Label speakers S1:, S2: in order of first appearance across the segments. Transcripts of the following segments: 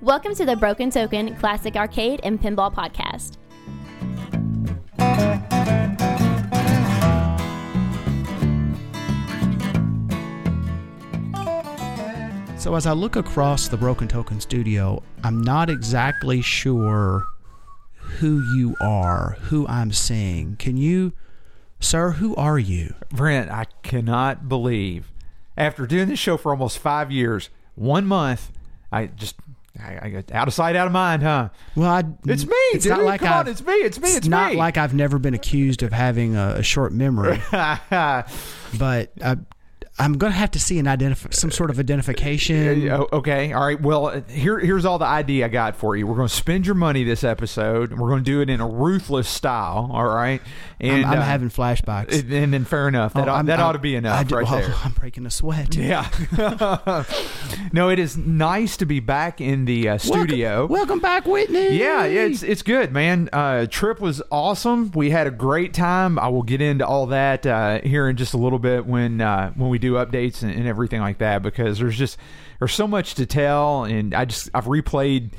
S1: Welcome to the Broken Token Classic Arcade and Pinball Podcast.
S2: So as I look across the Broken Token studio, I'm not exactly sure who you are, who I'm seeing. Can you, sir, who are you?
S3: Brent, I cannot believe after doing this show for almost five years, one month, I just I, I got out of sight, out of mind, huh?
S2: Well, I,
S3: It's me,
S2: It's
S3: dude.
S2: not like
S3: Come on,
S2: I've-
S3: it's me, it's me, it's
S2: not
S3: me.
S2: like I've never been accused of having a, a short memory,
S3: Uh,
S2: but I, I'm going to have to see an identif- some sort of identification.
S3: Yeah, o- oh, okay. All right. Well, uh, here here's all the idea I got for you. We're going to spend your money this episode. and We're going to do it in a ruthless style. All right.
S2: I'm,
S3: And
S2: I'm
S3: uh,
S2: having flashbacks.
S3: And, and then fair enough. That,
S2: Oh,
S3: ought,
S2: I'm-
S3: that
S2: I'm-
S3: ought to be enough
S2: I do-
S3: right
S2: oh,
S3: there.
S2: I'm breaking a sweat.
S3: Yeah. no, it is nice to be back in the uh,
S2: Welcome-
S3: studio.
S2: Welcome, back, Whitney.
S3: Yeah, yeah, it's it's good, man. Uh, trip was awesome. We had a great time. I will get into all that uh, here in just a little bit when uh, when we do updates and, and everything like that because there's just there's so much to tell, and I just I've replayed.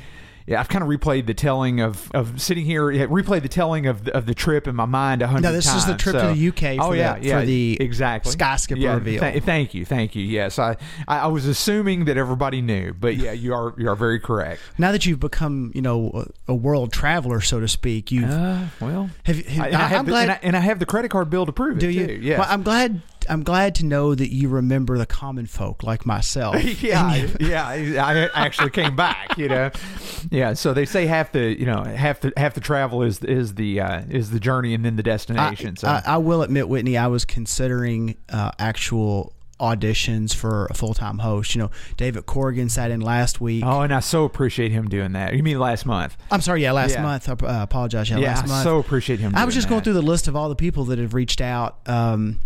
S3: Yeah, I've kind of replayed the telling of, of sitting here, yeah, replayed the telling of the, of the trip in my mind a hundred
S2: No,
S3: times.
S2: this is the trip to
S3: so-
S2: the UK
S3: Oh
S2: for
S3: yeah,
S2: the-
S3: yeah,
S2: for the
S3: exactly
S2: skyscraper
S3: yeah,
S2: reveal.
S3: tha- thank you, thank you. Yes, I, I I was assuming that everybody knew, but yeah, you are you are very correct.
S2: Now that you've become, you know, a, a world traveler, so to speak, you have
S3: Uh, well,
S2: have.
S3: I, and I
S2: I,
S3: have
S2: am
S3: the,
S2: glad.
S3: and, I, and I have the credit card bill to prove
S2: do
S3: it.
S2: you?
S3: Too. Yes.
S2: Well, I'm glad. I'm glad to know that you remember the common folk like myself.
S3: yeah, I- yeah. I I actually came back, you know. Yeah, so they say half the you know half the half the travel is is the uh, is the journey and then the
S2: I,
S3: destination. so
S2: I, I will admit, Whitney, I was considering uh, actual auditions for a full time host. You know, David Corrigan sat in last week.
S3: oh, and I so appreciate him doing that. You mean last month?
S2: I'm sorry, yeah, last
S3: Yeah.
S2: month. I uh, apologize. Yeah,
S3: Yeah,
S2: last
S3: I
S2: month.
S3: so appreciate him.
S2: I was
S3: doing
S2: just going
S3: that.
S2: through the list of all the people that have reached out. Um,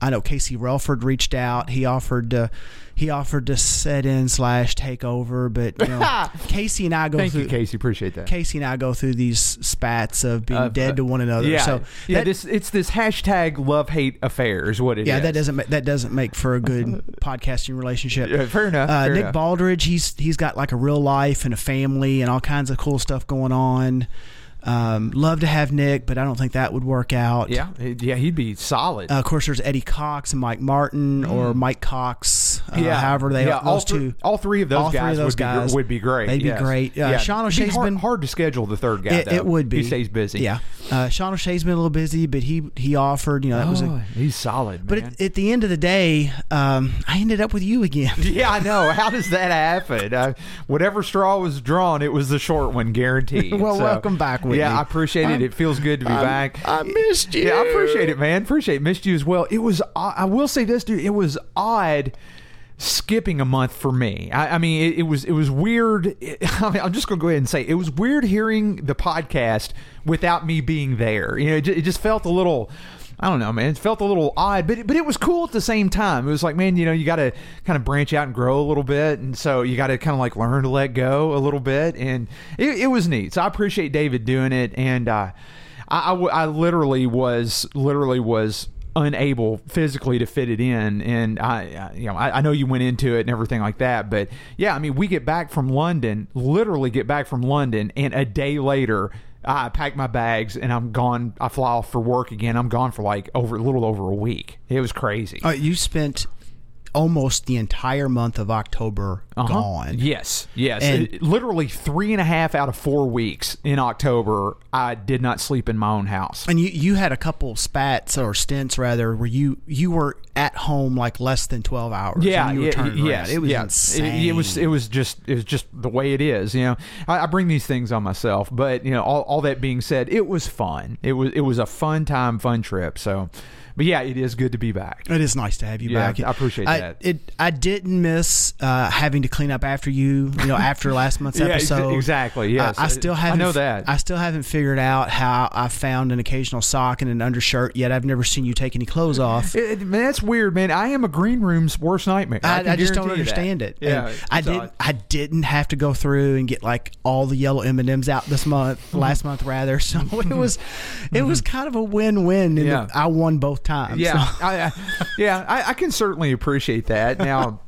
S2: I know Casey Relford reached out. He offered to he offered to set in slash take over, but you know, Casey and I go
S3: Thank
S2: through
S3: you, Casey. Appreciate that.
S2: Casey and I go through these spats of being
S3: Uh,
S2: dead
S3: uh,
S2: to one another.
S3: Yeah,
S2: so
S3: yeah.
S2: that,
S3: this it's this hashtag love hate affair is what it is.
S2: yeah, that doesn't ma- that doesn't make for a good podcasting relationship.
S3: Yeah, fair enough.
S2: Uh,
S3: fair
S2: Nick
S3: enough.
S2: Baldridge, he's he's got like a real life and a family and all kinds of cool stuff going on. Um, love to have Nick, but I don't think that would work out.
S3: Yeah, yeah. He'd be solid.
S2: Uh, of course, there's Eddie Cox and Mike Martin, or Mike Cox. Uh, however they
S3: Mm. yeah,
S2: those
S3: all thr-
S2: two.
S3: all three of those
S2: all
S3: guys,
S2: three of those
S3: would,
S2: guys
S3: Be, gr- would be great.
S2: They'd be
S3: yes.
S2: great. Uh, Sean
S3: It'd be
S2: O'Shea's
S3: hard,
S2: been-
S3: hard to schedule the third guy.
S2: it,
S3: though.
S2: it would be.
S3: He stays busy.
S2: Yeah. Uh, Sean O'Shea's been a little busy, but he he offered. You know, that was
S3: Oh,
S2: a.
S3: he's solid,
S2: But
S3: man.
S2: at, at the end of the day, um, I ended up with you again.
S3: yeah, I know. How does that happen? Uh, whatever straw was drawn, it was the short one, guaranteed.
S2: Well,
S3: So,
S2: welcome back, Whitney.
S3: Yeah, I appreciate it. It feels good to be back.
S2: I missed you.
S3: Yeah, I appreciate it, man. Appreciate it. missed you as well. It was. o- I will say this, dude. It was odd skipping a month for me. I, I mean, it, it was. It was weird. I mean, I'm just going to go ahead and say it was weird hearing the podcast without me being there. You know, it, ju- it just felt a little. I don't know, man. It felt a little odd, but it- but it was cool at the same time. It was like, man, you know, you got to kind of branch out and grow a little bit, and so you got to kind of like learn to let go a little bit, and it, it was neat. So I appreciate David doing it, and uh, I, I, w- I literally was literally was unable physically to fit it in and I, I you know I, I know you went into it and everything like that but yeah I mean we get back from London literally get back from London and a day later I pack my bags and I'm gone I fly off for work again I'm gone for like over a little over a week it was crazy
S2: Uh, you spent almost the entire month of October
S3: Uh-huh.
S2: gone.
S3: yes yes
S2: And-
S3: It- literally three and a half out of four weeks in October I did not sleep in my own house
S2: And you, you had a couple spats or stints rather where you you were at home like less than twelve hours.
S3: Yeah,
S2: and you were
S3: yeah,
S2: turning
S3: yeah,
S2: around. it was
S3: yeah.
S2: insane.
S3: It, it was it was just it was just the way it is. You know, I, I bring these things on myself, but you know, all, all that being said, it was fun. It was it was a fun time, fun trip. So, but yeah, it is good to be back.
S2: It is nice to have you
S3: Yeah,
S2: back.
S3: I appreciate that.
S2: It I didn't miss uh, having to clean up after you. You know, after last month's
S3: Yeah, exa-
S2: episode,
S3: exactly, yes.
S2: I, I
S3: I-
S2: still
S3: I
S2: haven't.
S3: know that.
S2: I still haven't figured out how I found an occasional sock and an undershirt yet. I've never seen you take any clothes off.
S3: It, it- man, that's weird, man. I am a green room's worst nightmare.
S2: I,
S3: can
S2: I just don't
S3: guarantee you that.
S2: understand it.
S3: Yeah,
S2: And I
S3: it's
S2: didn't.
S3: odd.
S2: I didn't have to go through and get like all the yellow M and M's out this month,
S3: Mm-hmm.
S2: last month rather. So it was, it was kind of a win-win. And
S3: Yeah.
S2: I won both times.
S3: Yeah,
S2: So-
S3: I, I, yeah, I, I can certainly appreciate that. Now,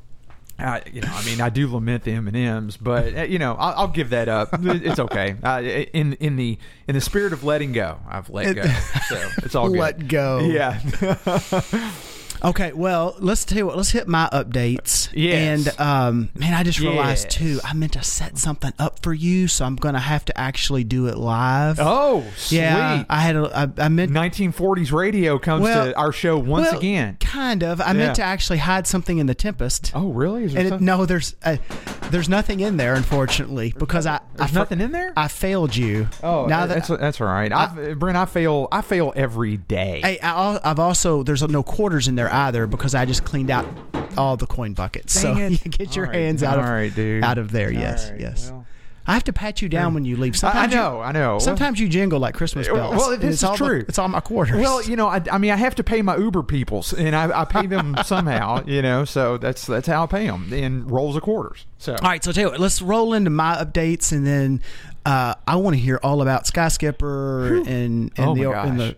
S3: I, you know, I mean, I do lament the M and M's, but uh, you know, I'll, I'll give that up. It's okay. Uh, in in the in the spirit of letting go, I've let go, so it's all good.
S2: Let go.
S3: Yeah,
S2: Okay, well, let's tell you what. Let's hit my updates.
S3: Yes.
S2: And um, man, I just realized
S3: Yes.
S2: too. I meant to set something up for you, so I'm gonna have to actually do it live.
S3: Oh, sweet.
S2: yeah. I had a. I, I meant
S3: 1940s radio comes
S2: Well-
S3: to our show once
S2: well,
S3: again.
S2: Kind of. I meant to
S3: Yeah.
S2: actually hide something in the Tempest.
S3: Oh, really? Is there
S2: And it,
S3: something-
S2: no, there's uh, there's nothing in there, unfortunately, because I
S3: there's
S2: I fr-
S3: nothing in there.
S2: I failed you.
S3: oh,
S2: now that
S3: that's that's all right. I, Brent, I fail. I fail every day.
S2: Hey, I, al- I've also there's no quarters in there either because I just cleaned out all the coin buckets. so
S3: Dang it.
S2: get your
S3: All right.
S2: hands out of
S3: All right, dude.
S2: out of there.
S3: All
S2: yes,
S3: right,
S2: yes.
S3: well.
S2: I have to pat you down when you leave.
S3: I, I
S2: Sometimes
S3: know.
S2: You,
S3: I know.
S2: Sometimes you jingle like Christmas
S3: Well,
S2: bells.
S3: well,
S2: and
S3: this
S2: it's
S3: is
S2: all my-
S3: true.
S2: it's all my quarters.
S3: Well, you know, I, I mean, I have to pay my Uber peoples, and I, I pay them somehow, you know. So that's that's how I pay them in rolls of quarters. So
S2: all right. So tell you what, let's roll into my updates and then uh, I want to hear all about Sky Skipper and and,
S3: Oh
S2: the,
S3: my
S2: and the
S3: gosh.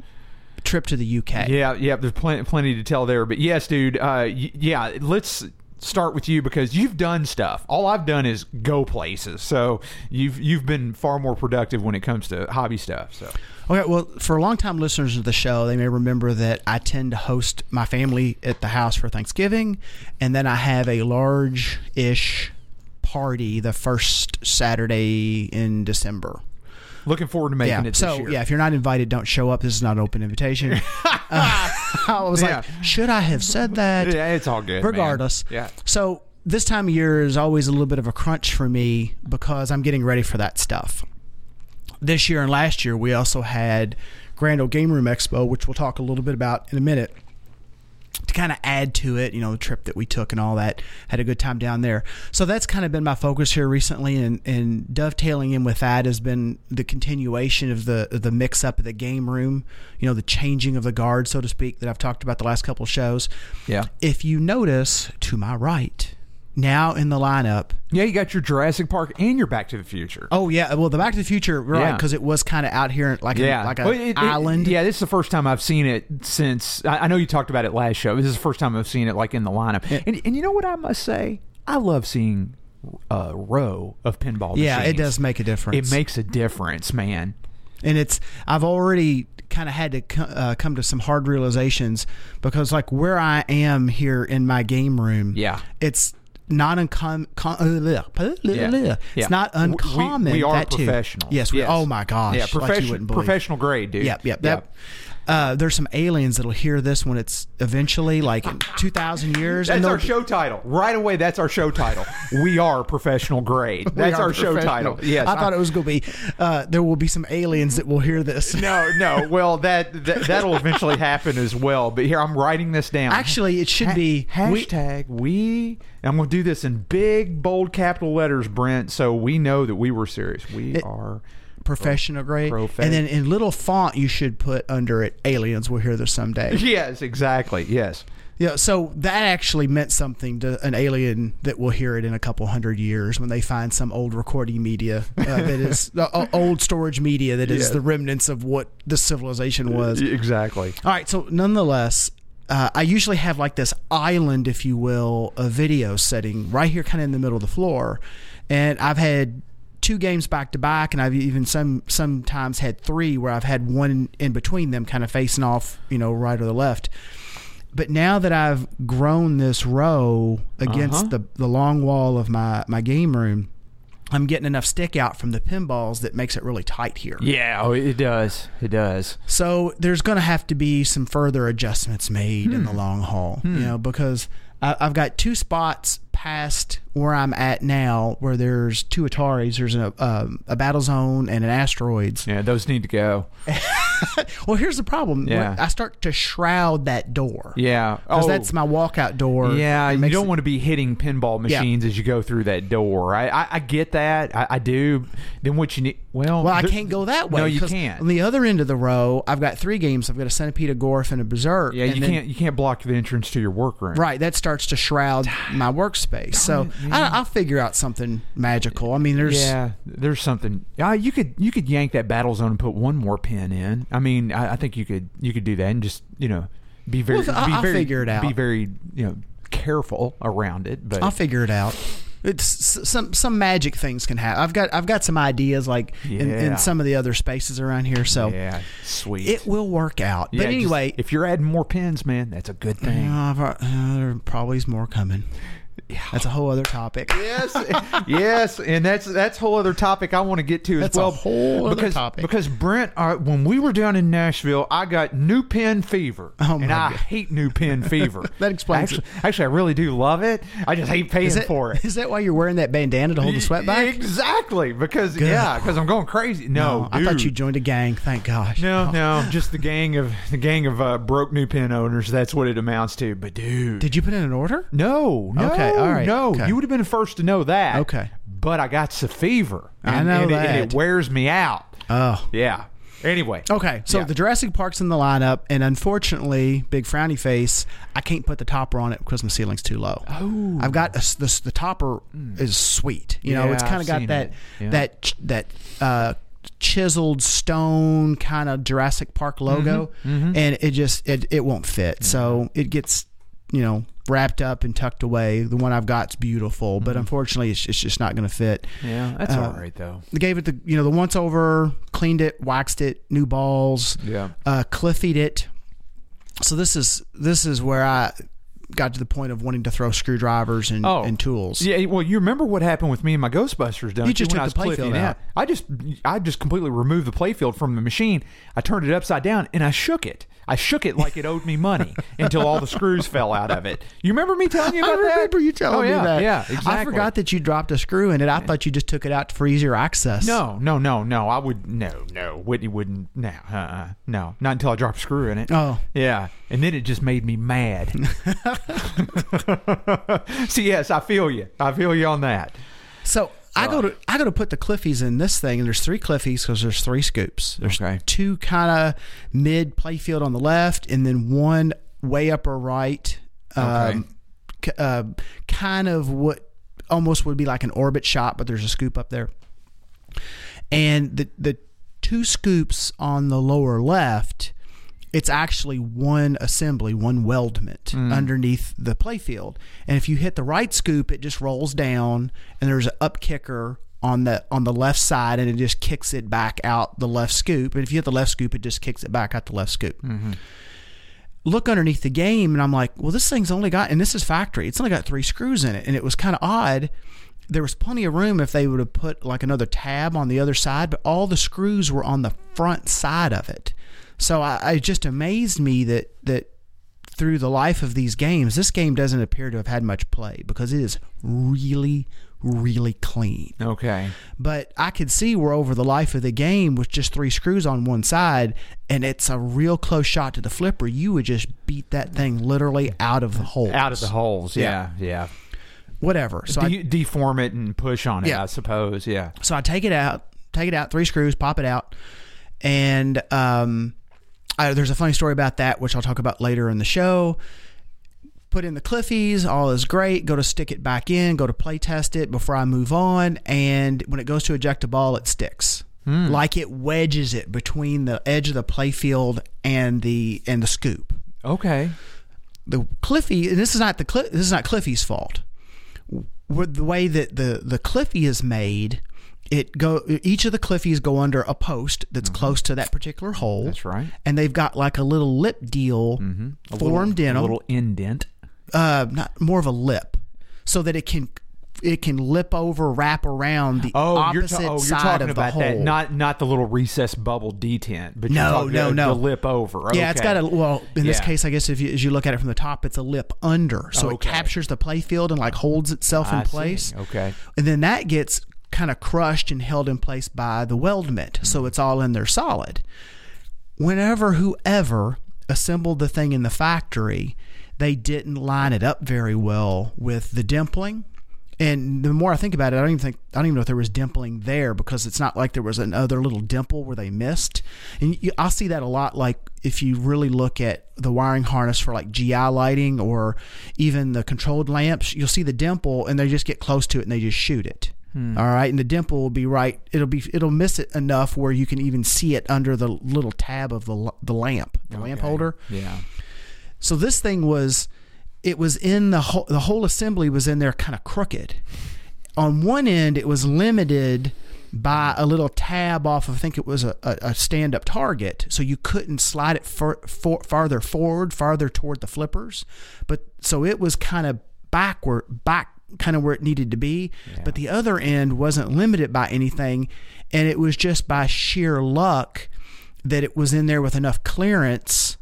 S2: trip to the UK.
S3: yeah, yeah, there's plenty plenty to tell there. But yes, dude, uh, y- yeah, let's start with you because you've done stuff. All I've done is go places. So you've you've been far more productive when it comes to hobby stuff. So
S2: Okay, well, for longtime listeners of the show, they may remember that I tend to host my family at the house for Thanksgiving, and then I have a large ish party the first Saturday in December.
S3: looking forward to making
S2: Yeah.
S3: it this
S2: So
S3: year.
S2: yeah, if you're not invited, don't show up. This is not an open invitation. Uh, I was
S3: Yeah.
S2: like, should I have said that?
S3: Yeah, it's all good. man.
S2: Regardless.
S3: Yeah.
S2: So this time of year is always a little bit of a crunch for me because I'm getting ready for that stuff. This year and last year, we also had Grand Old Game Room Expo, which we'll talk a little bit about in a minute. To kind of add to it, you know, the trip that we took and all that, had a good time down there. So that's kind of been my focus here recently, and, and dovetailing in with that has been the continuation of the of the mix up of the game room, you know, the changing of the guard, so to speak, that I've talked about the last couple of shows
S3: Yeah.
S2: if you notice to my right, now in the lineup.
S3: Yeah, you got your Jurassic Park and your Back to the Future.
S2: Oh yeah, well the Back to the Future, right?
S3: Yeah.
S2: Because it was kind of out here like a, like an
S3: Well, it- it-
S2: island.
S3: yeah, this is the first time I've seen it since. I, I know you talked about it last show. This is the first time I've seen it like in the lineup. And, and you know what I must say? I love seeing a row of pinball.
S2: Yeah, it
S3: machines.
S2: does make a difference.
S3: It makes a difference, man.
S2: and it's I've already kind of had to co- uh, come to some hard realizations because like where I am here in my game room,
S3: Yeah.
S2: it's not uh, uncommon.
S3: Yeah. Yeah.
S2: It's not
S3: We- we-
S2: uncommon.
S3: We, are
S2: that too.
S3: professional.
S2: Yes, we, Oh my gosh!
S3: Yeah,
S2: like you
S3: professional,
S2: wouldn't believe.
S3: professional grade, dude.
S2: Yep, yep. That, Uh, there's some aliens that'll hear this when it's eventually like in 2,000 years.
S3: That's
S2: and
S3: our
S2: they'll-
S3: show title. Right away, that's our show title. we are professional grade.
S2: we
S3: That's
S2: are
S3: our show
S2: professional.
S3: title. Yes.
S2: I thought it was going to be, uh, there will be some aliens that will hear this.
S3: No, no. Well, that, that that'll eventually happen as well. But here, I'm writing this down.
S2: Actually, it should
S3: Ha-
S2: be we-
S3: hashtag we. and I'm going to do this in big bold capital letters, Brent, so we know that we were serious. We are.
S2: professional grade.
S3: Profe-
S2: and then in little font, you should put under it, aliens will hear this someday.
S3: Yes, exactly. Yes.
S2: Yeah, so that actually meant something to an alien that will hear it in a couple hundred years when they find some old recording media uh, that is uh, old storage media that is
S3: Yeah.
S2: the remnants of what the civilization was.
S3: E, Exactly.
S2: All right, so nonetheless, uh, I usually have like this island, if you will, a video setting right here, kind of in the middle of the floor, and I've had two games back to back, and I've even some sometimes had three where I've had one in between them, kind of facing off, you know, right or the left. But now that I've grown this row against
S3: Uh-huh.
S2: the the long wall of my my game room, I'm getting enough stick out from the pinballs that makes it really tight here.
S3: Yeah, oh, it does. It does.
S2: So there's going to have to be some further adjustments made in
S3: Hmm.
S2: the long haul, you know, because I, I've got two spots past where I'm at now, where there's two Ataris, there's a um, a battle zone and an asteroids.
S3: Yeah, those need to go.
S2: Well, here's the problem: When
S3: Yeah.
S2: I start to shroud that door,
S3: Yeah. Oh,
S2: because that's my walkout door.
S3: Yeah,
S2: It
S3: you
S2: makes
S3: don't
S2: it-
S3: want to be hitting pinball
S2: Yeah.
S3: machines as you go through that door. I, I, I get that. I, I do. Then what you need? Well,
S2: Well, I
S3: there-
S2: can't go that way.
S3: No, you
S2: 'cause
S3: can't.
S2: On the other end of the row, I've got three games. I've got a Centipede, a Gorf, and a Berserk.
S3: Yeah,
S2: and
S3: you
S2: then-
S3: can't. You can't block the entrance to your workroom.
S2: Right, that starts to shroud my workspace. So I, I'll figure out something magical. I mean, there's
S3: Yeah, there's something. Uh, you could you could yank that battle zone and put one more pin in. I mean, I, I think you could you could do that and just you know be very
S2: Well, I-
S3: be
S2: I'll
S3: very
S2: figure it out.
S3: Be very you know careful around it. But
S2: I'll figure it out. It's s- some some magic things can happen. I've got I've got some ideas like in,
S3: Yeah.
S2: in some of the other spaces around here, so
S3: yeah, sweet.
S2: it will work out.
S3: Yeah,
S2: but
S3: just-
S2: anyway,
S3: if you're adding more pins, man, that's a good thing.
S2: uh, pro- uh, there probably is more coming. That's a whole other topic.
S3: yes, yes, and that's that's a whole other topic I want to get to as
S2: That's a
S3: well.
S2: whole other
S3: because,
S2: topic.
S3: Because Brent, uh, when we were down in Nashville, I got new pen fever,
S2: Oh,
S3: and
S2: my
S3: I
S2: God.
S3: hate new pen fever.
S2: That explains
S3: Actually, actually, I really do love it. I just hate paying
S2: Is that,
S3: for it.
S2: is that why you're wearing that bandana to hold the sweat back?
S3: Exactly, because yeah, because I'm going crazy. No,
S2: I thought
S3: dude.
S2: you Oh. joined a gang. Thank gosh.
S3: No, no, just the gang of the gang of uh, broke new pen owners. That's what it amounts to. But dude,
S2: Did you put in an order?
S3: No, no,
S2: Okay, all right,
S3: no.
S2: okay.
S3: You would have been the first to know that.
S2: Okay.
S3: but I got the fever.
S2: I
S3: and,
S2: know
S3: and It, and
S2: that.
S3: it wears me out.
S2: Oh.
S3: Yeah. Anyway.
S2: Okay, so
S3: Yeah.
S2: the Jurassic Park's in the lineup, and unfortunately, big frowny face, I can't put the topper on it because my ceiling's too low. Oh, I've got a s this, the topper is sweet. You know,
S3: Hmm. Yeah,
S2: it's kind
S3: I've
S2: of got
S3: seen
S2: that
S3: it. Yeah.
S2: that ch- that uh, chiseled stone kind of Jurassic
S3: Mm-hmm.
S2: Park logo, and it just it, it won't fit, so it gets you know wrapped up and tucked away. The one I've got's beautiful, but unfortunately, it's, it's just not going to fit.
S3: Mm-hmm. Yeah, that's
S2: Uh,
S3: all right though.
S2: They gave it the you know the once over, cleaned it, waxed it, new balls,
S3: Yeah.
S2: uh, cliffied it. So this is this is where I got to the point of wanting to throw screwdrivers and,
S3: Oh.
S2: and tools.
S3: Yeah, well, you remember what happened with me and my Ghostbusters, don't you?
S2: just
S3: when
S2: took
S3: I was
S2: the playfield
S3: cliffing
S2: out.
S3: I just, I just completely removed the playfield from the machine. I turned it upside down and I shook it. I shook it like it owed me money until all the screws fell out of it. You remember me telling you
S2: I
S3: about that?
S2: remember you telling
S3: oh, yeah,
S2: me that.
S3: Yeah, exactly.
S2: I forgot that you dropped a screw in it. I thought you just took it out for easier access.
S3: No, no, no, no. I would no, no. Whitney wouldn't. No, uh, no, not until I dropped a screw in it.
S2: Oh.
S3: yeah, and then it just made me mad. so yes, I feel you. I feel you on that.
S2: So I go to I go to put the Cliffies in this thing, and there's three Cliffies because there's three scoops. There's
S3: Okay.
S2: two kind of mid playfield on the left, and then one way upper right. Um, k- uh, kind of what almost would be like an orbit shot, but there's a scoop up there, and the the two scoops on the lower left. It's actually one assembly, one weldment underneath the playfield, and if you hit the right scoop, it just rolls down, and there's an up kicker on the on the left side, and it just kicks it back out the left scoop. And if you hit the left scoop, it just kicks it back out the left scoop look underneath the game and I'm like, well, this thing's only got, and this is factory, it's only got three screws in it. And it was kind of odd. There was plenty of room if they would have put like another tab on the other side, but all the screws were on the front side of it. So I, it just amazed me that, that through the life of these games, this game doesn't appear to have had much play because it is really, really clean
S3: Okay.
S2: but I could see where over the life of the game with just three screws on one side, and it's a real close shot to the flipper, you would just beat that thing literally out of the hole.
S3: Out of the holes. Yeah, yeah.
S2: Whatever. So I,
S3: De- deform it and push on it.
S2: Yeah.
S3: I suppose. Yeah.
S2: so I take it out, take it out, three screws, pop it out, and um, I, there's a funny story about that which I'll talk about later in the show. Put in the Cliffies, all is great. Go to stick it back in, go to play test it before I move on, and when it goes to eject a ball, it sticks. Like it wedges it between the edge of the play field and the and the scoop
S3: Okay.
S2: the Cliffy, and this is not the Cli- this is not Cliffy's fault. With the way that the the Cliffy is made, it go each of the Cliffies go under a post that's close to that particular hole.
S3: Mm-hmm. That's right. Mm-hmm.
S2: And they've got like a little lip deal formed in
S3: A
S2: them,
S3: little indent.
S2: uh, not more of a lip, so that it can it can lip over, wrap around the
S3: Oh, you're, ta-
S2: opposite
S3: oh, you're
S2: side
S3: talking
S2: of
S3: about
S2: the hole.
S3: that. Not not the little recessed bubble detent, but you're
S2: No,
S3: talking
S2: no,
S3: the,
S2: no.
S3: the lip over.
S2: Yeah, it's
S3: Okay.
S2: got a well. In this
S3: Yeah.
S2: case, I guess if you, as you look at it from the top, it's a lip under, so it
S3: Okay.
S2: captures the play field and like holds itself in
S3: I see.
S2: place.
S3: Okay.
S2: and then that gets kind of crushed and held in place by the weldment, so it's all in there solid. Whenever whoever assembled the thing in the factory, they didn't line it up very well with the dimpling. And the more I think about it, I don't even think I don't even know if there was dimpling there because it's not like there was another little dimple where they missed. And you, I see that a lot, like if you really look at the wiring harness for like GI lighting or even the controlled lamps, you'll see the dimple and they just get close to it and they just shoot it. All right, and the dimple will be right. It'll be it'll miss it enough where you can even see it under the little tab of the l- the lamp, the lamp holder.
S3: Yeah.
S2: So this thing was it was in the whole the whole assembly was in there kind of crooked. On one end, it was limited by a little tab off of I think it was a, a, a stand up target, so you couldn't slide it fur, for, farther forward, farther toward the flippers. But so it was kind of backward, back kind of where it needed to be. But the other end wasn't limited by anything, and it was just by sheer luck that it was in there with enough clearance.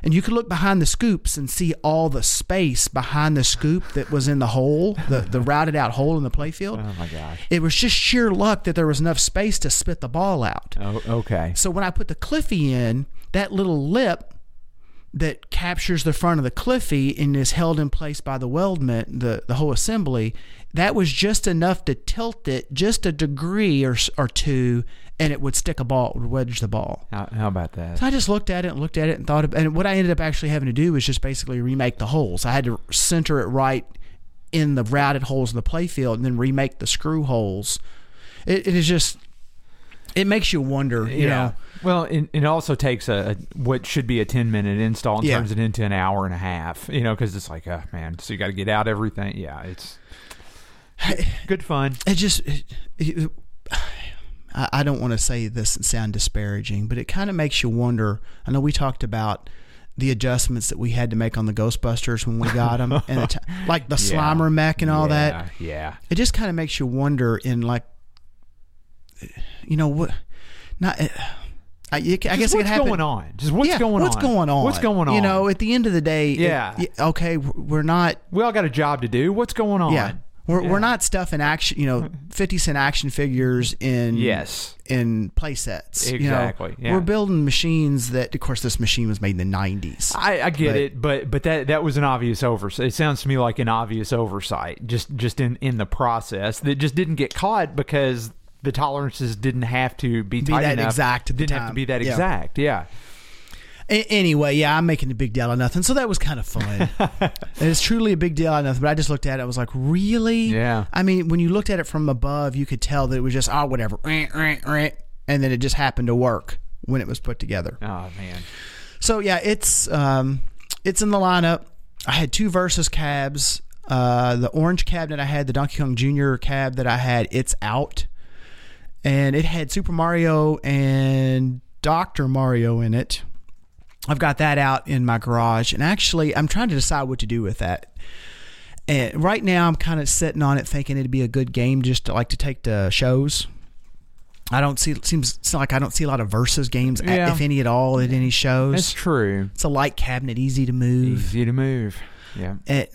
S2: And you could look behind the scoops and see all the space behind the scoop that was in the hole, the, the routed out hole in the playfield.
S3: Oh my gosh.
S2: It was just sheer luck that there was enough space to spit the ball out.
S3: Oh, okay.
S2: So when I put the Cliffy in, that little lip that captures the front of the Cliffy and is held in place by the weldment, the, the whole assembly, that was just enough to tilt it just a degree or, s- or two, and it would stick a ball, it would wedge the ball.
S3: How, how about that?
S2: So I just looked at it and looked at it and thought, of, and what I ended up actually having to do was just basically remake the holes. I had to center it right in the routed holes in the playfield and then remake the screw holes. It, it is just, it makes you wonder, you know.
S3: Well, it, it also takes a, a what should be a ten minute install and
S2: Yeah.
S3: turns it into an hour and a half. You know, because it's like, oh man, so you got to get out everything. Yeah, it's good fun.
S2: It just, it, it- I, I don't want to say this and sound disparaging, but it kind of makes you wonder. I know we talked about the adjustments that we had to make on the Ghostbusters when we got them, and the t- like the
S3: Yeah.
S2: Slimer mech and all that.
S3: Yeah, yeah.
S2: it just kind of makes you wonder in like you know what not I, I
S3: Just
S2: guess it could
S3: what's
S2: happen
S3: going on? Just what's
S2: yeah,
S3: going
S2: what's
S3: on?
S2: going on
S3: What's going on?
S2: you know at the end of the day it-
S3: Yeah.
S2: okay we're not
S3: we all got a job to do. What's going on?
S2: yeah we're,
S3: Yeah.
S2: we're not stuffing action you know 50 cent action figures in
S3: Yes.
S2: in play sets you know.
S3: Exactly, yeah.
S2: we're building machines that of course this machine was made in the 90s
S3: I, I get
S2: But-
S3: it, but but that that was an obvious oversight. It sounds to me like an obvious oversight, just just in in the process that just didn't get caught because the tolerances didn't have to be, tight
S2: that
S3: enough,
S2: exact at the
S3: Didn't have to
S2: time.
S3: be that
S2: Yeah.
S3: exact. Yeah.
S2: A- anyway, yeah, I'm making a big deal out of nothing. So that was kind of fun. it's truly a big deal out of nothing. But I just looked at it. I was like, really?
S3: Yeah.
S2: I mean, when you looked at it from above, you could tell that it was just, oh, whatever. eh, eh, eh, And then it just happened to work when it was put together.
S3: Oh man.
S2: So yeah, it's um, it's in the lineup. I had two versus cabs. Uh, the orange cab that I had, the Donkey Kong Jr. cab that I had, it's out, and it had Super Mario and Doctor Mario in it. I've got that out in my garage, and actually, I'm trying to decide what to do with that. And right now, I'm kind of sitting on it, thinking it'd be a good game just to like to take to shows. I don't see it seems it's like I don't see a lot of versus games, a-
S3: Yeah.
S2: if any at all, at any shows.
S3: That's true.
S2: It's a light cabinet, easy to move.
S3: Easy to move. Yeah.
S2: And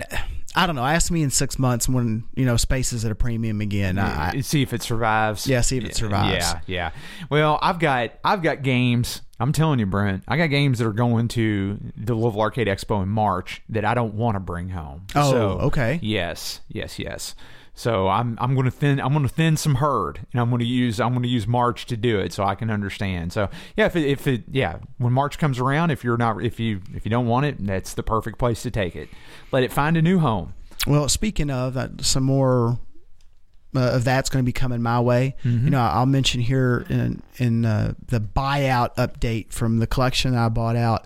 S2: I don't know. Ask me in six months when you know space is at a premium again. I, I-
S3: see if it survives.
S2: Yeah, see if it survives.
S3: Yeah, yeah. Well, I've got I've got games. I'm telling you, Brent, I got games that are going to the Louisville Arcade Expo in March that I don't want to bring home.
S2: Oh,
S3: So,
S2: okay.
S3: Yes, yes, yes. So I'm I'm going to thin I'm going to thin some herd, and I'm going to use I'm going to use March to do it, so I can understand. So yeah, if it, if it yeah, when March comes around, if you're not if you if you don't want it, that's the perfect place to take it. Let it find a new home.
S2: well, speaking of uh, some more uh, of that's going to be coming my way. You know, I'll mention here in in uh, the buyout update from the collection I bought out.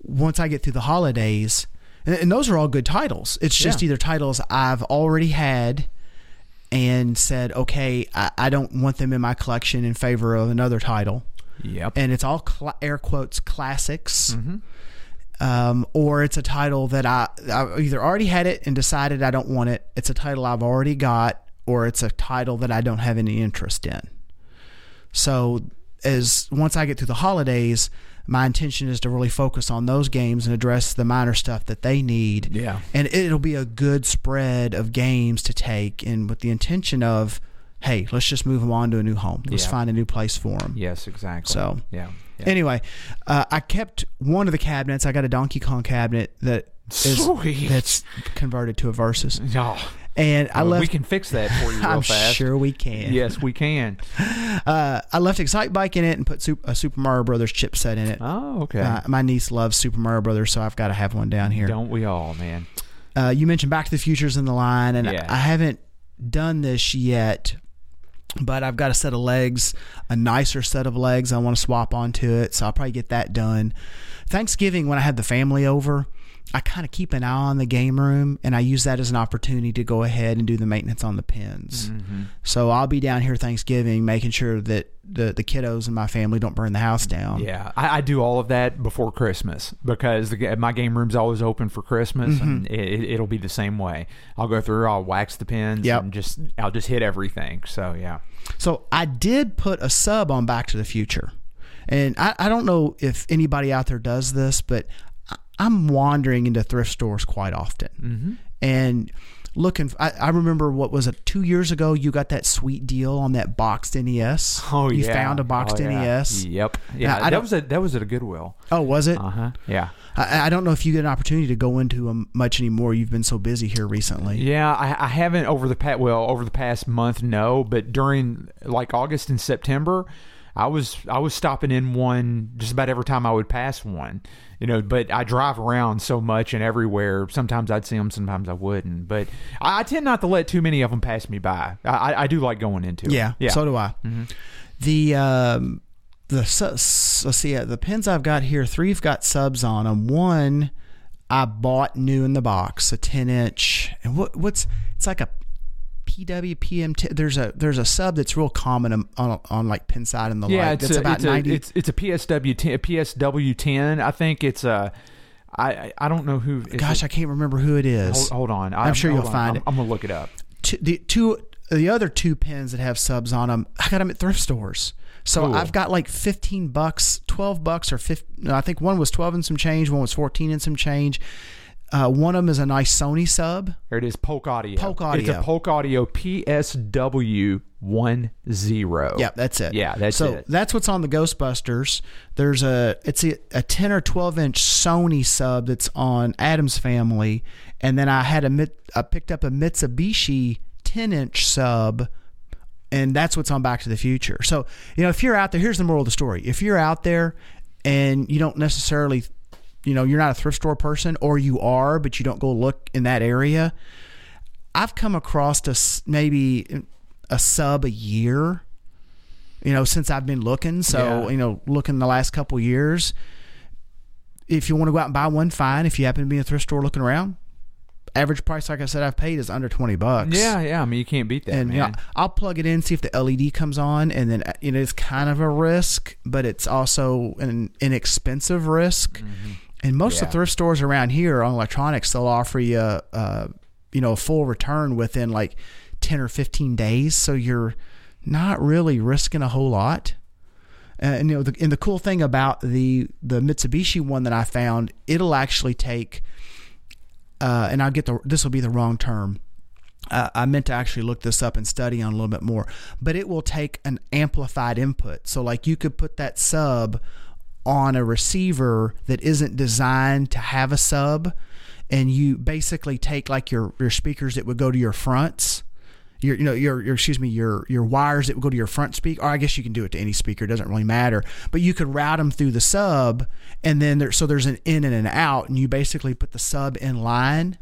S2: Once I get through the holidays, and, and those are all good titles. It's just
S3: Yeah.
S2: either titles I've already had and said, okay, I, I don't want them in my collection in favor of another title.
S3: Yep.
S2: and it's all cla air quotes classics.
S3: Mm-hmm.
S2: Um, or it's a title that I, I either already had it and decided I don't want it. It's a title I've already got, or it's a title that I don't have any interest in. So, as once I get through the holidays, my intention is to really focus on those games and address the minor stuff that they need.
S3: Yeah.
S2: And it'll be a good spread of games to take, and with the intention of, hey, let's just move them on to a new home. Let's
S3: Yeah.
S2: find a new place for them.
S3: Yes, exactly.
S2: So-
S3: yeah. yeah.
S2: Anyway, uh, I kept one of the cabinets. I got a Donkey Kong cabinet that is
S3: Sweet.
S2: that's converted to a Versus,
S3: Oh,
S2: and I
S3: we
S2: left.
S3: can fix that for you real
S2: I'm
S3: fast.
S2: sure we can.
S3: Yes, we can.
S2: Uh, I left Excite Bike in it and put Sup- a Super Mario Brothers chipset in it.
S3: Oh, okay.
S2: Uh, my niece loves Super Mario Brothers, so I've got to have one down here.
S3: Don't we all, man?
S2: Uh, you mentioned Back to the Future's in the line, and
S3: Yeah.
S2: I haven't done this yet, but I've got a set of legs, a nicer set of legs I want to swap onto it, so I'll probably get that done. Thanksgiving when I had the family over, I kind of keep an eye on the game room and I use that as an opportunity to go ahead and do the maintenance on the pins. So I'll be down here Thanksgiving making sure that the, the kiddos and my family don't burn the house down.
S3: Yeah, I, I do all of that before Christmas because the, ga- my game room's always open for Christmas,
S2: Mm-hmm.
S3: and it, it'll be the same way. I'll go through, I'll wax the pins,
S2: Yep.
S3: and just I'll just hit everything. So yeah,
S2: So I did put a sub on Back to the Future. And I, I don't know if anybody out there does this, but I- I'm wandering into thrift stores quite often.
S3: Mm-hmm.
S2: And looking, I, I remember what was it, two years ago, you got that sweet deal on that boxed NES. You found a boxed
S3: Oh, yeah.
S2: NES.
S3: Yep. Yeah,
S2: E I
S3: that
S2: don't-
S3: was a that was at a Goodwill.
S2: Oh, was it?
S3: Uh huh. Yeah.
S2: I, I don't know if you get an opportunity to go into them much anymore. You've been so busy here recently.
S3: Yeah, I, I haven't over the past well over the past month. No, but during like August and September, I was I was stopping in one just about every time I would pass one. You know, but I drive around so much and everywhere. Sometimes I'd see them, sometimes I wouldn't. But I, I tend not to let too many of them pass me by. I, I, I do like going into. 'em.
S2: Yeah,
S3: yeah. Mm-hmm.
S2: So do I. The um, the subs, let's see, uh, the pins I've got here, three've got subs on them. One I bought new in the box, a ten inch, and what what's it's like a PWPM. There's a there's a sub that's real common on on, on like pin side and the
S3: yeah,
S2: like.
S3: it's,
S2: that's
S3: a,
S2: about
S3: it's,
S2: ninety.
S3: A, it's it's a PSW ten, a PSW ten. I think it's a. I I- I don't know who. is
S2: gosh,
S3: it-
S2: I can't remember who it is.
S3: hold, hold on.
S2: I'm sure you'll find it.
S3: I'm gonna look it up.
S2: two, the two the other two pins that have subs on them, I got them at thrift stores. So
S3: Cool.
S2: I've got like 15 bucks, 12 bucks or 15 no, I think one was 12 and some change, one was 14 and some change. Uh, one of them is a nice Sony sub.
S3: Here it is, Polk Audio.
S2: Polk
S3: It's
S2: Audio.
S3: a Polk Audio PSW10.
S2: Yeah, that's it.
S3: Yeah, that's
S2: so
S3: it.
S2: that's what's on the Ghostbusters. There's a it's a, a 10 or 12 inch Sony sub that's on Adam's Family, and then I had a Mit- I picked up a Mitsubishi 10 inch sub, and that's what's on Back to the Future. So you know if you're out there, here's the moral of the story: if you're out there and you don't necessarily you know you're not a thrift store person or you are but you don't go look in that area i've come across a s- maybe a sub a year you know since i've been looking so
S3: Yeah.
S2: you know looking the last couple years if you want to go out and buy one fine if you happen to be in a thrift store looking around average price like i said i've paid is under 20 bucks
S3: Yeah, yeah. I mean, you can't beat that,
S2: and
S3: man.
S2: you know, I'll plug it in, see if the LED comes on, and then uh, you know it's kind of a risk, but it's also an inexpensive risk. And most of
S3: Mm-hmm. Yeah.
S2: the thrift stores around here on electronics, they'll offer you, uh, you know, a full return within like ten or fifteen days, so you're not really risking a whole lot. Uh, and you know, the, and the cool thing about the the Mitsubishi one that I found, it'll actually take. Uh, and I'll get the. This will be the wrong term. Uh, I meant to actually look this up and study on a little bit more, but it will take an amplified input. So, like, you could put that sub on a receiver that isn't designed to have a sub, and you basically take like your your speakers that would go to your fronts. Your, you know, your, your, excuse me, your, your wires that would go to your front speaker, or I guess you can do it to any speaker. It doesn't really matter, but you could route them through the sub and then there, so there's an in and an out and you basically put the sub in line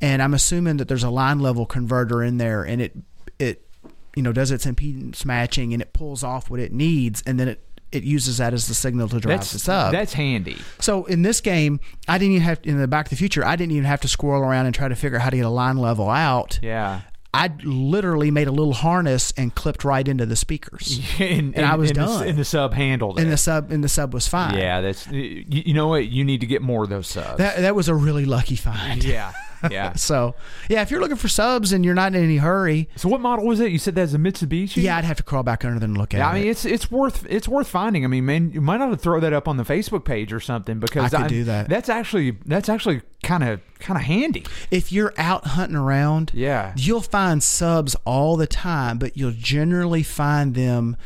S2: and I'm assuming that there's a line level converter in there, and it it you know does its impedance matching, and it pulls off what it needs, and then it it uses that as the signal to drive the
S3: that's
S2: sub.
S3: that's handy.
S2: so in this game, I didn't even have in the Back to the Future, I didn't even have to squirrel around and try to figure out how to get a line level out.
S3: Yeah.
S2: I literally made a little harness and clipped right into the speakers,
S3: and,
S2: I was
S3: and the-
S2: done.
S3: and the sub handled
S2: and
S3: it.
S2: the sub and the sub was fine.
S3: yeah, that's. You, you know what? You need to get more of those subs.
S2: that that was a really lucky find.
S3: yeah, yeah.
S2: So yeah, if you're looking for subs and you're not in any hurry,
S3: So what model was it? You said that's a Mitsubishi.
S2: yeah, I'd have to crawl back under there and look at
S3: Yeah,
S2: it.
S3: I mean it's it's worth it's worth finding. I mean, man, you might not throw that up on the Facebook page or something because
S2: I could do that.
S3: That's actually that's actually kind of kind of handy.
S2: if you're out hunting around,
S3: Yeah.
S2: you'll find subs all the time, but you'll generally find them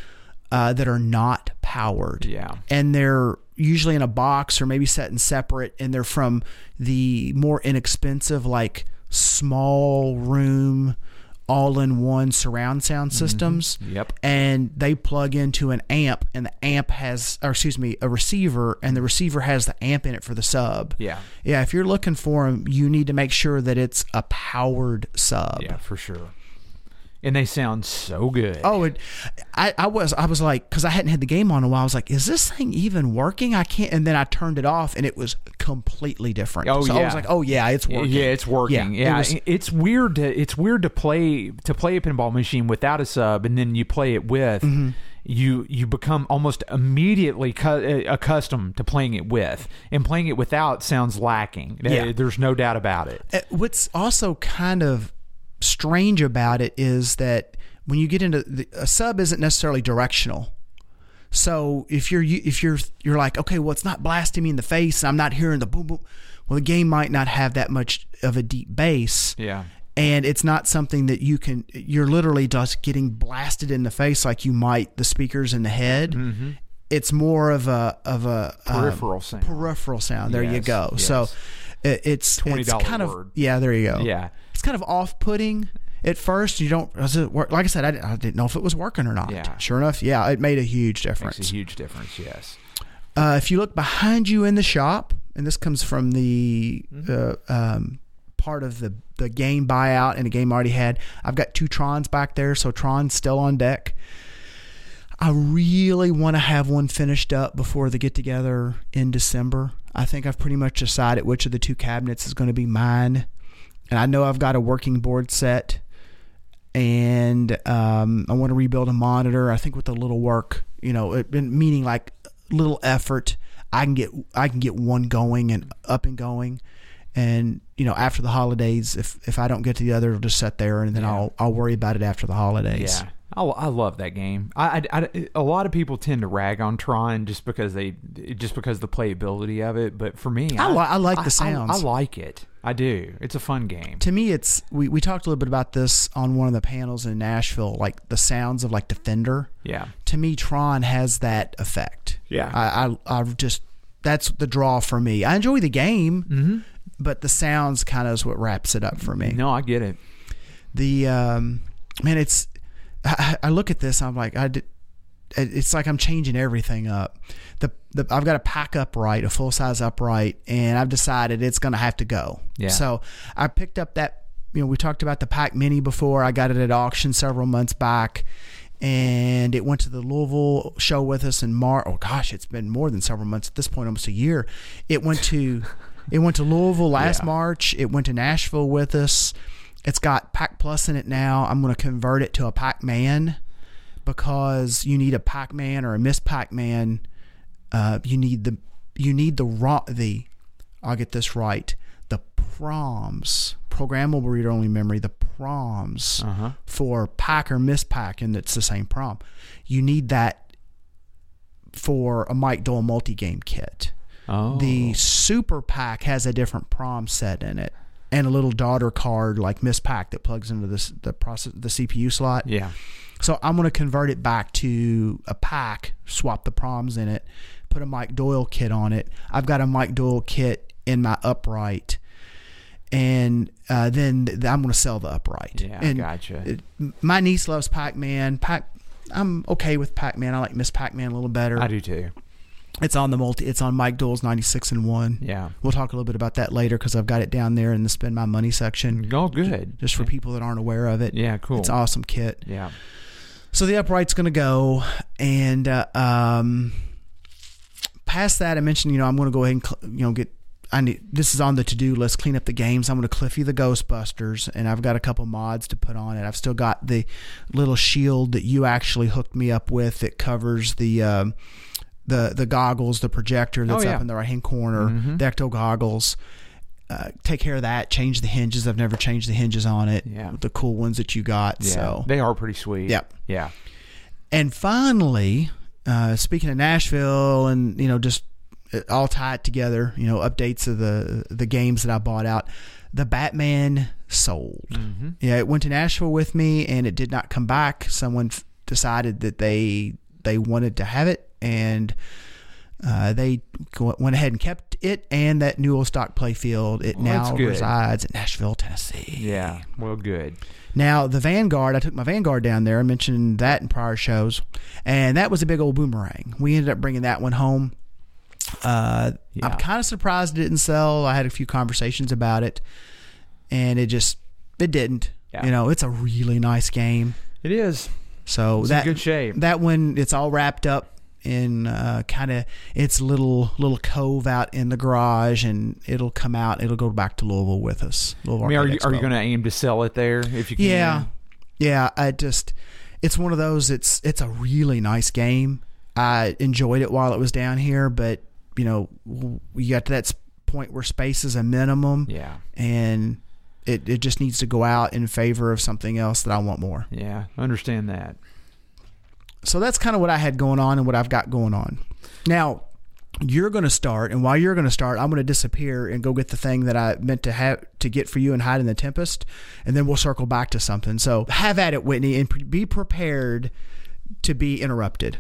S2: uh, that are not powered.
S3: Yeah.
S2: and they're usually in a box or maybe set in separate, and they're from the more inexpensive, like small room, all-in-one surround sound systems.
S3: Mm-hmm. Yep.
S2: and they plug into an amp, and the amp has, or excuse me, a receiver, and the receiver has the amp in it for the sub.
S3: Yeah.
S2: Yeah, if you're looking for them, you need to make sure that it's a powered sub.
S3: Yeah, for sure. and they sound so good.
S2: Oh, it, I, I was I was like because I hadn't had the game on in a while. I was like, is this thing even working? I can't. And then I turned it off, and it was completely different.
S3: Oh,
S2: so I
S3: yeah.
S2: was like, oh yeah, it's working.
S3: Yeah, it's working.
S2: Yeah, it
S3: Yeah,
S2: was-
S3: it's weird. To, it's weird to play to play a pinball machine without a sub, and then you play it with.
S2: Mm-hmm.
S3: You you become almost immediately cu- uh, accustomed to playing it with, and playing it without sounds lacking. There-
S2: Yeah.
S3: There's no doubt about it.
S2: Uh, What's also kind of strange about it is that when you get into the, a sub, isn't necessarily directional. So if you're you- if you're you're like okay, well it's not blasting me in the face, and I'm not hearing the boom boom. Well, the game might not have that much of a deep bass.
S3: Yeah.
S2: and it's not something that you can you're literally just getting blasted in the face like you might the speakers in the head it's more of a of a um,
S3: Mm-hmm. Peripheral sound.
S2: peripheral sound there you
S3: Yes,
S2: go so
S3: yes.
S2: it, it's it's
S3: $20
S2: kind of
S3: word.
S2: yeah there you go
S3: Yeah.
S2: it's kind of off-putting at first you don't does it work? like i said I, didn't- I didn't know if it was working or not
S3: Yeah.
S2: sure enough yeah it made a huge difference
S3: Makes a huge difference. Yes.
S2: uh, if you look behind you in the shop, and this comes from the
S3: Mm-hmm.
S2: uh, um, part of the, the game buyout and the game I already had, I've got two Trons back there, so Tron's still on deck. I really want to have one finished up before the get together in December. I think I've pretty much decided which of the two cabinets is going to be mine. And I know I've got a working board set and um, I want to rebuild a monitor. I think with a little work, you know, it, and meaning like little effort, I can get I can get one going and up and going. And you know, after the holidays, if if I don't get to the other, it'll just sit there, and then I'll I'll worry about it after the holidays.
S3: Yeah, I, I love that game. I, I- I- a lot of people tend to rag on Tron just because they just because the playability of it, but for me,
S2: I li- I like the sounds.
S3: I, like it. I do. It's a fun game.
S2: To me, it's we, we talked a little bit about this on one of the panels in Nashville, like the sounds of like the Fender.
S3: Yeah.
S2: to me, Tron has that effect.
S3: Yeah.
S2: I, I, I just that's the draw for me. I enjoy the game, but the sounds kind of is what wraps it up for me.
S3: Mm-hmm. No, I get it.
S2: The um, man, it's I, I look at this, I'm like, I did. it- It's like I'm changing everything up. The, the I've got a pack upright, a full size upright, and I've decided it's going to have to go.
S3: Yeah.
S2: So I picked up that. You know, we talked about the pack mini before. I got it at auction several months back, and it went to the Louisville show with us in March. Oh gosh, it's been more than several months at this point, almost a year. It went to, it went to Louisville last
S3: Yeah.
S2: March. It went to Nashville with us. It's got Pac Plus in it now. I'm going to convert it to a Pac Man because you need a Pac Man or a Miss Pac Man. Uh, you need the you need the raw the I'll get this right the proms programmable read only memory the proms for Pac or Miss Pac and it's the same prom. You need that for a Mike Dole multi game kit.
S3: Oh,
S2: The super pack has a different prom set in it and a little daughter card like Miss Pack that plugs into this the process the CPU slot.
S3: yeah,
S2: So I'm going to convert it back to a pack, swap the proms in it, put a Mike Doyle kit on it. I've got a Mike Doyle kit in my upright. And uh, then th- I'm going to sell the upright.
S3: Yeah,
S2: and
S3: gotcha.
S2: it- my niece loves Pac-Man. Pac, I'm okay with Pac-Man. I like Miss Pac-Man a little better.
S3: I do too.
S2: It's on the multi. It's on Mike Doyle's 96 and one.
S3: Yeah.
S2: We'll talk a little bit about that later because I've got it down there in the spend my money section
S3: Oh, good.
S2: just for people that aren't aware of it.
S3: Yeah, cool.
S2: It's an awesome kit.
S3: yeah,
S2: So the upright's going to go, and uh, um, past that, I mentioned you know I'm going to go ahead and cl- you know get I need this is on the to do list. Clean up the games. I'm going to Cliffy the Ghostbusters, and I've got a couple mods to put on it. I've still got the little shield that you actually hooked me up with that covers the. Um, the, the goggles, the projector that's
S3: Oh, yeah. Mm-hmm.
S2: up in the right hand corner, the ecto goggles. Uh, take care of that. Change the hinges. I've never changed the hinges on it.
S3: Yeah.
S2: The cool ones that you got.
S3: yeah.
S2: So
S3: they are pretty sweet.
S2: Yep.
S3: Yeah.
S2: and finally, uh, speaking of Nashville, and you know, just it all tied together, you know, updates of the the games that I bought out. The Batman sold.
S3: Mm-hmm.
S2: Yeah, it went to Nashville with me, and it did not come back. Someone f- decided that they they wanted to have it, and uh, they go- went ahead and kept it. And that Newell Stock Playfield it
S3: Well, that's
S2: now
S3: good.
S2: resides in Nashville, Tennessee.
S3: Yeah. Well, good.
S2: Now the Vanguard, I took my Vanguard down there. I mentioned that in prior shows, and that was a big old boomerang. We ended up bringing that one home. Uh,
S3: Yeah.
S2: I'm kind of surprised it didn't sell. I had a few conversations about it, and it just it didn't.
S3: Yeah.
S2: You know, it's a really nice game.
S3: It is.
S2: So
S3: It's in
S2: that
S3: good shape.
S2: That one, it's all wrapped up in uh, kind of its little little cove out in the garage, and it'll come out. It'll go back to Louisville with us. Louisville
S3: I mean, are you,
S2: Arcade
S3: are you
S2: Expo.
S3: going to aim to sell it there if you can?
S2: Yeah, yeah. I just, it's one of those. It's it's a really nice game. I enjoyed it while it was down here, but you know, w- you got to that s- point where space is a minimum,
S3: Yeah.
S2: and it it just needs to go out in favor of something else that I want more.
S3: Yeah. I understand that.
S2: so that's kind of what I had going on and what I've got going on. Now, you're going to start, and while you're going to start, I'm going to disappear and go get the thing that I meant to have to get for you and hide in the tempest, and then we'll circle back to something. So have at it, Whitney, and pre- be prepared to be interrupted.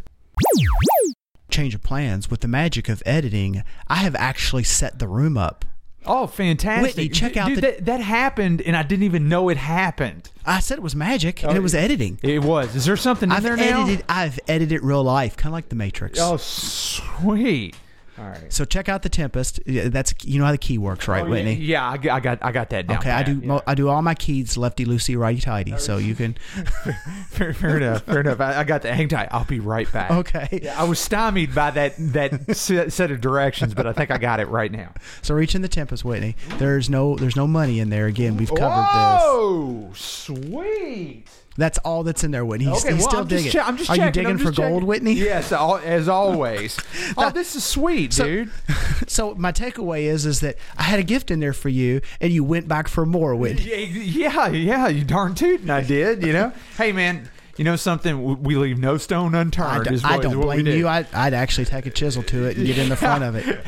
S2: Change of plans with the magic of editing. I have actually set the room up.
S3: Oh, fantastic.
S2: Whitney, check out
S3: Dude,
S2: the-
S3: that, that happened, and I didn't even know it happened.
S2: I said it was magic, and it was editing.
S3: It was. Is there something in
S2: I've
S3: Oh, there
S2: edited.
S3: now?
S2: I've edited real life, kind of like the Matrix.
S3: Oh, sweet. All right.
S2: So check out the Tempest. Yeah, That's you know how the key works, right,
S3: Oh,
S2: Whitney?
S3: Yeah, yeah, I g- I got I got that down.
S2: Okay, I
S3: pat,
S2: do.
S3: yeah.
S2: mo I do all my keys lefty loosey, righty tighty. So you can.
S3: fair, fair enough. Fair enough. I, I got the hang tight. I'll be right back.
S2: Okay.
S3: Yeah, I was stymied by that that se- set of directions, but I think I got it right now.
S2: So reach in the tempest, Whitney. There's no. There's no money in there. Again, we've covered this.
S3: Whoa, sweet.
S2: That's all that's in there, Whitney. He's,
S3: Okay,
S2: he's
S3: well,
S2: still
S3: I'm
S2: digging.
S3: Just che- I'm just
S2: Are
S3: checking.
S2: you digging
S3: I'm
S2: for
S3: just checking.
S2: gold, Whitney?
S3: Yes, al- as always. oh, this is sweet, dude.
S2: So my takeaway is, is that I had a gift in there for you, and you went back for more, Whitney.
S3: Yeah, yeah, yeah, you darn tootin' I did, you know? hey, man, you know something? W- We leave no stone
S2: I,
S3: unturned.
S2: d-
S3: is what,
S2: I don't
S3: is what we
S2: blame
S3: do.
S2: you. I, I'd actually take a chisel to it and get in the front of it.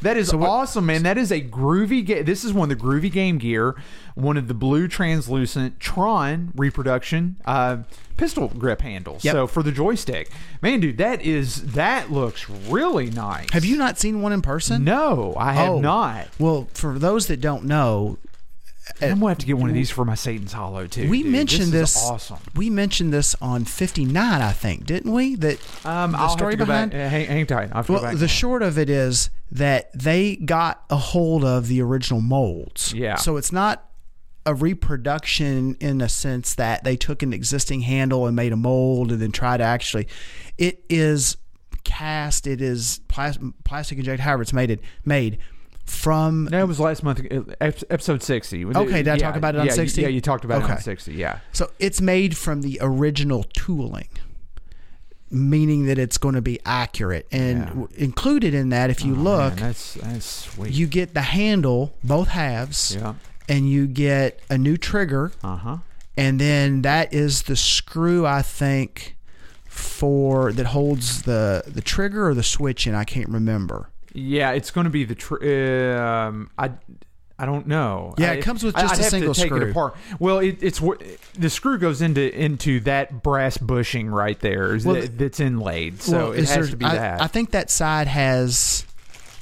S3: that is awesome, man. That is a groovy game. This is one of the groovy Game Gear, one of the blue translucent Tron reproduction uh, pistol grip handles.
S2: Yep.
S3: So for the joystick, man, dude, that is that looks really nice.
S2: Have you not seen one in person?
S3: No, I have
S2: Oh.
S3: not.
S2: Well, for those that don't know,
S3: I'm gonna have to get one of these for my Satan's Hollow too.
S2: we
S3: dude.
S2: mentioned this,
S3: Uh, This is awesome.
S2: We mentioned this on 59, I think, didn't we? That
S3: Um,
S2: the
S3: I'll
S2: story
S3: have to go
S2: behind.
S3: Back. uh, Hang, hang tight. I'll have to go
S2: Well,
S3: back
S2: the
S3: and-
S2: short of it is that they got a hold of the original molds.
S3: Yeah.
S2: So it's not a reproduction in the sense that they took an existing handle and made a mold and then tried to actually. It is cast. It is plas- plastic inject. However, it's made it made from
S3: That was last month, uh, ep- episode sixty. Was it-
S2: Okay, did I talk about it on
S3: yeah, you-
S2: 60?
S3: Yeah, you talked about it on
S2: Okay.
S3: sixty. Yeah.
S2: So it's made from the original tooling, meaning that it's going to be accurate. And
S3: Yeah. Oh,
S2: w- included in that, if you look,
S3: Man, that's that's sweet.
S2: you get the handle, both halves,
S3: yeah.
S2: and you get a new trigger.
S3: Uh huh.
S2: And then that is the screw, I think, for that holds the, the trigger or the switch in. I can't remember.
S3: Yeah, it's going to be the. Tr- um, I. I don't know.
S2: Yeah,
S3: I-
S2: it comes with
S3: I-
S2: just
S3: I'd
S2: a
S3: have to
S2: single
S3: take
S2: screw.
S3: It apart. Well, it, it's wh- the screw goes into into that brass bushing right there is
S2: Well,
S3: that- that's inlaid, so
S2: Well,
S3: it
S2: is
S3: has
S2: there-
S3: to be
S2: I,
S3: that.
S2: I think that side has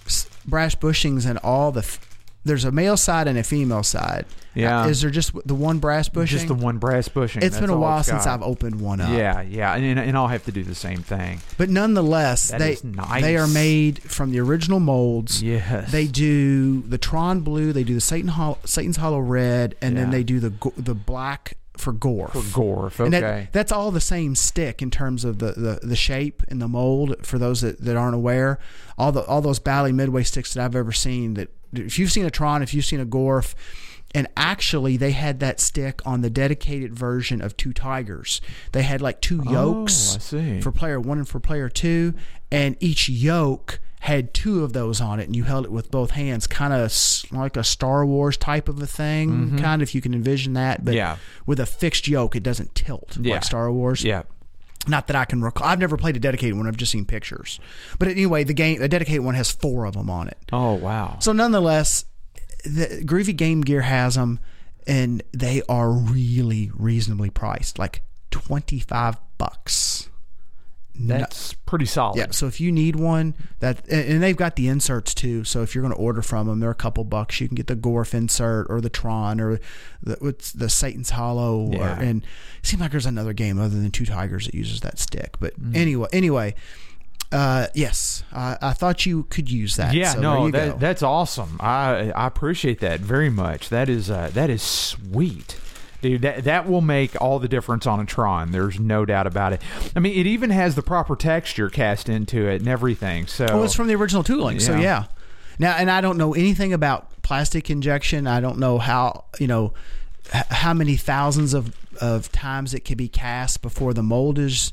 S2: s- brass bushings and all the. F- there's a male side and a female side.
S3: Yeah.
S2: Uh, Is there just the one brass bushing?
S3: Just the one brass bushing.
S2: It's been
S3: that's
S2: a
S3: all
S2: while
S3: it's
S2: since
S3: got.
S2: I've opened one up.
S3: Yeah, yeah, and, and I'll have to do the same thing.
S2: But nonetheless,
S3: That
S2: they
S3: is nice.
S2: they are made from the original molds.
S3: Yes.
S2: They do the Tron blue. They do the Satan Hol- Satan's Hollow red, and then
S3: Yeah.
S2: they do the go- the black for Gorf.
S3: For Gorf,
S2: And that-
S3: okay.
S2: that's all the same stick in terms of the, the, the shape and the mold. For those that, that aren't aware, all the all those Bally Midway sticks that I've ever seen. That if you've seen a Tron, if you've seen a Gorf, and actually they had that stick on the dedicated version of Two Tigers. They had like two yokes
S3: Oh, I see.
S2: for player one and for player two, and each yoke had two of those on it, and you held it with both hands, kind of like a Star Wars type of a thing, kind of if you can envision that. But
S3: Mm-hmm. Yeah.
S2: with a fixed yoke, it doesn't tilt
S3: Yeah.
S2: like Star Wars.
S3: yeah.
S2: Not that I can recall. I've never played a dedicated one. I've just seen pictures. But anyway, the game, a dedicated one has four of them on it.
S3: Oh wow.
S2: So nonetheless, the Groovy Game Gear has them, and they are really reasonably priced, like twenty five bucks.
S3: That's pretty solid.
S2: Yeah, so if you need one, that and and they've got the inserts too. So if you're going to order from them, they're a couple bucks. You can get the Gorf insert or the Tron or the what's the Satan's Hollow.
S3: Yeah.
S2: Or, and it seems like there's another game other than Two Tigers that uses that stick. But
S3: Mm-hmm.
S2: anyway, anyway, uh, yes, I, I thought you could use that.
S3: Yeah,
S2: so there
S3: no,
S2: you
S3: that,
S2: go.
S3: that's awesome. I I appreciate that very much. That is uh, that is sweet. dude. That that will make all the difference on a Tron. There's no doubt about it. I mean, it even has the proper texture cast into it and everything. So
S2: Well, Oh, it's from the original tooling, so
S3: Yeah.
S2: yeah. Now, and I don't know anything about plastic injection. I don't know how you know h- how many thousands of of times it can be cast before the mold is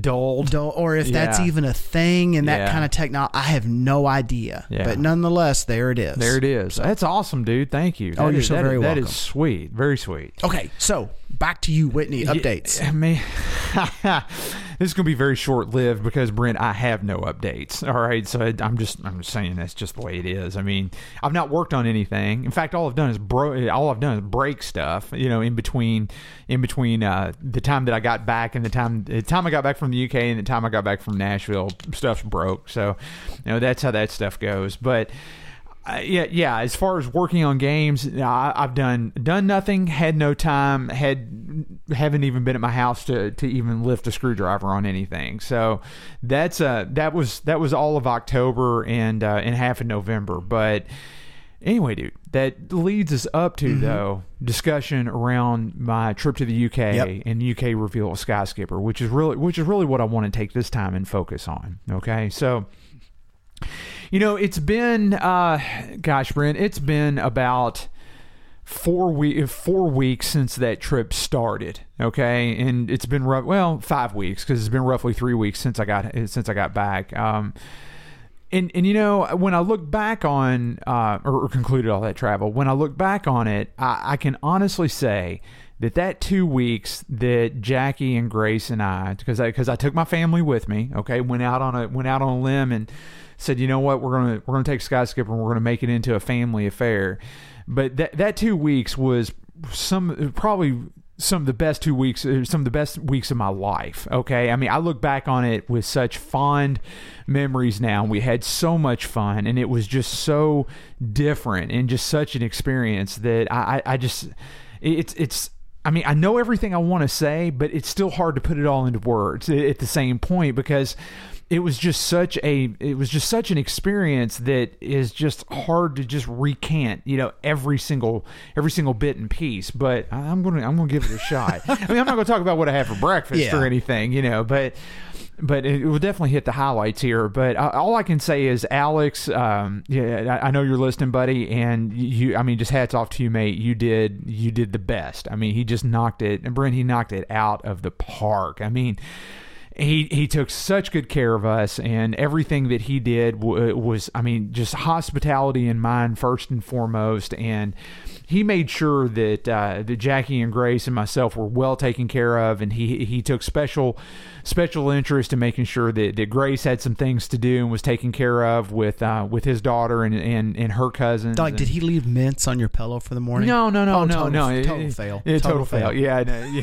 S3: dulled.
S2: dull, or if that's
S3: Yeah.
S2: even a thing. And that
S3: Yeah.
S2: kind of technology, I have no idea.
S3: Yeah.
S2: But nonetheless, there it is.
S3: There it is. That's awesome, dude. Thank you.
S2: Oh,
S3: That
S2: you're
S3: is-
S2: so
S3: that is-
S2: very
S3: That
S2: welcome.
S3: is sweet. Very sweet.
S2: Okay, so back to you, Whitney. Updates.
S3: Yeah, I mean, this is going to be very short lived because Brent, I have no updates. All right, so I- I'm just I'm just saying that's just the way it is. I mean, I've not worked on anything. In fact, all I've done is bro. All I've done is break stuff. You know, in between, in between uh, the time that I got back and the time the time I got back from the UK and the time I got back from Nashville, stuff's broke. So, you know, that's how that stuff goes. But uh, yeah, yeah. As far as working on games, I, I've done done nothing. Had no time. Had haven't even been at my house to, to even lift a screwdriver on anything. So that's uh that was that was all of October and uh, and half of November. But anyway, dude, that leads us up to though discussion around my trip to the UK
S2: Yep.
S3: and UK reveal of Skyskipper, which is really which is really what I want to take this time and focus on. Okay, so. You know, it's been, uh, gosh, Brent, it's been about four week four weeks since that trip started. Okay, and it's been rough. Well, five weeks because it's been roughly three weeks since I got since I got back. Um, and and you know when I look back on uh, or, or concluded all that travel, when I look back on it, I, I can honestly say that that two weeks that Jackie and Grace and I, because I because I took my family with me, okay, went out on a went out on a limb and said, you know what, we're gonna we're gonna take Skyskipper and we're gonna make it into a family affair. But that that two weeks was some probably some of the best two weeks, uh, some of the best weeks of my life. Okay. I mean, I look back on it with such fond memories now. We had so much fun and it was just so different and just such an experience that I, I, I just, it's, it's, I mean, I know everything I want to say, but it's still hard to put it all into words a- at the same point because it was just such a it was just such an experience that is just hard to just recant, you know, every single every single bit and piece. But I- I'm gonna I'm gonna give it a shot. I mean, I'm not gonna talk about what I had for breakfast
S2: Yeah.
S3: or anything, you know, but but it will definitely hit the highlights here. But uh, all I can say is, Alex, um, yeah, I, I know you're listening, buddy, and you. I mean, just hats off to you, mate. You did you did the best. I mean, he just knocked it, and Brent, he knocked it out of the park. I mean. He, he took such good care of us, and everything that he did w- was, I mean, just hospitality in mind first and foremost. And he made sure that uh, that Jackie and Grace and myself were well taken care of, and he he took special special interest in making sure that, that Grace had some things to do and was taken care of with uh, with his daughter and and, and her cousins.
S2: Like,
S3: and-
S2: did he leave mints on your pillow for the morning?
S3: no, no, no,
S2: Oh,
S3: no,
S2: total-
S3: no.
S2: total fail.
S3: Yeah, total,
S2: Total
S3: fail.
S2: fail.
S3: Yeah, no, yeah, yeah.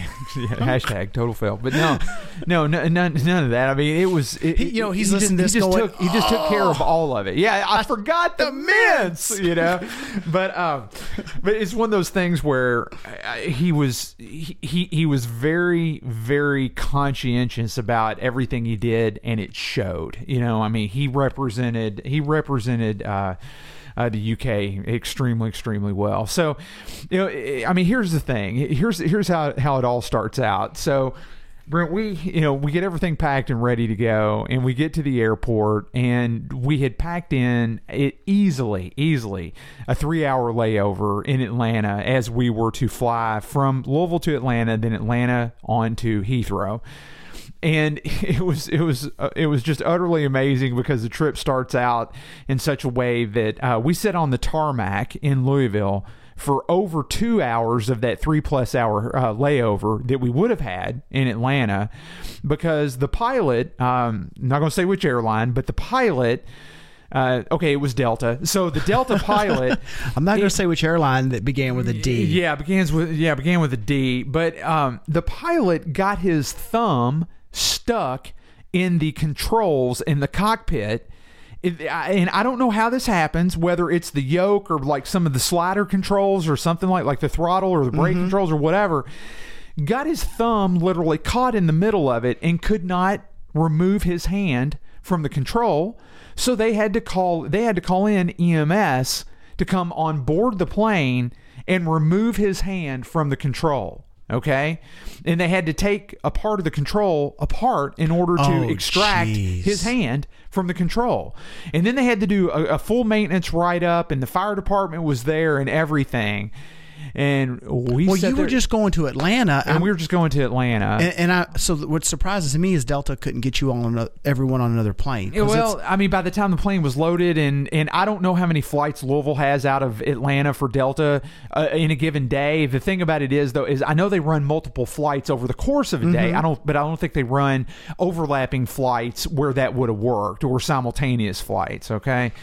S3: Hashtag total fail. But no, no, no, none, none of that. I mean, it was. It,
S2: He- you know,
S3: it-
S2: he's
S3: he
S2: listening to
S3: just, he
S2: this
S3: just
S2: going,
S3: took, He just took care of all of it. Yeah, I, forgot the mints. You know, but um, but it's one of those things where I, I- he was he, he he was very very conscientious about everything he did, and it showed. You know, I mean, he represented he represented. Uh, uh, the UK extremely, extremely well. So, you know, I- I mean, here's the thing. Here's here's how how it all starts out. So, Brent, we you know we get everything packed and ready to go, and we get to the airport, and we had packed in it easily, easily a three hour layover in Atlanta as we were to fly from Louisville to Atlanta, then Atlanta on to Heathrow and it was it was uh, it was just utterly amazing because the trip starts out in such a way that uh, we sit on the tarmac in Louisville for over two hours of that three plus hour uh, layover that we would have had in Atlanta because the pilot um, not going to say which airline but the pilot. Uh, okay, it was Delta. So the Delta pilot
S2: I'm not going to say which airline that began with a D.
S3: yeah, begins with yeah, began with a D. But um, the pilot got his thumb stuck in the controls in the cockpit. It- I- and I don't know how this happens, whether it's the yoke or like some of the slider controls or something like like the throttle or the brake controls or whatever. Got his thumb literally caught in the middle of it and could not remove his hand from the control. So E they had to call they had to call in EMS to come on board the plane and remove his hand from the control. Okay, and they had to take a part of the control apart in order to
S2: Oh,
S3: extract
S2: jeez.
S3: his hand from the control, and then they had to do a, a full maintenance write up, and the fire department was there and everything. And we
S2: Well,
S3: sat
S2: you were
S3: there-
S2: just going to Atlanta.
S3: and
S2: I'm-
S3: we were just going to Atlanta.
S2: and, and I so what surprises me is Delta couldn't get you all on another, everyone on another plane. 'Cause it's-
S3: well, I mean, by the time the plane was loaded, and and I don't know how many flights Louisville has out of Atlanta for Delta uh, in a given day. The thing about it is, though, is I know they run multiple flights over the course of a
S2: Mm-hmm.
S3: day. I don't, but I don't think they run overlapping flights where that would have worked or simultaneous flights. Okay.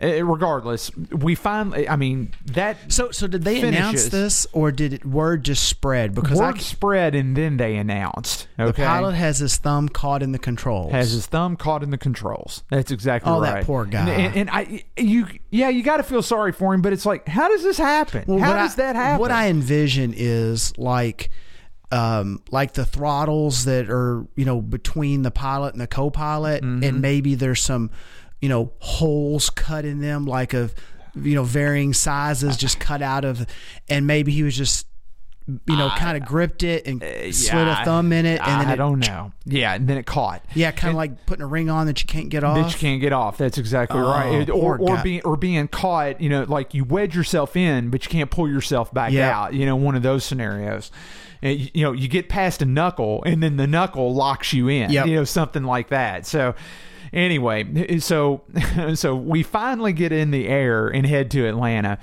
S3: Uh, regardless, we finally. I mean, that
S2: so so did they announce
S3: Finishes.
S2: this or did it word just spread? Because I
S3: word
S2: c-
S3: spread, and then they announced.
S2: the
S3: Okay.
S2: pilot has his thumb caught in the controls.
S3: has his thumb caught in the controls. That's exactly
S2: Oh,
S3: right.
S2: that poor guy.
S3: And, and I, you, yeah, you got to feel sorry for him, but it's like, how does this happen?
S2: Well,
S3: how
S2: what
S3: does
S2: I,
S3: that happen?
S2: What I envision is like, um, like the throttles that are you know between the pilot and the co-pilot,
S3: Mm-hmm.
S2: and maybe there's some, you know, holes cut in them, like of, you know, varying sizes, just cut out of, and maybe he was just. You know, kind of gripped it and slid a
S3: I-
S2: thumb in it, and
S3: uh, I
S2: then it,
S3: don't know. Yeah, and then it caught.
S2: yeah, kind of like putting a ring on that you can't get
S3: That
S2: off. Oh,
S3: you can't get off. That's exactly right. It-
S2: poor
S3: or or
S2: guy.
S3: being or being caught, you know, like you wedge yourself in, but you can't pull yourself back
S2: Yeah.
S3: out. You know, one of those scenarios. And, you you know, you get past a knuckle, and then the knuckle locks you in.
S2: Yep.
S3: You know, something like that. So. Anyway, so so we finally get in the air and head to Atlanta,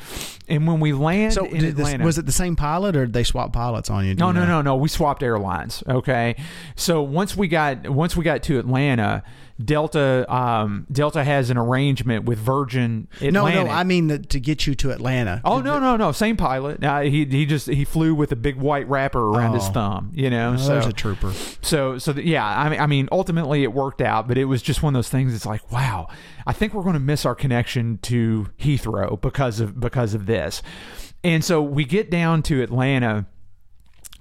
S3: and when we land
S2: so,
S3: in
S2: did this,
S3: Atlanta,
S2: was it the same pilot, or did they swap pilots on you? Do
S3: no,
S2: you
S3: no,
S2: know?
S3: no, no. We swapped airlines. Okay, so once we got once we got to Atlanta, Delta um, Delta has an arrangement with Virgin
S2: no,
S3: Atlantic.
S2: no. I mean that to get you to Atlanta.
S3: Oh no, no, no. Same pilot. Uh, he he just he flew with a big white wrapper around his
S2: Oh.
S3: thumb. You know,
S2: Oh,
S3: so
S2: there's a trooper.
S3: so so th- yeah I mean, I mean ultimately it worked out but it was just one of those things it's like wow i think we're going to miss our connection to heathrow because of because of this and so we get down to atlanta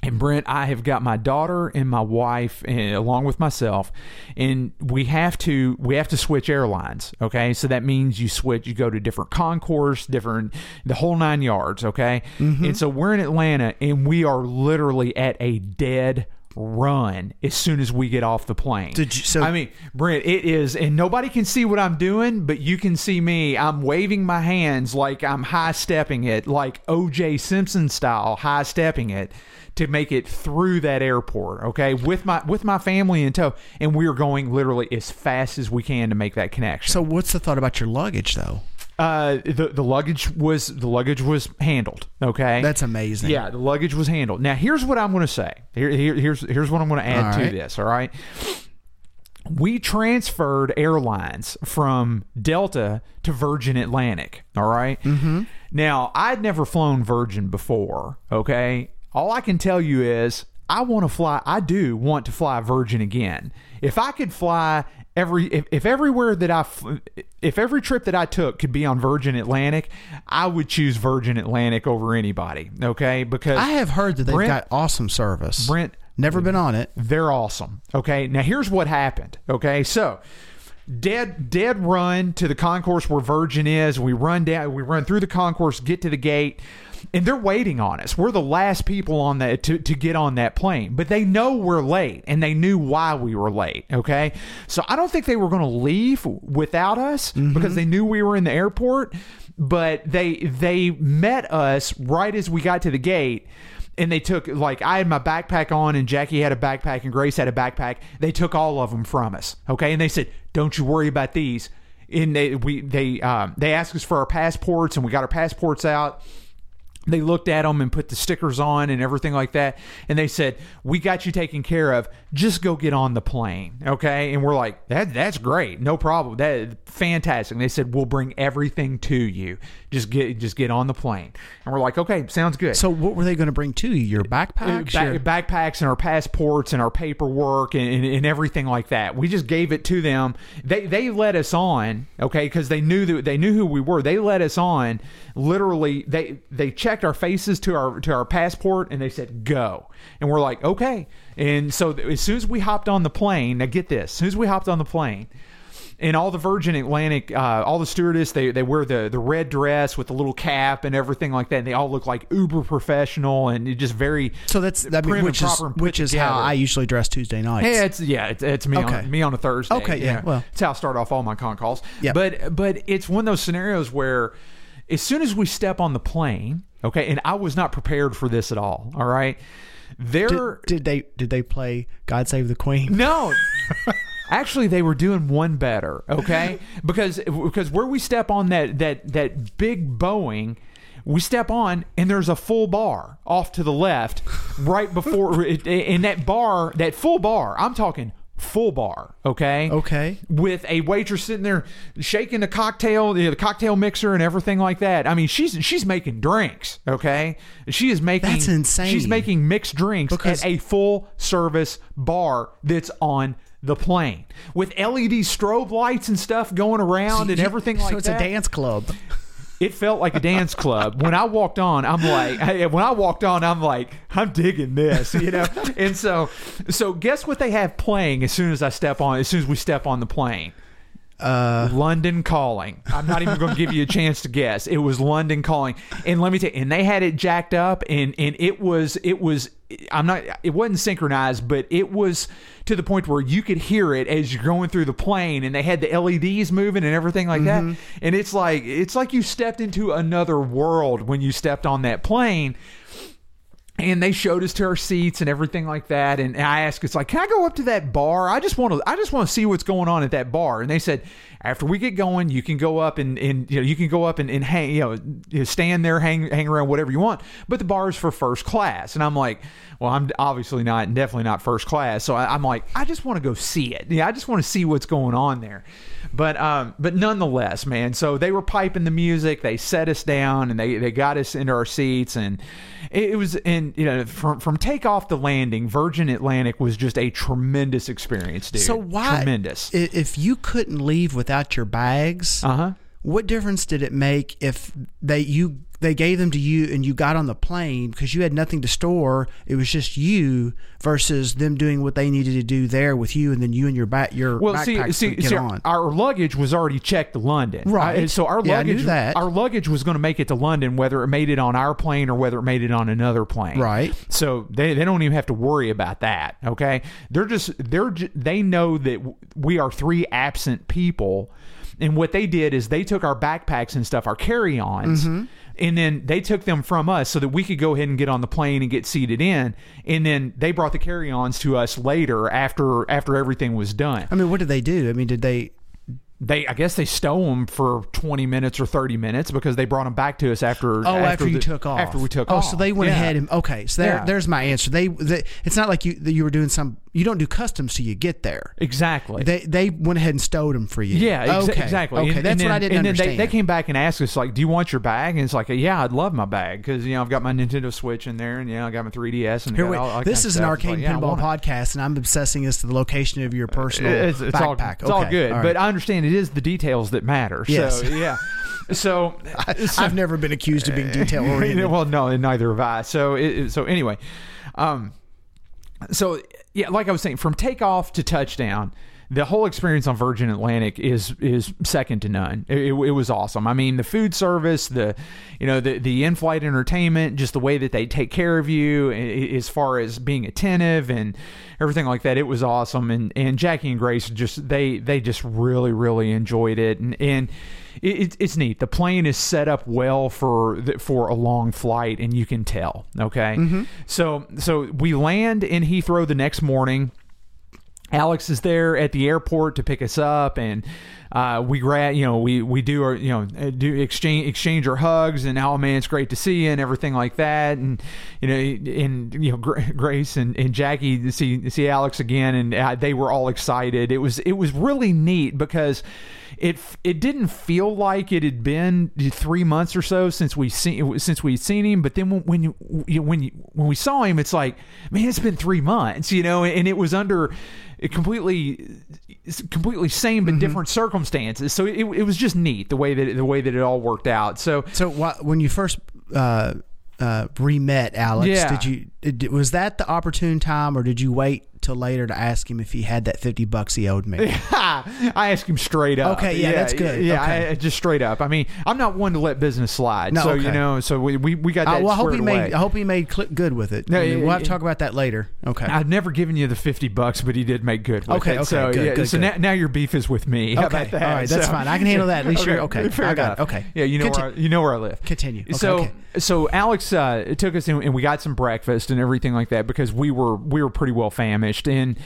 S3: and Brent, I have got my daughter and my wife, and along with myself, and we have to we have to switch airlines. Okay, so that means you switch, you go to different concourse, different the whole nine yards. Okay,
S2: Mm-hmm.
S3: and so we're in Atlanta, and we are literally at a dead run as soon as we get off the plane.
S2: Did you- so-
S3: I mean, Brent, it is, and nobody can see what I'm doing, but you can see me. I'm waving my hands like I'm high stepping it, like O.J. Simpson style high stepping it to make it through that airport. Okay, with my with my family in tow, and we are going literally as fast as we can to make that connection.
S2: So what's the thought about your luggage though?
S3: uh, the the luggage was the luggage was handled. Okay,
S2: That's amazing.
S3: yeah, the luggage was handled. Now, here's what I'm going to say. Here, here, here's here's what I'm going to add
S2: All right.
S3: to this. All right. We transferred airlines from Delta to Virgin Atlantic. All right? Now, I'd never flown Virgin before. Okay. All I can tell you is I want to fly. I do want to fly Virgin again. If I could fly every, if, if everywhere that I, f- if every trip that I took could be on Virgin Atlantic, I would choose Virgin Atlantic over anybody. Okay. Because
S2: I have heard that they've
S3: Brent-
S2: got awesome service.
S3: Brent-
S2: never been on it.
S3: they're awesome. Okay. Now here's what happened. Okay. So dead dead run to the concourse where Virgin is. We run down we run through the concourse, get to the gate, and they're waiting on us. We're the last people on that to, to get on that plane. But they know we're late and they knew why we were late. Okay. So I don't think they were gonna leave without us because they knew we were in the airport. But they they met us right as we got to the gate and they took like I had my backpack on and Jackie had a backpack and Grace had a backpack. They took all of them from us. Okay, and they said, "Don't you worry about these." And they we they um, they asked us for our passports and we got our passports out. They looked at them and put the stickers on and everything like that, and they said, "We got you taken care of. Just go get on the plane, okay?" And we're like, "That that's great, no problem. That fantastic." And they said, "We'll bring everything to you. Just get just get on the plane." And we're like, "Okay, sounds good."
S2: So what were they going to bring to you? Your backpacks?
S3: ba-
S2: Your-
S3: backpacks and our passports and our paperwork and, and, and everything like that. We just gave it to them. They they let us on, okay, because they knew that they knew who we were. They let us on. Literally, they they checked our faces to our to our passport and they said go, and we're like okay. And so th- as soon as we hopped on the plane, now get this, as soon as we hopped on the plane. in all the Virgin Atlantic, uh, all the stewardess they, they wear the the red dress with the little cap and everything like that. And they all look like uber professional and it just very
S2: So that's that
S3: prim
S2: mean,
S3: and
S2: which is
S3: proper and put
S2: which is how
S3: together.
S2: I usually dress Tuesday nights.
S3: Yeah, it's yeah, it's, it's me
S2: Okay.
S3: on me on a Thursday.
S2: Okay, yeah, well.
S3: it's how I start off all my con calls.
S2: Yep.
S3: but but it's one of those scenarios where, as soon as we step on the plane, okay, and I was not prepared for this at all. All right, there.
S2: Did, did they did they play God Save the Queen?
S3: No. Actually, they were doing one better, okay? Because because where we step on that that that big Boeing, we step on and there's a full bar off to the left, right before. and that bar, that full bar, I'm talking full bar, okay?
S2: Okay.
S3: with a waitress sitting there shaking the cocktail, the, the cocktail mixer, and everything like that. I mean, she's she's making drinks. Okay, she is making
S2: That's insane.
S3: She's making mixed drinks
S2: Because-
S3: at a full service bar that's on the plane with LED strobe lights and stuff going around and everything like
S2: so it's
S3: that
S2: a dance club.
S3: it felt like a dance club. When I walked on, I'm like, hey, when I walked on, I'm like, I'm digging this, you know. and so, so guess what they have playing as soon as I step on, as soon as we step on the plane. Uh, London Calling. I'm not even going to give you a chance to guess. It was London Calling, and let me tell you, and they had it jacked up, and and it was it was I'm not it wasn't synchronized, but it was to the point where you could hear it as you're going through the plane, and they had the LEDs moving and everything like that, and it's like it's like you stepped into another world when you stepped on that plane and they showed us to our seats and everything like that and i asked it's like can i go up to that bar i just want to i just want to see what's going on at that bar and they said after we get going you can go up and, and you know you can go up and, and hang you know you stand there hang hang around whatever you want but the bar is for first class and i'm like well i'm obviously not definitely not first class so I, i'm like i just want to go see it yeah i just want to see what's going on there but um, but nonetheless, man. So they were piping the music. They set us down, and they, they got us into our seats, and it, it was and you know from from takeoff to landing, Virgin Atlantic was just a tremendous experience, dude.
S2: so why
S3: tremendous?
S2: i- If you couldn't leave without your bags,
S3: Uh huh.
S2: what difference did it make if they you they gave them to you and you got on the plane because you had nothing to store? It was just you versus them doing what they needed to do there with you, and then you and your back your
S3: Well, see,
S2: backpacks
S3: see,
S2: could get
S3: see
S2: on.
S3: our luggage was already checked to London,
S2: Right.
S3: I- so our
S2: Yeah, I knew
S3: luggage,
S2: that.
S3: our luggage was going to make it to London, whether it made it on our plane or whether it made it on another plane,
S2: Right.
S3: So they, they don't even have to worry about that. Okay, they're just they're ju- they know that w- we are three absent people, and what they did is they took our backpacks and stuff, our carry-ons.
S2: Mm-hmm.
S3: And then they took them from us so that we could go ahead and get on the plane and get seated in. And then they brought the carry-ons to us later after after everything was done
S2: I mean, what did they do? I mean, did they?
S3: they I guess they stole them for 20 minutes or 30 minutes because they brought them back to us after
S2: Oh, after, you
S3: the-
S2: took off.
S3: after we took
S2: oh,
S3: off
S2: so they went
S3: Yeah.
S2: ahead and okay. So there,
S3: Yeah.
S2: there's my answer. They, they, it's not like you that you were doing some. You don't do customs till you get there.
S3: exactly
S2: They they went ahead and stowed them for you.
S3: yeah, exa-
S2: okay.
S3: exactly.
S2: Okay,
S3: And-
S2: that's
S3: and then,
S2: what I didn't
S3: and
S2: understand.
S3: Then they, they came back and asked us, like, "Do you want your bag?" And it's like, "Yeah, I'd love my bag because you know I've got my Nintendo Switch in there, and you know I got my 3DS and
S2: Here,
S3: got
S2: wait,
S3: all that
S2: this is
S3: kind of
S2: an
S3: stuff."
S2: arcade
S3: It's like, yeah, I
S2: pinball
S3: want it.
S2: podcast, and I'm obsessing as to the location of your personal
S3: It's, it's all,
S2: backpack.
S3: it's all
S2: Okay,
S3: good,
S2: all
S3: but
S2: right.
S3: I understand it is the details that matter.
S2: Yes.
S3: So yeah, so
S2: I've never been accused of being detail
S3: Yeah,
S2: oriented.
S3: well, no, and neither have I. So, it, it- so anyway, um, so yeah, like I was saying, from takeoff to touchdown, the whole experience on Virgin Atlantic is is second to none. It, it, it was awesome. I mean, the food service, the you know the the in flight entertainment, just the way that they take care of you, a- as far as being attentive and everything like that, it was awesome. And and Jackie and Grace just they they just really really enjoyed it. And and it, it, it's neat. The plane is set up well for the, for a long flight, and you can tell. Okay, so so we land in Heathrow the next morning. Alex is there at the airport to pick us up, and uh, we grab, you know, we we do our, you know, do exchange exchange our hugs, and oh man, it's great to see you, and everything like that, and you know, and you know, Gra- Grace and, and Jackie see see Alex again, and uh, they were all excited. It was it was really neat because it it didn't feel like it had been three months or so since we seen since we'd seen him. But then when when you, you- when you, when we saw him, it's like man, it's been three months, you know. And it was under completely it's completely same
S2: Mm-hmm.
S3: but different circumstances. So it, it was just neat the way that it- the way that it all worked out. So
S2: so wh- when you first uh, uh, re-met Alex,
S3: Yeah.
S2: did you did, was that the opportune time, or did you wait till later to ask him if he had that 50 bucks he owed me.
S3: I ask him straight up.
S2: Okay, yeah, that's good.
S3: Yeah,
S2: Okay.
S3: I, I- just straight up. I mean, I'm not one to let business slide.
S2: No,
S3: so
S2: okay.
S3: you know, so we we, we got
S2: Uh,
S3: that.
S2: well, I hope he
S3: squared
S2: made.
S3: away.
S2: I hope he made cl- good with it.
S3: No,
S2: I mean,
S3: it-
S2: we'll have
S3: it-
S2: to talk about that later. Okay.
S3: I've never given you the fifty bucks, but he did make good. With
S2: Okay,
S3: it.
S2: okay,
S3: so,
S2: good,
S3: yeah,
S2: good,
S3: so
S2: good.
S3: Now, now your beef is with me. How
S2: Okay,
S3: about that?
S2: all right, that's
S3: So-
S2: fine. I can handle that. At least
S3: okay,
S2: you're- okay,
S3: fair
S2: I got it.
S3: enough.
S2: Okay.
S3: yeah, you know,
S2: Conti-
S3: where I- you know where I live.
S2: Continue. Okay,
S3: so,
S2: okay.
S3: so Alex uh, it took us in, and we got some breakfast and everything like that because we were we were pretty well famished, and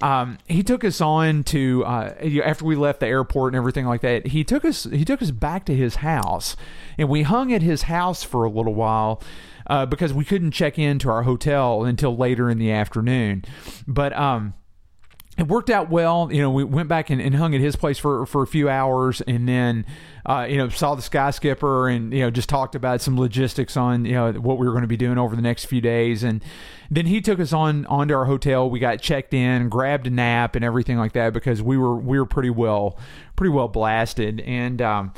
S3: um, he took us on to uh, you know, after we left the airport and everything like that. He took us he took us back to his house, and we hung at his house for a little while. Uh, because we couldn't check into our hotel until later in the afternoon, but um, it worked out well. You know, we went back and, and hung at his place for, for a few hours and then, uh, you know, saw the sky skipper and, you know, just talked about some logistics on, you know, what we were going to be doing over the next few days. And then he took us on onto our hotel. We got checked in, grabbed a nap and everything like that because we were, we were pretty well, pretty well blasted. And, um,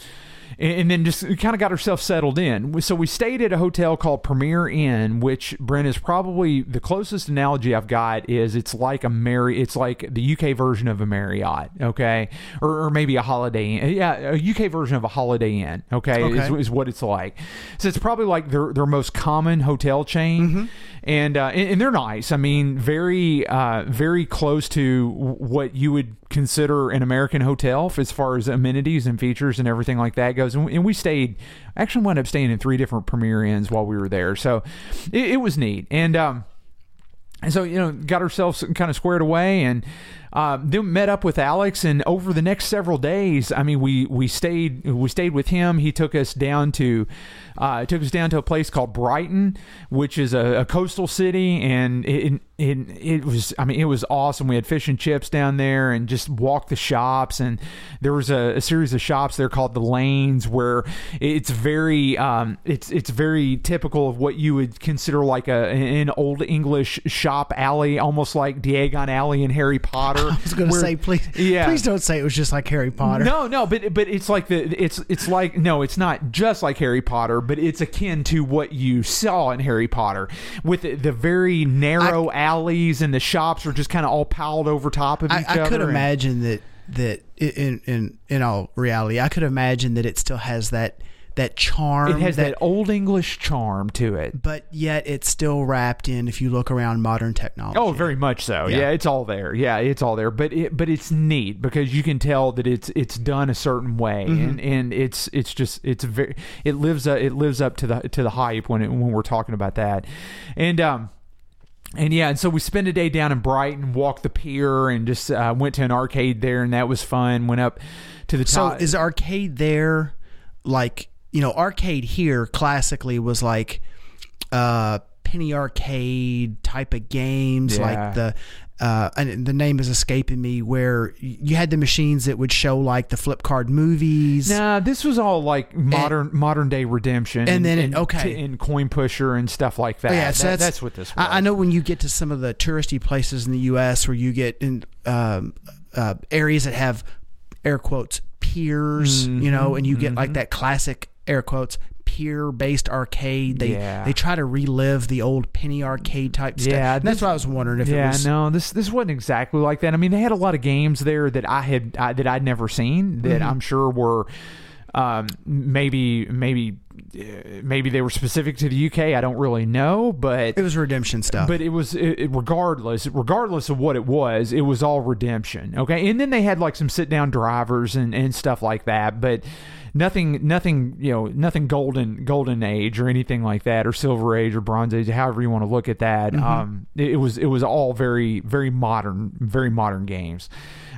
S3: and and then just kind of got herself settled in. So we stayed at a hotel called Premier Inn, which Brent is probably the closest analogy I've got is it's like a Mary, it's like the UK version of a Marriott, okay, or, or maybe a Holiday Inn, yeah, a UK version of a Holiday Inn, okay,
S2: Okay.
S3: Is, is what it's like. So it's probably like their their most common hotel chain, and, uh, and and they're nice. I mean, very uh, very close to what you would consider an American hotel f- as far as amenities and features and everything like that goes. And, we- and we stayed, actually wound up staying in three different Premier Inns while we were there, so it, it was neat. And um, and so, you know, got herself kind of squared away and uh, then met up with Alex. And over the next several days, I mean, we, we stayed we stayed with him. He took us down to uh, took us down to a place called Brighton, which is a, a coastal city. And it, it, it was I mean, it was awesome. We had fish and chips down there and just walked the shops. And there was a, a series of shops there called the Lanes where it's very um, it's it's very typical of what you would consider like a an old English shop alley, almost like Diagon Alley in Harry Potter.
S2: I was going to
S3: where-
S2: say, please,
S3: yeah.
S2: please don't say it was just like Harry Potter.
S3: No, no, but but it's like the it's it's like no, it's not just like Harry Potter, but it's akin to what you saw in Harry Potter with the, the very narrow alleys and the shops are just kind of all piled over top of
S2: I,
S3: each other.
S2: I could
S3: and-
S2: imagine that that i- in in in all reality, I could imagine that it still has that that charm.
S3: It has that old English charm to it.
S2: but yet it's still wrapped in. If you look around modern technology,
S3: Oh, very much so.
S2: Yeah.
S3: Yeah. it's all there. Yeah, it's all there. But it, but it's neat because you can tell that it's it's done a certain way,
S2: Mm-hmm.
S3: and, and it's it's just it's very it lives uh, it lives up to the to the hype when it, when we're talking about that, and um. And yeah, and so we spent a day down in Brighton, walked the pier, and just uh, went to an arcade there, and that was fun. Went up to the
S2: So
S3: top.
S2: is arcade there like you know arcade here classically was like uh penny arcade type of games
S3: Yeah.
S2: like the uh, and the name is escaping me. Where you had the machines that would show like the flip card movies.
S3: Nah, this was all like modern modern day redemption,
S2: And then it- okay. Oh,
S3: and coin pusher and stuff like that.
S2: Yeah, so
S3: That-
S2: that's,
S3: that's what this. was.
S2: I, I know when you get to some of the touristy places in the U.S. where you get in um, uh, areas that have air quotes piers, you know, and you get
S3: Mm-hmm.
S2: like that classic air quotes pier based arcade. They
S3: Yeah.
S2: they try to relive the old penny arcade type stuff.
S3: Yeah,
S2: And that's
S3: this-
S2: what I was wondering if
S3: yeah,
S2: it was.
S3: no, this this wasn't exactly like that. I mean, they had a lot of games there that I had I, that I'd never seen
S2: Mm-hmm.
S3: that I'm sure were um, maybe maybe uh, maybe they were specific to the UK. I don't really know, but
S2: It was redemption stuff.
S3: but it was it, it- regardless regardless of what it was it was all redemption okay and then they had like some sit down drivers and, and stuff like that but nothing nothing you know nothing golden golden age or anything like that or silver age or bronze age however you want to look at that um it, it was it was all very very modern very modern games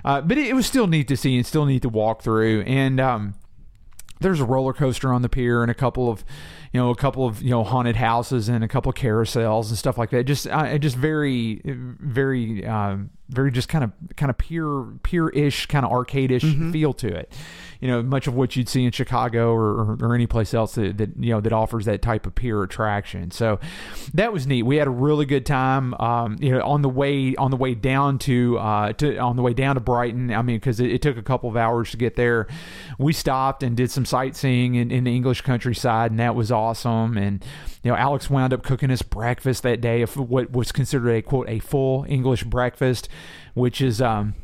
S3: uh, but it, it was still neat to see and still neat to walk through and um there's a roller coaster on the pier and a couple of you know a couple of you know haunted houses and a couple of carousels and stuff like that just uh, just very very um, very just kind of kind of pier pier-ish kind of arcade-ish feel to it you know much of what you'd see in chicago or, or, or any place else that, that you know that offers that type of pier attraction so that was neat we had a really good time um, you know on the way on the way down to uh, to on the way down to brighton i mean because it, it took a couple of hours to get there we stopped and did some sightseeing in, in the English countryside, and that was awesome. And you know, Alex wound up cooking us breakfast that day of what was considered a quote a full English breakfast, which is um,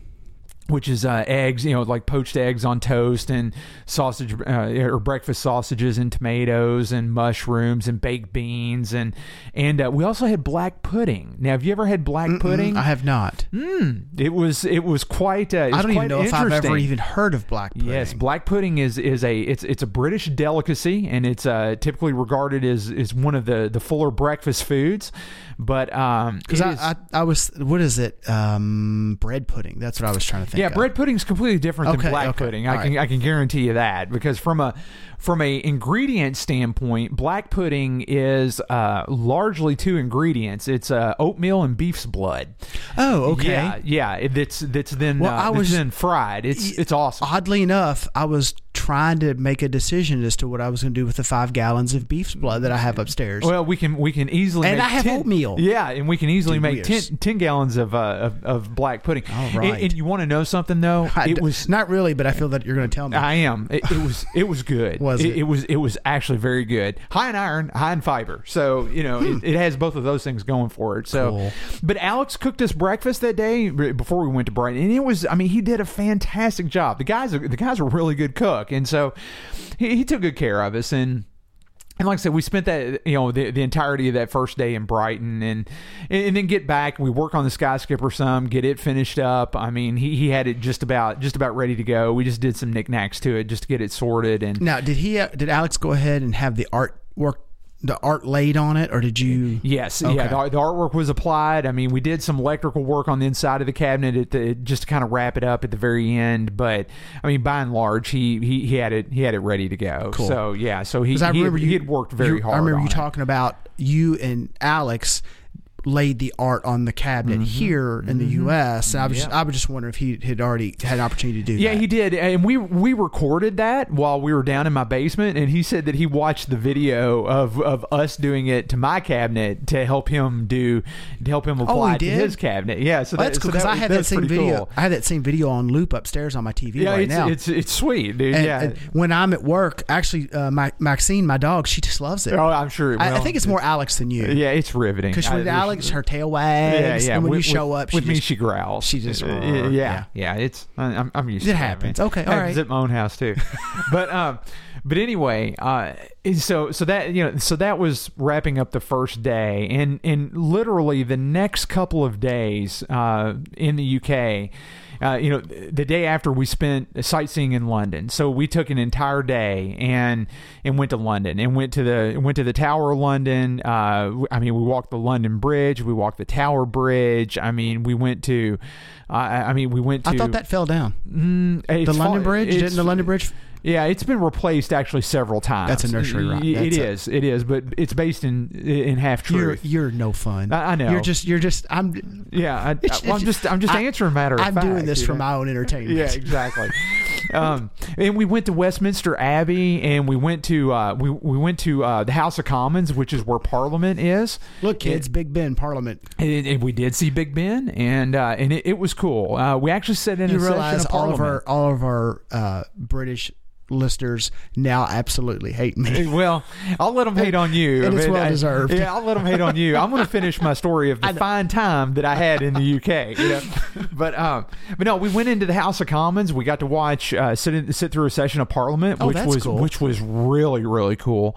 S3: which is uh, eggs, you know, like poached eggs on toast and sausage uh, or breakfast sausages and tomatoes and mushrooms and baked beans and and uh, we also had black pudding. Now, have you ever had black pudding?
S2: I have not.
S3: It was it was quite. Uh, it was
S2: I don't even
S3: quite
S2: know if I've ever
S3: interesting.
S2: even heard of black pudding.
S3: Yes, black pudding is is a it's it's a British delicacy, and it's uh, typically regarded as is one of the the fuller breakfast foods. But um,
S2: because
S3: it
S2: I,
S3: is-
S2: I, I was what is it? Um, bread pudding. That's what I was trying to think.
S3: yeah,
S2: of.
S3: bread pudding's completely different
S2: Okay,
S3: than black
S2: okay,
S3: pudding.
S2: all
S3: I can I can guarantee you that because from a from a ingredient standpoint, black pudding is uh, largely two ingredients. It's uh, oatmeal and beef's blood.
S2: Oh, okay.
S3: Yeah, yeah. it- That's that's then
S2: Well,
S3: uh,
S2: I
S3: that's
S2: was-
S3: then fried. It's it's awesome.
S2: Oddly enough, I was trying to make a decision as to what I was going to do with the five gallons of beef's blood that I have upstairs.
S3: Well, we can we can easily
S2: And
S3: make
S2: I have
S3: 10
S2: oatmeal.
S3: Yeah, and we can easily
S2: Dude, we
S3: make
S2: are
S3: 10,
S2: s-
S3: 10 gallons of, uh, of of black pudding.
S2: All
S3: And-
S2: right.
S3: And, you want to know something though?
S2: I
S3: it
S2: d-
S3: was
S2: not really, but I feel that you're going to tell me.
S3: I am. It, it was it was good.
S2: Was it?
S3: it? was it was actually very good. High in iron, high in fiber. So you know it, it has both of those things going for it. So,
S2: Hmm. Cool.
S3: but Alex cooked us breakfast that day b- before we went to Brighton, and it was I mean he did a fantastic job. The guys the guys were really good cook, and so he, he took good care of us and. And like I said, we spent that you know the, the entirety of that first day in Brighton, and and then get back. We work on the skyskipper some, get it finished up. I mean, he, he had it just about just about ready to go. We just did some knickknacks to it just to get it sorted. And
S2: now, did he? uh, Did Alex go ahead and have the artwork, the art laid on it, or did you?
S3: yes, yeah,
S2: Okay.
S3: the, the artwork was applied. I mean, we did some electrical work on the inside of the cabinet at the, just to kind of wrap it up at the very end. But I mean, by and large, he he, he had it he had it ready to go. So yeah, so he
S2: 'Cause I
S3: he,
S2: remember
S3: had,
S2: you
S3: he had worked very
S2: you-
S3: hard.
S2: I remember
S3: on
S2: you
S3: it.
S2: talking about you and Alex laid the art on the cabinet
S3: Mm-hmm.
S2: here in the U.S. And I was just, I was just wondering if he had already had an opportunity to do
S3: Yeah,
S2: that.
S3: he did, and we we recorded that while we were down in my basement, and he said that he watched the video of, of us doing it to my cabinet to help him do to help him apply it to
S2: Oh, did?
S3: his cabinet. Yeah, so
S2: Well,
S3: that-
S2: that's cool
S3: so
S2: because I
S3: was-
S2: had that
S3: was
S2: same
S3: pretty
S2: video.
S3: cool.
S2: I had that same video on loop upstairs on my TV
S3: Yeah,
S2: right
S3: it's,
S2: now.
S3: it's it's sweet, dude.
S2: and,
S3: yeah.
S2: and when I'm at work, actually, uh, my, Maxine, my dog, she just loves it.
S3: oh, I'm sure.
S2: I, I
S3: well,
S2: think it's more Alex than you.
S3: Yeah, it's riveting.
S2: Because
S3: I-
S2: with
S3: there's-
S2: Alex, her tail wags,
S3: yeah, yeah.
S2: and when
S3: with,
S2: you show
S3: with-
S2: up, she
S3: with me,
S2: just-
S3: she growls.
S2: she just-
S3: Uh, yeah, yeah, It's I- I'm, I'm used.
S2: It
S3: to
S2: happens.
S3: That, man.
S2: Okay, all
S3: happens
S2: right.
S3: at my own house too. but um, but anyway, uh, and so so that you know, so that was wrapping up the first day, and and literally the next couple of days uh, in the UK. Uh, you know, the day after we spent sightseeing in London, so we took an entire day and and went to London and went to the went to the Tower of London. Uh, I mean, we walked the London Bridge, we walked the Tower Bridge. I mean, we went to, uh, I mean, we went to
S2: I thought that fell down.
S3: Mm,
S2: The
S3: it's
S2: London
S3: fall-
S2: Bridge? Didn't
S3: it's-
S2: the London Bridge?
S3: yeah, it's been replaced actually several times.
S2: That's a nursery rhyme.
S3: Y- It
S2: That's a-
S3: is, it is, but it's based in in half
S2: You're,
S3: truth.
S2: you're no fun.
S3: I- I know.
S2: You're just, you're just, I'm,
S3: Yeah, I, I,
S2: It's-
S3: well, I'm
S2: it's-
S3: just I'm just
S2: I-
S3: answering matter of
S2: I'm
S3: fact.
S2: doing this
S3: you
S2: for
S3: know?
S2: my own entertainment.
S3: Yeah, exactly. um, and we went to Westminster Abbey, and we went to uh, we we went to uh, the House of Commons, which is where Parliament is.
S2: Look, kids, Big Ben, Parliament.
S3: And, and we did see Big Ben, and uh, and it, it was cool. Uh, we actually sat in
S2: You
S3: a session
S2: realize
S3: of
S2: all of
S3: Parliament.
S2: our, all of our uh, British listeners now absolutely hate me.
S3: Well, I'll let them hate on you.
S2: And it's well
S3: I-
S2: deserved.
S3: yeah, I'll let them hate on you. I'm going to finish my story of the fine time that I had in the UK. You know? but um, but no, we went into the House of Commons. We got to watch uh, sit in, sit through a session of Parliament,
S2: Oh,
S3: which
S2: that's
S3: was
S2: cool.
S3: which was really really cool.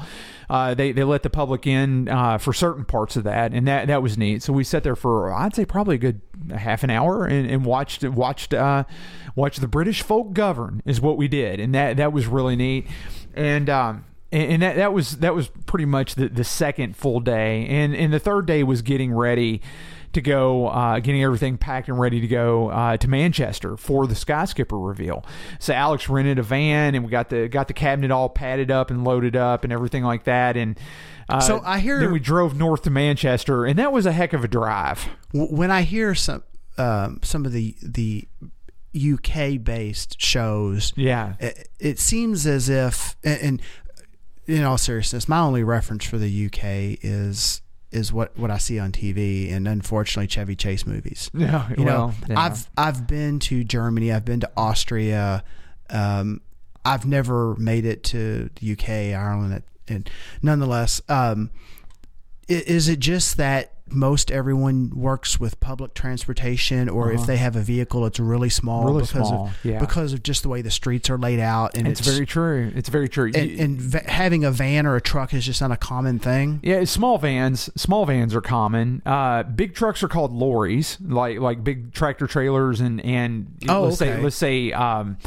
S3: Uh, they they let the public in uh, for certain parts of that, and that that was neat. So we sat there for I'd say probably a good half an hour and, and watched watched uh, watched the British folk govern is what we did, and that that was really neat. And um, and, and that, that was that was pretty much the, the second full day and and the third day was getting ready to go uh, getting everything packed and ready to go uh, to Manchester for the skyskipper reveal so Alex rented a van and we got the got the cabinet all padded up and loaded up and everything like that and uh,
S2: So I hear-
S3: then we drove north to Manchester and that was a heck of a drive
S2: W- when I hear some um, some of the the UK based shows,
S3: yeah
S2: i- it, seems as if, and, and in all seriousness, my only reference for the UK is is what what I see on TV, and unfortunately, Chevy Chase movies.
S3: yeah
S2: You
S3: well
S2: know,
S3: yeah.
S2: I've I've been to Germany, I've been to Austria. Um, I've never made it to the UK, Ireland, and nonetheless, um, i- is it just that most everyone works with public transportation, or if
S3: Uh-huh.
S2: they have a vehicle, it's really small
S3: Really
S2: because
S3: small,
S2: of
S3: yeah.
S2: because of just the way the streets are laid out, and
S3: It's,
S2: it's,
S3: very true. It's very true.
S2: and, and va- having a van or a truck is just not a common thing.
S3: Yeah, small vans. Small vans are common. Uh, big trucks are called lorries, like like big tractor trailers and and
S2: Oh,
S3: let's
S2: okay.
S3: say let's say um,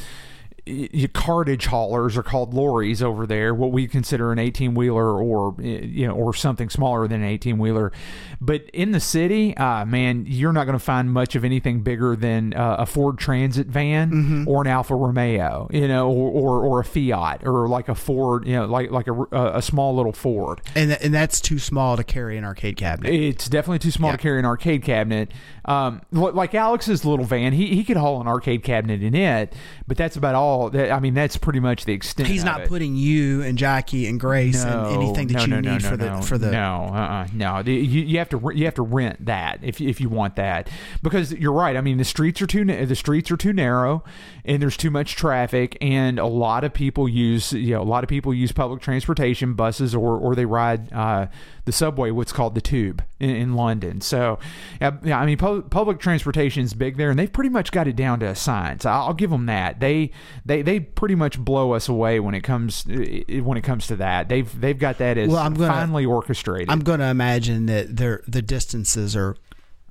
S3: y- y- cartage haulers are called lorries over there. What we consider an eighteen wheeler or y- you know or something smaller than an eighteen wheeler. But in the city, uh, man, you're not going to find much of anything bigger than uh, a Ford Transit van
S2: Mm-hmm.
S3: or an Alfa Romeo, you know, or, or or a Fiat or like a Ford, you know, like like a a a small little Ford.
S2: And th- and that's too small to carry an arcade cabinet.
S3: It's definitely too small
S2: Yeah.
S3: to carry an arcade cabinet. Um, li- like Alex's little van, he, he could haul an arcade cabinet in it, but that's about all. That, I mean, that's pretty much the extent.
S2: He's
S3: of
S2: not
S3: it.
S2: putting you and Jackie and Grace
S3: no,
S2: and anything that
S3: no,
S2: you
S3: no,
S2: need
S3: no, no,
S2: for the
S3: no,
S2: for the
S3: no, uh-uh, no. The- You, you have to re- you have to rent that if you- if you want that because you're right. I mean, the streets are too na- the streets are too narrow, and there's too much traffic, and a lot of people use you know a lot of people use public transportation, buses, or or they ride uh, the subway, what's called the tube in, in London. So, uh, yeah, I mean, pub- public transportation is big there, and they've pretty much got it down to a science. I'll I'll give them that. They they they pretty much blow us away when it comes uh, when it comes to that. They've they've got that as
S2: Well, I'm gonna-
S3: finely orchestrated.
S2: I'm going to imagine that their the distances are,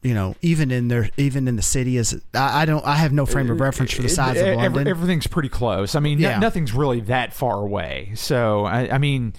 S2: you know, even in their even in the city is. I, I don't. I have no frame of reference for the
S3: Uh, It-
S2: size of
S3: ev-
S2: London.
S3: everything's pretty close. I mean, no-
S2: Yeah.
S3: nothing's really that far away. So I, I mean,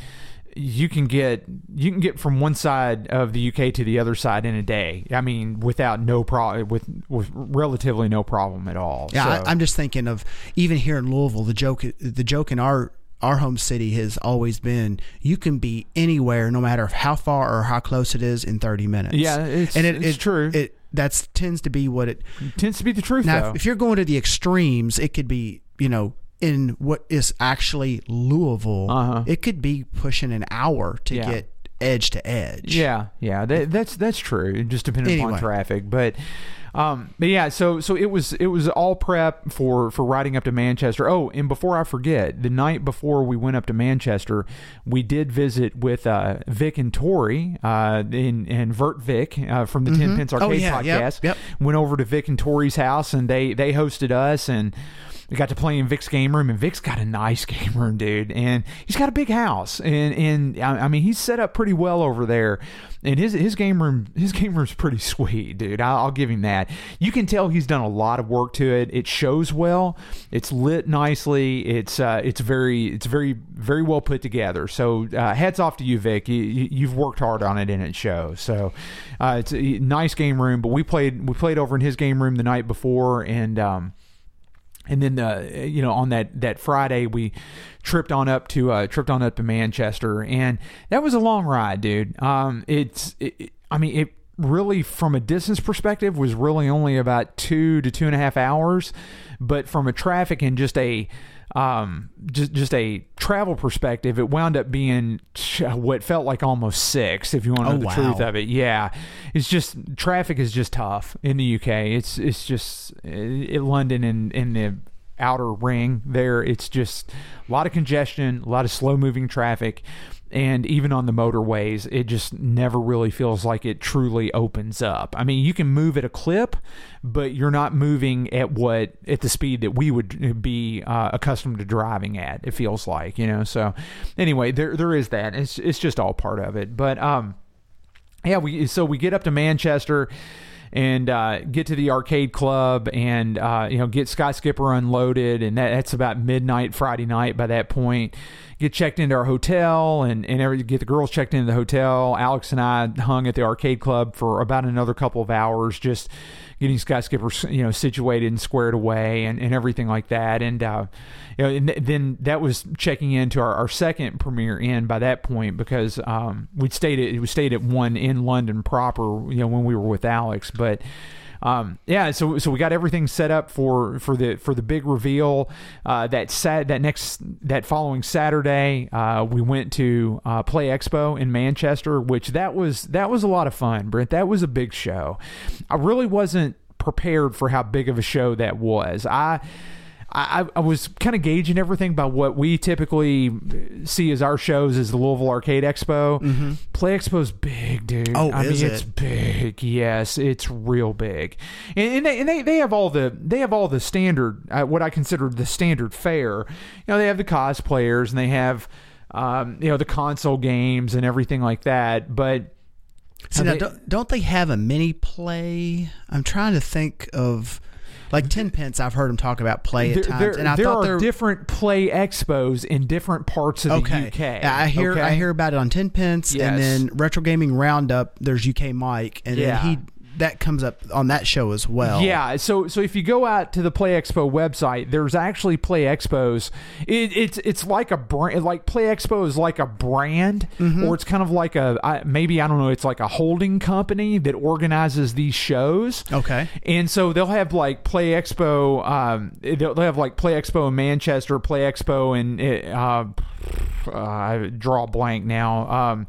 S3: you can get you can get from one side of the UK to the other side in a day. I mean, without no problem with with relatively no problem at all.
S2: yeah,
S3: So-
S2: I, I'm just thinking of even here in Louisville. The joke, the joke in our our home city has always been you can be anywhere, no matter how far or how close it is, in 30 minutes.
S3: Yeah, it's- it's true.
S2: It that's tends to be what it.
S3: tends to be the truth
S2: Now,
S3: though.
S2: if you're going to the extremes, it could be you know. In what is actually Louisville,
S3: Uh-huh.
S2: it could be pushing an hour to
S3: Yeah.
S2: get edge to edge.
S3: Yeah, yeah, that, that's that's true. It just depending
S2: Anyway.
S3: upon traffic, but um, but yeah. So so it was it was all prep for for riding up to Manchester. Oh, and before I forget, the night before we went up to Manchester, we did visit with uh, Vic and Tori uh, and and Vert Vic uh, from the Ten Pence Arcade
S2: Oh, yeah,
S3: podcast.
S2: yep, yep.
S3: Went over to Vic and Tori's house, and they they hosted us and. We got to play in Vic's game room, and Vic's got a nice game room, dude. And he's got a big house, and and I I mean he's set up pretty well over there. And his his game room his game room's pretty sweet, dude. I'll, I'll give him that. You can tell he's done a lot of work to it. It shows well. It's lit nicely. It's uh it's very it's very very well put together. So uh, hats off to you, Vic. You, you, you've worked hard on it, and it shows. So uh, it's a nice game room. But we played we played over in his game room the night before, and um and then uh, you know on that that Friday we tripped on up to uh, tripped on up to Manchester, and that was a long ride, dude. Um, it's it, it- I mean it really from a distance perspective was really only about two to two and a half hours, but from a traffic and just a um just just a travel perspective it wound up being what felt like almost six if you want to know
S2: Oh,
S3: the
S2: wow.
S3: truth of it of it. Yeah, it's just traffic is just tough in the UK. It's it's just eh, it, London and in the outer ring there. It's just a lot of congestion, a lot of slow moving traffic. And even on the motorways, it just never really feels like it truly opens up. I mean, you can move at a clip, but you're not moving at what at the speed that we would be uh, accustomed to driving at. It feels like, you know. So, anyway, there there is that. It's it's just all part of it. But um, yeah, we so we get up to Manchester and uh, get to the arcade club and uh, you know get Sky Skipper unloaded and that, that's about midnight Friday night by that point. Get checked into our hotel and and every, get the girls checked into the hotel. Alex and I hung at the arcade club for about another couple of hours, just getting Sky Skipper you know situated and squared away and, and everything like that. And uh, you know and th- then that was checking into our, our second premiere in by that point because um, we'd stayed at we stayed at one in London proper, you know, when we were with Alex. But um, yeah, so so we got everything set up for for the for the big reveal uh, that sat that next that following Saturday. Uh, we went to uh, Play Expo in Manchester, which that was that was a lot of fun, Brent. That was a big show. I really wasn't prepared for how big of a show that was. I. I, I- I was kind of gauging everything by what we typically see as our shows is the Louisville Arcade Expo. Play Expo's big, dude.
S2: Mm-hmm. Oh,
S3: I
S2: is
S3: mean,
S2: it?
S3: it's big. Yes, it's real big, and, and, they, and they they have all the they have all the standard uh, what I consider the standard fare. You know, they have the cosplayers and they have um, you know the console games and everything like that, but.
S2: See,
S3: Have
S2: now,
S3: they-
S2: don't, don't they have a mini play? I'm trying to think of like ten pence. I've heard them talk about play at
S3: There,
S2: times,
S3: there-
S2: and I
S3: there
S2: thought
S3: are
S2: they're
S3: different play expos in different parts of
S2: okay.
S3: the UK.
S2: I hear I
S3: okay?
S2: hear about it on ten pence,
S3: Yes.
S2: and then retro gaming roundup. There's UK Mike, and
S3: Yeah.
S2: then he that comes up on that show as well.
S3: Yeah, so so if you go out to the Play Expo website, there's actually Play Expos. It, it's it's like a brand, like Play Expo is like a brand, or it's kind of like a I, maybe I don't know. It's like a holding company that organizes these shows.
S2: Okay.
S3: And so they'll have like Play Expo. Um, they'll, they'll have like Play Expo in Manchester, Play Expo in. Uh, uh, I draw a blank now. Um,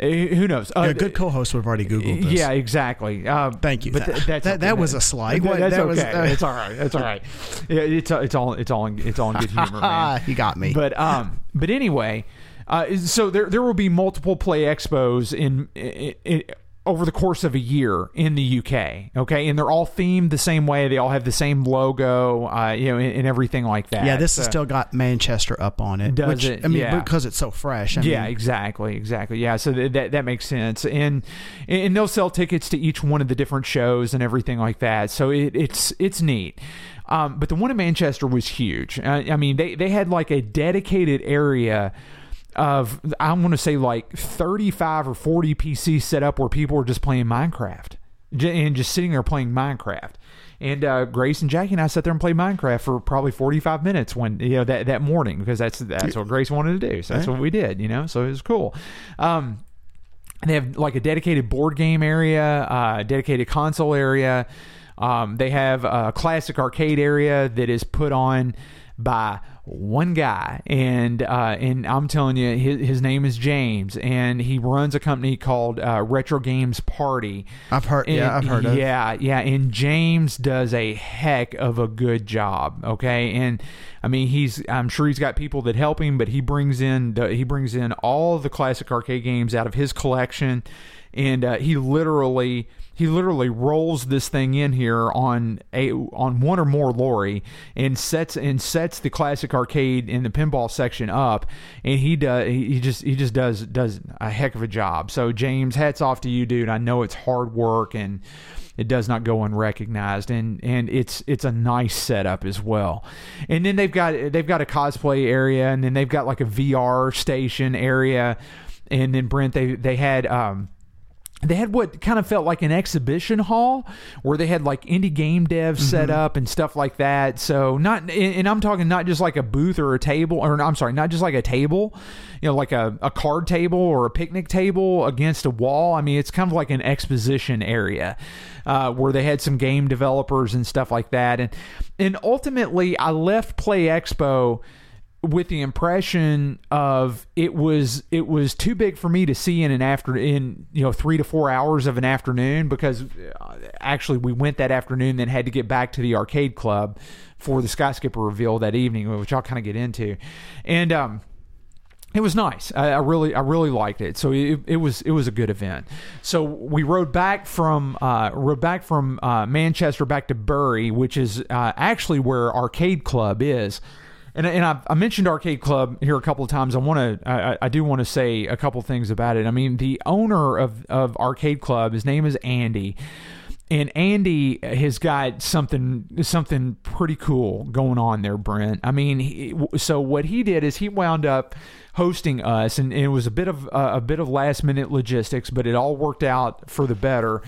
S3: eh, who knows? Uh,
S2: a good co-host would have already googled this.
S3: yeah, exactly. Uh,
S2: Thank you.
S3: But
S2: That-
S3: th- that's
S2: that-
S3: okay,
S2: that
S3: man.
S2: was a slight
S3: Th-
S2: one.
S3: That's
S2: That
S3: okay.
S2: was- uh,
S3: it's all right. It's all right. Yeah, It's uh, it's all it's all in, it's all in good humor, man.
S2: Ah, you got me.
S3: But um, but anyway, uh, is- so there there will be multiple play expos in. i i over the course of a year in the UK, okay, and they're all themed the same way. They all have the same logo, uh, you know, and, and everything like that.
S2: yeah, this
S3: So-
S2: has still got Manchester up on it.
S3: uh, Does
S2: which,
S3: it?
S2: I mean,
S3: Yeah.
S2: because it's so fresh. I
S3: yeah,
S2: mean,
S3: exactly, exactly. Yeah, so th- that that makes sense, and and they'll sell tickets to each one of the different shows and everything like that. So it, it's it's neat. Um, but the one in Manchester was huge. Uh, I, I mean, they they had like a dedicated area of I want to say like thirty five or forty PCs set up where people were just playing Minecraft j- and just sitting there playing Minecraft. And uh, Grace and Jackie and I sat there and played Minecraft for probably 45 minutes when you know that, that morning because that's that's what Grace wanted to do. So that's what we did, you know. So it was cool. Um, and they have like a dedicated board game area, uh, a dedicated console area. Um, they have a classic arcade area that is put on by one guy, and uh, and I'm telling you, his, his name is James, and he runs a company called uh, Retro Games Party.
S2: I've heard. yeah, I've
S3: And-
S2: heard of. it.
S3: Yeah, yeah, and James does a heck of a good job. Okay, and I mean he's I'm sure he's got people that help him, but he brings in the, he brings in all the classic arcade games out of his collection, and uh, he literally he literally rolls this thing in here on a on one or more lorry and sets and sets the classic arcade in the pinball section up and he does he he just he just does does a heck of a job so james hats off to you dude i know it's hard work and it does not go unrecognized and and it's it's a nice setup as well and then they've got they've got a cosplay area and then they've got like a vr station area and then brent they they had um they had what kind of felt like an exhibition hall where they had like indie game devs set up and stuff like that. So not, and- and I'm talking not just like a booth or a table, or I'm sorry, not just like a table, you know, like a, a card table or a picnic table against a wall. I mean, it's kind of like an exposition area uh, where they had some game developers and stuff like that. And and ultimately, I left Play Expo with the impression of it was it was too big for me to see in an after in you know three to four hours of an afternoon because uh, actually we went that afternoon then had to get back to the arcade club for the skyskipper reveal that evening which I'll kind of get into and um it was nice. I, I really, I really liked it. So it, it was, it was a good event. So we rode back from, uh, rode back from uh, Manchester back to Bury, which is uh, actually where Arcade Club is. And, and I, I mentioned Arcade Club here a couple of times. I want to, I, I- I do want to say a couple things about it. I mean, the owner of of Arcade Club, his name is Andy and Andy has got something something pretty cool going on there, Brent. I mean, he, so what he did is he wound up hosting us, and, and it was a bit of uh, a bit of last minute logistics, but it all worked out for the better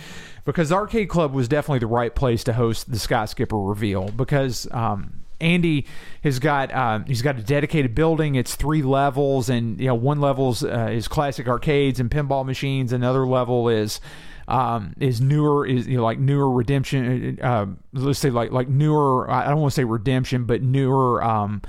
S3: because the Arcade Club was definitely the right place to host the Sky Skipper reveal because. Um, Andy has got um, he's got a dedicated building. It's three levels, and you know one level's uh, is classic arcades and pinball machines. Another level is um, is newer is you know, like newer uh, redemption. Uh, let's say like like newer. I don't want to say redemption, but newer. Um,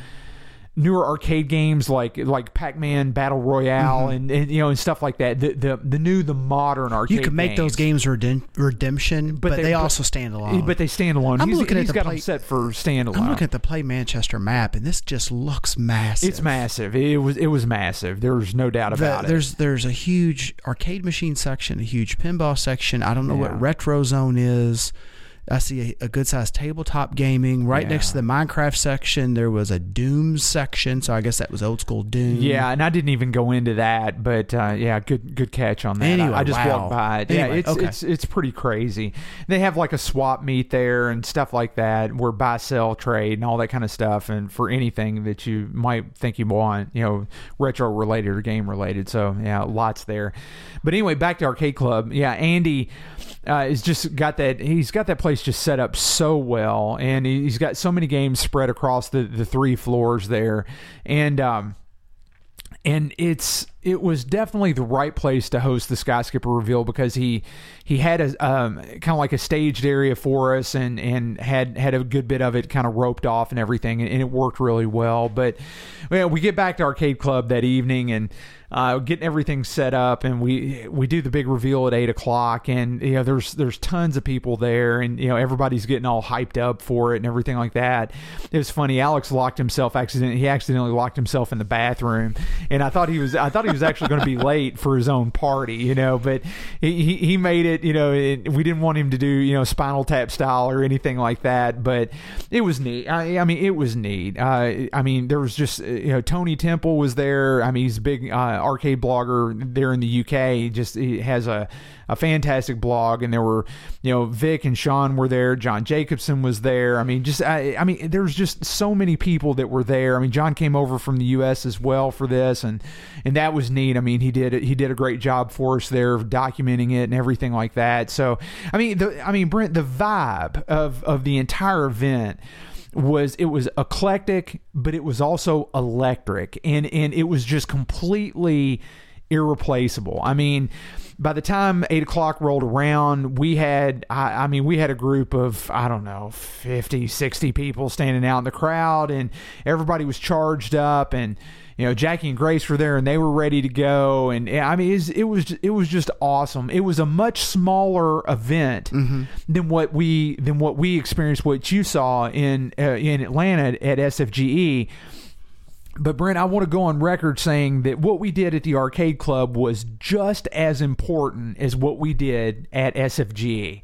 S3: newer arcade games like like Pac-Man Battle Royale and, and you know and stuff like that. The the, the new the modern arcade.
S2: Mm-hmm. You can make those games redem- redemption, but,
S3: they-
S2: they,
S3: but-
S2: also stand alone.
S3: but they stand alone.
S2: I'm
S3: he's
S2: looking at
S3: he's
S2: the
S3: got them
S2: plate-
S3: set for standalone.
S2: I'm looking at the Play Manchester map, and this just looks massive.
S3: it's massive. It was it was massive. There's no doubt
S2: The-
S3: about it.
S2: there's there's a huge arcade machine section, a huge pinball section. I don't know
S3: Yeah.
S2: what retro zone is. I see a, a good sized tabletop gaming right
S3: Yeah.
S2: next to the Minecraft section. There was a Doom section, so I guess that was old school Doom.
S3: Yeah, and I didn't even go into that, but uh, yeah, good good catch on that. I-
S2: Anyway,
S3: I, just
S2: wow.
S3: walked by it. yeah,
S2: Anyway,
S3: it's
S2: okay.
S3: it's it's pretty crazy. They have like a swap meet there and stuff like that, where buy sell trade and all that kind of stuff, and for anything that you might think you want, you know, retro related or game related. So yeah, lots there. But anyway, back to Arcade Club. Yeah, Andy uh, is just got that. He's got that place just set up so well, and he- he's got so many games spread across the the three floors there, and. um and it's it was definitely the right place to host the skyskipper reveal because he he had a um, kind of like a staged area for us and and had had a good bit of it kind of roped off and everything and, and it worked really well but well, we get back to arcade club that evening and uh, getting everything set up and we we do the big reveal at eight o'clock and you know there's there's tons of people there and you know everybody's getting all hyped up for it and everything like that it was funny alex locked himself accident he accidentally locked himself in the bathroom and i thought he was i thought he was actually going to be late for his own party you know but he he, he made it you know it, we didn't want him to do you know spinal tap style or anything like that but it was neat i, I mean it was neat uh, i mean there was just uh, you know tony temple was there i mean he's a big uh, arcade blogger there in the uk he just he has a a fantastic blog and there were you know vic and sean were there john jacobson was there i mean just i, I mean there was just so many people that were there i mean john came over from the us as well for this and and that was neat i mean he did he did a great job for us there of documenting it and everything like that so i mean the i mean brent the vibe of of the entire event was it was eclectic but it was also electric and and it was just completely irreplaceable. I mean, by the time eight o'clock rolled around, we had, I, I mean, we had a group of, I don't know, 50, 60 people standing out in the crowd, and everybody was charged up, and, you know, Jackie and Grace were there, and they were ready to go, and yeah, I mean, it's- it was it was just awesome. It was a much smaller event than what we than what we experienced, what you saw in uh, in Atlanta at SFGE. But Brent, I want to go on record saying that what we did at the arcade club was just as important as what we did at SFG.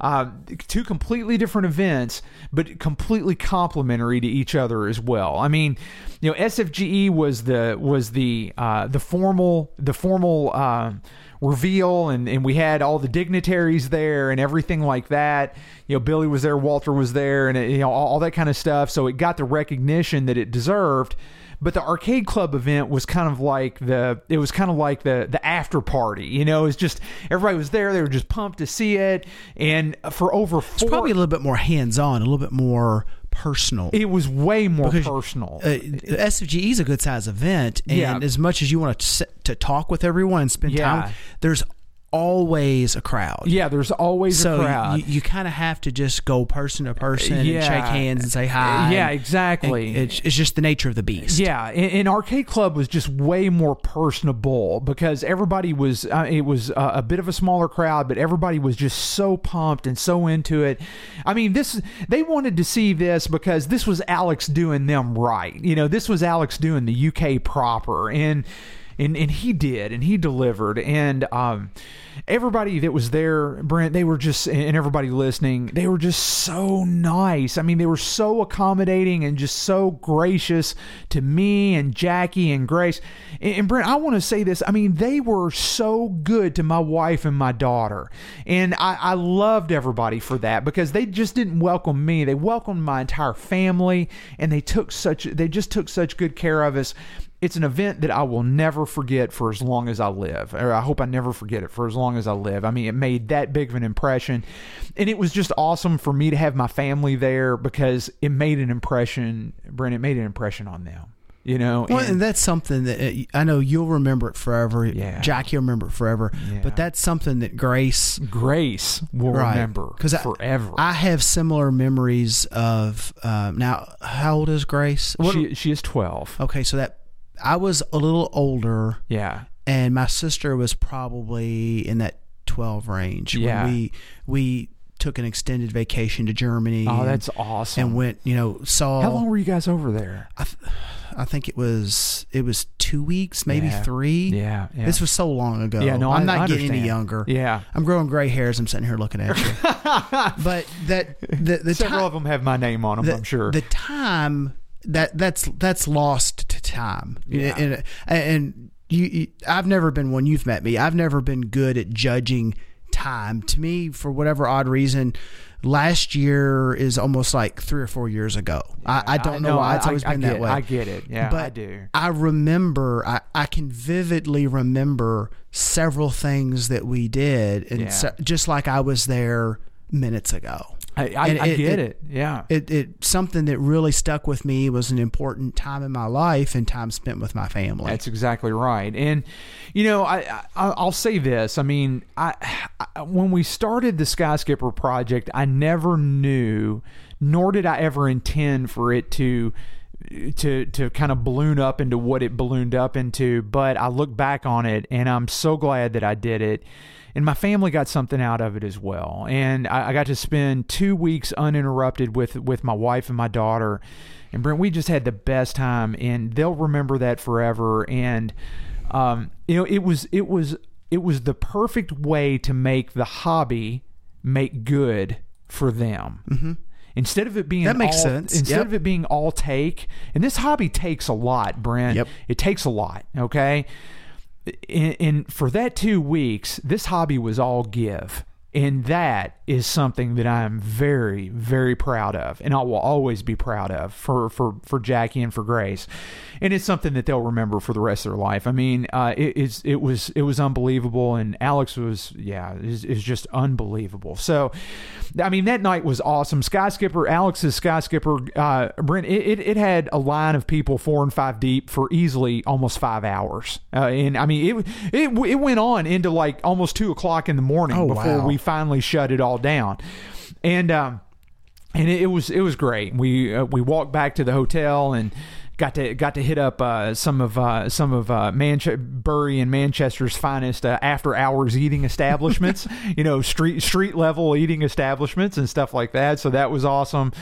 S3: Uh, two completely different events, but completely complementary to each other as well. I mean, you know, SFGE E was the was the uh, the formal the formal uh, reveal, and, and we had all the dignitaries there and everything like that. You know, Billy was there, Walter was there, and you know all, all that kind of stuff. So it got the recognition that it deserved but the arcade club event was kind of like the it was kind of like the the after party you know it's just everybody was there they were just pumped to see it and for over four
S2: It's probably a little bit more hands on, a little bit more personal.
S3: it was way more
S2: Because,
S3: personal
S2: Uh, the SFGE is a good size event, and
S3: Yeah.
S2: as much as you want to sit, to talk with everyone and spend
S3: Yeah.
S2: time, there's always a crowd.
S3: yeah there's always
S2: So
S3: a crowd
S2: you, you kind of have to just go person to person
S3: Yeah.
S2: and shake hands and say hi.
S3: Yeah,
S2: and-
S3: exactly.
S2: and It's, it's just the nature of the beast.
S3: Yeah, and, and Arcade Club was just way more personable because everybody was. Uh, it was uh, a bit of a smaller crowd, but everybody was just so pumped and so into it. I mean, this they wanted to see this because this was Alex doing them right. You know, this was Alex doing the UK proper and. And, and he did, and he delivered, and um, everybody that was there, Brent, they were just, and everybody listening, they were just so nice. I mean, they were so accommodating and just so gracious to me and Jackie and Grace. And, and Brent, I want to say this. I mean, they were so good to my wife and my daughter. And I, I loved everybody for that because they just didn't welcome me. They welcomed my entire family and they took such, they just took such good care of us it's an event that I will never forget for as long as I live, or I hope I never forget it for as long as I live. I mean, it made that big of an impression, and it was just awesome for me to have my family there because it made an impression. Brent, it made an impression on them. you know.
S2: Well,
S3: and-
S2: and that's something that uh, I know you'll remember it forever.
S3: Yeah.
S2: Jack, you'll remember it forever.
S3: Yeah.
S2: But that's something that Grace
S3: Grace will
S2: Right.
S3: remember
S2: 'Cause I-
S3: forever.
S2: I have similar memories of. Um, now, how old is Grace? What-
S3: she she is twelve.
S2: okay, so that I was a little older,
S3: Yeah,
S2: and my sister was probably in that twelve range.
S3: Yeah.
S2: when we we took an extended vacation to Germany.
S3: Oh,
S2: and-
S3: that's awesome.
S2: And went, you know, saw.
S3: How long were you guys over there?
S2: I think it was it was two weeks, maybe
S3: Yeah.
S2: three.
S3: Yeah, yeah.
S2: This was so long ago.
S3: Yeah, no,
S2: I'm not
S3: I- I
S2: getting any
S3: understand.
S2: younger.
S3: Yeah.
S2: I'm growing gray hairs. I'm sitting here looking at you. but that the the
S3: Several
S2: ti-
S3: of them have my name on them.
S2: the,
S3: I'm sure.
S2: the time that that's that's lost to time.
S3: Yeah.
S2: And, and you, you, I've never been one. You've met me. I've never been good at judging time. To me, for whatever odd reason. Last year is almost like three or four years ago. I, I don't know
S3: no,
S2: why it's
S3: I-
S2: always
S3: I
S2: been
S3: get,
S2: that way.
S3: I get it. Yeah,
S2: but
S3: I do.
S2: I remember, I, I can vividly remember several things that we did, and
S3: Yeah.
S2: se- just like I was there minutes ago.
S3: I, I,
S2: and
S3: I
S2: it-
S3: get
S2: it-
S3: it. Yeah.
S2: It, it something that really stuck with me was an important time in my life and time spent with my family.
S3: That's exactly right. And you know, I, I I'll say this. I mean, I, I when we started the Skyskipper project, I never knew, nor did I ever intend for it to to to kind of balloon up into what it ballooned up into. But I look back on it, and I'm so glad that I did it. And my family got something out of it as well. And I, I got to spend two weeks uninterrupted with with my wife and my daughter. And Brent, we just had the best time, and they'll remember that forever. And um, you know, it was it was it was the perfect way to make the hobby make good for them. Mm-hmm. Instead of it being
S2: That makes
S3: all-
S2: sense.
S3: Instead
S2: Yep.
S3: of it being all take, and this hobby takes a lot, Brent.
S2: Yep.
S3: It takes a lot. Okay and, and for that two weeks, this hobby was all give. And that is something that I'm very, very proud of, and I will always be proud of for for for Jackie and for Grace, and it's something that they'll remember for the rest of their life. I mean, uh, it, it's it was it was unbelievable, and Alex was yeah, is is just unbelievable. So, I mean, that night was awesome. Sky Skipper, Alex's Sky Skipper, uh, Brent, it, it, it had a line of people four and five deep for easily almost five hours. Uh, and I mean, it, it, it went on into like almost two o'clock in the morning
S2: Oh,
S3: before
S2: wow.
S3: we finally shut it all down. And, um, and it, it was it was great. We uh, we walked back to the hotel and got to got to hit up uh, some of uh, some of uh, Manche- Bury and Manchester's finest uh, after hours eating establishments. you know, street street level eating establishments and stuff like that. So that was awesome.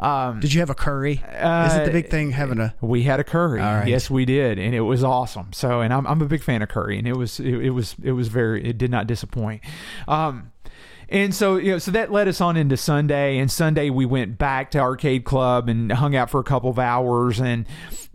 S3: Um,
S2: Did you have a curry? Is it the
S3: Uh,
S2: big thing having a?
S3: we had a curry.
S2: right.
S3: Yes, we did, and it was awesome. So, and I'm, I'm a big fan of curry, and it was it, it was it was very it did not disappoint. Um, and so you know, so that led us on into Sunday, and Sunday we went back to Arcade Club and hung out for a couple of hours and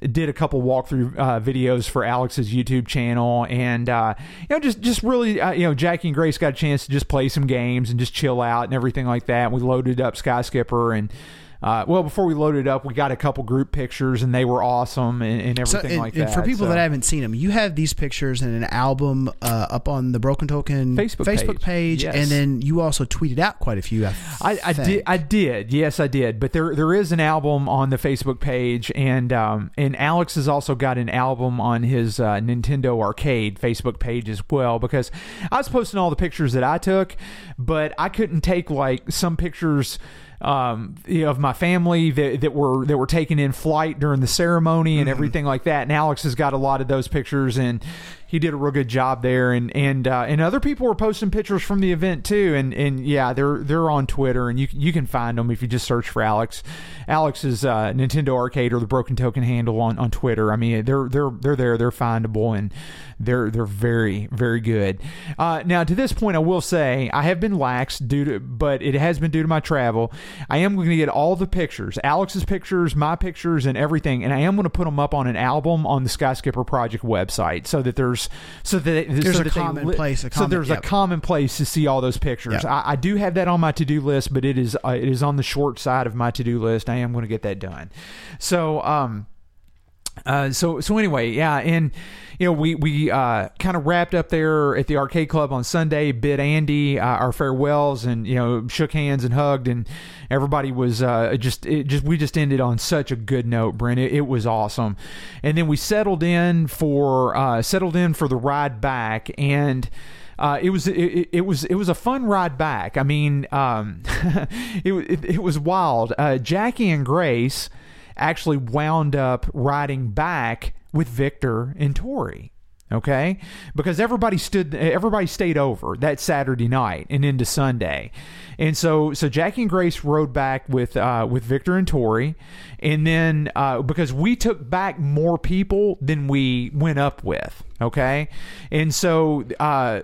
S3: did a couple walkthrough uh, videos for Alex's YouTube channel, and uh, you know, just just really uh, you know, Jackie and Grace got a chance to just play some games and just chill out and everything like that. We loaded up Sky Skipper and. Uh, well, before we loaded up, we got a couple group pictures, and they were awesome and, and
S2: So,
S3: everything
S2: and,
S3: like
S2: and
S3: that.
S2: for people
S3: so.
S2: that haven't seen them, you have these pictures in an album uh, up on the Broken Token
S3: Facebook
S2: Facebook page,
S3: page, yes.
S2: and then you also tweeted out quite a few. I,
S3: I, I
S2: think.
S3: did. I did. Yes, I did. But there, there is an album on the Facebook page, and um, and Alex has also got an album on his uh, Nintendo Arcade Facebook page as well. Because I was posting all the pictures that I took, but I couldn't take like some pictures. Um, you know, of my family that, that were that were taken in flight during the ceremony and everything like that. And Alex has got a lot of those pictures, and he did a real good job there. And and uh, and other people were posting pictures from the event too. And and yeah, they're they're on Twitter, and you can- you can find them if you just search for Alex. Alex's uh, Nintendo Arcade or the Broken Token handle on, on Twitter. I mean, they're they're they're there, they're findable, and they're they're very very good. Uh, now to this point, I will say I have been lax due to, but it has been due to my travel. I am going to get all the pictures, Alex's pictures, my pictures, and everything, and I am going to put them up on an album on the Skyskipper Project website so that there's so that
S2: There's
S3: so
S2: a
S3: that they
S2: common
S3: li-
S2: place, a
S3: so
S2: common-
S3: there's
S2: yep.
S3: a common place to see all those pictures.
S2: Yeah.
S3: I, I do have that on my to do list, but it is uh, it is on the short side of my to do list. I am going to get that done. So um, Uh, so so anyway, yeah, and you know we we uh, kind of wrapped up there at the arcade club on Sunday. Bid Andy uh, our farewells, and you know shook hands and hugged, and everybody was uh, just it just we just ended on such a good note, Brent. It, it was awesome, and then we settled in for uh, settled in for the ride back, and. Uh, it was it, it- it was it was a fun ride back. I mean, um, it, wa- it it was wild. Uh, Jackie and Grace, actually wound up riding back with Victor and Tori. Okay, because everybody stood, everybody stayed over that Saturday night and into Sunday, and so so Jackie and Grace rode back with uh, with Victor and Tori, and then uh, because we took back more people than we went up with. Okay, and so uh,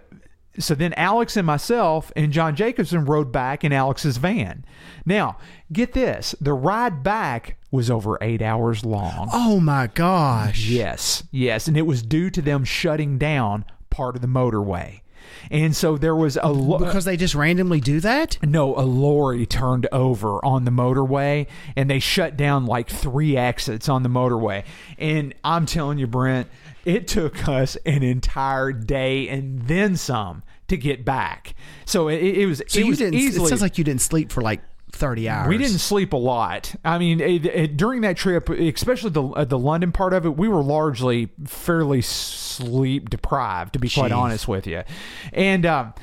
S3: so then Alex and myself and John Jacobson rode back in Alex's van. Now, get this the ride back was over eight hours long.
S2: Oh my gosh.
S3: Yes, yes. And it was due to them shutting down part of the motorway. And so there was a lo-
S2: Because they just randomly do that?
S3: no, a lorry turned over on the motorway and they shut down like three exits on the motorway. And I'm telling you, Brent, it took us an entire day and then some to get back. So it, it was,
S2: So
S3: it
S2: you
S3: was
S2: didn't
S3: easily.
S2: it sounds like you didn't sleep for like 30 hours.
S3: We didn't sleep a lot. I mean, it, it, during that trip, especially the uh, the London part of it, we were largely fairly sleep deprived, to be quite
S2: Jeez.
S3: honest with you. And um,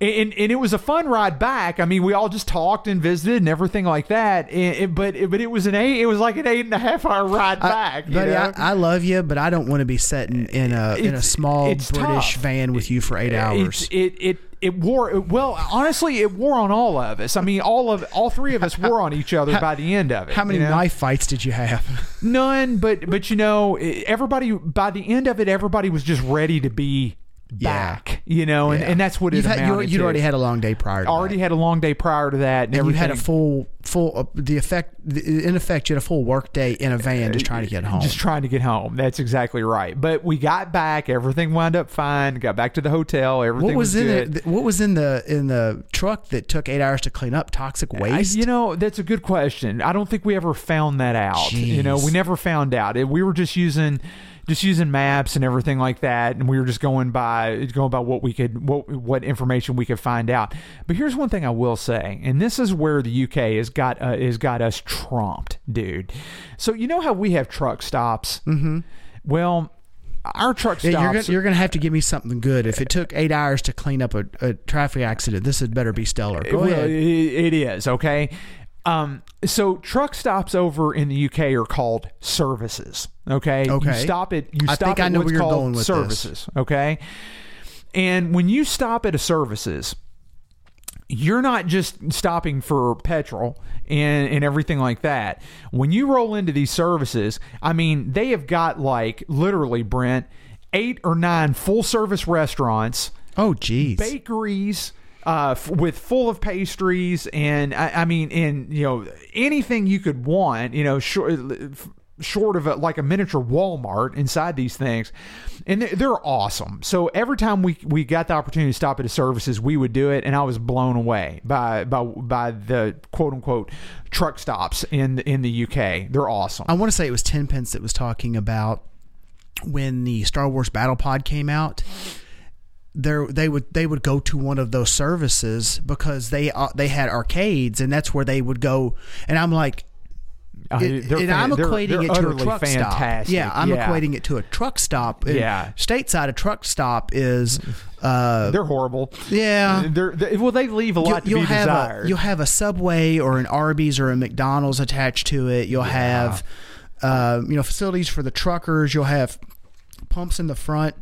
S3: and and it was a fun ride back. I mean, we all just talked and visited and everything like that. And, and- but eh, but it was an eight. It was like an eight and a half hour ride back. you
S2: Buddy,
S3: know?
S2: I, I love you, but I don't want to be sitting in a in a
S3: It's-
S2: small
S3: it's
S2: British
S3: tough.
S2: van with you for eight hours.
S3: It it, it it wore well. Honestly, it wore on all of us. I mean, all of all three of us wore on each other by the end of it.
S2: How many
S3: you know?
S2: knife fights did you have?
S3: None, but but you know, e, everybody by the end of it, everybody was just ready to be
S2: Yeah.
S3: back. You know, and, and that's what it
S2: You've had- you-
S3: amounted
S2: you'd
S3: to.
S2: already had a long day prior. To
S3: already
S2: that.
S3: had a long day prior to that, and,
S2: And you
S3: everything.
S2: had a full full uh, the effect the, in effect you had a full work day in a van just trying to get home.
S3: Just trying to get home. That's exactly right. But we got back. Everything wound up fine. Got back to the hotel. Everything
S2: what was, in
S3: good.
S2: it? What was in the in the truck that took eight hours to clean up toxic
S3: I-
S2: waste?
S3: you know, that's a good question. I don't think we ever found that out. You know,
S2: Jeez.
S3: we never found out. It- We were just using just using maps and everything like that, and we were just going by going by what we could what what information we could find out. But here's one thing I will say, and this is where the UK has got uh, has got us trumped, dude.
S2: Mm-hmm.
S3: So you know how we have truck stops. Mm-hmm. Well, our truck stops.
S2: Yeah, you're gonna, you're gonna have to give me something good. If it took eight hours to clean up a, a traffic accident, this had better be stellar. Go
S3: Well,
S2: ahead.
S3: It, it is okay. Um, so truck stops over in the UK are called services. Okay. You
S2: Okay.
S3: stop at you
S2: I
S3: stop
S2: think
S3: at
S2: I know
S3: what's
S2: where you're
S3: called
S2: going with this.
S3: services. Okay. And when you stop at a services, you're not just stopping for petrol and, and everything like that. When you roll into these services, I mean, they have got like literally, Brent, eight or nine full service restaurants
S2: Oh, jeez.
S3: bakeries uh, f- with full of pastries and I, I mean and you know anything you could want you know short, short of a, like a miniature Walmart inside these things and they're, they're awesome so every time we we got the opportunity to stop at a services we would do it and I was blown away by by by the quote unquote truck stops in in the UK they're awesome
S2: I want to say it was Ten Pence that was talking about when the Star Wars Battle Pod came out. There, they would they would go to one of those services because they uh, they had arcades and that's where they would go. And I'm like,
S3: I mean,
S2: it-
S3: Uh, they're
S2: and I'm
S3: fan- they're-
S2: equating
S3: they're
S2: it to a
S3: utterly
S2: truck
S3: fantastic.
S2: stop. Yeah, I'm
S3: Yeah.
S2: equating it to a truck stop. And
S3: Yeah.
S2: stateside a truck stop is, uh,
S3: they're horrible
S2: yeah.
S3: they're, they well they leave a lot to be
S2: have
S3: desired
S2: A, you'll have a Subway or an Arby's or a McDonald's attached to it. You'll have, uh, you know, facilities for the truckers. You'll have pumps in the front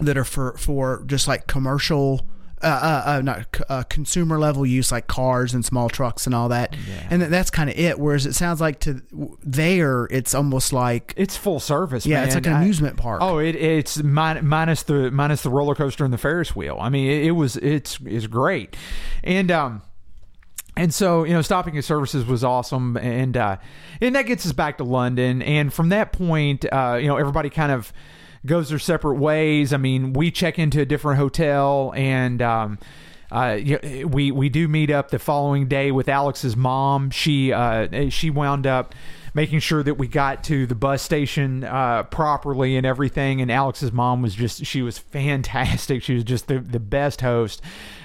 S2: that are for for just like commercial. Uh, uh, uh, not uh, consumer level use like cars and small trucks and all that, and th- that's kind of it. Whereas it sounds like to there, it's almost like
S3: It's full service.
S2: yeah, it's
S3: man.
S2: like an
S3: I-
S2: amusement park.
S3: Oh, it, it's min- minus the minus the roller coaster and the Ferris wheel. I mean, it, it was it's it's great, and um, and so you know, stopping at services was awesome, and uh, and that gets us back to London, and from that point, uh, you know, everybody kind of goes their separate ways. I mean, we check into a different hotel, and um. uh, you we we do meet up the following day with Alex's mom. She uh, she wound up making sure that we got to the bus station uh, properly and everything. And Alex's mom was just she was fantastic. She was just the, the best host.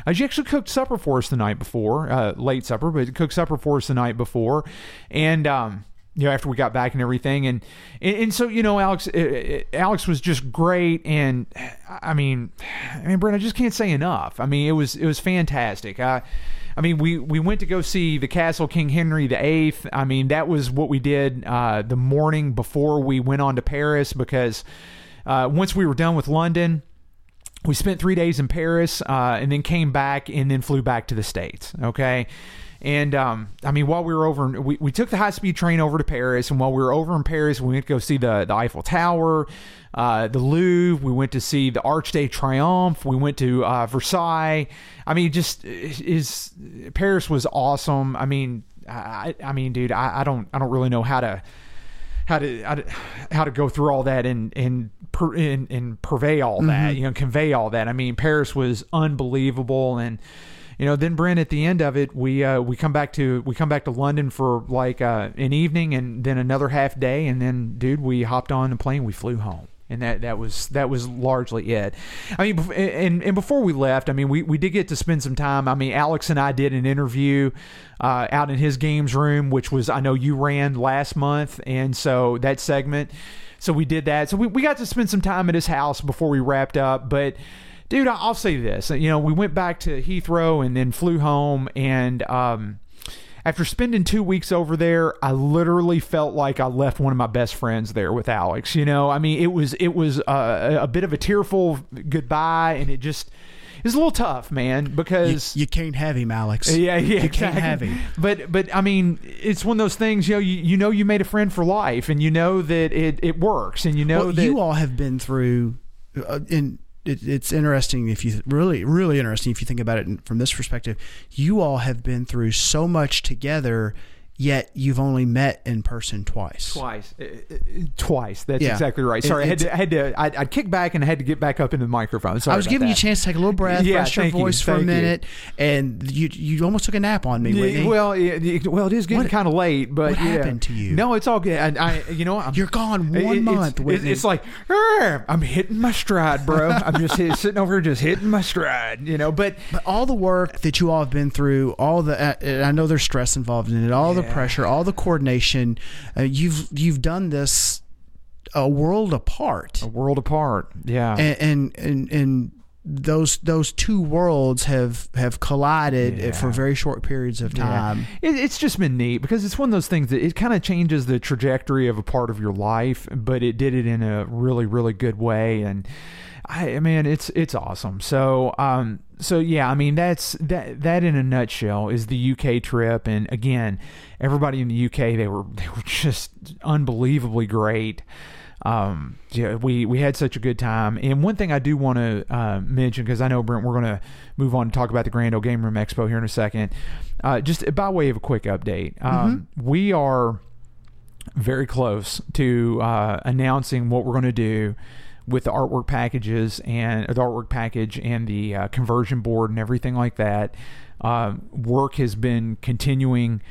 S3: Uh, she actually cooked supper for us the night before, uh, late supper, but cooked supper for us the night before, and. Um, you know, after we got back and everything, and and, and so you know, Alex, uh, uh, Alex was just great, and I mean, I mean, Brent, I just can't say enough. I mean, it was it was fantastic. I, I mean, we we went to go see the Castle King Henry VIII. I mean, that was what we did uh, the morning before we went on to Paris because uh, once we were done with London, we spent three days in Paris uh, and then came back and then flew back to the States. Okay. And um, I mean, while we were over, in- we, we took the high speed train over to Paris. And while we were over in Paris, we went to go see the, the Eiffel Tower, uh, the Louvre. We went to see the Arch de Triomphe. We went to uh, Versailles. I mean, just is Paris was awesome. I mean, I, I mean, dude, I, I don't, I don't really know how to how to how to, how to go through all that and and per, and, and purvey all that you know convey all that i mean paris was unbelievable and you know then brent at the end of it we uh we come back to we come back to london for like uh an evening and then another half day and then dude we hopped on the plane we flew home and that, that was that was largely it. I mean, bef- and and before we left, I mean, we, we did get to spend some time. I mean, Alex and I did an interview uh, out in his games room, which was I know you ran last month, and so that segment. So we did that. So we, we got to spend some time at his house before we wrapped up, but dude, I- I'll say this. You know, we went back to Heathrow and then flew home. And um, after spending two weeks over there, I literally felt like I left one of my best friends there with Alex. You know, I mean, it was it was uh, a bit of a tearful goodbye, and it just it's a little tough, man,
S2: You,
S3: because.
S2: you can't have him, Alex.
S3: yeah, yeah,
S2: You can't
S3: exactly.
S2: have him.
S3: But but I mean, it's one of those things. You know, you, you know, you made a friend for life, and you know that it, it works, and you know
S2: well,
S3: that
S2: you all have been through, uh, and it, it's interesting if you really, really interesting if you think about it in- from this perspective. You all have been through so much together, yet you've only met in person twice.
S3: Twice. Uh, uh, Twice. That's
S2: Yeah.
S3: exactly right.
S2: It-
S3: Sorry, I had
S2: it's-
S3: to, I had to, I, I kicked back and I had to get back up into the microphone. Sorry
S2: I was
S3: about
S2: giving you a
S3: that.
S2: chance to take a little breath,
S3: Yeah,
S2: rest your
S3: thank you,
S2: voice for a
S3: thank you.
S2: minute, and you you almost took a nap on me, Whitney.
S3: Yeah, well, it, it- well, it is getting
S2: What-
S3: kind of late, but
S2: what
S3: yeah.
S2: happened to you?
S3: No, it's all good. I, I you know, I'm,
S2: You're gone
S3: it-
S2: one
S3: it's-
S2: month,
S3: It's,
S2: Whitney.
S3: it's like "Arr, I'm hitting my stride, bro. I'm just hit, sitting over here, just hitting my stride, you know. But
S2: But all the work that you all have been through, all the uh, and I know there's stress involved in it, all the
S3: Yeah.
S2: pressure, all the coordination. Uh, you've you've done this a world apart,
S3: a world apart, yeah.
S2: and and and. and those those two worlds have have collided eh,
S3: Yeah.
S2: for very short periods of time.
S3: It, it's just been neat because it's one of those things that it kind of changes the trajectory of a part of your life, but it did it in a really, really good way. And I, man, it's it's awesome. So, um, so yeah, I mean, that's that that in a nutshell is the UK trip. And again, everybody in the UK they were they were just unbelievably great um, yeah, we we had such a good time. And one thing I do want to uh, mention because I know Brent, we're going to move on to talk about the Grand Ole Game Room Expo here in a second. Uh, just by way of a quick update, um, we are very close to uh, announcing what we're going to do with the artwork packages and the artwork package and the uh, conversion board and everything like that. Um work has been continuing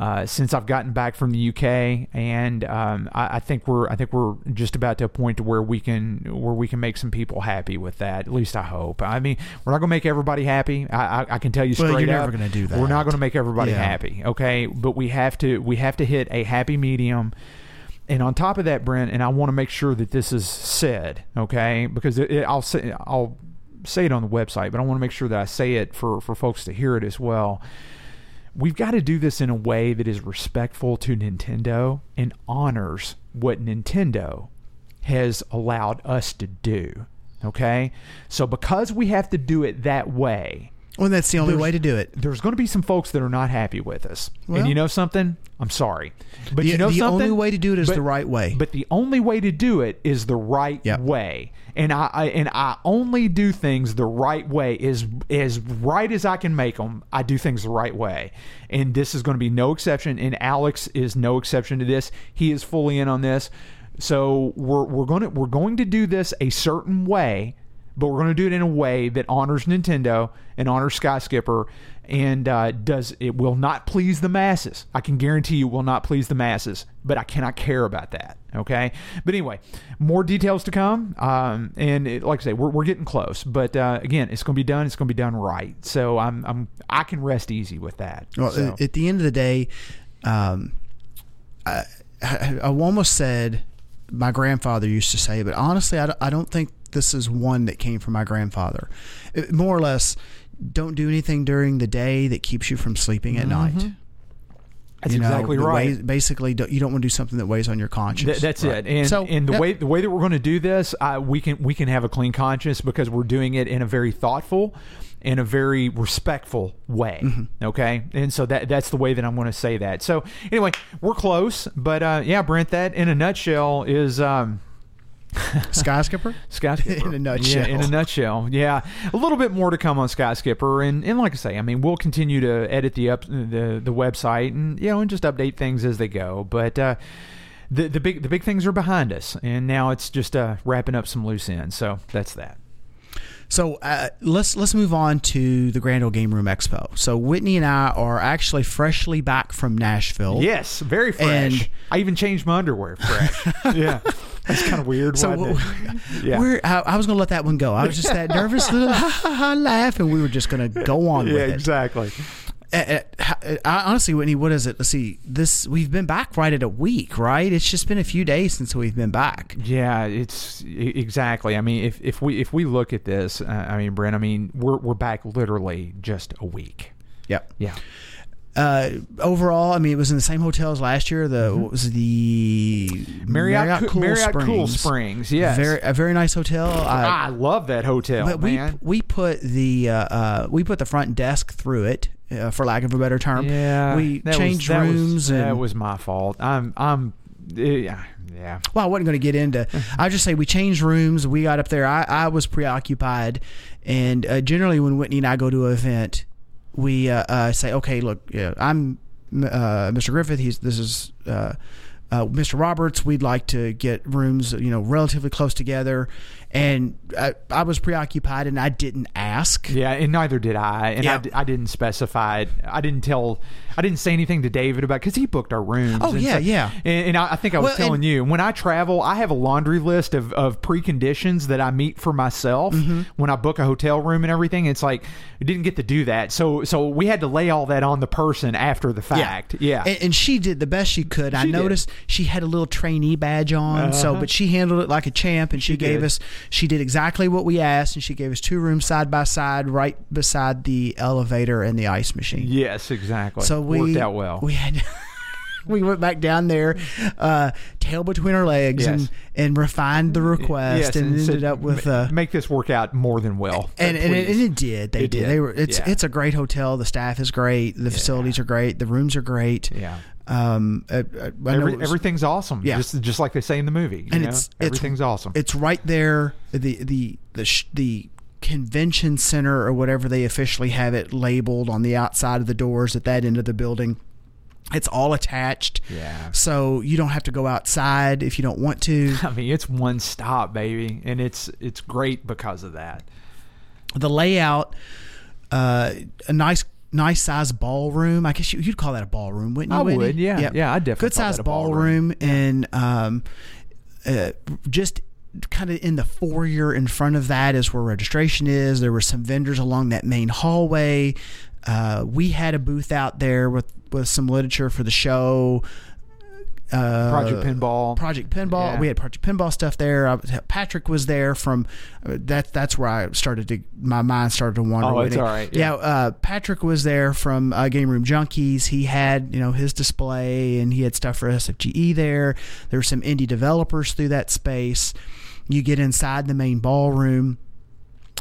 S3: uh, since I've gotten back from the UK, and um, I, I think we're I think we're just about to a point to where we can where we can make some people happy with that. At least I hope. I mean, we're not going to make everybody happy. I, I, I can tell you
S2: Well,
S3: straight
S2: you're
S3: up,
S2: never gonna do
S3: We're
S2: that.
S3: not going to make everybody
S2: Yeah.
S3: happy happy, okay but we have to we have to hit a happy medium and on top of that brent and i want to make sure that this is said okay because it, it, i'll say i'll say it on the website but i want to make sure that i say it for for folks to hear it as well we've got to do this in a way that is respectful to nintendo and honors what nintendo has allowed us to do okay so because we have to do it that way
S2: Well, that's the only
S3: There's-
S2: way to do it.
S3: there's going to be some folks that are not happy with us.
S2: Well-
S3: and you know something? I'm sorry. But
S2: The-
S3: you know
S2: the
S3: something?
S2: only way to do it is
S3: But-
S2: the right way.
S3: But the only way to do it is the right
S2: Yep.
S3: way. And I, I and I only do things the right way as as right as I can make them. I do things the right way. And this is going to be no exception and Alex is no exception to this. He is fully in on this. So we're we're going to we're going to do this a certain way but we're going to do it in a way that honors Nintendo and honors Sky Skipper, and uh, does it will not please the masses. I can guarantee you, it will not please the masses, but I cannot care about that. Okay, but anyway, more details to come, um, and it, like I say, we're, we're getting close. But uh, again, it's going to be done. It's going to be done right. So I'm, I'm I can rest easy with that.
S2: Well,
S3: So-
S2: at the end of the day, um, I, I almost said my grandfather used to say, but honestly, I, don't- I don't think this is one that came from my grandfather. It- more or less, don't do anything during the day that keeps you from sleeping at night.
S3: Mm-hmm. that's
S2: You know,
S3: exactly
S2: the
S3: right.
S2: way- basically, don't, you don't want to do something that weighs on your conscience.
S3: Th- that's
S2: Right.
S3: it. And,
S2: so,
S3: and the
S2: yeah,
S3: way the way that we're going to do this, uh, we can we can have a clean conscience because we're doing it in a very thoughtful, in a very respectful way.
S2: Mm-hmm.
S3: Okay, and so that that's the way that I'm going to say that. So anyway, we're close, but uh, yeah, Brent, that in a nutshell is. Um,
S2: skyscraper.
S3: Skyskipper.
S2: In a nutshell.
S3: Yeah, in a nutshell. Yeah. A little bit more to come on Skyskipper. And, and like I say, I mean, we'll continue to edit the up the, the website and, you know, and just update things as they go. But, uh, the, the big the big things are behind us, and now it's just uh, wrapping up some loose ends. So that's that.
S2: So uh, let's let's move on to the Grand Ole Game Room Expo. So Whitney and I are actually freshly back from Nashville.
S3: Yes, very fresh.
S2: And-
S3: I even changed my underwear fresh. yeah, that's kind of weird.
S2: So
S3: Why
S2: w-
S3: did- yeah.
S2: we're, I, I was going to let that one go. I was just that nervous little ha, ha, ha, laugh, and we were just going to go on
S3: yeah,
S2: with it.
S3: exactly.
S2: Eh, eh, I, honestly, Whitney, what is it? Let's see. This we've been back right at a week, right? It's just been a few days since we've been back.
S3: Yeah, it's e- exactly. I mean, if, if we if we look at this, uh, I mean, Brent, I mean, we're we're back literally just a week.
S2: Yep.
S3: Yeah,
S2: Uh, overall, I mean, it was in the same hotel as last year. The what was the
S3: Mm-hmm. Marriott Coo- Marriott Cool Springs, yes. Ah,
S2: very a very nice hotel. I-
S3: I love that hotel,
S2: but
S3: man.
S2: we we put the uh, uh, we put the front desk through it, uh, for lack of a better term.
S3: yeah,
S2: we
S3: that was-
S2: changed
S3: that was-
S2: rooms and
S3: that was my fault. I'm I'm yeah yeah.
S2: well, I wasn't going to get into. I just say we changed rooms. We got up there. I, I was preoccupied, and uh, generally when Whitney and I go to an event, we uh, uh, say, "Okay, look, yeah, I'm uh, Mr. Griffith. He's this is uh, uh, Mr. Roberts. We'd like to get rooms, you know, relatively close together." And I, I was preoccupied, and I didn't ask.
S3: Yeah, and neither did I. And
S2: Yeah.
S3: I, d- I didn't specify it. I didn't tell. I didn't say anything to David about because he booked our rooms.
S2: Oh,
S3: and
S2: yeah,
S3: so-
S2: yeah.
S3: And, and I, I think I was
S2: Well,
S3: telling
S2: and-
S3: you when I travel, I have a laundry list of, of preconditions that I meet for myself
S2: Mm-hmm.
S3: when I book a hotel room and everything. It's like I didn't get to do that, so so we had to lay all that on the person after the fact. Yeah,
S2: And, and she did the best she could. I
S3: She did. Uh-huh.
S2: noticed she had a little trainee badge on, so but she handled it like a champ, and she, gave
S3: did.
S2: us she did exactly what we asked, and she gave us two rooms side by side, right beside the elevator and the ice machine.
S3: yes, exactly.
S2: So we
S3: worked out well.
S2: We had. We went back down there, uh, tail between our legs, and,
S3: Yes.
S2: and refined the request,
S3: Yes,
S2: and,
S3: said,
S2: ended up with
S3: "Ma-
S2: uh,
S3: make this work out more than well,
S2: and, and, it,
S3: please."
S2: and it did. They did.
S3: It did.
S2: They were. It's
S3: Yeah.
S2: it's a great hotel. The staff is great. The facilities are great. The rooms are great.
S3: Yeah.
S2: Um. I, I- I know
S3: Every,
S2: it was-
S3: everything's awesome.
S2: Yeah.
S3: Just, just like they say in the movie. you
S2: and
S3: know?
S2: it's it's-
S3: everything's awesome.
S2: It's right there. The the the sh- the convention center or whatever they officially have it labeled on the outside of the doors at that end of the building. It's all attached.
S3: Yeah.
S2: So you don't have to go outside if you don't want to.
S3: I mean, it's one stop, baby, and it's it's great because of that.
S2: the layout, uh, a nice nice size ballroom. I guess you, you'd call that a ballroom, wouldn't you?
S3: I
S2: Whitney?
S3: would, yeah. Yeah, I'd definitely
S2: Good
S3: call
S2: size
S3: that a
S2: ballroom,
S3: ballroom.
S2: and um, uh, just kind of in the foyer in front of that is where registration is. There were some vendors along that main hallway. Uh, we had a booth out there with with some literature for the show. Uh,
S3: Project Pinball.
S2: Project Pinball.
S3: Yeah.
S2: We had Project Pinball stuff there. I was, Patrick was there from uh, that. That's where I started to my mind started to wander.
S3: Oh, it's
S2: Whitney.
S3: all right,
S2: Yeah,
S3: yeah.
S2: uh, Patrick was there from uh, Game Room Junkies. He had you know his display and he had stuff for SFGE E there. There were some indie developers through that space. You get inside the main ballroom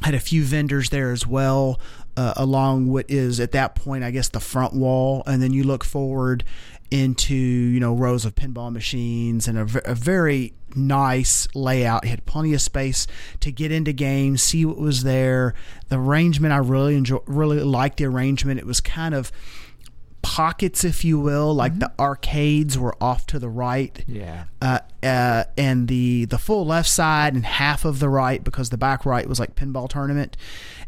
S2: had a few vendors there as well, uh, along what is at that point, I guess, the front wall, and then you look forward into you know rows of pinball machines and a, ve- a very nice layout. It had plenty of space to get into games, see what was there. The arrangement, I really enjoy, really liked the arrangement. It was kind of pockets, if you will, like the arcades were off to the right.
S3: Yeah.
S2: Uh, uh, and the the full left side and half of the right because the back right was like pinball tournament,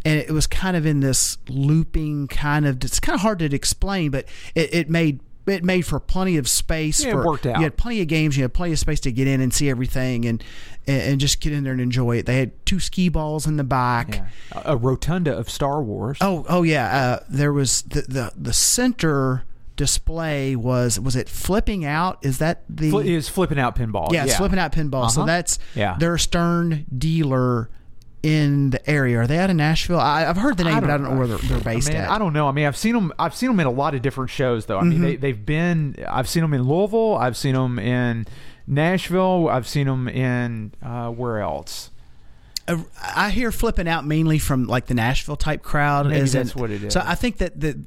S2: and it was kind of in this looping kind of. It's kind of hard to explain, but it, it made it made for plenty of space.
S3: Yeah, it
S2: for,
S3: worked out.
S2: You had plenty of games. You had plenty of space to get in and see everything, and and, and just get in there and enjoy it. They had two skee balls in the back.
S3: yeah. A, a rotunda of Star Wars.
S2: Oh, oh yeah. Uh, there was the, the the center display was was it flipping out? Is that the
S3: Fli- is flipping out pinball.
S2: yeah, it's flipping out pinball? So
S3: Uh-huh.
S2: that's
S3: Yeah.
S2: their Stern dealer in the area. Are they out of Nashville? I, I've heard the name, but I don't know where they're, they're based
S3: I mean,
S2: at.
S3: I don't know. I mean, I've seen them. I've seen them in a lot of different shows, though. I mean, they, they've been. I've seen them in Louisville. I've seen them in Nashville. I've seen them in uh, where else?
S2: Uh, I hear flipping out mainly from like the Nashville type crowd.
S3: Maybe
S2: as in-
S3: that's what it
S2: So
S3: is.
S2: I think that that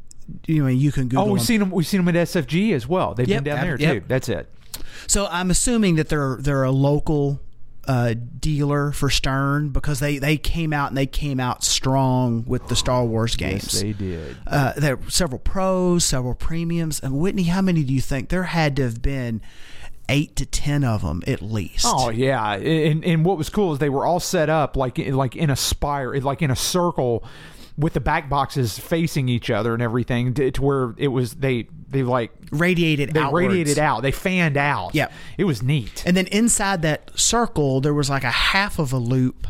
S2: you know you can Google.
S3: Oh, we've
S2: them.
S3: seen them. We've seen them at SFG as well. They've
S2: Yep,
S3: been down
S2: ab-
S3: there
S2: yep.
S3: too. That's it.
S2: So I'm assuming that they're they're a local uh, dealer for Stern because they they came out and they came out strong with the Star Wars games.
S3: Yes, they did.
S2: uh, there were several pros, several premiums, and Whitney, how many do you think there had to have been? Eight to ten of them at least.
S3: Oh yeah, and and what was cool is they were all set up like like in a spire, like in a circle, with the back boxes facing each other and everything, to, to where it was they they like
S2: radiated
S3: they
S2: out.
S3: radiated out, they fanned out.
S2: Yep.
S3: it was neat.
S2: And then inside that circle, there was like a half of a loop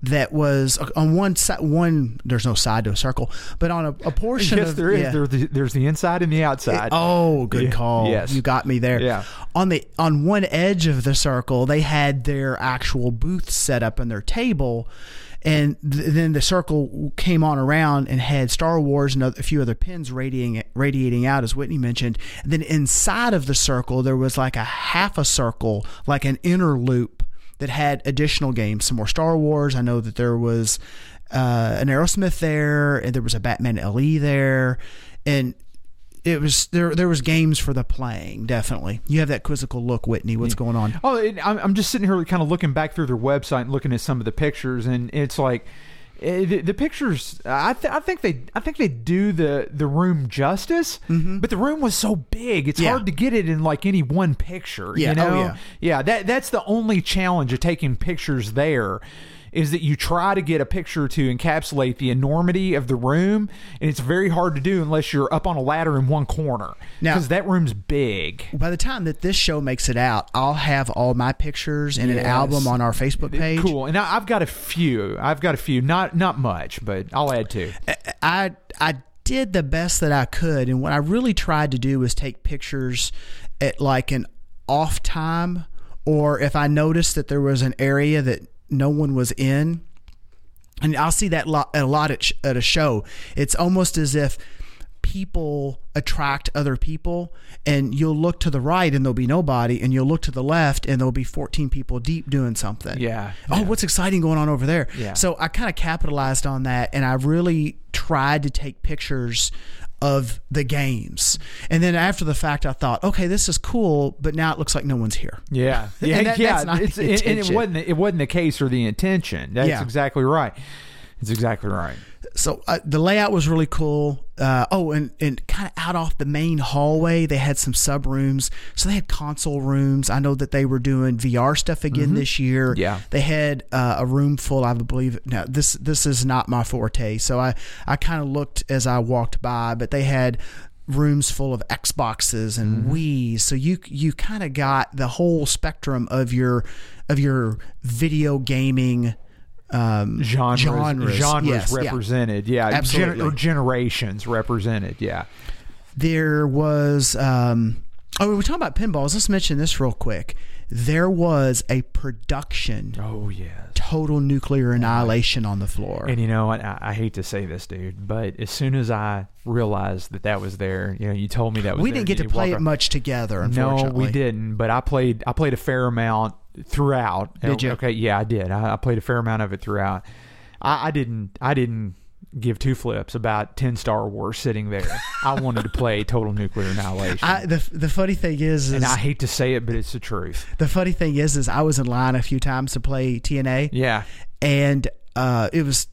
S2: that was uh, on one side. One there's no side to a circle, but on a, a portion
S3: yes,
S2: of
S3: there is.
S2: yeah.
S3: There- there's the inside and the outside.
S2: Oh, good
S3: Yeah,
S2: call.
S3: yes.
S2: You got me there.
S3: Yeah.
S2: On the on one edge of the circle, they had their actual booth set up and their table. And th- then the circle came on around and had Star Wars and a few other pins radiating radiating out, as Whitney mentioned. And then inside of the circle, there was like a half a circle, like an inner loop that had additional games, some more Star Wars. I know that there was uh, an Aerosmith there, and there was a Batman LE there, and it was there. There was games for the playing. Definitely, you have that quizzical look, Whitney. What's going on?
S3: Oh, it, I'm, I'm just sitting here kind of looking back through their website and looking at some of the pictures, and it's like eh, the, the pictures. I, th- I think they, I think they do the the room justice, but the room was so big, it's
S2: Mm-hmm. Yeah.
S3: hard to get it in like any one picture.
S2: Yeah, oh,
S3: you know?
S2: yeah.
S3: yeah. That that's the only challenge of taking pictures there. Is that you try to get a picture to encapsulate the enormity of the room, and it's very hard to do unless you're up on a ladder in one corner
S2: Now-
S3: because that room's big.
S2: By the time that this show makes it out, I'll have all my pictures in an
S3: Yes.
S2: album on our Facebook page.
S3: Cool. And I, I've got a few. I've got a few. Not not much, but I'll add two.
S2: I I did the best that I could, and what I really tried to do was take pictures at like an off time, or if I noticed that there was an area that no one was in, and I'll see that lot a lot at, sh- at a show. It's almost as if people attract other people and you'll look to the right and there'll be nobody and you'll look to the left and there'll be 14 people deep doing something
S3: Yeah,
S2: oh
S3: yeah.
S2: what's exciting going on over there
S3: Yeah.
S2: so I kind of capitalized on that and I really tried to take pictures of the games. And then after the fact, I thought, okay, this is cool, but now it looks like no one's here.
S3: Yeah, yeah,
S2: And that-
S3: yeah.
S2: that's not
S3: it's,
S2: the
S3: and- and it
S2: intention.
S3: wasn't it wasn't the case or the intention. That's
S2: Yeah.
S3: exactly right. That's exactly right.
S2: So uh, the layout was really cool. Uh, oh, and, and kind of out off the main hallway, they had some sub rooms. So they had console rooms. I know that they were doing VR stuff again this year.
S3: Yeah.
S2: they had uh, a room full. I believe no, this this is not my forte. So I I kind of looked as I walked by, but they had rooms full of Xboxes and Wii's. So you you kind of got the whole spectrum of your of your video gaming. Um,
S3: Genres,
S2: Genres, yes, yeah.
S3: represented. Yeah,
S2: Absolutely.
S3: or generations represented. Yeah,
S2: there was um oh we were talking about pinballs let's mention this real quick there was a production
S3: oh yes.
S2: total nuclear annihilation on the floor
S3: And you know what? I, I hate to say this, dude, but as soon as I realized that that was there, you know, you told me that was
S2: we
S3: there,
S2: didn't get
S3: you
S2: to play
S3: walked
S2: it
S3: up-
S2: much together
S3: No,
S2: unfortunately
S3: we didn't. But I played. I played a fair amount throughout.
S2: Did you?
S3: Okay, yeah, I did. I, I played a fair amount of it throughout. I, I didn't. I didn't give two flips about ten Star Wars sitting there. I wanted to play Total Nuclear Annihilation.
S2: I, the, the funny thing is, is
S3: and I hate to say it, but it's the truth.
S2: the funny thing is is I was in line a few times to play TNA
S3: Yeah.
S2: and uh, it was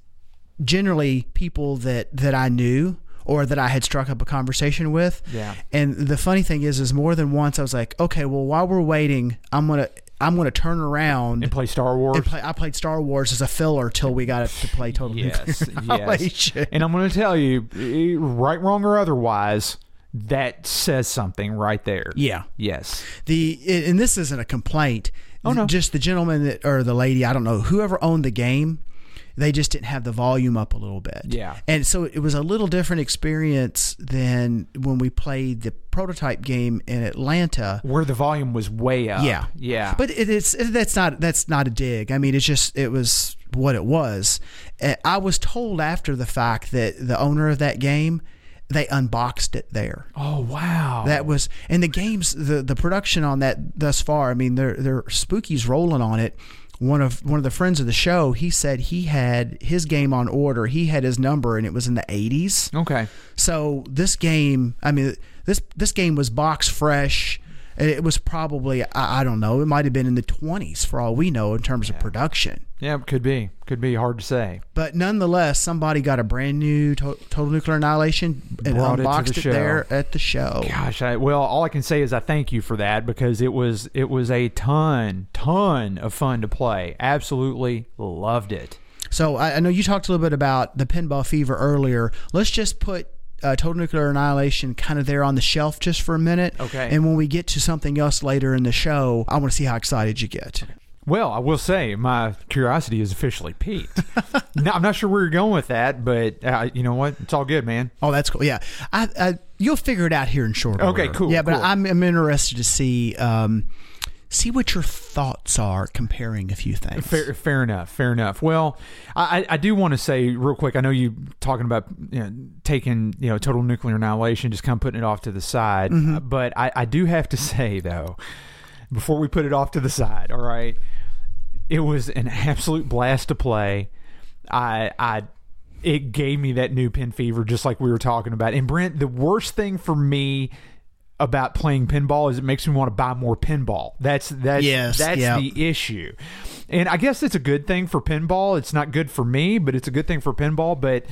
S2: generally people that that I knew or that I had struck up a conversation with.
S3: Yeah.
S2: And the funny thing is, is more than once I was like, okay, well, while we're waiting, I'm gonna I'm gonna turn around
S3: and play Star Wars.
S2: and play. I played Star Wars as a filler till we got it to play Total
S3: yes,
S2: Nuclear
S3: yes.
S2: Annihilation.
S3: And I'm going to tell you, eh, right, wrong, or otherwise, that says something right there.
S2: Yeah.
S3: Yes.
S2: the and this isn't a complaint.
S3: Oh, no.
S2: Just the gentleman that, or the lady, I don't know, whoever owned the game, they just didn't have the volume up a little bit.
S3: Yeah.
S2: And so it was a little different experience than when we played the prototype game in Atlanta.
S3: Where the volume was way up.
S2: Yeah.
S3: Uh, Yeah.
S2: But it, it's it- that's not that's not a dig. I mean, it's just it was what it was. Uh, I was told after the fact that the owner of that game, they unboxed it there.
S3: oh wow.
S2: That was and the games the the production on that thus far. I mean, they're they're spookies rolling on it. One of one of the friends of the show, he said he had his game on order. He had his number, and it was in the eighties.
S3: okay.
S2: So this game, I mean, this this game was box fresh. and It was probably I, I don't know. It might have been in the twenties for all we know in terms of production.
S3: Yeah, could be. Could be hard to say.
S2: But nonetheless, somebody got a brand new to- Total Nuclear Annihilation and
S3: Brought it to
S2: unboxed
S3: the
S2: it,
S3: show.
S2: there at the show.
S3: Gosh, I, well, all I can say is I thank you for that because it was it was a ton ton of fun to play. Absolutely loved it.
S2: So I, I know you talked a little bit about the pinball fever earlier. Let's just put uh, total nuclear annihilation kind of there on the shelf just for a minute.
S3: Okay.
S2: And when we get to something else later in the show, I want to see how excited you get.
S3: Well, I will say my curiosity is officially piqued. no, I'm not sure where you're going with that, but uh, you know what? It's all good, man.
S2: Oh, that's cool. Yeah, I, I you'll figure it out here in short.
S3: Okay,
S2: order.
S3: cool,
S2: Yeah, but
S3: cool.
S2: I'm, I'm interested to see um, see what your thoughts are comparing a few things.
S3: Fair, fair enough. Fair enough. Well, I, I- I do want to say real quick. I know you talking about you know, taking you know total nuclear annihilation, just kind of putting it off to the side.
S2: Mm-hmm.
S3: Uh, But I, I do have to say though, before we put it off to the side, all right, it was an absolute blast to play. I I it gave me that new pin fever, just like we were talking about. And Brent, the worst thing for me about playing pinball is it makes me want to buy more pinball. That's that's
S2: Yes,
S3: that's
S2: yeah.
S3: the issue. And I guess it's a good thing for pinball. It's not good for me, but it's a good thing for pinball. But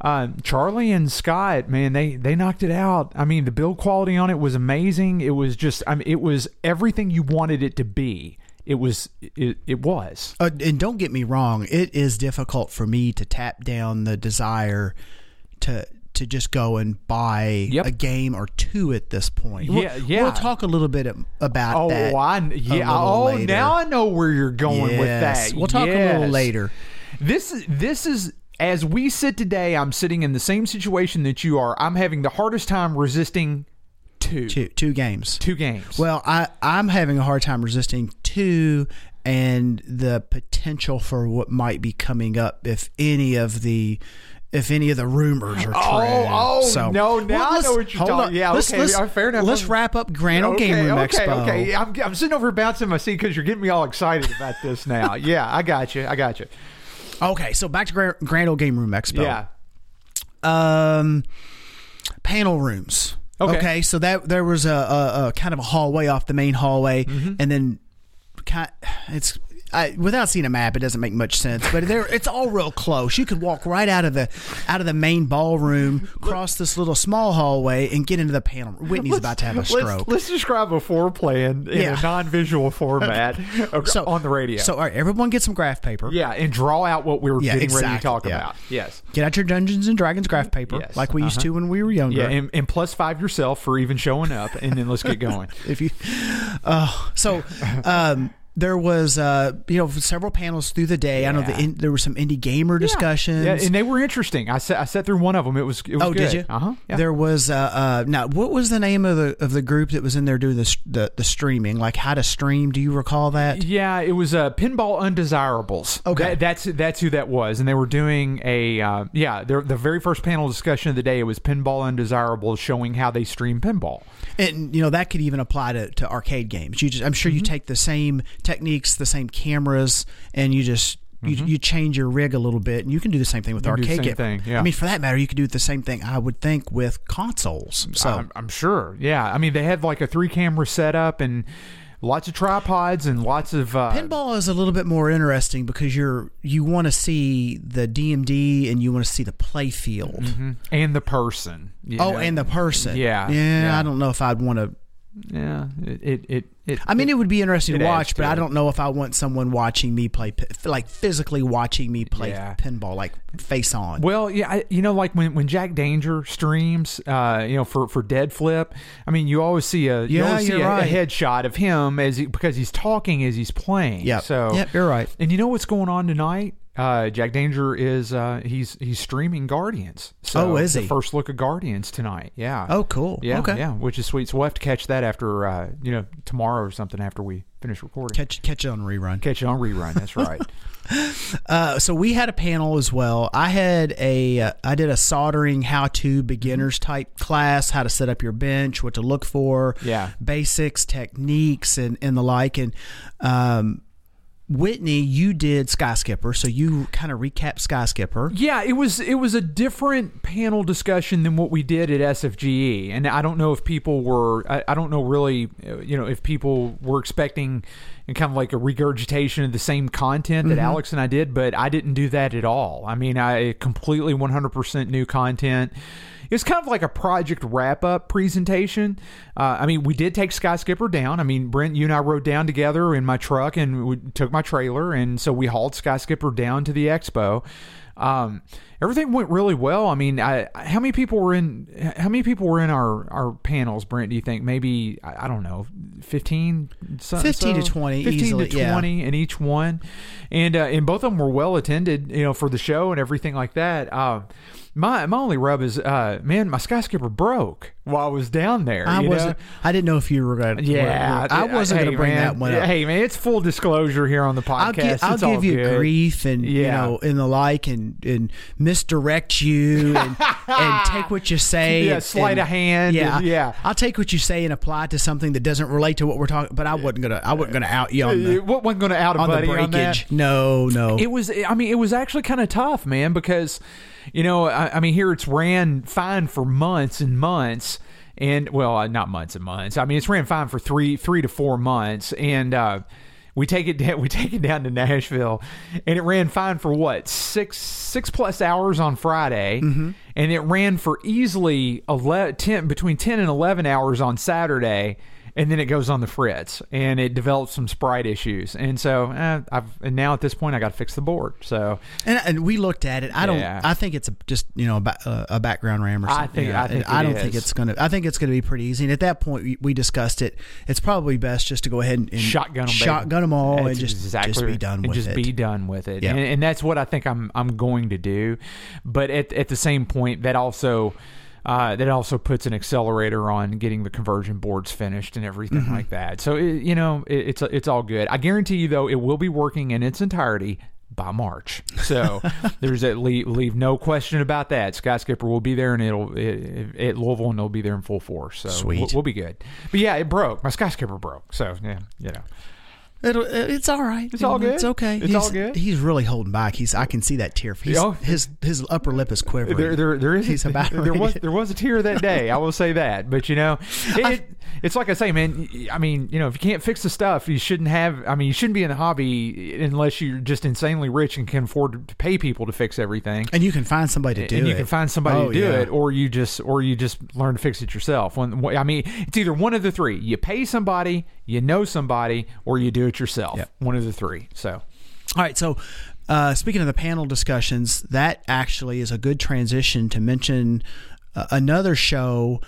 S3: uh, Charlie and Scott, man, they they knocked it out. I mean, the build quality on it was amazing. It was just, I mean, it was everything you wanted it to be. It was, it, it was.
S2: Uh, and don't get me wrong, it is difficult for me to tap down the desire to to just go and buy
S3: Yep.
S2: a game or two at this point.
S3: Yeah,
S2: we'll,
S3: yeah.
S2: We'll talk a little bit ab- about
S3: Oh,
S2: that.
S3: I
S2: a
S3: yeah.
S2: little
S3: Oh,
S2: later.
S3: now I know where you're going with
S2: Yes.
S3: that.
S2: We'll talk a little
S3: Yes.
S2: later.
S3: This is this is as we sit today. I'm sitting in the same situation that you are. I'm having the hardest time resisting two two
S2: Two two games.
S3: games.
S2: Well, I I'm having a hard time resisting two and the potential for what might be coming up if any of the if any of the rumors are true.
S3: oh,
S2: so,
S3: no, now I
S2: let's-
S3: know what you're
S2: hold
S3: talking-
S2: on.
S3: yeah,
S2: let's,
S3: okay,
S2: let's,
S3: all right, fair enough.
S2: Let's
S3: I'm-
S2: wrapping up Grand Old Game Room
S3: okay,
S2: Expo.
S3: Okay, I'm, I'm sitting over here bouncing my seat because you're getting me all excited about this now. yeah, I got you. I got you.
S2: Okay, so back to Grand, Grand Old Game Room Expo.
S3: Yeah.
S2: Um, panel rooms.
S3: Okay.
S2: so that there was a, a, a kind of a hallway off the main hallway,
S3: Mm-hmm.
S2: and then kind it's. I, without seeing a map, it doesn't make much sense. But there, it's all real close. You could walk right out of the out of the main ballroom, cross this little small hallway, and get into the panel. room. Whitney's
S3: Let's-
S2: about to have a
S3: let's-
S2: stroke.
S3: Let's, describe a floor plan in
S2: Yeah.
S3: a non-visual format
S2: so
S3: on the radio.
S2: So all right, everyone get some graph paper.
S3: yeah, and draw out what we were
S2: Yeah,
S3: getting ready to
S2: exactly,
S3: talk
S2: yeah.
S3: about. Yes.
S2: Get out your Dungeons and Dragons graph paper,
S3: Yes,
S2: like we used
S3: uh-huh.
S2: to when we were younger.
S3: Yeah, and, and plus five yourself for even showing up, and then let's get going.
S2: if you uh, so um there was uh you know several panels through the day i know the
S3: Yeah.
S2: in, there were some indie gamer discussions
S3: Yeah, and they were interesting. I sat, I sat through one of them. It was, it was
S2: Oh,
S3: good.
S2: did you?
S3: Uh huh. Yeah.
S2: There was uh, uh now what was the name of the of the group that was in there doing the the, the streaming? Like how to stream? Do you recall that?
S3: Yeah, it was uh, Pinball Undesirables.
S2: Okay.
S3: That- that's that's who that was, and they were doing a uh, yeah. Their, the very first panel discussion of the day was Pinball Undesirables, showing how they stream pinball.
S2: And you know that could even apply to, to arcade games. You just I'm sure you
S3: Mm-hmm.
S2: take the same techniques, the same cameras, and you just. You, you change your rig a little bit, and you can do the same thing with
S3: Mm-hmm. You can do the
S2: arcade
S3: same
S2: game.
S3: thing, yeah.
S2: I mean, for that matter, you could do the same thing. I would think with consoles. So
S3: I'm, I'm sure. Yeah, I mean they had like a three camera setup and. lots of tripods and lots of uh,
S2: Pinball is a little bit more interesting because you're you want to see the DMD and you want to see the play field.
S3: and the person. you
S2: Oh,
S3: know.
S2: and the person.
S3: Mm-hmm. Yeah,
S2: yeah.
S3: yeah.
S2: I don't know if I'd want to.
S3: yeah, it it it. it
S2: I mean, it would be interesting
S3: It
S2: to
S3: adds
S2: watch, but
S3: to
S2: I
S3: it.
S2: don't know if I want someone watching me play, pi- like physically watching me play
S3: Yeah.
S2: pinball, like face on.
S3: Well, yeah, I, you know, like when, when Jack Danger streams, uh, you know, for, for Dead Flip, I mean, you always see a you
S2: Yeah,
S3: always see
S2: you're
S3: a,
S2: right.
S3: a headshot of him as he, because he's talking as he's playing.
S2: Yep.
S3: So
S2: Yep, you're right.
S3: And you know what's going on tonight? Uh, Jack Danger is uh, he's he's streaming Guardians. So
S2: Oh, is
S3: the
S2: he?
S3: First look of Guardians tonight. Yeah.
S2: Oh, cool.
S3: Yeah.
S2: Okay.
S3: Yeah, which is sweet. So we'll have to catch that after uh, you know tomorrow or something after we finish recording.
S2: Catch catch it on rerun.
S3: catch it on rerun. That's right.
S2: Uh, so we had a panel as well. I had a uh, I did a soldering how to
S3: Mm-hmm.
S2: beginners type class, how to set up your bench, what to look for,
S3: Yeah.
S2: basics, techniques, and and the like. And um, Whitney, you did Sky Skipper, so you kind of recap Sky Skipper.
S3: Yeah, it was it was a different panel discussion than what we did at SFGE, E. and I don't know if people were I, I don't know really uh, you know if people were expecting and kind of like a regurgitation of the same content that Alex and I did, but I didn't do that at all. I mean, I completely 100% new content. It was kind of like a project wrap up presentation. Uh, I mean, we did take Sky Skipper down. I mean, Brent, you and I rode down together in my truck and we took my trailer, and so we hauled Sky Skipper down to the expo. Um, everything went really well. I mean, I, I- how many people were in? h- How many people were in our, our panels, Brent? Do you think maybe I, I don't know, fifteen,
S2: 15 to 20
S3: fifteen
S2: easily,
S3: to
S2: yeah.
S3: twenty in each one, and uh, and both of them were well attended, you know, for the show and everything like that. Uh, my my only rub is, uh, man, my skyscraper broke while I was down there.
S2: I
S3: you know?
S2: wasn't. I didn't know if you were going.
S3: Yeah,
S2: I wasn't
S3: hey,
S2: going to bring
S3: man.
S2: that one up.
S3: Hey man, it's full disclosure here on the podcast.
S2: I'll, give, I'll
S3: It's all
S2: give you
S3: good.
S2: grief and you
S3: Yeah.
S2: know and the like and and misdirect you and, and take what you say
S3: Yeah,
S2: and-
S3: sleight
S2: and-
S3: of hand
S2: yeah
S3: and- yeah.
S2: I'll take what you say and apply it to something that doesn't relate to what we're talking but I wasn't gonna I wasn't gonna out you on the,
S3: what wasn't going to out a
S2: on the
S3: buddy on that?
S2: breakage no no
S3: It was. I mean, it was actually kind of tough, man, because you know, I, I mean, here it's ran fine for months and months, and well, uh, not months and months. I mean, it's ran fine for three, three to four months, and uh, we take it down. We take it down to Nashville, and it ran fine for what six, six plus hours on Friday, and it ran for easily 11, 10, between ten and eleven hours on Saturday and then it goes on the fritz and it develops some sprite issues and so eh, i've and now at this point i got to fix the board so
S2: and, and we looked at it I don't
S3: Yeah.
S2: I think it's a, just you know a, ba- uh, a background ram or
S3: I
S2: something
S3: think-
S2: you know,
S3: I think
S2: and I
S3: it
S2: don't think
S3: is.
S2: it's gonna I think it's gonna be pretty easy and at that point we, we discussed it it's probably best just to go ahead and, and
S3: shotgun them
S2: shotgun them all and just just be done with
S3: just
S2: it
S3: be done with it
S2: Yeah.
S3: and, and that's what i think i'm i'm going to do but at, at the same point that also uh, that also puts an accelerator on getting the conversion boards finished and everything
S2: Mm-hmm.
S3: like that. So it, you know it, it's it's all good. I guarantee you though, it will be working in its entirety by March. So there's at leave, leave no question about that. Skyscraper will be there and it'll it, it, at Louisville and it'll be there in full force. So
S2: Sweet.
S3: we'll, we'll be good. But yeah, it broke. My skyscraper broke. So yeah, you know.
S2: It'll, uh, it's all right.
S3: It's all good.
S2: It's okay.
S3: It's
S2: he's,
S3: all good.
S2: He's really holding back. He's. I can see that tear. He's,
S3: Yeah.
S2: His his upper lip is quivering.
S3: There, there, there is
S2: He's about
S3: there
S2: ready
S3: was
S2: to-
S3: there was a tear that day. I will say that, but you know, it, it, it's like I say, man. I mean, you know, if you can't fix the stuff, you shouldn't have. I mean, you shouldn't be in the hobby unless you're just insanely rich and can afford to pay people to fix everything.
S2: and you can find somebody to do
S3: and
S2: it.
S3: you can find somebody
S2: Oh,
S3: to do
S2: yeah.
S3: it, or you just or you just learn to fix it yourself. One, I mean, it's either one of the three: you pay somebody, you know somebody, or you do it yourself.
S2: Yep.
S3: One of the three. So
S2: All right. So, uh, speaking of the panel discussions, that actually is a good transition to mention uh, another show,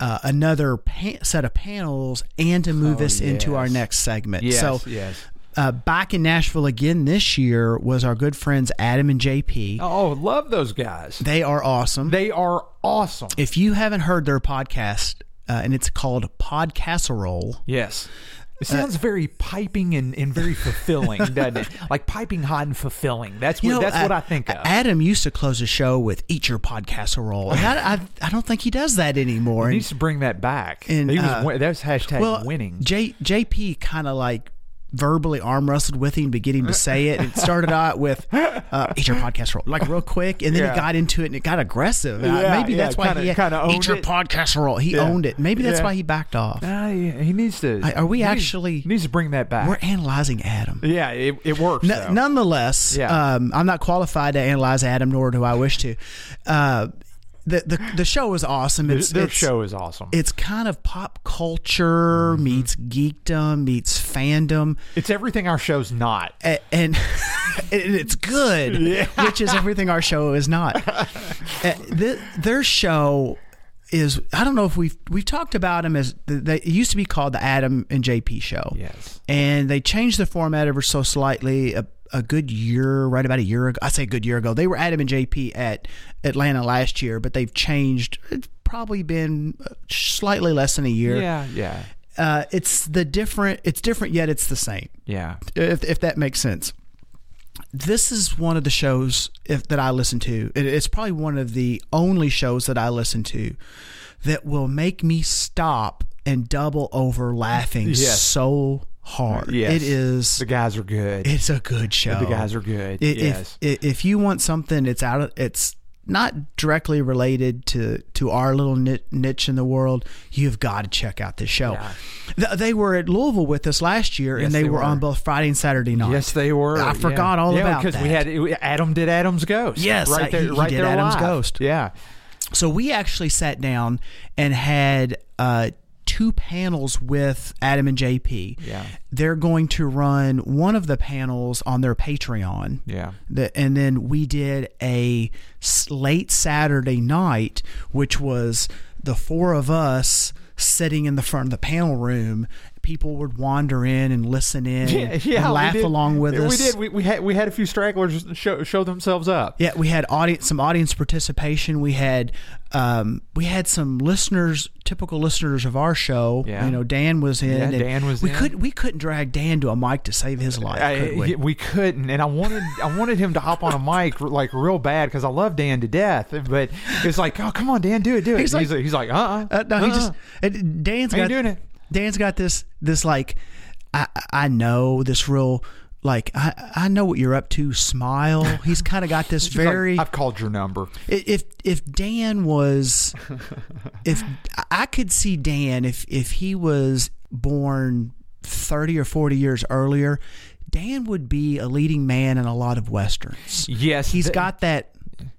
S2: uh, another pa- set of panels, and to move us into our
S3: Oh, yes.
S2: next segment.
S3: yes,
S2: so,
S3: yes.
S2: uh, back in Nashville again this year was our good friends Adam and JP.
S3: Oh, love those guys.
S2: They are awesome.
S3: They are awesome.
S2: if you haven't heard their podcast, uh, and it's called Podcasserole.
S3: Yes. It sounds very piping and, and very fulfilling, doesn't it? Like piping hot and fulfilling. That's what, that's what I think of.
S2: uh, Adam used to close a show with "Eat your podcasserole," and I, I, I don't think he does that anymore.
S3: he
S2: And,
S3: needs to bring that back.
S2: and,
S3: he was
S2: uh,
S3: win- that was hashtag
S2: well,
S3: winning.
S2: J, JP kind of like verbally arm wrestled with him to get him to say it. It started out with uh, "Eat your podcast roll," like real quick, and then
S3: Yeah.
S2: he got into it and it got aggressive. And I-
S3: Yeah,
S2: Maybe
S3: yeah,
S2: that's why
S3: kinda-
S2: he
S3: kinda owned
S2: "Eat your
S3: it."
S2: podcast roll." He
S3: Yeah.
S2: owned it. Maybe that's
S3: Yeah.
S2: why he backed off.
S3: Ah, yeah, he needs to.
S2: I- are we
S3: he needs-
S2: actually-
S3: he needs to bring that back?
S2: We're analyzing Adam.
S3: yeah, it, it works.
S2: N-
S3: though.
S2: nonetheless,
S3: Yeah.
S2: um, I'm not qualified to analyze Adam, nor do I wish to. Uh, the, the the show is awesome.
S3: Their-
S2: It's,
S3: their
S2: it's-
S3: show is awesome.
S2: It's kind of pop culture meets geekdom meets fandom,
S3: it's everything our show's not.
S2: a- and, and it's good, which is everything our show is not. Uh, th- their show is I don't know if we've we've talked about them as the, they it used to be called the Adam and JP show.
S3: Yes.
S2: and they changed the format ever so slightly. A, a good year, right about a year ago, I say a good year ago. They were Adam and JP at Atlanta last year, but they've changed. It's probably been uh, slightly less than a year.
S3: Yeah, yeah,
S2: Uh, it's the different. It's different, yet it's the same.
S3: yeah.
S2: If if that makes sense. This is one of the shows if, that I listen to. It, it's probably one of the only shows that I listen to that will make me stop and double over laughing
S3: Yes.
S2: so hard.
S3: Yes.
S2: It is.
S3: The guys are good.
S2: It's a good show.
S3: the guys are good.
S2: I- If,
S3: yes.
S2: if if you want something, it's out. Of, it's not directly related to to our little ni- niche in the world. You've got to check out this show.
S3: Yeah.
S2: Th- they were at Louisville with us last year,
S3: Yes,
S2: and they,
S3: they
S2: were, on
S3: were.
S2: both Friday and Saturday night.
S3: Yes, they were.
S2: I forgot all about
S3: because we
S2: that.
S3: had Adam did Adam's Ghost.
S2: Yes, I-
S3: right there,
S2: he- he
S3: right
S2: did
S3: there
S2: Adam's
S3: live.
S2: Ghost.
S3: Yeah,
S2: So we actually sat down and had uh, two panels with Adam and JP.
S3: Yeah.
S2: They're going to run one of the panels on their Patreon.
S3: yeah.
S2: The, and then we did a s- late Saturday night, which was the four of us sitting in the front of the panel room. People would wander in and listen in
S3: Yeah, yeah,
S2: and
S3: we
S2: laugh
S3: did.
S2: along with
S3: we
S2: us.
S3: did. We, we had we had a few stragglers show, show themselves up.
S2: Yeah, we had audience some audience participation. We had um, we had some listeners, typical listeners of our show.
S3: Yeah.
S2: You know, Dan was in.
S3: Yeah,
S2: and
S3: Dan was
S2: We
S3: in. Uh,
S2: could we couldn't drag Dan to a mic to save his life.
S3: I-
S2: could we?
S3: yeah, we couldn't, and I wanted I wanted him to hop on a mic like real bad because I love Dan to death. But it's like, oh come on, Dan, do it, do it.
S2: He's
S3: He's
S2: like-
S3: like, he's like, uh, uh
S2: Uh, no, he just and Dan's
S3: How you
S2: got
S3: doing it?
S2: Dan's got this this like I I know this real like I I know what you're up to smile. He's kind of got this very
S3: I've called your number.
S2: if if Dan was if I could see Dan if if he was born 30 or 40 years earlier, Dan would be a leading man in a lot of westerns.
S3: Yes,
S2: He's
S3: th-
S2: got that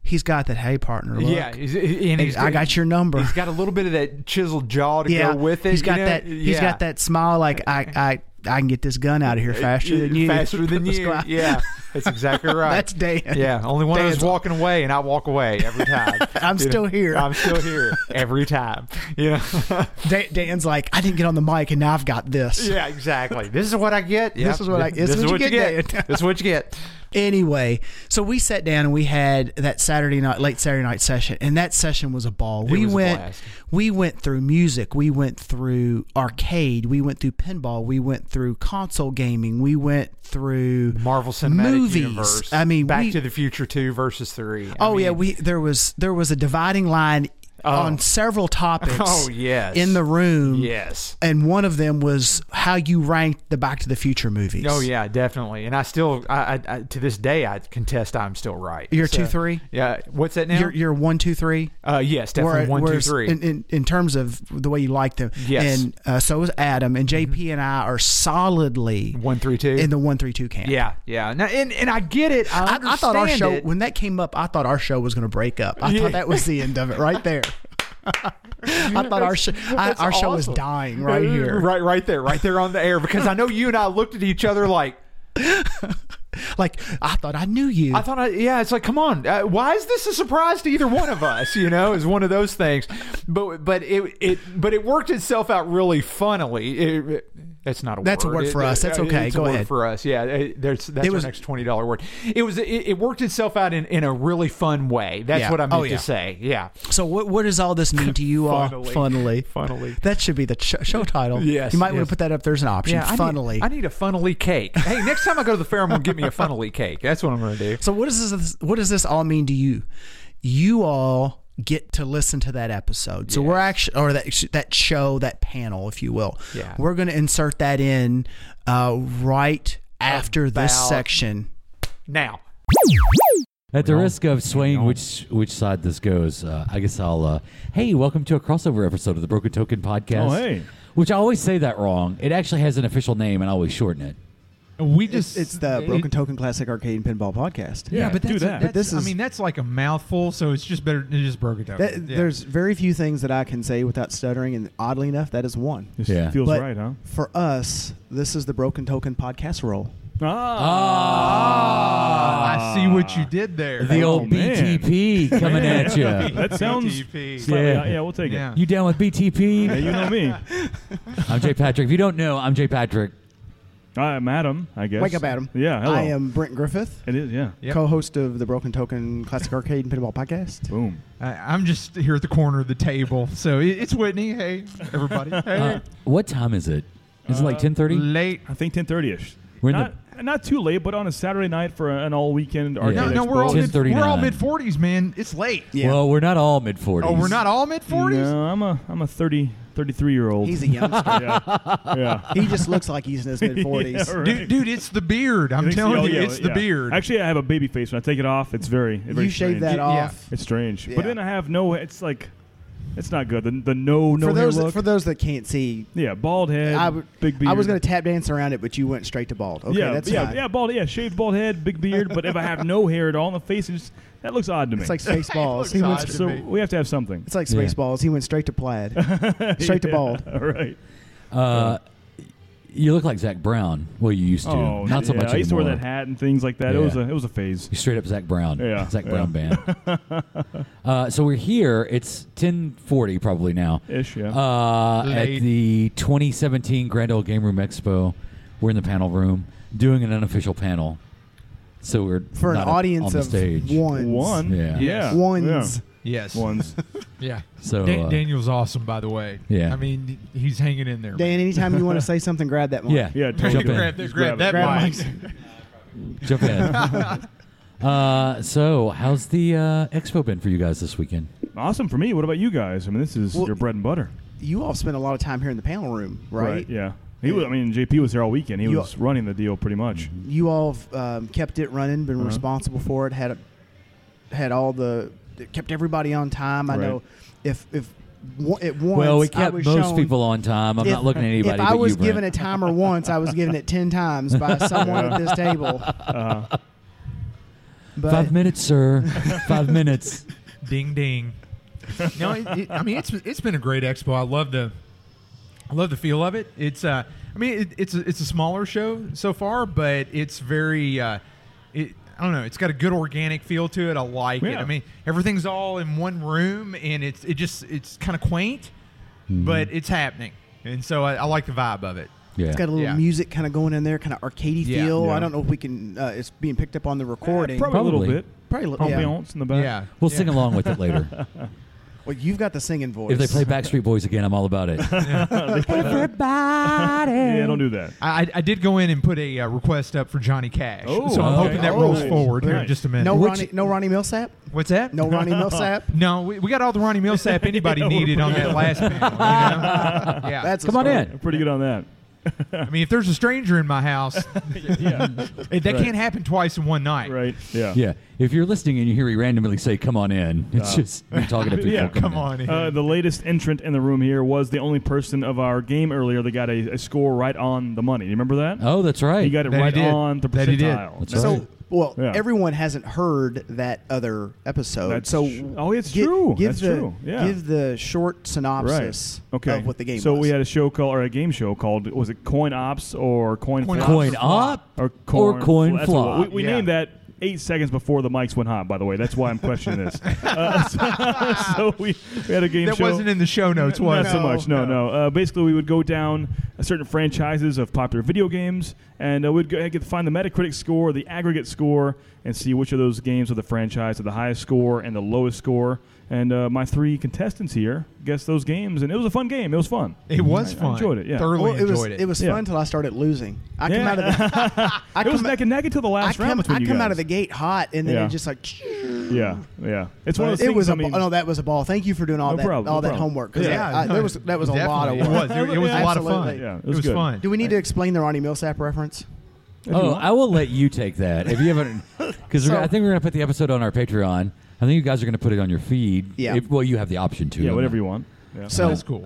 S2: he's got that hey partner look.
S3: Yeah, he's- and he's,
S2: I got your number.
S3: He's got a little bit of that chiseled jaw to go with it.
S2: He's got
S3: you know?
S2: that. He's
S3: Yeah.
S2: got that smile. Like I, I, I can get this gun out of here faster than you.
S3: Faster than
S2: Let's
S3: you.
S2: go out.
S3: Yeah, that's exactly right.
S2: That's Dan.
S3: Yeah, only one of
S2: Dan's-
S3: us walking away, and I walk away every time.
S2: I'm
S3: You know,
S2: still here.
S3: I'm still here every time. You know.
S2: Da- Dan's like, I didn't get on the mic, and now I've got this.
S3: yeah, exactly. This is what I get. Yeah.
S2: This is what I- this is what you get, Dan.
S3: this is what you get.
S2: Anyway, so we sat down and we had that Saturday night, late Saturday night session, and that session was a ball. we
S3: was a
S2: went,
S3: blast.
S2: we went through music, we went through arcade, we went through pinball, we went through console gaming, we went through
S3: Marvel Cinematic
S2: movies.
S3: Universe.
S2: I mean,
S3: Back
S2: we,
S3: to the Future two versus three. I
S2: Oh yeah,
S3: mean,
S2: we there was there was a dividing line on several topics.
S3: Oh, yes.
S2: in the room.
S3: yes.
S2: and one of them was how you ranked the Back to the Future movies.
S3: Oh yeah, definitely. And I still, I, I, I to this day, I contest I'm still right.
S2: You're two, three?
S3: Yeah. What's that now?
S2: you're you're one two three.
S3: uh, yes, definitely
S2: Where-
S3: one, two,
S2: whereas
S3: three.
S2: In, in, in terms of the way you like them,
S3: Yes. Mm-hmm.
S2: And uh, so is Adam and JP and I are solidly
S3: One, three, two.
S2: in the one three two camp.
S3: yeah, yeah. Now, and and I get it. I,
S2: I, I thought our
S3: understand
S2: show
S3: it.
S2: when that came up, I thought our show was going to break up. I
S3: Yeah.
S2: thought that was the end of it right there. I thought our show I,
S3: That's
S2: our show was
S3: awesome.
S2: dying right here.
S3: Right, right there, right there on the air. Because I know you and I looked at each other like.
S2: Like I thought I knew you.
S3: I thought, I, yeah, it's like, come on, uh, why is this a surprise to either one of us? You know, is one of those things, but but it it but it worked itself out really funnily. It- it- that's not a
S2: That's a
S3: word.
S2: word for
S3: It-
S2: us. That's
S3: uh,
S2: okay.
S3: it's
S2: Go
S3: a word
S2: ahead.
S3: for us. Yeah, it- there's that's
S2: It was-
S3: our next twenty dollar word. It was it, it worked itself out in, in a really fun way. That's
S2: Yeah.
S3: what I meant
S2: Oh, yeah.
S3: to say. Yeah.
S2: so what what does all this mean to you all?
S3: Funnily.
S2: Funnily,
S3: Funnily.
S2: That should be the sh- show title.
S3: Yes,
S2: you might want
S3: yes.
S2: to put that up. There's an option.
S3: Yeah, I need-
S2: funnily.
S3: I need, a funnily cake. Hey, next time I go to the fair, I'm gonna get me a funnily cake. That's what I'm gonna do.
S2: So what does this what does this all mean to you? You all
S4: get to listen to that episode. So we're
S3: Yes.
S4: actually or that that show, that panel, if you will.
S3: Yeah.
S4: We're going to insert that in uh, right after this
S3: About-
S4: section.
S3: Now,
S5: At the risk of swaying which which side this goes, uh, I guess I'll. Uh, hey, welcome to a crossover episode of the Broken Token podcast.
S6: Oh, hey.
S5: Which I always say that wrong. It actually has an official name, and I always shorten it.
S6: We
S2: It's,
S6: just
S2: it's the Broken Token Classic Arcade and Pinball Podcast.
S6: Yeah, but do that.
S2: But this
S3: I
S2: is
S3: mean, that's like a mouthful, so it's just better to just broke it down.
S2: that, there's very few things that I can say without stuttering, and oddly enough, that is one.
S6: This
S5: Yeah.
S6: feels
S2: But-
S6: right, huh?
S2: For us, this is the Broken Token Podcast role.
S6: Ah,
S3: Ah, I see what you
S2: Ah.
S3: did there.
S5: Ah. The
S6: Oh,
S5: old
S6: man.
S5: BTP coming at you.
S6: That sounds
S3: BTP.
S6: slightly- uh,
S5: Yeah.
S6: yeah. yeah, we'll take
S3: Yeah.
S6: it.
S5: You down with
S6: Yeah,
S5: BTP?
S6: you know me.
S5: I'm Jay Patrick. If you don't know, I'm Jay Patrick.
S6: I'm Adam, I guess.
S2: Wake up, Adam.
S6: Yeah, hello.
S2: I am Brent Griffith,
S6: It is, yeah.
S3: Yep.
S2: co-host of the Broken Token Classic Arcade and Pinball Podcast.
S6: Boom.
S3: I, I'm just here at the corner of the table, so it, it's Whitney. Hey, everybody. Hey.
S5: Uh, what time is it? Is it
S6: Uh,
S5: like 10:30?
S3: Late.
S6: I think 10:30ish.
S5: We're in
S6: not not too late, but on a Saturday night for an all weekend arcade.
S3: No, no, we're all
S6: expo.
S3: mid, we're all
S5: 10:39.
S3: mid 40s, man. It's late.
S2: Yeah.
S5: Well, we're not all mid 40s.
S3: Oh, we're not all mid 40s.
S6: No, I'm a I'm a 30 33 year old.
S2: He's a youngster.
S6: yeah. yeah.
S2: he just looks like he's in his mid forties.
S6: Yeah, right.
S3: Dude, dude, it's the beard. I'm
S6: It's the-
S3: telling
S6: oh,
S3: you,
S6: yeah,
S3: it's the
S6: yeah.
S3: beard.
S6: Actually, I have a baby face. When I take it off, it's very, it's very
S2: You shave
S6: strange.
S2: that
S3: Yeah.
S2: off.
S6: It's strange.
S2: Yeah.
S6: But then I have no. It's like, it's not good. The, the no no
S2: for
S6: hair
S2: those
S6: look.
S2: for those that can't see,
S6: yeah, bald head,
S2: I would-
S6: big beard.
S2: I was going to tap dance around it, but you went straight to bald. Okay,
S6: yeah,
S2: that's
S6: yeah,
S2: fine.
S6: yeah, bald. Yeah, shaved bald head, big beard. But if I have no hair at all on the face, it just that looks odd to me.
S2: It's like Spaceballs.
S3: looks
S2: he went
S3: odd.
S6: so
S3: to me.
S6: we have to have something.
S2: It's like
S5: Yeah.
S2: Spaceballs. He went straight to plaid, straight to
S6: Yeah,
S2: bald.
S6: right.
S5: Uh, you look like Zach Brown. Well, you used to.
S6: Oh,
S5: not so
S6: yeah,
S5: much
S6: I used to wear
S5: anymore.
S6: that hat and things like that. It
S5: Yeah.
S6: was a it was a phase.
S5: You're straight up Zach Brown.
S6: Yeah,
S5: Zach
S6: yeah.
S5: Brown band. uh, so we're here. It's 1040 probably now.
S6: Ish. Yeah.
S5: Uh,
S3: Late.
S5: at the 2017 Grand Ole Game Room Expo. We're in the panel room doing an unofficial panel. So we're
S2: for an
S5: not up on
S2: audience
S5: the
S2: of
S5: stage.
S2: ones.
S6: One.
S5: Yeah.
S6: Yeah.
S2: Ones.
S3: yes.
S6: Yeah. Ones.
S3: Yeah.
S5: So
S3: Dan-
S5: uh,
S3: Daniel's awesome, by the way.
S5: Yeah.
S3: I mean, he's hanging in there. man.
S2: Dan, anytime you want to say something, grab that one.
S5: yeah,
S6: Yeah. Totally
S5: Jump in.
S3: grab, that-
S6: Just
S3: grab
S6: grab
S3: that
S6: it.
S2: Grab
S3: mic.
S5: jump in. uh, so how's the uh, expo been for you guys this weekend?
S6: Awesome for me. What about you guys? I mean, this is
S2: Well,
S6: your bread and butter.
S2: You all spend a lot of time here in the panel room, right?
S6: Yeah. He was. I mean, JP was here all weekend. He
S2: You-
S6: was running the deal pretty much.
S2: You all have, um, kept it running, been
S6: Uh-huh.
S2: responsible for it, had a, had all the kept everybody on time. I
S6: Right.
S2: know if if one- at once
S5: well, we
S2: I
S5: kept
S2: was
S5: most
S2: shown-
S5: people on time. I'm
S2: if-
S5: not looking at anybody.
S2: If
S5: but
S2: I was
S5: you, Brent.
S2: given a timer once, I was given it ten times by someone at this table.
S6: Uh,
S2: But
S5: Uh-huh. Five minutes, sir. Five minutes.
S3: ding ding. no, it, it, I mean it's it's been a great expo. I love the I love the feel of it. It's uh, I mean it, it's a, it's a smaller show so far, but it's very uh, it. I don't know. It's got a good organic feel to it. I like it.
S6: Yeah.
S3: I mean, everything's all in one room, and it's it just it's kind of quaint, but
S5: Mm-hmm.
S3: it's happening, and so I, I like the vibe of it.
S5: Yeah.
S2: It's got a little
S3: Yeah.
S2: music kind of going in there, kind of arcadey
S3: Yeah.
S2: feel. I
S6: Yeah. Eh,
S2: don't know if we can. Uh, it's being picked up on the
S6: probably,
S2: recording.
S6: a little
S5: Probably.
S6: bit.
S2: Probably a little- yeah.
S6: Ambiance in the back.
S3: Yeah,
S5: we'll
S3: Yeah.
S5: sing along with it later.
S2: Well, you've got the singing voice.
S5: if they play Backstreet Boys again, I'm all about it. Everybody.
S6: Yeah. Don't do that.
S3: I, I- I did go in and put a uh, request up for Johnny Cash,
S6: Oh,
S3: so I'm
S5: okay.
S3: hoping that rolls
S6: Oh,
S3: forward here in
S6: nice.
S3: just a minute.
S2: no
S5: Which-
S2: Ronnie, no Ronnie Millsap,
S3: What's that?
S2: no Ronnie Millsap.
S3: No, we, we got all the Ronnie Millsap anybody
S6: Yeah, we're
S3: needed on that last panel. You know? Yeah,
S2: That's a
S5: Come on
S2: story.
S5: in.
S6: Pretty good on that.
S3: I mean, if there's a stranger in my house,
S6: yeah.
S3: it, that can't happen twice in one night.
S6: Right. Yeah.
S5: Yeah. If you're listening and you hear me randomly say, come on in, it's
S6: Uh,
S5: just me talking to people.
S6: yeah,
S5: coming
S3: Come
S5: in.
S3: on, in.
S6: Uh, the latest entrant in the room here was the only person of our game earlier that got a, a score right on the money. You remember that?
S5: Oh, that's right.
S6: He got it
S3: That he
S6: right
S3: did.
S6: on the
S3: That he did.
S6: percentile.
S5: That's
S2: So,
S5: Right.
S2: well,
S6: Yeah.
S2: everyone hasn't heard that other episode.
S6: That's
S2: so,
S6: tr- oh, it's
S2: gi-
S6: true.
S2: Give
S6: That's
S2: the,
S6: true. Yeah.
S2: Give the short synopsis
S6: Right. Okay.
S2: of what the game.
S6: So
S2: was.
S6: we had a show called or a game show called was it Coin Ops or Coin
S3: Coin
S6: Flip?
S3: Ops.
S5: Coin up
S6: or Coin,
S5: coin
S6: That's what-
S5: flop.
S6: We, we
S3: Yeah.
S6: named that eight seconds before the mics went hot. By the way, that's why I'm questioning this. Uh, so, so we, we had a game
S3: that
S6: show.
S3: wasn't in the show notes,
S6: Not
S3: was
S6: so
S3: it?
S6: much. No, no. Uh, basically, we would go down a certain franchises of popular video games, and uh, we'd go, get find the Metacritic score, the aggregate score, and see which of those games of the franchise had the highest score and the lowest score. And uh, my three contestants here guessed those games, and it was a fun game. It was fun.
S3: It was
S6: I- I
S3: fun.
S6: enjoyed it, yeah.
S3: Thoroughly
S2: Well, it
S3: enjoyed
S2: was
S3: it.
S2: was
S6: Yeah.
S2: fun until I started losing. I come
S6: Yeah.
S2: out of the. I
S6: it was
S2: come-
S6: neck and neck until the
S2: I
S6: last
S2: come,
S6: round between
S2: I
S6: you
S2: come
S6: guys.
S2: out of the gate hot, and then
S6: Yeah.
S2: it just like
S6: Yeah, yeah. It's one of those
S2: it
S6: things.
S2: was
S6: I
S2: a
S6: mean,
S2: ball. No, that was a ball. Thank you for doing all
S6: No
S2: that
S6: problem,
S2: all
S6: no
S2: that
S6: problem.
S2: homework because
S6: Yeah,
S2: I, there was that was a lot of
S7: Definitely.
S2: work.
S6: work.
S7: It was, it, was a lot of fun.
S2: Absolutely.
S6: Yeah, it
S7: it
S6: was
S7: was,
S6: good.
S7: fun.
S2: Do we need to explain the Ronnie Millsap reference?
S5: Oh, I will let you take that if you haven't, because
S2: So-
S5: I think we're gonna put the episode on our Patreon. I think you guys are gonna put it on your feed.
S2: Yeah.
S5: If, well, you have the option to.
S6: yeah, whatever you want. Yeah.
S2: So
S7: That's cool.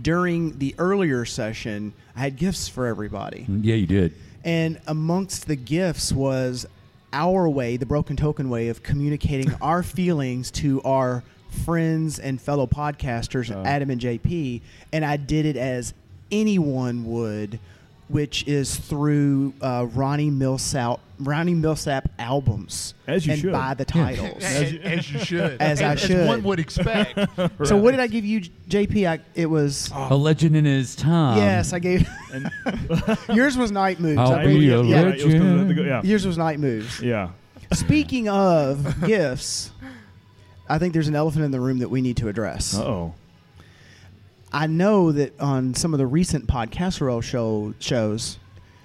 S2: during the earlier session, I had gifts for everybody,
S5: Yeah, you did.
S2: and amongst the gifts was our way, the broken token way of communicating our feelings to our friends and fellow podcasters,
S6: Uh.
S2: Adam and JP, and I did it as anyone would. Which is through uh, Ronnie Millsap, Ronnie Millsap albums,
S6: As you
S2: and
S6: should.
S2: by the titles.
S3: as, as you should,
S2: As I should.
S3: one would expect.
S2: So what did I give you, JP? I, it was
S5: a legend in his time.
S2: yes, I gave
S6: Um, And-
S2: yours was night moves.
S5: I'll
S2: I
S6: I mean,
S5: be
S2: believe.
S6: yeah,
S5: a
S6: yeah,
S2: yeah,
S6: right, it was kind of the-
S5: legend.
S6: yeah,
S2: yours was night moves.
S6: yeah.
S2: Speaking of gifts, I think there's an elephant in the room that we need to address.
S6: Uh oh.
S2: I know that on some of the recent podcasterole show shows,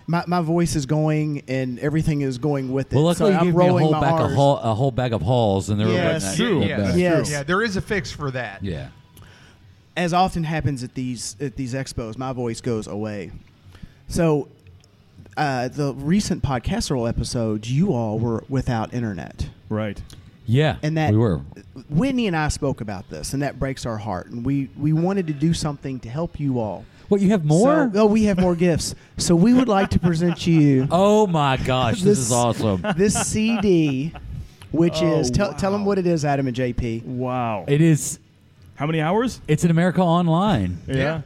S2: my, my voice is going and everything is going with it.
S5: Well, luckily
S2: so
S5: you
S2: I'm
S5: gave me a
S2: rolling
S5: whole
S2: my
S5: bag of
S2: R's.
S5: hall, a whole bag of halls, and they were
S2: Yes.
S5: writing that
S3: That's
S6: True.
S3: true.
S5: shit in
S3: Yeah,
S5: that bag.
S2: Yeah. Yes.
S3: yeah, there is a fix for that.
S5: Yeah.
S2: as often happens at these at these expos, my voice goes away. So, uh, the recent podcasterole episodes, you all were without internet,
S6: Right.
S5: Yeah,
S2: and that
S5: we were.
S2: Whitney and I spoke about this, and that breaks our heart. And we we wanted to do something to help you all.
S5: What you have more?
S2: So, oh, we have more gifts. So we would like to present you
S5: oh my gosh, this,
S2: This-
S5: is awesome.
S2: this CD, which
S6: Oh,
S2: is tell tell them what it is, Adam and JP.
S6: Wow.
S5: It is.
S6: How many hours?
S5: It's an America Online.
S6: Yeah.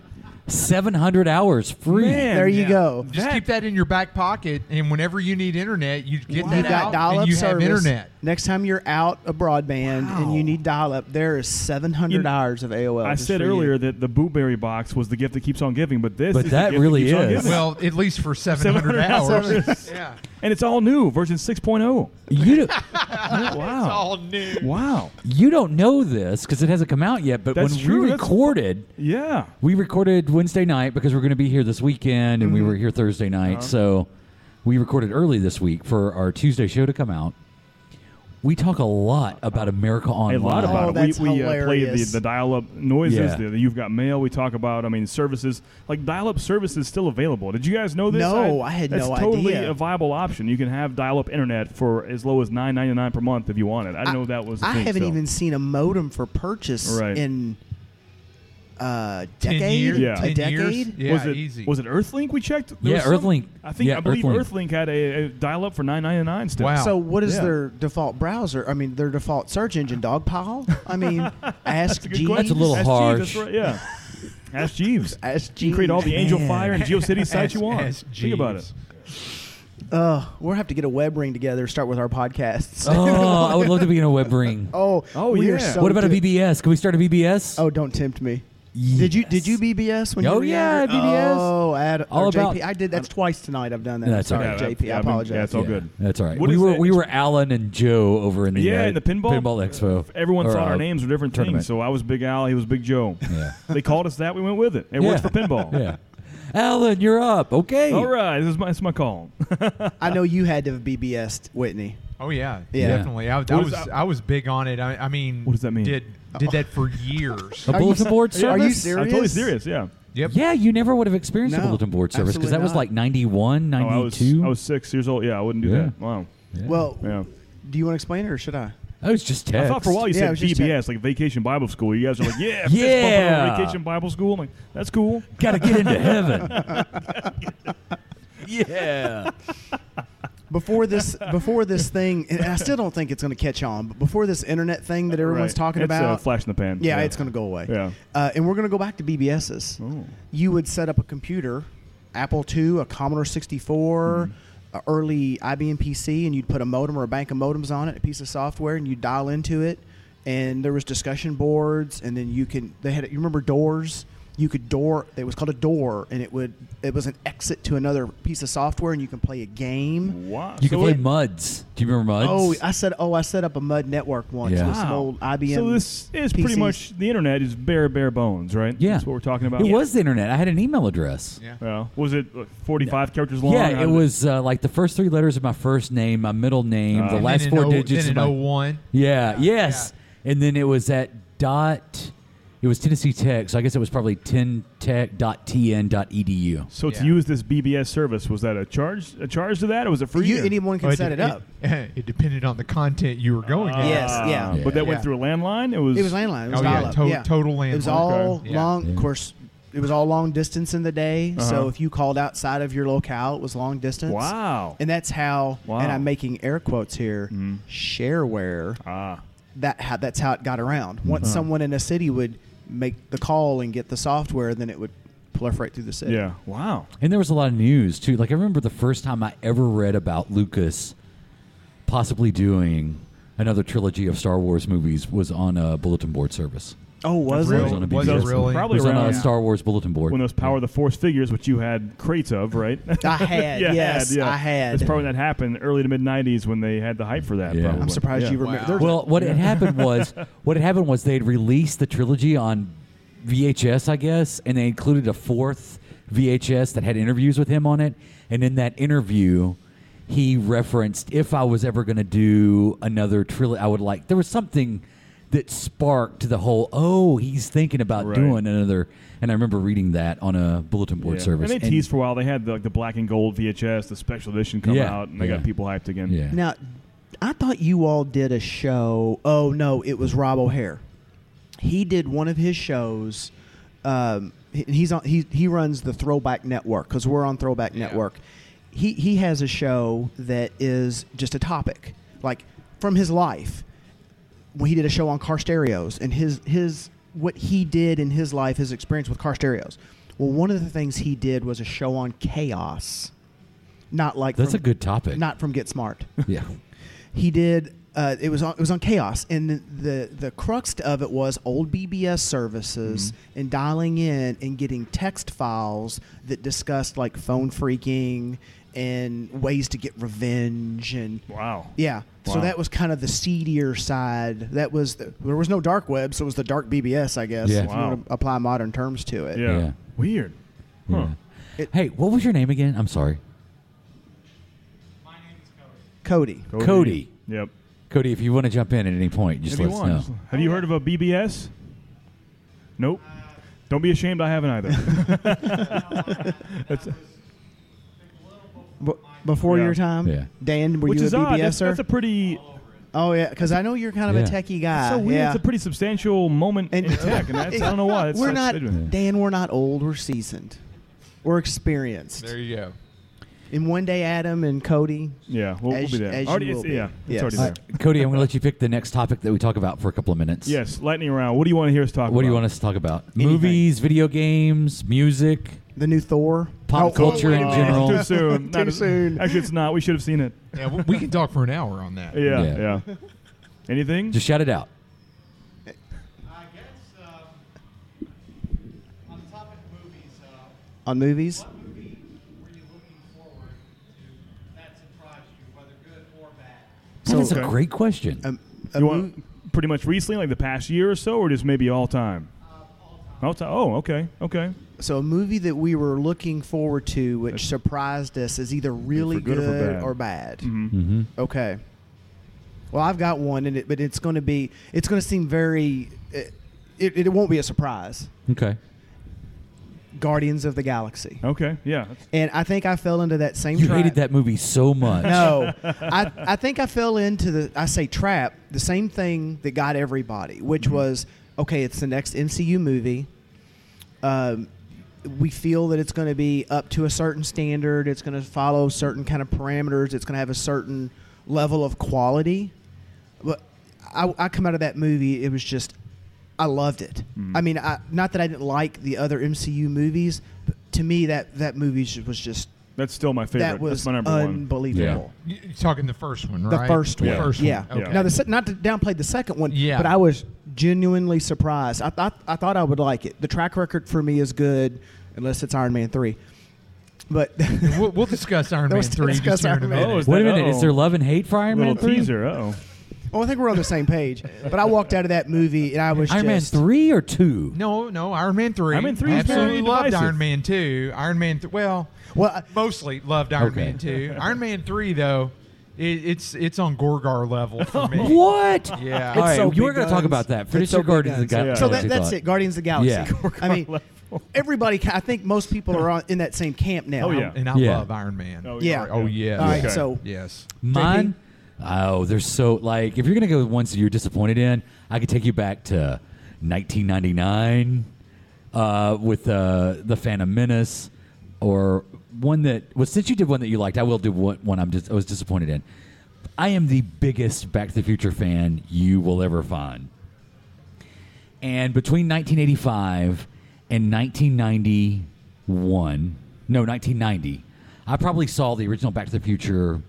S5: Seven hundred hours free.
S6: Man.
S2: There you
S3: Yeah.
S2: go.
S3: Just
S6: That-
S3: keep that in your back pocket, and whenever you need internet, you get
S2: you
S3: that
S2: got
S3: out,
S2: dial up
S3: and you
S2: service.
S3: have internet.
S2: Next time you're out of broadband and you need dial up, there is 700
S6: You-
S2: hours of AOL.
S6: I
S2: just
S6: said
S2: for you.
S6: earlier that the blueberry box was the gift that keeps on giving, but this
S5: But
S6: is
S5: that
S6: the gift
S5: really
S6: that keeps on
S5: is.
S6: giving.
S3: Well, at least for 700,
S6: 700
S3: hours. yeah.
S6: and it's all new, version 6.0.
S5: You do,
S6: wow.
S3: All new.
S6: wow.
S5: you don't know this because it hasn't come out yet. But
S6: That's
S5: when
S6: true.
S5: we
S6: That's-
S5: recorded,
S6: Yeah.
S5: we recorded Wednesday night because we're going to be here this weekend, and we were here Thursday night. So we recorded early this week for our Tuesday show to come out. We talk a lot about America
S6: A
S5: Online.
S6: lot about
S2: Oh,
S6: it.
S2: that's
S6: we we uh, played the,
S2: hilarious.
S6: the dial-up noises.
S5: Yeah.
S6: The, the you've got mail. We talk about. I mean, services like dial-up service is still available. Did you guys know this?
S2: No, I had
S6: that's
S2: no
S6: totally
S2: idea.
S6: a viable option. You can have dial-up internet for as low as nine ninety nine per month if you want it. I didn't know that was. a
S2: I
S6: thing
S2: haven't
S6: still.
S2: even seen a modem for purchase
S6: Right.
S2: in uh,
S3: Ten
S2: decade.
S3: years.
S6: Yeah.
S2: A
S3: 10 years.
S2: decade.
S3: Yeah,
S6: was it
S3: easy.
S6: was it Earthlink? We checked. There
S5: Yeah,
S6: was some-
S5: Earthlink.
S6: I think
S5: Yeah,
S6: I believe
S5: Earthlink.
S6: Earthlink, had a, a dial-up for nine ninety nine still.
S3: Wow.
S2: So what is
S6: Yeah.
S2: their default browser? I mean, their default search engine, Dogpile. I mean, Ask
S6: Good question.
S2: Jeeves.
S5: That's a little
S6: Ask
S5: harsh.
S6: Jeeves, that's right, yeah. Ask Jeeves.
S2: Ask
S6: You can create all
S2: Jeeves.
S6: the Angel
S5: Man.
S6: Fire and GeoCity sites you want.
S3: ask
S6: Think about it.
S3: Jeeves.
S2: Uh, we'll have to get a web ring together. Start with our podcasts.
S5: Oh, I would love to be in a web ring.
S2: oh,
S6: Oh,
S2: we are
S6: yeah.
S2: so
S5: what about a
S2: good.
S5: BBS? Can we start a BBS?
S2: Oh, don't tempt me. Did you did you BBS when
S5: Oh,
S2: you were
S5: yeah,
S2: younger?
S5: BBS.
S2: Oh, Ad,
S5: All
S2: or
S5: about-
S2: JP. I did that's twice tonight. I've done that.
S5: No,
S2: I'm
S5: it's
S2: sorry,
S5: okay.
S6: Yeah,
S2: JP.
S6: yeah, I
S2: I
S6: mean,
S2: apologize.
S6: yeah, it's all Oh, good.
S5: That's all right.
S6: What
S5: we
S6: is
S5: were
S6: that?
S5: we were Alan and Joe over in the
S6: Yeah,
S5: uh,
S6: in the pinball-
S5: expo.
S6: Everyone
S5: Or
S6: thought our
S5: our-
S6: names were different
S5: tournament.
S6: things, so I was Big Al, he was Big Joe.
S5: Yeah.
S6: they called us that, we went with it. It works
S5: Yeah.
S6: for pinball.
S5: Yeah, Alan, you're up. Okay.
S6: All right, this is my, this is my call.
S2: I know you had to have BBS'd Whitney.
S3: Oh yeah,
S2: Yeah.
S3: definitely. I, I
S6: What
S3: was
S6: is that?
S3: I was big on it. I, I mean,
S6: What does that mean?
S3: Did did that for years.
S5: A
S2: you
S5: bulletin
S2: se-
S5: board
S2: Are
S5: service.
S2: you
S6: I'm totally
S2: serious?
S6: serious, yeah.
S3: yep.
S5: Yeah, you never would have experienced a
S2: No,
S5: bulletin board service because
S2: absolutely
S5: that was
S2: not.
S5: like 91,
S6: Oh, I was
S5: 92.
S6: I was six years old. Yeah, I wouldn't do
S5: Yeah.
S6: that. Wow.
S2: Well,
S6: Yeah.
S2: do you want to explain it or should I?
S5: I was just
S6: I
S5: text.
S6: thought for a while you
S2: Yeah, I was
S6: said
S2: just
S6: VBS, like Vacation Bible School. You guys are like, yeah, fist bumping over
S5: Yeah.
S6: Vacation Bible School. I'm like, that's cool.
S5: Gotta get into heaven. yeah.
S2: Before this, before this thing, and I still don't think it's going to catch on. But before this internet thing that everyone's
S6: Right.
S2: talking
S6: it's
S2: about,
S6: a flash in the pan.
S2: yeah, it's going to go away.
S6: Yeah.
S2: Uh, and we're going to go back to BBSs.
S6: Oh.
S2: You would set up a computer, Apple II, a Commodore 64,
S6: Mm-hmm.
S2: a early IBM PC, and you'd put a modem or a bank of modems on it, a piece of software, and you would dial into it. And there was discussion boards, and then you can they had you remember doors. you could door. It was called a door, and it would it was an exit to another piece of software, and you can play a game.
S6: Wow.
S5: You can
S6: So
S5: play
S6: it-
S5: Muds. Do you remember Muds?
S2: Oh, I set oh I set up a mud network once
S5: Yeah.
S2: with some
S6: Wow.
S2: old IBM.
S6: So this is pretty
S2: PCs.
S6: much the internet is bare bare bones, right?
S5: yeah.
S6: That's what we're talking about.
S5: It was the internet. I had an email address.
S3: Yeah.
S6: Well, was it like, 45 characters long?
S5: Yeah,
S6: How
S5: it
S6: did-
S5: was uh, like the first three letters of my first name, my middle name,
S6: Uh,
S5: the
S6: And
S5: last
S3: then
S5: four
S3: in oh-
S5: digits
S3: then
S5: of my.
S3: in 01.
S5: Yeah, yes. And then it was at dot. It was Tennessee Tech, so I guess it was probably tentech.tn.edu.
S6: So to
S3: Yeah.
S6: use this BBS service, was that a charge? A charge to that, or was it free?
S2: you,
S6: or-
S2: anyone can
S3: Oh,
S2: set it,
S3: de-
S2: up.
S3: It, it depended on the content you were going
S6: Ah,
S3: at.
S2: Yes, yeah.
S5: Yeah.
S6: But that went
S2: Yeah.
S6: through a landline. It was.
S2: It was landline. It was
S3: Oh, yeah,
S2: dial-up.
S3: to- total
S2: It was
S3: landline.
S2: all
S6: Okay.
S3: Yeah.
S2: long.
S5: Yeah.
S2: Of course, it was all long distance in the day.
S6: Uh-huh.
S2: So if you called outside of your locale, it was long distance.
S6: Wow.
S2: And that's how.
S6: Wow. Mm-hmm.
S2: And I'm making air quotes here. Shareware.
S6: ah. Uh-huh.
S2: That how, that's how it got around. Once someone in a city would make the call and get the software, then it would proliferate through the city.
S6: Yeah. Wow.
S5: And there was a lot of news too. Like I remember the first time I ever read about Lucas possibly doing another trilogy of Star Wars movies was on a bulletin board service.
S2: Oh, was
S3: Really?
S5: was on
S2: it?
S5: a
S3: Was it
S5: BBS.
S3: really?
S5: It
S6: Probably
S5: was on
S6: around
S5: a Star Wars bulletin board.
S6: when those Power of the Force figures, which you had crates of, right?
S2: I had.
S6: Yeah,
S2: yes,
S6: yeah.
S2: I had.
S6: That's probably when that happened early to mid '90s when they had the hype for that.
S5: Yeah.
S6: Probably.
S2: I'm surprised
S6: Yeah.
S2: you remember.
S3: Wow.
S2: There was-
S5: Well, what had happened was what had happened was they'd released the trilogy on VHS, I guess, and they included a fourth VHS that had interviews with him on it. And in that interview, he referenced if I was ever going to do another trilogy, I would like. There was something that sparked the whole. Oh, he's thinking about
S6: Right.
S5: doing another. And I remember reading that on a bulletin board
S6: Yeah.
S5: service.
S6: And they teased for a while. They had the, like the black and gold VHS, the special edition come
S5: Yeah.
S6: out, and they
S5: Yeah.
S6: got people hyped again.
S5: yeah.
S2: Now, I thought you all did a show. Oh no, it was Rob O'Hare. He did one of his shows. Um, he- he's on. He he runs the Throwback Network because we're on Throwback
S3: Yeah.
S2: Network. He he has a show that is just a topic like from his life. When he did a show on car stereos and his his what he did in his life, his experience with car stereos. Well, one of the things he did was a show on chaos. Not like
S5: That's
S2: from-
S5: a good topic.
S2: Not from Get Smart
S5: yeah.
S2: he did uh, it was on, it was on chaos and the the crux of it was old BBS services
S5: Mm-hmm.
S2: and dialing in and getting text files that discussed like phone freaking and ways to get revenge and
S6: Wow.
S2: yeah so
S6: Wow.
S2: that was kind of the seedier side that was the, there was no dark web so it was the dark BBS I guess if
S5: Yeah.
S2: you
S6: Wow.
S2: want to apply modern terms to it
S6: Yeah.
S5: Yeah.
S6: Weird. Huh.
S5: Yeah.
S2: It-
S5: hey, what was your name again? I'm sorry.
S2: Cody
S5: Cody.
S6: Yep.
S5: Cody, if you want to jump in at any point, just
S6: If you
S5: let us
S6: want.
S5: know.
S6: Just- Have you heard of a BBS? Nope. Don't be ashamed. I haven't either. That's-
S2: B- before
S6: Yeah.
S2: your time
S5: Yeah.
S2: Dan were
S6: which
S2: you a
S6: is odd. That's,
S2: BBSer
S6: that's a pretty.
S2: oh yeah because I know you're kind of
S5: Yeah.
S2: a techie guy
S6: so weird.
S2: Ah, yeah
S6: It's a pretty substantial moment
S2: And-
S6: in tech, and that's, I don't know why. That's,
S2: we're
S6: that's-
S2: not
S6: that's-
S2: Dan. We're not old. We're seasoned. We're experienced.
S3: There you go.
S2: and one day, Adam and Cody.
S6: Yeah, we'll,
S2: As-
S6: we'll be there.
S2: as you
S6: Already-
S2: will
S6: it's-
S2: be.
S6: Yeah, it's
S2: Yes.
S6: already
S5: All
S6: there.
S5: right, Cody, I'm going to let you pick the next topic that we talk about for a couple of minutes.
S6: Yes, lightning round. What do you want to hear us talk about?
S5: What do you want us to talk about? Movies, video games, music,
S2: The new Thor.
S5: pop culture in
S6: Oh,
S5: general.
S6: Too soon.
S2: Too
S6: Not as-
S2: soon.
S6: Actually, it's not. We should have seen it.
S3: Yeah, we, we can talk for an hour on that.
S6: Yeah, yeah.
S5: Yeah.
S6: Anything?
S5: Just shout it out.
S8: I guess um, on the topic of movies, uh,
S2: On movies.
S8: what movie were you looking forward to that surprised you, whether good or bad?
S5: So, That's a
S6: Okay.
S5: great question.
S2: Um, a
S6: you
S2: mo-
S6: want pretty much recently, like the past year or so, or just maybe all time? All time. Oh, okay, okay.
S2: so a movie that we were looking forward to, which surprised us, is either really
S6: good
S2: good,
S6: or for bad. Mm-hmm.
S2: or bad.
S5: hmm
S2: Okay. Well, I've got one, and it, but it's going to be. It's going to seem very. It, it, it won't be a surprise.
S5: Okay.
S2: Guardians of the Galaxy.
S6: Okay, yeah. that's-
S2: And I think I fell into that same.
S5: You
S2: trap.
S5: hated that movie so much.
S2: No, I, I think I fell into the I say trap the same thing that got everybody, which
S6: Mm-hmm.
S2: was okay. It's the next MCU movie. Um, we feel that it's going to be up to a certain standard. It's going to follow certain kind of parameters. It's going to have a certain level of quality. But I, I come out of that movie, it was just I loved it.
S6: Mm-hmm.
S2: I mean, I, not that I didn't like the other MCU movies, but to me that that movie ju- was just
S6: That's still my favorite.
S2: that was
S6: That's my number one.
S2: unbelievable.
S3: You- You're talking the first one,
S2: The
S3: right?
S2: first
S3: The
S2: one.
S3: first one.
S2: Yeah.
S3: Okay.
S2: Now, the, se- not to downplay the second one,
S3: Yeah.
S2: but I was genuinely surprised. I thought I thought I would like it. The track record for me is good, unless it's Iron Man three. But
S3: we'll, we'll discuss Iron Man
S2: Let's
S3: three
S2: discuss
S3: just here in a
S2: Iron Man.
S3: minute.
S6: Oh, is
S5: Wait a
S6: that-
S5: minute. Is
S6: uh-oh.
S5: there love and hate for Iron
S6: Little
S5: Man 3?
S6: teaser. Oh,
S2: well, I think we're on the same page. But I walked out of that movie and I was
S5: Iron
S2: just,
S5: Man 3 or 2?
S3: No, no, Iron Man three.
S6: Iron Man 3 is
S3: Absolutely
S6: very
S3: loved
S6: divisive.
S3: Iron Man two. Iron Man, th- well,
S2: Well, I-
S3: mostly loved Iron
S5: Okay.
S3: Man two. Iron Man three though, it, it's it's on Gorgar level for me.
S5: What?
S3: Yeah.
S5: All right,
S2: so
S5: you were
S2: big
S5: going to talk
S2: guns.
S5: about that.
S2: It's
S5: Finish
S2: so
S5: your
S2: big
S5: Guardians of the
S2: guns.
S5: Galaxy.
S2: So
S6: Yeah.
S2: that, that's it, Guardians of the Galaxy.
S5: Yeah.
S2: I mean, everybody. ca- I think most people are on, in that same camp now.
S6: Oh, yeah.
S3: And I
S5: Yeah.
S3: love Iron Man.
S6: Oh,
S2: Yeah.
S3: Oh yeah.
S2: All right,
S6: Okay.
S2: so
S3: Yes.
S5: Mine, oh, they're so like if you're gonna go with ones that you're disappointed in, I could take you back to 1999 uh, with uh, the Phantom Menace, or one that well, since you did one that you liked, I will do one, one I'm just I was disappointed in. I am the biggest Back to the Future fan you will ever find. And between 1985 and 1991, no, 1990, I probably saw the original Back to the Future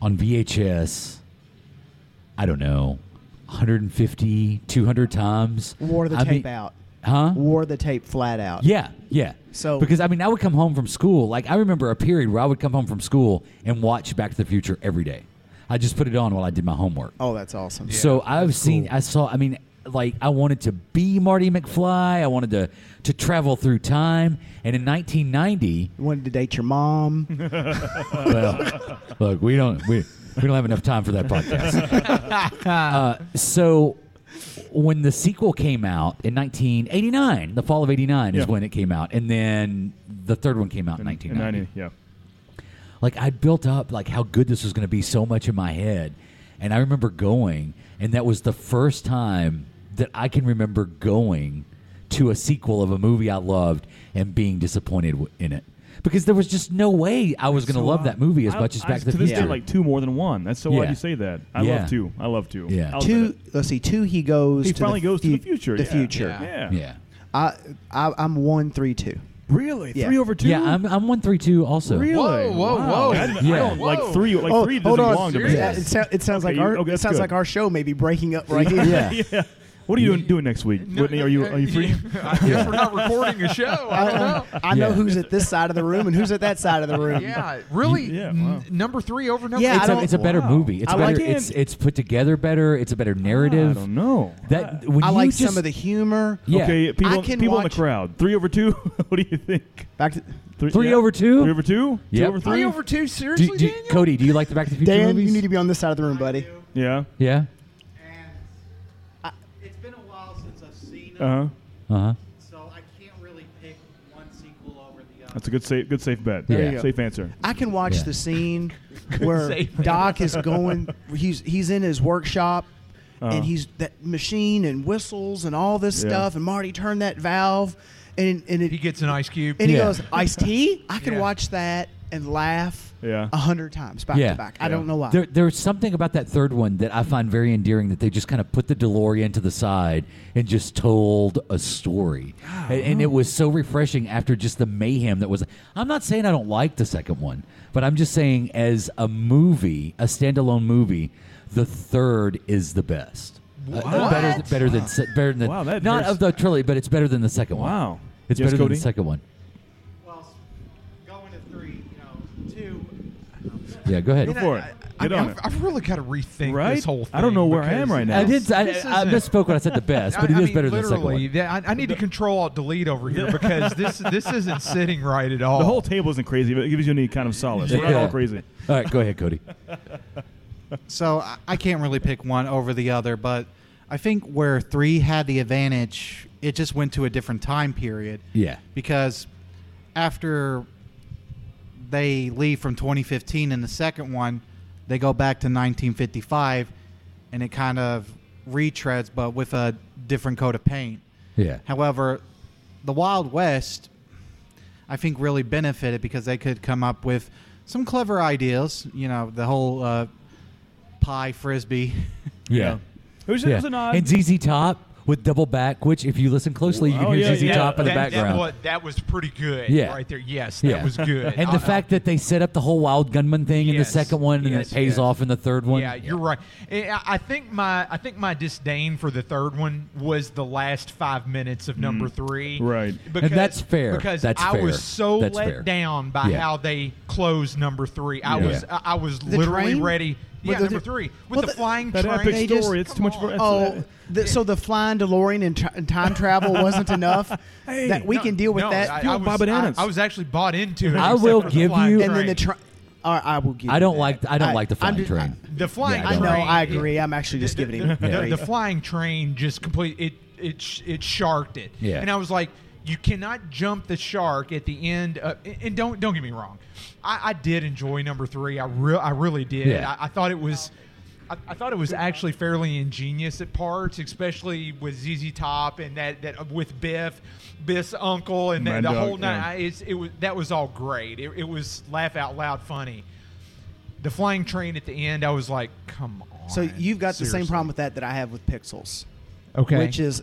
S5: on VHS, I don't know, 150, 200 times.
S2: wore the
S5: I
S2: tape
S5: mean-
S2: out.
S5: Huh?
S2: Wore the tape flat out.
S5: Yeah, yeah.
S2: So-
S5: because I mean, I would come home from school. Like I remember a period where I would come home from school and watch Back to the Future every day. I just put it on while I did my homework.
S2: Oh, that's awesome.
S5: so I've seen, I saw. I mean, like I wanted to be Marty McFly. I wanted to to travel through time. And in 1990,
S2: You wanted to date your mom.
S5: well, look, we don't we, we don't have enough time for that podcast. uh, so when the sequel came out in 1989, the fall of 89
S6: Yeah.
S5: is when it came out, and then the third one came out in 1990
S6: ninety. Yeah.
S5: like I built up like how good this was going to be so much in my head, and I remember going, and that was the first time that I can remember going to a sequel of a movie I loved and being disappointed w- in it because there was just no way I was going to love that movie as
S6: I-
S5: much as
S6: I-
S5: Back to the
S6: this day,
S5: Future.
S6: like two more than one. That's so
S5: Yeah.
S6: odd you say that. I
S5: Yeah.
S6: love two. I love two.
S5: Yeah.
S6: I'll admit
S2: two.
S6: it.
S2: Let's see. Two. He goes.
S6: He
S2: to
S6: finally
S2: the
S6: goes to the
S2: fu-
S6: future.
S2: The
S6: yeah.
S2: future.
S6: Yeah.
S5: yeah,
S2: I, I I'm one three two.
S6: Really?
S2: Yeah.
S6: Three over two?
S5: yeah, I'm I'm one three two also.
S6: Really?
S3: Whoa, whoa,
S6: Wow.
S3: whoa.
S6: I didn't- I
S5: Yeah.
S6: don't- like three. Like
S2: Oh,
S6: three doesn't
S2: hold on.
S6: belong to me.
S3: Seriously?
S2: Yeah, it, sou- it sounds
S6: Okay,
S2: like our
S6: you-
S2: it
S6: okay, that's
S2: sounds
S6: good.
S2: like our show may be breaking up right here.
S5: Yeah.
S6: What are you doing, doing next week, Whitney? Are you are you free? Uh-uh.
S3: I guess we're not recording a show. I don't know.
S2: I know
S5: Yeah.
S2: who's at this side of the room and who's at that side of the room.
S3: Yeah, really.
S6: Yeah,
S3: n-
S6: wow.
S3: number three over number.
S2: Yeah, I
S5: It's a,
S2: don't-
S5: it's a better
S6: Wow.
S5: movie. It's
S2: I
S5: a better.
S2: like it.
S5: it's it's put together better. It's a better narrative.
S6: I don't know.
S5: That when
S2: I
S5: you
S2: like
S5: just,
S2: some of the humor.
S5: Yeah.
S6: Okay, people,
S2: can
S6: people in the
S2: watch-
S6: crowd. Three over two. what do you think?
S2: Back to
S5: Three over two?
S6: Three over two.
S5: Yep.
S6: Two over three.
S3: three over two. Seriously,
S5: Do, do,
S3: Daniel?
S5: Cody, do you like the Back to the Future
S2: Dan,
S5: movies?
S2: you need to be on this side of the room, buddy.
S6: yeah.
S5: yeah.
S9: And it's been a while since I've seen
S6: Uh
S9: them,
S6: huh.
S5: Uh huh.
S9: so I can't really pick one sequel over the other.
S6: That's a good safe. Good safe bet.
S5: There you
S2: go.
S6: Safe answer.
S2: I can watch
S5: Yeah.
S2: the scene where
S3: save.
S2: Doc is going. He's he's in his workshop,
S6: Uh-huh.
S2: and he's that machine and whistles and all this
S6: Yeah.
S2: stuff. And Marty turned that valve, and and it
S3: He gets an ice cube.
S2: and he
S5: Yeah.
S2: goes iced tea. I can
S3: Yeah.
S2: watch that and laugh a
S6: Yeah.
S2: hundred times back
S5: Yeah.
S2: to back. I don't know why.
S5: There, there's something about that third one that I find very endearing that they just kind of put the DeLorean to the side and just told a story. And, and it was so refreshing after just the mayhem that was. I'm not saying I don't like the second one, but I'm just saying as a movie, a standalone movie, the third is the best. Uh, uh, better, better than se- better than
S6: Wow, that
S5: not
S6: verse-
S5: of the trilogy, but it's better than the second one.
S6: Wow.
S5: it's
S6: Yes,
S5: better than
S6: Cody?
S5: the second one.
S9: Well, s- going to three, you know, two.
S5: Yeah, go ahead.
S6: Go for it.
S3: I
S6: Get
S3: mean,
S6: on
S3: I've,
S6: it.
S3: I've really got to rethink
S6: Right?
S3: this whole thing.
S6: I don't know where I
S3: because
S6: am right now.
S5: I did. I,
S3: This
S5: I
S3: isn't-
S5: misspoke when I said the best, but it
S3: I-
S5: is
S3: I mean,
S5: better than the second
S3: literally,
S5: one.
S3: the- I, I need to control alt delete over here because this this isn't sitting right at all.
S6: The whole table isn't crazy, but it gives you any kind of solace. We're not
S5: Yeah.
S6: all crazy.
S5: All right, go ahead, Cody.
S10: So I- I can't really pick one over the other, but I think where three had the advantage, it just went to a different time period
S5: Yeah.
S10: because after they leave from 2015 in the second one, they go back to 1955 and it kind of retreads, but with a different coat of paint.
S5: Yeah.
S10: However, the Wild West, I think, really benefited because they could come up with some clever ideas. You know, the whole uh, pie frisbee.
S5: Yeah.
S6: It was, it was an odd.
S5: And ZZ Top with double back, which if you listen closely, you can
S6: Oh,
S5: hear
S6: yeah,
S5: ZZ
S6: yeah.
S5: Top in the
S3: that,
S5: background.
S3: That was, that was pretty good
S5: Yeah.
S3: right there. Yes, that was good.
S5: And the
S3: Uh,
S5: fact that they set up the whole wild gunman thing in the
S3: Yes.
S5: second one, and
S3: Yes,
S5: it pays
S3: yes.
S5: off in the third one.
S3: Yeah, you're right. Eh, I- I think my I think my disdain for the third one was the last five minutes of number three.
S6: Right.
S3: because,
S5: Mm. that's fair.
S3: Because
S5: That's
S3: I
S5: fair.
S3: was so
S5: That's
S3: let
S5: fair.
S3: down by
S5: Yeah.
S3: how they closed number three. I
S5: Yeah.
S3: was I I was literally
S2: train?
S3: ready.
S2: With
S3: Yeah,
S2: the-
S3: number three with
S2: well,
S3: the,
S2: the-
S3: flying
S6: That
S3: train.
S6: epic
S2: They
S6: story.
S2: just-
S6: it's uh, too much for.
S2: Oh, the, so the flying DeLorean and, tr and time travel wasn't enough.
S6: Hey,
S2: that we
S3: No,
S2: can deal with
S3: no,
S2: that.
S3: I,
S6: Fuel
S3: I
S6: by
S3: was, I,
S6: bananas.
S3: I was actually bought into it.
S5: I
S3: except
S5: will
S3: for the
S5: give
S3: flying
S5: you-
S2: and then the
S3: train.
S2: train. I will give.
S5: I
S2: you
S5: don't
S2: that.
S5: like I don't
S2: I-
S5: like the
S2: I'm
S5: flying
S2: just-
S5: train.
S3: the flying
S5: Yeah, I
S2: I
S5: don't
S2: know.
S3: train.
S2: I agree. I'm actually just
S3: the-
S2: giving
S3: the,
S2: him.
S3: the-
S2: grief.
S3: the flying train just complete it it sh- it sharked it
S5: Yeah.
S3: and i was like you cannot jump the shark at the end of, and don't don't get me wrong i, I did enjoy number three i real i really did
S5: Yeah.
S3: I, I thought it was I, I thought it was actually fairly ingenious at parts, especially with ZZ Top and that, that uh, with Biff, Biff's uncle, and the, the
S6: Mad Dog,
S3: whole night.
S6: yeah.
S3: I- It's, it was that was all great. It, it was laugh out loud funny. The flying train at the end, I was like, come on.
S2: So you've got the same
S3: seriously.
S2: problem with that that I have with pixels.
S3: Okay.
S2: Which is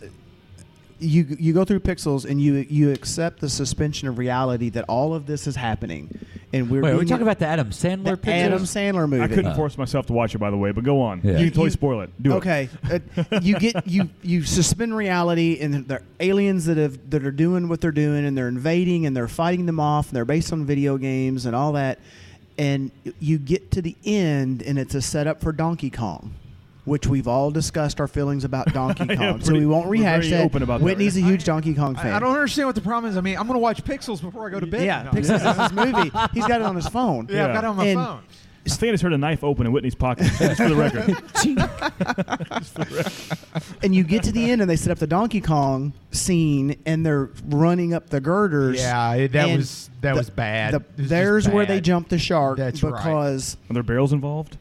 S2: you you go through pixels and you you accept the suspension of reality that all of this is happening, and we're
S5: Wait, are we
S2: doing
S5: talking
S2: it-
S5: about the Adam Sandler
S2: the
S5: picture?
S2: Adam Sandler movie.
S6: I couldn't
S5: Uh,
S6: force myself to watch it, by the way. But go on.
S5: Yeah.
S6: You
S5: You-
S6: can totally
S2: Oh. you-
S6: spoil it. Do it.
S2: okay, Uh, you get you you suspend reality, and they're aliens that have that are doing what they're doing, and they're invading, and they're fighting them off, and they're based on video games and all that, and you get to the end, and it's a setup for Donkey Kong. Which we've all discussed our feelings about Donkey Kong,
S6: Yeah,
S2: so
S6: pretty-
S2: we won't
S6: we're very
S2: rehash that.
S6: open about that.
S2: Whitney's a huge Donkey Kong fan.
S3: I, I don't understand what the problem is. I mean, I'm going to watch Pixels before I go to bed.
S2: Yeah,
S3: No.
S2: Pixels is his movie. He's got it on his phone.
S3: Yeah, I've got it on my
S2: And-
S3: phone.
S6: I think I just heard a knife open in Whitney's pocket. Just for the record.
S2: And you get to the end, and they set up the Donkey Kong scene, and they're running up the girders.
S3: Yeah, it- that
S2: And
S3: was- that was bad. It was just
S2: there's where
S3: bad.
S2: they jump the shark
S3: That's right.
S2: because
S6: Are there barrels involved?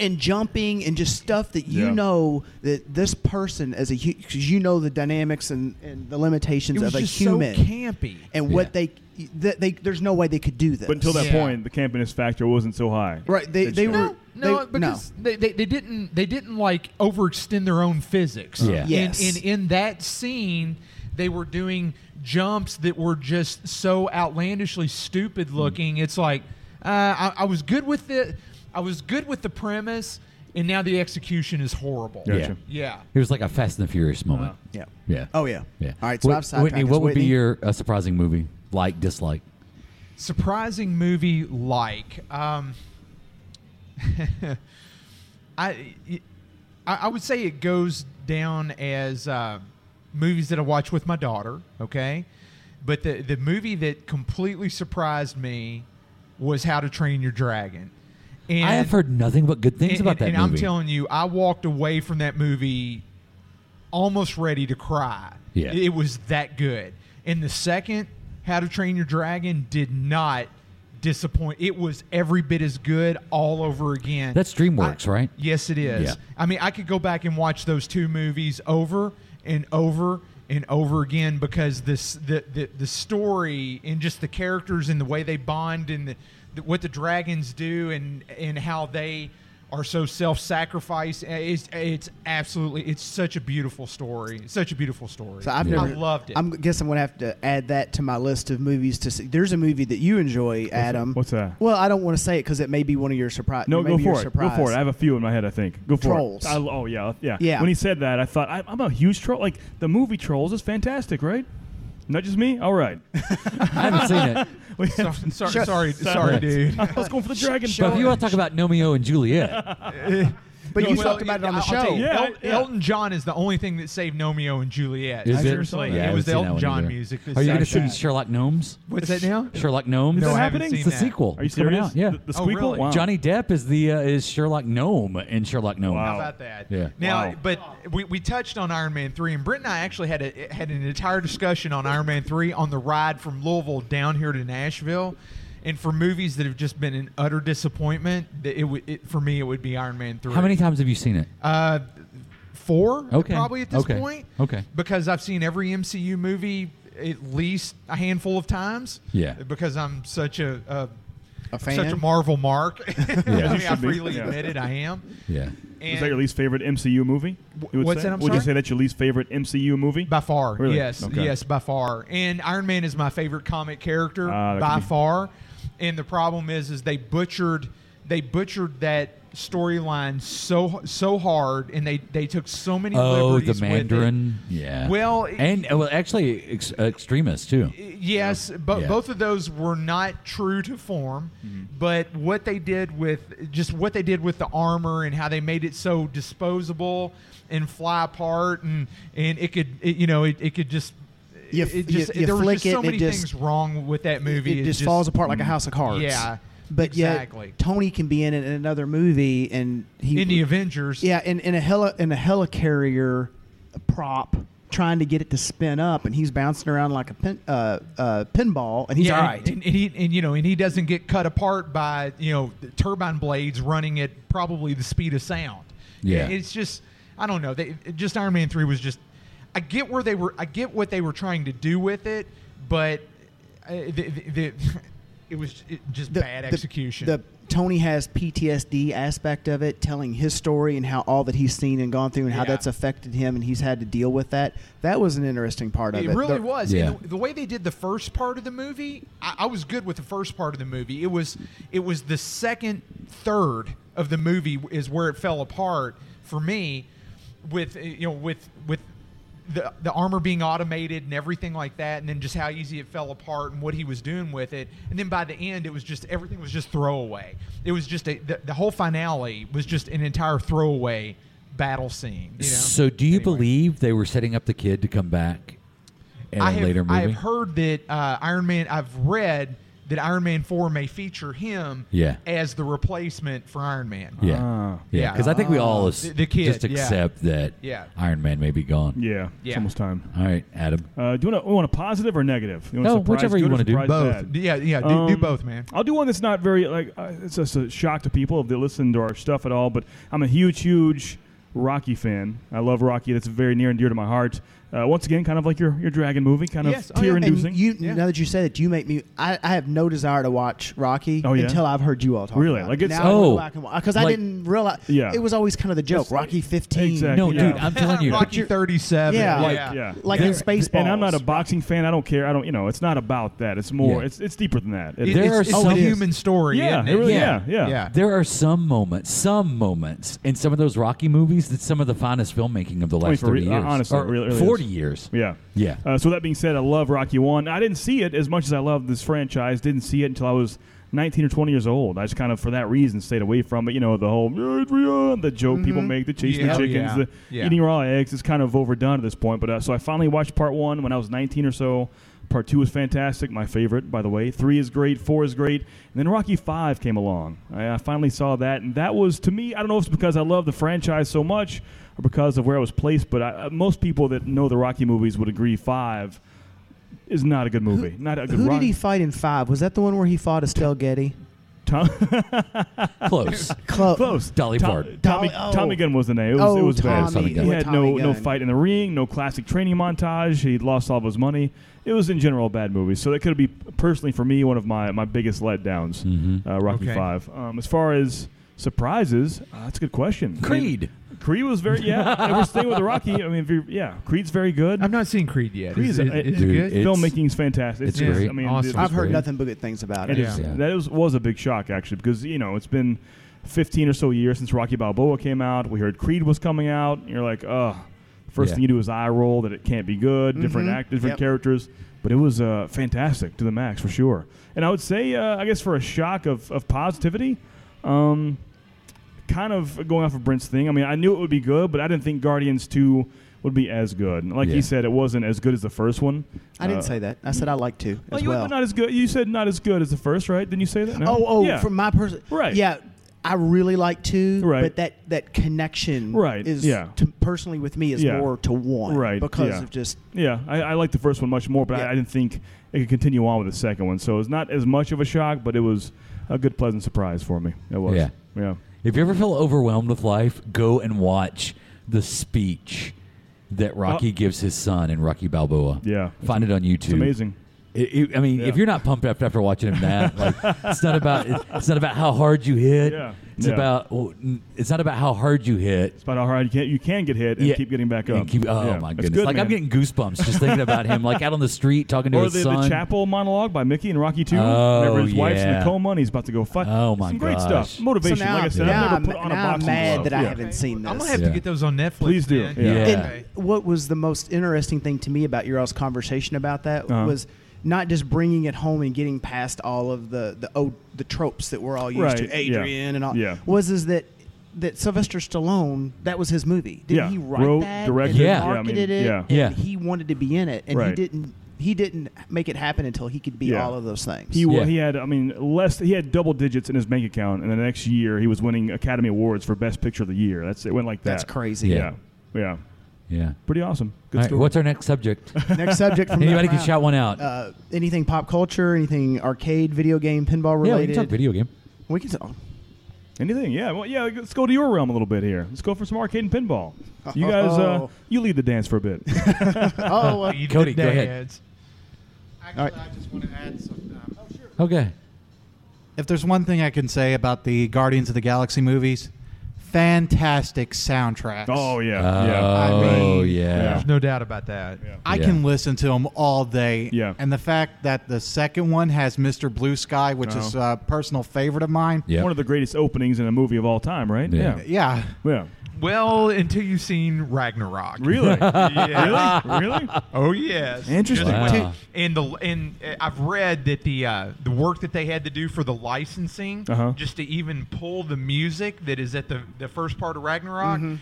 S2: and jumping and just stuff that you
S6: Yeah.
S2: know that this person as a because you know the dynamics and, and the limitations
S3: It was
S2: of a
S3: just
S2: human
S3: so campy.
S2: and
S5: Yeah.
S2: what they, that they there's no way they could do this.
S6: But until that
S3: Yeah.
S6: point, the campiness factor wasn't so high.
S2: right? They
S6: It's
S2: they
S6: fair.
S2: were
S3: No, no,
S2: they-
S3: because They, they, they didn't they didn't like overextend their own physics.
S5: Yeah.
S3: In,
S2: Uh-huh. Yes.
S3: in in that scene, they were doing jumps that were just so outlandishly
S2: Mm.
S3: stupid looking. It's like uh, I, I was good with the I was good with the premise, and now the execution is horrible.
S6: Gotcha.
S5: Yeah.
S3: Yeah.
S5: It was like a Fast and the Furious moment.
S2: yeah.
S5: Yeah.
S2: Oh yeah.
S5: Yeah.
S2: All right. So
S5: Whit-
S2: I've sidetracked
S5: Whitney,
S2: us.
S5: what would be
S2: Whitney?
S5: your uh, surprising movie? Like, dislike?
S3: surprising movie like um, I, I I would say it goes down as uh, movies that I watch with my daughter. Okay, but the the movie that completely surprised me was How to Train Your Dragon. And
S5: I have heard nothing but good things
S3: and,
S5: about that
S3: and- and
S5: movie.
S3: I'm telling you, I walked away from that movie almost ready to cry.
S5: Yeah.
S3: It was that good. And the second, How to Train Your Dragon, did not disappoint. It was every bit as good all over again.
S5: That's DreamWorks,
S3: I-
S5: right?
S3: Yes, it is.
S5: Yeah.
S3: I mean, I could go back and watch those two movies over and over and over again because this the the, the story and just the characters and the way they bond and the, the, what the dragons do and and how they are so self-sacrifice it's it's absolutely it's such a beautiful story such a beautiful story
S2: So I've
S3: I
S2: never
S3: loved it
S2: I'm guess I'm gonna have to add that to my list of movies to see. There's a movie that you enjoy, Adam.
S6: what's that?
S2: Well, I don't want to say it because it may be one of your surprise.
S6: No,
S2: may
S6: go
S2: be your
S6: for it.
S2: Surprise.
S6: Go for it. I have a few in my head. I think. Go for
S2: Trolls.
S6: it. I, oh yeah, yeah,
S2: Yeah.
S6: When he said that, I thought I, I'm a huge troll. Like the movie Trolls is fantastic, right? Not just me. All right.
S5: I haven't seen it.
S3: So- sorry sorry, sorry dude
S6: I was going for the dragon.
S5: But if
S6: bone.
S5: you want to talk about Romeo and Juliet,
S2: but you
S3: Well,
S2: talked about it on the
S3: I'll
S2: show.
S3: tell you,
S6: Yeah,
S3: El-
S6: yeah.
S3: Elton John is the only thing that saved Romeo and Juliet.
S5: is it?
S3: Seriously,
S5: Yeah, I
S3: it was the
S5: haven't seen that
S3: Elton
S5: one
S3: John
S5: either.
S3: music. that
S5: Are you going to
S3: saved
S5: see
S3: that.
S5: Sherlock Gnomes?
S3: What's that now?
S5: Sherlock Gnomes.
S6: Is
S3: No,
S6: that
S3: I haven't
S6: happening?
S3: seen
S5: It's the
S3: that.
S5: sequel.
S6: Are you
S5: It's coming
S6: serious?
S5: out, Yeah.
S6: The, the
S3: Oh,
S6: squeakle.
S3: really?
S6: Wow.
S5: Johnny Depp is the uh, is Sherlock Gnome in Sherlock Gnome.
S6: Wow.
S3: How about that?
S5: Oh. Yeah.
S3: Now,
S6: Wow.
S3: but we, we touched on Iron Man three, and Britt and I actually had a had an entire discussion on Iron Man three on the ride from Louisville down here to Nashville. And for movies that have just been an utter disappointment, that it, would it for me it would be Iron Man three.
S5: How many times have you seen it?
S3: Uh, four,
S5: Okay.
S3: probably at this
S5: Okay.
S3: point.
S5: Okay.
S3: Because I've seen every MCU movie at least a handful of times.
S5: Yeah.
S3: Because I'm such a, a
S2: A fan?
S3: such a Marvel mark. I, mean,
S5: You
S3: I
S6: should be.
S3: freely
S6: Yeah.
S3: admit it, I am.
S5: Yeah.
S6: Is that your least favorite MCU movie? you would
S3: What's
S6: say?
S3: that? I'm
S6: Would you
S3: sorry?
S6: say that's your least favorite MCU movie?
S3: By far,
S6: Really?
S3: yes,
S6: Okay.
S3: yes, by far. And Iron Man is my favorite comic character
S6: Ah, that
S3: by
S6: could be-
S3: far. And the problem is, is they butchered, they butchered that storyline so so hard, and they they took so many
S5: Oh, the
S3: liberties with it.
S5: Mandarin. Yeah.
S3: Well, it-
S5: and uh, well, actually, ex- extremists too.
S3: Yes, but
S5: Yeah.
S3: both of those were not true to form. But what they did with just what they did with the armor and how they made it so disposable and fly apart and and it could it, you know it, it could just
S2: You
S3: it
S2: f-
S3: just
S2: you- you
S3: there were
S2: flick
S3: just
S2: it
S3: so
S2: and it
S3: many
S2: just-
S3: things wrong with that movie.
S2: It
S3: It's
S2: just falls apart like a house of cards.
S3: Yeah,
S2: But
S3: exactly.
S2: yet Tony can be in it in another movie and he
S3: in the Avengers.
S2: Yeah, in, in a heli in a helicarrier prop trying to get it to spin up and he's bouncing around like a pin, uh, uh, pinball and he's
S3: yeah,
S2: all
S3: and-
S2: right.
S3: And, and he and you know and he doesn't get cut apart by you know the turbine blades running at probably the speed of sound.
S5: Yeah.
S3: it's just I don't know. They it- just Iron Man three was just I get where they were. I get what they were trying to do with it, but uh, the, the, the it was it just
S2: The-
S3: bad
S2: the-
S3: execution.
S2: The, Tony has PTSD aspect of it, telling his story and how all that he's seen and gone through and how
S3: Yeah.
S2: that's affected him and he's had to deal with that. That was an interesting part of it.
S3: It really
S2: The-
S3: was.
S5: Yeah.
S3: And the, the way they did the first part of the movie, I, I was good with the first part of the movie. It was it was the second third of the movie is where it fell apart for me, with uh, you know with with. The, the armor being automated and everything like that, and then just how easy it fell apart and what he was doing with it, and then by the end it was just everything was just throwaway. It was just a the, the whole finale was just an entire throwaway battle scene. You know?
S5: So, do you
S3: Anyway.
S5: believe they were setting up the kid to come back in a
S3: I have,
S5: later movie?
S3: I have heard that uh, Iron Man. I've read that Iron Man Four may feature him
S5: Yeah.
S3: as the replacement for Iron Man.
S5: Yeah.
S6: Ah.
S5: yeah.
S3: Yeah.
S5: Because I think we all as-
S3: The- the kid,
S5: just
S3: yeah.
S5: accept that
S3: Yeah.
S5: Iron Man may be gone.
S6: Yeah,
S3: Yeah.
S6: it's almost time.
S5: All right, Adam.
S6: Uh, do you want, to, want a positive or negative? You want
S5: No,
S6: surprise
S5: whichever you
S6: good or
S5: wanna do.
S6: surprise
S3: Both.
S6: bad?
S3: Yeah, yeah. Do, do
S6: Um,
S3: both, man.
S6: I'll do one that's not very like uh, it's just a shock to people if they listen to our stuff at all. But I'm a huge, huge Rocky fan. I love Rocky. That's very near and dear to my heart. Uh, once again, kind of like your your dragon movie, kind of
S3: Yes. Oh, yeah.
S6: tear
S3: And
S6: inducing.
S2: And you,
S3: Yeah.
S2: now that you said it, you make me. I, I have no desire to watch Rocky
S6: Oh, yeah?
S2: until I've heard you all talk.
S6: Really?
S2: about
S6: Like,
S2: it.
S6: it's-
S2: now
S5: Oh.
S2: because I
S5: Like-
S2: didn't realize.
S6: Yeah.
S2: it was always kind of the joke.
S6: It's-
S2: Rocky fifteen.
S6: Exactly.
S5: No,
S6: Yeah.
S5: dude, I'm telling you.
S3: Rocky Thirty Seven.
S2: Yeah.
S3: Like,
S6: yeah.
S2: like in Spaceballs.
S6: And I'm not a boxing fan. I don't care. I don't. You know, it's not about that. It's more.
S5: Yeah.
S6: It's it's deeper than that.
S3: It-
S6: It-
S5: There
S3: it's,
S5: are
S3: it's
S5: some-
S3: a human story.
S6: yeah,
S3: isn't
S6: it really-
S3: it?
S6: yeah,
S5: Yeah.
S6: yeah,
S3: Yeah.
S5: There are some moments, some moments in some of those Rocky movies that's some of the finest filmmaking of the
S6: I mean,
S5: last
S6: for
S5: 30
S6: real- Uh,
S5: years.
S6: honestly,
S5: or
S6: it really is.
S5: 40 years.
S6: Yeah.
S5: Yeah.
S6: Uh, so that being said, I love Rocky One. I didn't see it as much as I love this franchise. Didn't see it until I was 19 or 20 years old. I just kind of, for that reason, stayed away from it. You know, the whole "Yeah, Adrian, the joke people make, the chasing
S3: Yeah.
S6: the
S3: Oh,
S6: chickens,
S3: yeah.
S6: the
S3: Yeah.
S6: eating raw eggs is kind of overdone at this point. But uh, so I finally watched Part One when I was 19 or so. Part two was fantastic, my favorite, by the way. Three is great, four is great, and then Rocky Five came along. I, I finally saw that, and that was to me. I don't know if it's because I love the franchise so much or because of where I was placed, but I, uh, most people that know the Rocky movies would agree Five is not a good movie, not a good.
S2: Who
S6: Rocky.
S2: did he fight in five? Was that the one where he fought Estelle Getty?
S6: Tom-
S5: Close.
S2: Clo-
S6: Close.
S5: Dolly
S6: Tom-
S5: Parton.
S6: Tommy,
S2: Dolly- oh.
S6: Tommy Gunn was the name. It was,
S2: Oh,
S6: it was bad.
S2: Tommy-
S6: He had no,
S2: Tommy
S6: no
S2: Gunn.
S6: fight in the ring, no classic training montage. He lost all of his money. It was in general a bad movie. So that could be personally for me one of my, my biggest letdowns.
S5: Mm-hmm.
S6: Uh, Rocky
S3: Okay.
S6: Five. Um, as far as surprises, uh, that's a good question. I mean,
S5: Creed.
S6: Creed was very yeah. We're staying with the Rocky. I mean, if you're- yeah, Creed's very good.
S3: I've not seen Creed yet.
S6: Creed
S3: Is,
S6: is-
S3: is- is it
S5: Dude,
S3: good?
S5: it-
S6: Filmmaking is fantastic.
S5: it's
S6: just-
S5: great.
S6: I mean,
S3: Awesome.
S6: it's-
S2: I've heard
S5: great.
S2: nothing but good things about it.
S6: it is-
S5: Yeah.
S6: That was, was a big shock, actually, because, you know, it's been 15 or so years since Rocky Balboa came out. We heard Creed was coming out. And you're like, ugh. First
S5: Yeah.
S6: thing you do is eye roll that it can't be good, different act, different
S2: Mm-hmm. Yep.
S6: characters. But it was uh, fantastic to the max, for sure. And I would say, uh, I guess, for a shock of, of positivity, um, kind of going off of Brent's thing. I mean, I knew it would be good, but I didn't think Guardians 2 would be as good. And Like
S5: Yeah.
S6: he said, it wasn't as good as the first one.
S2: I
S6: Uh,
S2: didn't say that. I said I like to
S6: Oh,
S2: as
S6: you,
S2: well.
S6: but not as good. You said not as good as the first, right? Didn't you say that? No?
S2: Oh, oh,
S6: yeah.
S2: from my person,
S6: Right.
S2: Yeah, I really like two,
S6: Right.
S2: but that that connection,
S6: Right,
S2: is
S6: yeah.
S2: to, personally with me is
S6: Yeah.
S2: more to one,
S6: Right,
S2: Because
S6: yeah.
S2: of just
S6: Yeah, I, I liked the first one much more, but I,
S2: Yeah.
S6: I didn't think it could continue on with the second one. So it was not as much of a shock, but it was a good, pleasant surprise for me. It was.
S5: Yeah.
S6: Yeah.
S5: If you ever feel overwhelmed with life, go and watch the speech that Rocky
S6: Oh.
S5: gives his son in Rocky Balboa.
S6: Yeah.
S5: Find it on YouTube.
S6: It's amazing.
S5: It- it- I mean,
S6: Yeah.
S5: if you're not pumped up after watching him that, like, it's not about it's not about how hard you hit.
S6: Yeah.
S5: It's
S6: Yeah.
S5: about well, n- it's not about how hard you hit.
S6: It's about how hard you can you can get hit and
S5: Yeah.
S6: keep getting back
S5: And
S6: up.
S5: keep- oh
S6: Yeah.
S5: my
S6: That's
S5: goodness!
S6: good,
S5: like I'm
S6: man.
S5: getting goosebumps just thinking about him, like out on the street talking to
S6: Or
S5: his
S6: the,
S5: son.
S6: the chapel monologue by Mickey and Rocky Two.
S5: Oh,
S6: Remember his wife's in
S5: yeah.
S6: a coma and he's about to go fight.
S5: Oh, my
S6: Some great
S5: gosh.
S6: stuff. Motivation.
S2: So now
S6: like I said,
S2: now
S6: I've never put
S2: I'm-
S6: on a
S2: now I'm
S6: boxing
S2: mad
S6: glove.
S2: that I
S6: Yeah.
S2: haven't seen
S3: I'm gonna
S2: this.
S3: have
S5: Yeah.
S3: to get those on Netflix.
S6: Please do,
S3: man.
S6: yeah.
S5: Yeah.
S2: And what was the most interesting thing to me about your all's conversation about that
S6: Uh-huh.
S2: was not just bringing it home and getting past all of the the oh, the tropes that we're all used
S6: Right,
S2: to,
S6: yeah.
S2: Adrian and all.
S6: Yeah.
S2: Was is that that Sylvester Stallone that was his movie? Did
S6: Yeah.
S2: he write
S6: Wrote,
S2: that?
S6: directed,
S2: and
S5: Yeah. yeah, I
S6: mean,
S2: marketed
S6: yeah.
S2: it. and
S5: Yeah.
S2: He wanted to be in it, and he
S6: Right.
S2: didn't. He didn't make it happen until he could be
S6: Yeah.
S2: all of those things.
S6: He, wa
S5: Yeah.
S6: he had, I mean, less. He had double digits in his bank account, and the next year he was winning Academy Awards for Best Picture of the Year. That's it. Went like that.
S2: That's crazy.
S6: Yeah, yeah,
S5: yeah.
S6: pretty awesome. Good
S5: All right,
S6: story.
S5: what's our next subject?
S2: Next subject from
S5: Anybody
S2: that
S5: can
S2: round.
S5: shout one out.
S2: Uh, anything pop culture, anything arcade, video game, pinball
S5: yeah,
S2: related.
S5: we can talk video game.
S2: We can talk.
S6: Anything? Yeah. Well, yeah. Let's go to your realm a little bit here. Let's go for some arcade and pinball. You guys, uh,
S2: Oh.
S6: you lead the dance for a bit.
S2: Oh, uh,
S3: You did
S5: Cody, go
S3: that,
S5: ahead.
S3: Eds.
S2: All
S11: Actually,
S2: right.
S11: I just want to add something. Um, oh, sure.
S5: Okay.
S10: If there's one thing I can say about the Guardians of the Galaxy movies, fantastic soundtracks.
S6: oh yeah,
S5: Oh
S6: yeah.
S10: mean,
S5: yeah.
S6: yeah.
S3: There's no doubt about that.
S6: Yeah.
S10: I
S5: Yeah.
S10: can listen to them all day.
S6: Yeah.
S10: And the fact that the second one has Mr. Blue Sky, which is uh,
S6: Uh-huh.
S10: a personal favorite of mine.
S5: Yeah.
S6: One of the greatest openings in a movie of all time, right?
S5: Yeah.
S6: Yeah.
S10: Yeah.
S6: Yeah.
S3: Well, until you've seen Ragnarok.
S6: Really?
S3: Yeah.
S6: really? Really?
S3: Oh yes.
S6: Interesting.
S3: Just
S5: Wow.
S3: wait- And the and uh, I've read that the uh, the work that they had to do for the licensing,
S6: Uh-huh.
S3: just to even pull the music that is at the the first part of Ragnarok,
S6: Mm-hmm.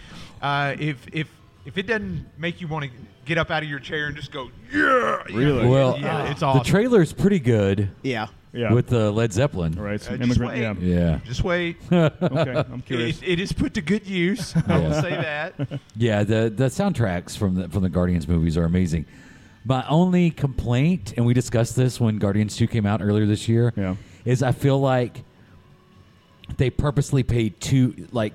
S3: uh, if if if it doesn't make you want to get up out of your chair and just go yeah, yeah,
S6: Really?
S5: Well,
S3: yeah, it's
S5: the
S3: awesome.
S5: trailer's pretty good
S2: yeah.
S6: Yeah.
S5: with the Led Zeppelin.
S6: right. some
S3: Uh, just
S6: immigrant.
S3: wait.
S6: Yeah.
S5: Yeah.
S3: just wait.
S6: Okay. I'm curious.
S3: it, it is put to good use. I will
S5: Yeah.
S3: say that.
S5: Yeah, the the soundtracks from the from the Guardians movies are amazing. My only complaint, and we discussed this when Guardians Two came out earlier this year,
S6: Yeah.
S5: is I feel like they purposely paid too like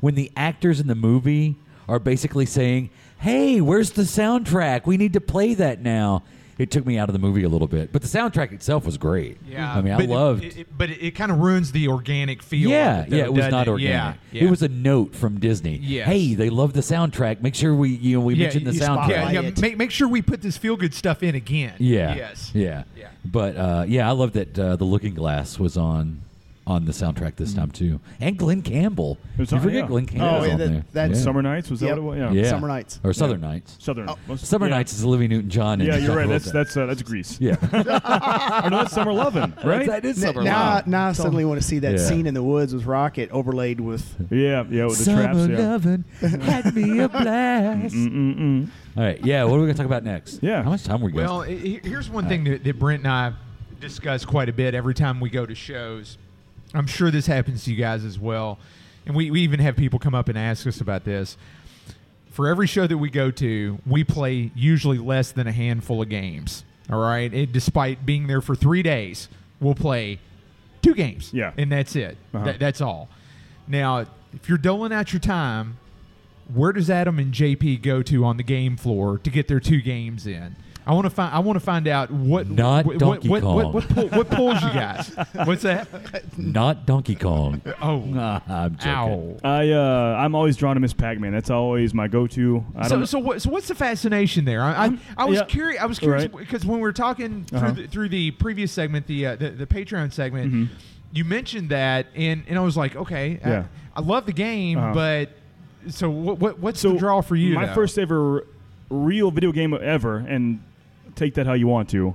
S5: when the actors in the movie are basically saying, "Hey, where's the soundtrack? We need to play that now." It took me out of the movie a little bit, but the soundtrack itself was great.
S3: Yeah,
S5: I mean, I
S3: but it-
S5: loved.
S3: It, it- but it, it kind of ruins the organic feel.
S5: Yeah,
S3: of though,
S5: yeah, it was
S3: doesn't
S5: not
S3: it?
S5: organic.
S3: Yeah, yeah.
S5: It was a note from Disney.
S3: Yes.
S5: Hey, they love the soundtrack. Make sure we you know we mention the
S3: you
S5: soundtrack.
S3: spotlight Yeah, yeah.
S2: it.
S3: Make, make sure we put this feel good stuff in again.
S5: Yeah.
S3: Yes.
S5: Yeah.
S3: Yeah.
S5: But uh, yeah, I love that uh, the Looking Glass was on on the soundtrack
S3: Mm.
S5: this time too, and Glenn Campbell.
S6: It's
S5: you
S6: on-
S5: forget
S6: yeah.
S5: Glenn Campbell
S2: Oh,
S5: was
S2: yeah,
S5: on
S2: that-
S5: there.
S2: that's-
S5: yeah.
S6: Summer nights was
S2: Yep.
S6: that what? it was? Yeah.
S5: Yeah.
S2: Summer Nights.
S5: or Southern Nights.
S6: Southern.
S2: Oh.
S6: What's-
S5: Summer
S6: yeah.
S5: Nights is Olivia Newton-John. and
S6: Yeah,
S5: John
S6: you're right. That's
S5: Travolta.
S6: that's uh, that's Greece.
S5: yeah.
S6: or no, that's summer loving, right?
S5: that is
S2: Now,
S5: Summer
S2: now,
S5: Love.
S2: now I suddenly want to see that
S5: Yeah.
S2: scene in the woods with Rocket overlaid with.
S6: yeah, yeah, with the
S5: Summer
S6: traps. Yeah.
S5: lovin' had me a blast.
S6: Mm-mm-mm.
S5: All right, yeah. What are we gonna talk about next?
S6: Yeah.
S5: How much time we got?
S3: Well, i- i- here's one thing that, that Brent and I discuss quite a bit every time we go to shows. I'm sure this happens to you guys as well. And we, we even have people come up and ask us about this. For every show that we go to, we play usually less than a handful of games. All right. It, despite being there for three days, we'll play two games.
S6: Yeah.
S3: And that's it.
S6: Uh-huh.
S3: That- that's all. Now, if you're doling out your time, where does Adam and JP go to on the game floor to get their two games in? I want to find. I want to find out what
S5: Not
S3: what,
S5: Donkey
S3: what, what,
S5: Kong.
S3: what, pull, what pulls you guys. What's that?
S5: Not Donkey Kong.
S3: Oh,
S5: Nah, I'm joking.
S3: ow.
S6: I uh, I'm always drawn to Miss Pac-Man. That's always my go-to. I
S3: So,
S6: don't. Um,
S3: so, what, so what's the fascination there? I, I, I was
S6: yeah.
S3: curious. I was curious
S6: Right.
S3: because when we were talking
S6: Uh-huh.
S3: through, the, through the previous segment, the uh, the, the Patreon segment, you mentioned that, and and I was like, okay, I-
S6: Mm-hmm. Yeah.
S3: I, love the game,
S6: Uh-huh.
S3: but so what, what what's
S6: so
S3: the draw for you?
S6: My
S3: though?
S6: first ever real video game ever, and take that how you want to,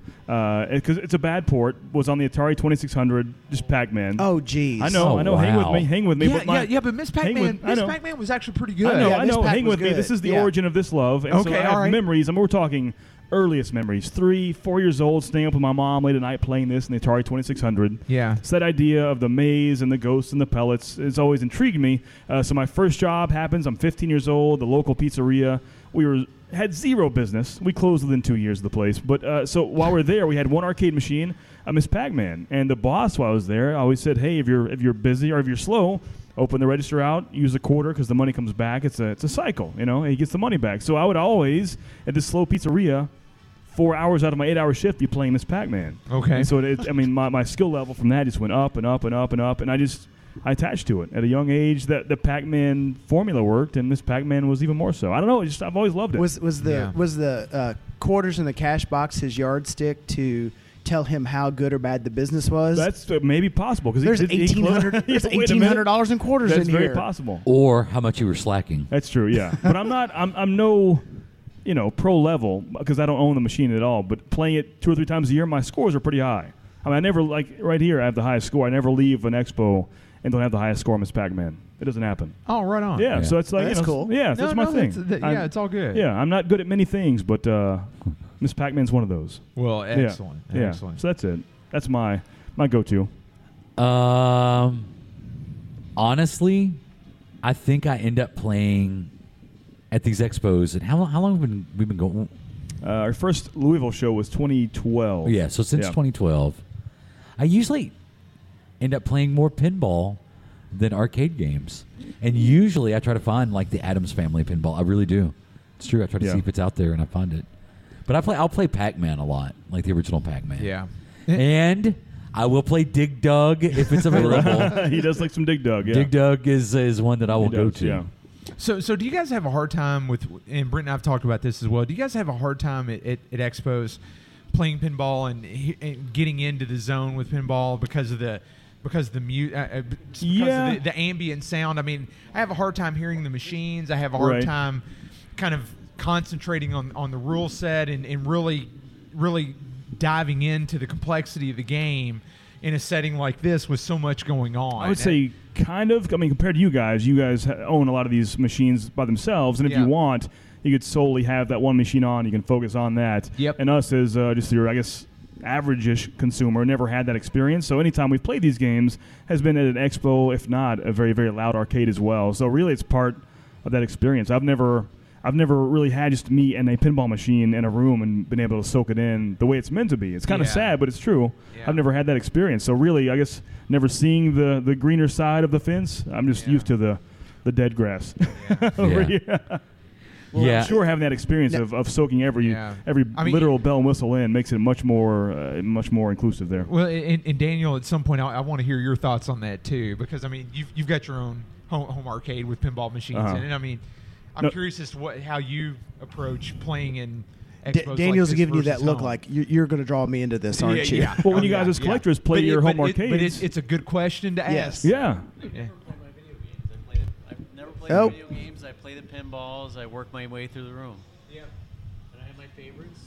S6: because it's a bad port. Was on the Atari 2600, just Pac-Man.
S2: Oh, geez.
S6: I know,
S5: Oh,
S6: I know. Hang with
S5: wow.
S6: me, hang with me.
S3: yeah,
S6: but my,
S3: yeah, yeah, but Miss
S6: hang
S3: Pac-Man,
S6: with- I
S3: Miss
S6: know.
S3: Pac-Man was actually pretty good.
S6: I know,
S2: Yeah,
S6: I
S2: Miss
S6: know.
S2: Pac
S6: Hang
S2: was
S6: with me.
S2: good.
S6: This is the
S2: Yeah.
S6: origin of this love. And so
S3: Okay,
S6: I have
S3: all right.
S6: memories. I mean, we're talking earliest memories. Three, four years old, staying up with my mom late at night playing this in the Atari 2600.
S3: Yeah.
S6: So that idea of the maze and the ghosts and the pellets has always intrigued me. Uh, so my first job happens. I'm 15 years old. The local pizzeria. We were had zero business. We closed within two years of the place. But uh, so while we're there, we had one arcade machine, a Miss Pac-Man, and the boss. While I was there, always said, "Hey, if you're if you're busy or if you're slow." Open the register out, use a quarter because the money comes back. It's a it's a cycle, you know. And he gets the money back. So I would always at this slow pizzeria, four hours out of my eight hour shift, be playing Miss Pac Man.
S3: Okay.
S6: And so it, it- I mean, my, my skill level from that just went up and up and up and up, and I just I attached to it at a young age. That the Pac-Man formula worked, and Miss Pac-Man was even more so. I don't know. It's Just I've always loved it.
S2: Was was the
S3: Yeah.
S2: was the uh, quarters in the cash box his yardstick to tell him how good or bad the business was?
S6: that's uh, maybe possible because
S2: there's eighteen hundred. There's eighteen hundred dollars in quarters
S6: That's
S2: in
S6: very
S2: here.
S6: possible.
S5: Or how much you were slacking.
S6: That's true, yeah. but I'm not. I'm, I'm no, you know, pro level because I don't own the machine at all. But playing it two or three times a year, my scores are pretty high. I mean, I never like right here. I have the highest score. I never leave an expo and don't have the highest score, on Miss Pac-Man. It doesn't happen.
S3: Oh, right on.
S6: Yeah,
S5: Yeah.
S6: so it's like
S2: That's
S6: you know,
S2: cool.
S6: Yeah,
S3: No,
S6: that's my
S3: no,
S6: thing.
S3: that's- that-
S6: I'm-
S3: yeah, it's all good.
S6: Yeah, I'm not good at many things, but uh, Miss Pac-Man's one of those.
S3: Well,
S6: Yeah.
S3: excellent.
S6: Yeah.
S3: Excellent.
S6: So that's it. That's my my go-to.
S5: Um, honestly, I think I end up playing at these expos. And how how long have we been we been going? Oh,
S6: Uh, our first Louisville show was 2012.
S5: Yeah, so since
S6: Yeah.
S5: 2012, I usually end up playing more pinball than arcade games, and usually I try to find like the Adams Family pinball. I really do. It's true. I try to
S6: Yeah.
S5: see if it's out there, and I find it. But I play. I'll play Pac Man a lot, like the original Pac Man.
S3: Yeah.
S5: and I will play Dig Dug if it's available.
S6: he does like some dig dug. Yeah.
S5: Dig Dug is is one that I
S6: He
S5: will go
S6: does,
S5: to.
S6: Yeah.
S3: So, so do you guys have a hard time with? And Brent and I've talked about this as well. Do you guys have a hard time at, at, at expos playing pinball and, he- and getting into the zone with pinball because of the because of the mute, uh, uh, because
S6: Yeah.
S3: of the, the ambient sound? I mean, I have a hard time hearing the machines. I have a hard
S6: Right.
S3: time kind of concentrating on on the rule set and, and really really diving into the complexity of the game in a setting like this with so much going on.
S6: I would say kind of. I mean, compared to you guys, you guys ha- own a lot of these machines by themselves, and if
S3: Yeah.
S6: you want, you could solely have that one machine on. You can focus on that.
S3: Yep.
S6: And us as uh, just your, I guess, average-ish consumer never had that experience. So anytime we've played these games has been at an expo, if not a very very loud arcade as well. So really, it's part of that experience. I've never. I've never really had just me and a pinball machine in a room and been able to soak it in the way it's meant to be. It's kind of
S3: Yeah.
S6: sad, but it's true.
S3: Yeah.
S6: I've never never had that experience. So really, I guess never seeing the the greener side of the fence. I'm just
S3: Yeah.
S6: used to the the dead grass over
S5: Yeah.
S6: here.
S5: yeah.
S6: I'm sure having that experience of, of soaking every
S3: Yeah.
S6: every
S3: I mean,
S6: literal bell and whistle in makes it much more uh, much more inclusive there.
S3: Well, and, and Daniel, at some point, I, I want to hear your thoughts on that too, because I mean, you've, you've got your own home, home arcade with pinball machines
S6: Uh-huh.
S3: in it. I mean, I'm
S6: No.
S3: curious as to what how you approach playing in.
S2: Da-
S3: expos like
S2: Daniel's
S3: this
S2: giving you that
S3: versus
S2: look
S3: home. Oh,
S2: like you're, you're going to draw me into this, aren't you?
S6: Well, when you
S3: yeah,
S6: guys as
S3: yeah.
S6: collectors play
S3: But
S6: your
S3: it-
S6: home
S3: but it- but
S6: arcades.
S3: it's, it's a good question to
S2: Yes.
S3: ask.
S6: yeah.
S3: Yeah.
S12: my video games. I played it. I've never played
S2: Oh.
S12: video games. I play the pinballs. I work my way through the room. And I have my favorites,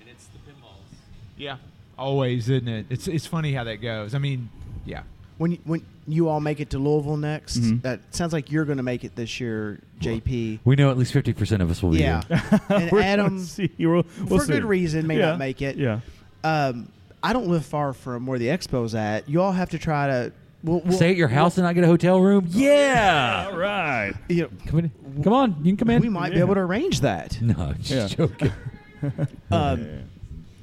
S12: and it's the pinballs.
S3: Yeah. Always, isn't it? It's it's funny how that goes. I mean, yeah.
S2: When you- when you all make it to Louisville next,
S6: Mhm.
S2: that sounds like you're going to make it this year, JP.
S5: We know at least fifty percent of us will be
S2: yeah,
S5: there.
S2: and
S6: We're gonna
S2: Adam,
S6: see. We'll- we'll
S2: for good
S6: see.
S2: reason, may
S6: Yeah.
S2: not make it.
S6: Yeah.
S2: Um, I don't live far from where the expo's at. You all have to try to. We'll, we'll,
S5: Stay at your house and not get a hotel room. Yeah.
S6: All right.
S2: You know,
S5: Come in. Come on. You can come in.
S2: we might be able to arrange that.
S5: No, just
S6: Yeah.
S5: joking.
S2: Um,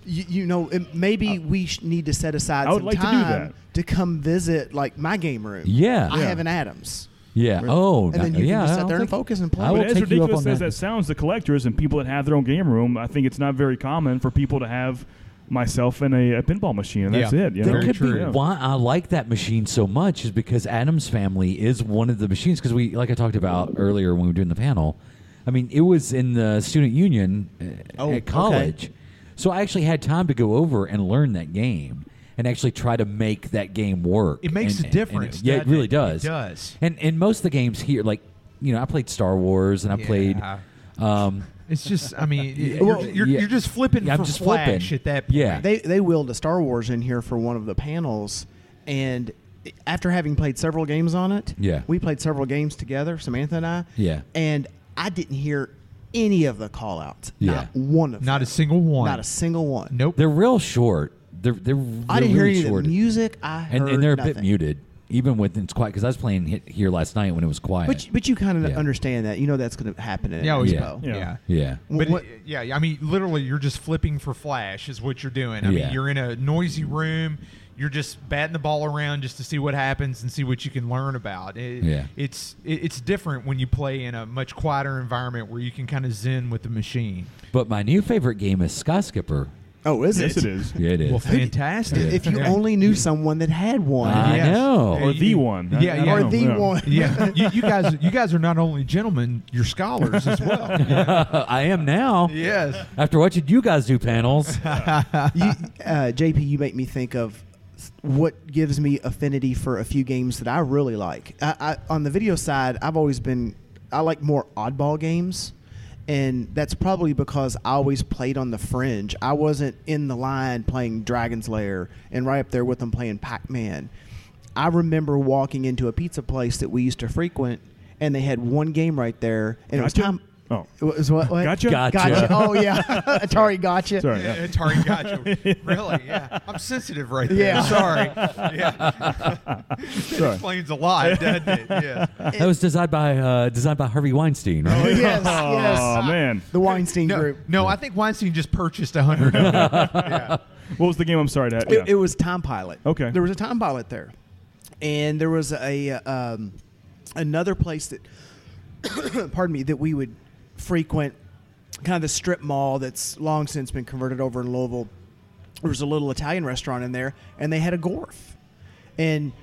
S2: you, you know, it, maybe we sh- need to set aside
S6: Uh, I would
S2: some
S6: like to do
S2: time
S6: that.
S2: to come visit, like my game room.
S5: Yeah.
S2: I
S5: Yeah.
S2: have an Adams.
S5: Yeah. Oh,
S2: and then
S5: no-
S2: you
S5: yeah.
S2: can just
S5: I'll
S2: sit there and
S5: take-
S2: focus and play.
S5: I will
S6: But as
S5: take you up
S6: ridiculous
S5: on
S6: as
S5: that.
S6: that. sounds, the collectors and people that have their own game room, I think it's not very common for people to have myself and a, a pinball machine. And that's
S3: Yeah.
S6: it. You
S5: That
S6: know?
S5: could be
S6: Yeah.
S5: why I like that machine so much is because Adam's family is one of the machines because we, like I talked about earlier when we were doing the panel, I mean it was in the student union uh,
S2: Oh, okay.
S5: at college, so I actually had time to go over and learn that game and actually try to make that game work.
S3: It makes
S5: And-
S3: a
S5: and- and it-
S3: difference,
S5: yeah, it
S3: doesn't
S5: really
S3: it? It
S5: does.
S3: does.
S5: And and most of the games here, like you know, I played Star Wars and I played.
S3: Yeah.
S5: Um,
S3: It's just, I mean, you're,
S5: Well,
S3: you're,
S5: yeah.
S3: you're just flipping
S5: Yeah, I'm
S3: for
S5: just
S3: flash
S5: flipping.
S3: at that point.
S5: Yeah.
S2: They they wheeled a Star Wars in here for one of the panels, and after having played several games on it,
S5: Yeah.
S2: we played several games together, Samantha and I.
S5: Yeah.
S2: and I didn't hear any of the call outs.
S5: Yeah.
S2: not one of
S3: Not
S2: them.
S3: a single one.
S2: not a single one.
S3: Nope.
S5: they're real short. They're they're.
S2: I
S5: they're
S2: didn't hear
S5: really
S2: any of
S5: short.
S2: the music. I heard
S5: and, and they're a
S2: nothing.
S5: bit muted, even when it's quiet. Because I was playing hit here last night when it was quiet.
S2: But you- but you kind of
S5: Yeah.
S2: understand that. You know that's going to happen in an
S3: Yeah, oh, yeah.
S2: expo.
S6: Yeah.
S3: yeah.
S5: yeah,
S2: Wh-
S3: But
S2: what-
S3: it- yeah, I mean, literally, you're just flipping for flash is what you're doing. I
S5: Yeah.
S3: mean, you're in a noisy room. You're just batting the ball around just to see what happens and see what you can learn about. It,
S5: Yeah.
S3: it's it, it's different when you play in a much quieter environment where you can kind of zen with the machine.
S5: but my new favorite game is Sky Skipper.
S2: Oh, is
S6: Yes, it is.
S5: Yeah, it is.
S3: Well, fantastic.
S2: If you
S3: Yeah.
S2: only knew someone that had one,
S5: I
S3: Yes.
S5: know.
S6: Or the one. I-
S3: Yeah,
S6: I
S3: yeah.
S6: don't
S3: Or
S6: know.
S2: the
S6: Yeah.
S2: one.
S3: Yeah, you, you guys, you guys are not only gentlemen, you're scholars as well.
S5: I am now.
S3: yes.
S5: After watching you guys do panels,
S2: you, uh, JP, you make me think of s- what gives me affinity for a few games that I really like. I, I, on the video side, I've always been I like more oddball games, and that's probably because I always played on the fringe. I wasn't in the line playing Dragon's Lair and right up there with them playing Pac Man. I remember walking into a pizza place that we used to frequent, and they had one game right there, and it was
S6: Gotcha?
S2: time.
S6: Oh.
S2: It was what? what?
S6: Gotcha?
S5: Gotcha.
S2: Gotcha. Oh yeah, Atari gotcha.
S6: Sorry. yeah.
S3: Atari gotcha. Really? Yeah. I'm sensitive right there.
S2: Yeah.
S3: Sorry. Yeah. that explains a lot, doesn't it? Yeah.
S5: that was designed by uh, designed by Harvey Weinstein, right?
S2: yes,
S6: Oh,
S2: yes.
S6: man.
S2: The Weinstein
S3: No,
S2: Group.
S3: no, I think Weinstein just purchased a hundred. of them. yeah.
S6: What was the game? I'm sorry. That, yeah.
S2: It, it was Time Pilot.
S6: Okay.
S2: There was a Time Pilot there, and there was a um, another place that, pardon me, that we would frequent, kind of the strip mall that's long since been converted over in Louisville. There was a little Italian restaurant in there, and they had a Gorf, and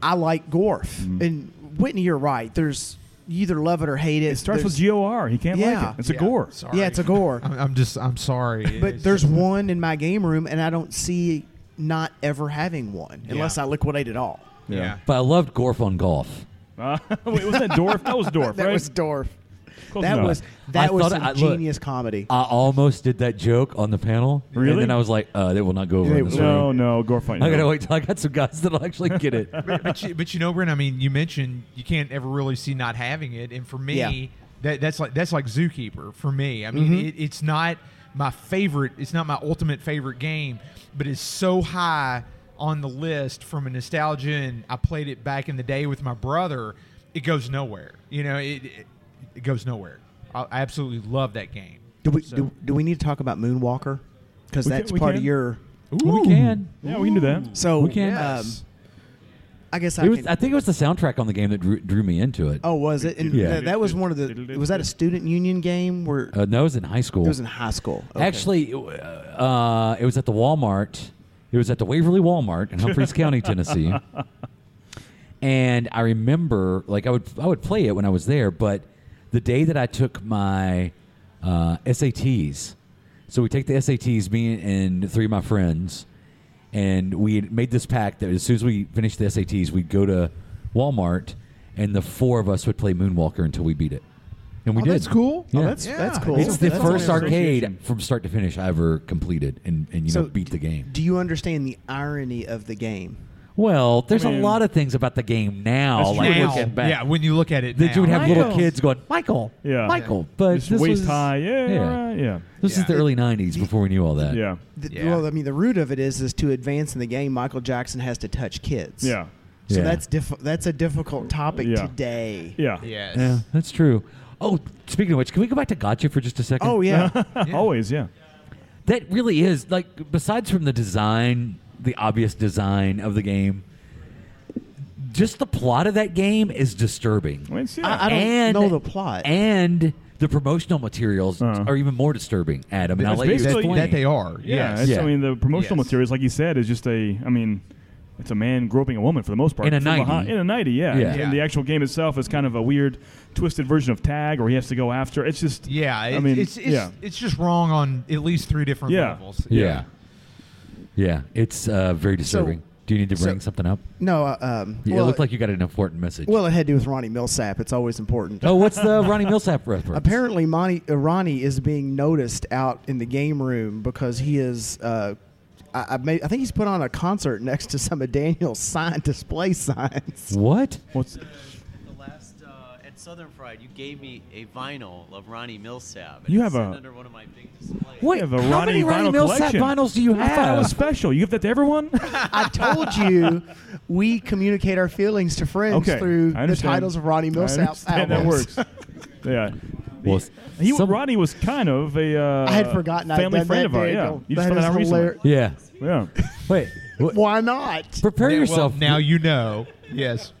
S2: I like Gorf. And Whitney, you're right. There's you either love it or hate it.
S6: It starts with
S2: There's-
S6: G-O-R. He can't
S2: Yeah.
S6: like it. It's a
S3: Yeah.
S6: gore.
S3: Sorry.
S2: Yeah, it's a gore.
S3: I'm, I'm just. I'm sorry.
S2: But
S3: It's-
S2: there's one in my game room, and I don't see not ever having one unless
S3: Yeah.
S2: I liquidate it all.
S3: Yeah.
S5: But I loved Gorf on Golf.
S6: Uh, wait, was that Dorf? That was Dorf,
S2: That
S6: right?
S2: was Dorf.
S6: Close
S2: that
S6: enough.
S2: was that
S5: I
S2: was
S5: thought
S2: some
S5: I- look,
S2: genius comedy.
S5: I almost did that joke on the panel,
S6: Really?
S5: and then I was like, uh, "That will not go over."
S2: Yeah,
S5: in this
S2: it-
S5: room.
S6: No, no, gore fight.
S5: I
S6: no.
S5: gotta wait till I got some guys that'll actually get it.
S3: but, but you, but you know, Brent. I mean, you mentioned you can't ever really see not having it, and for me,
S2: Yeah.
S3: that that's like that's like Zookeeper for me. I mean, it, it's not my favorite. It's not my ultimate favorite game, but it's so high on the list from a nostalgia, and I played it back in the day with my brother. It goes nowhere. You know, it it, it goes nowhere. I, I absolutely love that game.
S2: do we do, do we need to talk about Moonwalker? Because
S6: We can-
S2: that's
S6: we
S2: part of
S6: can.
S2: your.
S5: We can.
S6: Yeah, we can do that.
S2: So
S5: We can.
S2: Um, I guess I
S5: It was,
S2: can.
S5: I think it was the soundtrack on the game that drew, drew me into it.
S2: oh, was it? And
S5: Yeah.
S2: that- that was one of the. Was that a student union game where
S5: uh, no, it was in high school.
S2: it was in high school? Okay.
S5: Actually, uh, it was at the Walmart. It was at the Waverly Walmart in Humphreys County, Tennessee. And I remember, like, I would I would play it when I was there, but the day that I took my uh, SATs, so we take the SATs, me and three of my friends, and we had made this pact that as soon as we finished the SATs, we'd go to Walmart, and the four of us would play Moonwalker until we beat it. And we
S3: Oh,
S5: did.
S3: that's cool.
S5: Yeah.
S2: oh, that's
S3: Yeah.
S2: that's cool.
S5: It's the
S2: That's
S5: first
S2: awesome.
S5: arcade from start to finish I ever completed and, and you
S2: So
S5: know beat the game.
S2: Do you understand the irony of the game?
S5: Well, there's
S6: I mean-
S5: a lot of things about the game now,
S6: That's
S5: like
S6: true.
S5: looking back.
S3: yeah, when you look at it,
S5: that you
S3: now.
S5: would have little
S6: Michael.
S5: kids going, Michael,
S6: Yeah.
S5: Michael. But
S6: Just
S5: this
S6: waist
S5: was,
S6: high. Yeah,
S5: yeah. Uh,
S6: yeah. Right, yeah.
S5: This is the
S3: Yeah.
S5: early '90s before we knew all that.
S6: Yeah.
S2: The-
S3: Yeah.
S2: Well, I mean, the root of it is is to advance in the game, Michael Jackson has to touch kids.
S6: Yeah.
S2: So
S5: Yeah.
S2: that's diff- that's a difficult topic
S6: Yeah.
S2: today.
S6: Yeah.
S3: Yes.
S5: yeah, that's true. Oh, speaking of which, can we go back to Gotcha for just a second?
S2: Oh yeah.
S6: Always, yeah.
S5: that really is like besides from the design the obvious design of the game just the plot of that game is disturbing
S6: Well, it's- yeah.
S2: I- I don't
S5: and,
S2: know the plot.
S5: and the promotional materials
S6: Uh-huh.
S5: are even more disturbing adam and I'll let you
S6: That's
S3: That,
S6: basically-
S5: explain.
S3: that they are.
S6: Yeah,
S3: Yes.
S6: it's-
S5: Yeah.
S6: I mean the promotional
S3: Yes.
S6: materials, like you said, is just a. I mean, it's a man groping a woman for the most part.
S5: In a
S6: From
S5: 90.
S6: behind- in a ninety, yeah.
S5: Yeah.
S6: And, and the actual game itself is kind of a weird, twisted version of tag, where he has to go after. It's just.
S3: Yeah,
S6: I
S3: it,
S6: mean,
S3: it's it's,
S6: yeah.
S3: it's just wrong on at least three different
S6: Yeah.
S3: levels.
S5: yeah yeah it's uh, very disturbing do you need to
S2: so-
S5: bring something up
S2: No. uh, Um,
S5: yeah,
S2: well,
S5: it looked like you got an important message
S2: well, it had to do with Ronnie Millsap. It's always important.
S5: oh what's the ronnie millsap reference
S2: Apparently, Monty, uh, Ronnie is being noticed out in the game room because he is. Uh, I, I, may, I think he's put on a concert next to some of Daniel's sign display signs.
S5: what
S6: What's
S12: The last uh, at Southern Fried, you gave me a vinyl of Ronnie Millsap.
S6: You
S12: it's
S6: have
S12: sitting
S6: a-
S12: under one of my big displays.
S5: Wait,
S6: you have a
S5: how
S6: Ronnie
S5: many Ronnie
S6: vinyl
S5: Millsap
S6: collection.
S5: vinyls do you
S6: I thought it was
S5: have?
S6: special. You give that to everyone.
S2: I told you we communicate our feelings to friends
S6: okay.
S2: through
S6: I
S2: the
S6: understand.
S2: titles of Ronnie
S6: I
S2: Millsap's
S6: understand that
S2: albums.
S6: works. yeah.
S5: Well,
S6: He,
S5: some-
S6: Ronnie was kind of a. Uh,
S2: I had forgotten I'd
S6: Family
S2: done
S6: friend
S2: that,
S6: of ours. Yeah.
S2: Daniel.
S6: You just
S2: That
S6: found that
S2: is
S6: out recently.
S2: hilar-
S5: yeah
S6: Yeah.
S5: wait wh-
S2: Why not?
S5: prepare
S3: Now- well,
S5: yourself
S3: now you know. Yes.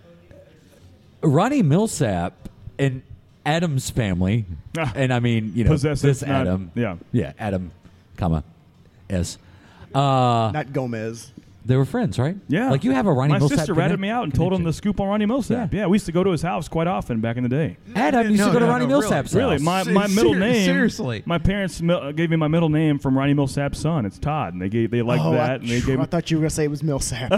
S5: Ronnie Millsap and Adam's family,
S6: Ah.
S5: and I mean, you know,
S6: Possessive,
S5: this
S6: not-
S5: Adam,
S6: yeah.
S5: yeah, Adam, comma, S. Uh,
S2: Not Gomez.
S5: they were friends, right?
S6: Yeah.
S5: Like you have a Ronnie
S6: My
S5: Millsap.
S6: sister ratted me out and told him the scoop on Ronnie Millsap.
S5: Yeah.
S6: Yeah. we used to go to his house quite often back in the day.
S5: Adam used to
S3: No,
S5: go to
S3: no,
S5: Ronnie
S3: no, really.
S5: Millsap's
S6: Really,
S5: house.
S6: my,
S3: Se-
S6: my middle
S3: ser-
S6: name.
S3: seriously.
S6: my parents mil- uh, gave me my middle name from Ronnie Millsap's son. It's Todd, and they gave they liked
S2: oh,
S6: that,
S2: I,
S6: and they
S2: phew,
S6: gave
S2: I
S6: me
S2: thought you were gonna say it was Millsap.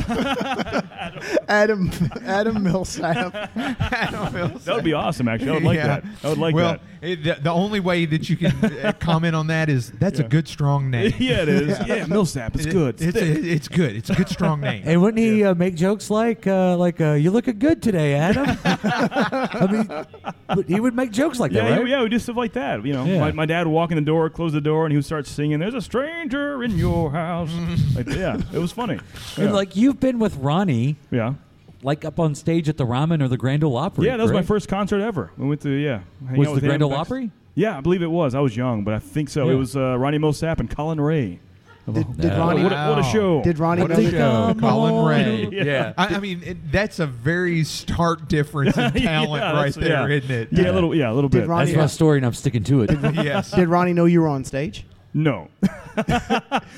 S2: Adam Adam Millsap.
S6: that would be awesome. Actually, I would like that. I would like
S3: well,
S6: that.
S3: it- the, the only way that you can uh, comment on that is that's
S6: Yeah.
S3: a good, strong name.
S6: yeah, it is. Yeah, Millsap. It's
S3: It-
S6: good.
S3: It's,
S6: Stick.
S3: it's good. It's a good, strong name.
S5: And wouldn't he uh, make jokes like, uh, like uh, "You looking good today, Adam"? I mean, but he would make jokes like
S6: yeah,
S5: that, right?
S6: yeah, we do stuff like that. You know,
S5: Yeah.
S6: my, my dad would walk in the door, close the door, and he would start singing. There's a stranger in your house. like, yeah, it was funny. Yeah,
S5: And like you've been with Ronnie,
S6: yeah,
S5: like up on stage at the Ramen or the Grand Ole Opry.
S6: yeah. That was my
S5: correct?
S6: first concert ever. We went to yeah. hang
S5: Was
S6: out
S5: the
S6: with him
S5: Grand Ole
S6: back-
S5: Opry?
S6: Yeah, I believe it was. I was young, but I think so.
S5: Yeah.
S6: It was uh, Ronnie Millsap and Colin Ray.
S2: Did, did
S5: No.
S2: Ronnie?
S6: What a, what a show!
S2: Did Ronnie?
S3: What
S2: know
S3: a
S2: that-
S3: show.
S5: Come
S3: Colin
S5: on.
S3: Ray.
S6: Yeah.
S3: I, I mean, it, that's a very stark difference in talent
S6: Yeah,
S3: right
S6: that's-
S3: there,
S6: yeah.
S3: isn't it?
S6: Yeah, a little. Yeah, a little
S2: Did
S6: bit.
S2: Ronnie-
S5: That's
S2: Yeah.
S5: my story, and I'm sticking to it.
S3: yes.
S2: uh, Did Ronnie know you were on stage?
S6: No.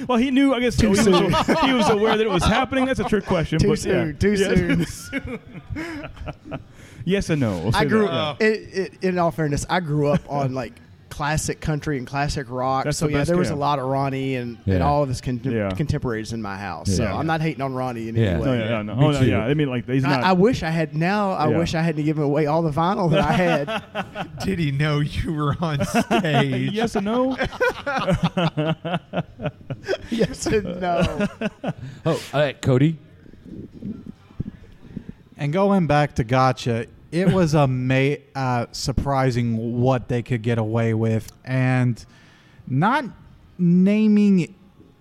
S6: well, he knew. I guess he, was, he was aware that it was happening. That's a trick question.
S2: Too
S6: but
S2: soon.
S6: Yeah.
S2: Too
S6: Yes.
S2: soon.
S6: yes and no. We'll
S2: I
S6: say
S2: grew
S6: that.
S2: up. It, it, in all fairness, I grew up on like classic country and classic rock.
S6: That's
S2: so
S6: the
S2: yeah,
S6: best
S2: there was a
S6: camp.
S2: lot of Ronnie and,
S5: Yeah.
S2: and all of his contem-
S6: Yeah.
S2: contemporaries in my house. So
S5: Yeah.
S2: I'm not hating on Ronnie in
S5: Yeah.
S2: any
S6: No,
S2: way.
S6: yeah, yeah, no.
S5: Me
S6: Oh, no,
S5: too.
S6: yeah. I mean, like he's not.
S2: I, I wish I had now. I
S6: Yeah.
S2: wish I hadn't given away all the vinyl that I had.
S3: Did he know you were on stage?
S6: yes and no.
S2: yes and no.
S3: Uh-huh.
S5: Oh, all right, Cody.
S10: And going back to Gotcha, it was a ma- uh, surprising what they could get away with, and not naming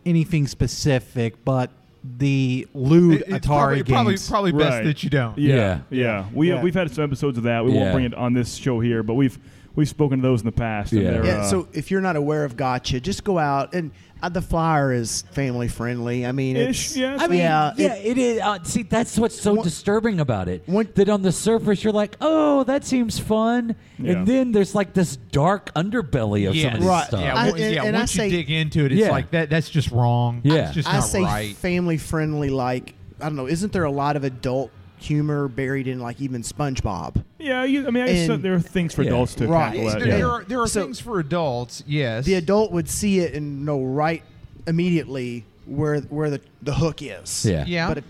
S10: anything specific, but the lewd
S3: It- it's
S10: Atari
S3: probably, probably,
S10: games.
S3: probably best
S6: Right.
S3: that you don't.
S6: Yeah,
S5: Yeah.
S6: yeah. We
S10: Yeah.
S6: Have, we've had some episodes of that. We
S5: Yeah.
S6: won't bring it on this show here, but we've we've spoken to those in the past. and
S5: Yeah.
S6: they're,
S2: Yeah,
S6: uh,
S2: so if you're not aware of Gotcha, just go out and uh, the flyer is family friendly. I mean,
S6: Ish,
S2: it's,
S6: yes.
S5: I mean, yeah,
S2: Yeah,
S5: it is. Uh, see, that's what's so disturbing about it.
S2: one-
S5: that on the surface, you're like, "Oh, that seems fun,"
S6: Yeah.
S5: and then there's like this dark underbelly of some of
S3: Yes.
S5: this
S2: Right,
S5: stuff.
S3: Yeah,
S2: I-
S3: once-
S2: and-
S3: yeah,
S2: and I
S3: once you
S2: say-
S3: dig into it, it's
S5: Yeah.
S3: like that. That's just wrong.
S5: Yeah.
S3: it's just
S2: I
S3: not
S2: say
S3: right.
S2: family friendly. Like I don't know, isn't there a lot of adult humor buried in like even SpongeBob?
S6: yeah. You, I mean, I guess
S2: And-
S6: there are things for
S5: Yeah.
S6: adults to
S2: Right.
S6: tackle. At,
S3: There,
S6: yeah.
S3: there are, there are
S2: So-
S3: things for adults. Yes,
S2: The adult would see it and know right immediately where where the, the hook is.
S5: Yeah.
S3: Yeah,
S2: But if,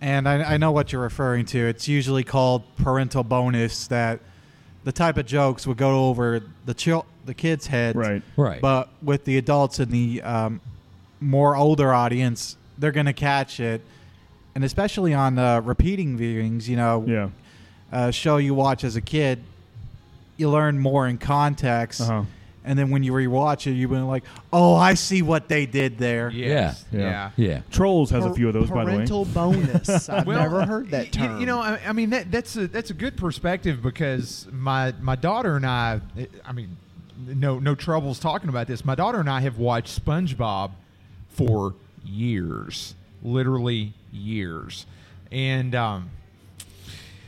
S10: And I, I know what you're referring to. It's usually called parental bonus. That the type of jokes would go over the chil- the kids' heads,
S6: Right.
S5: Right.
S10: But with the adults and the um, more older audience, they're going to catch it, and especially on uh, repeating viewings. You know,
S6: Yeah.
S10: uh, show you watch as a kid, you learn more in context,
S6: Uh-huh.
S10: and then when you rewatch it, you've been like, "Oh, I see what they did there."
S3: yes,
S6: Yeah.
S3: yeah.
S5: yeah.
S6: Trolls has
S2: par-
S6: a few of those, by the way.
S2: parental bonus. I've
S3: Well,
S2: never heard that
S3: y-
S2: term.
S3: You know, I, I mean that, that's a that's a good perspective because my my daughter and I, I mean, no no troubles talking about this. My daughter and I have watched SpongeBob for years, literally years, and um,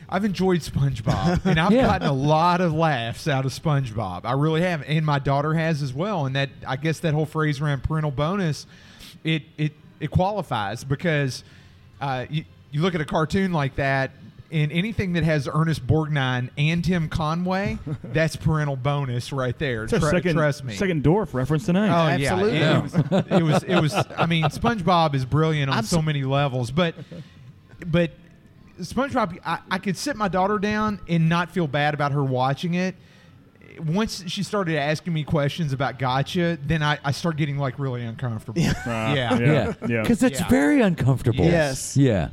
S3: I've enjoyed SpongeBob, and I've
S5: Yeah.
S3: gotten a lot of laughs out of SpongeBob. I really have, and my daughter has as well. And that I guess that whole phrase around parental bonus, it it it qualifies because uh, you you look at a cartoon like that, and anything that has Ernest Borgnine and Tim Conway, that's parental bonus right there.
S6: It's our
S3: Tru-
S6: second,
S3: trust me.
S6: second dwarf reference tonight.
S3: Oh
S2: Absolutely.
S3: yeah, it, it was, it was. It was. I mean, SpongeBob is brilliant on
S2: I'm
S3: so
S2: so-
S3: many levels, but but SpongeBob, I, I could sit my daughter down and not feel bad about her watching it. Once she started asking me questions about Gotcha, then I, I start getting like really uncomfortable. yeah.
S6: Ah, yeah, yeah.
S5: Because it's
S3: Yeah.
S5: very uncomfortable.
S2: Yes.
S5: Yeah.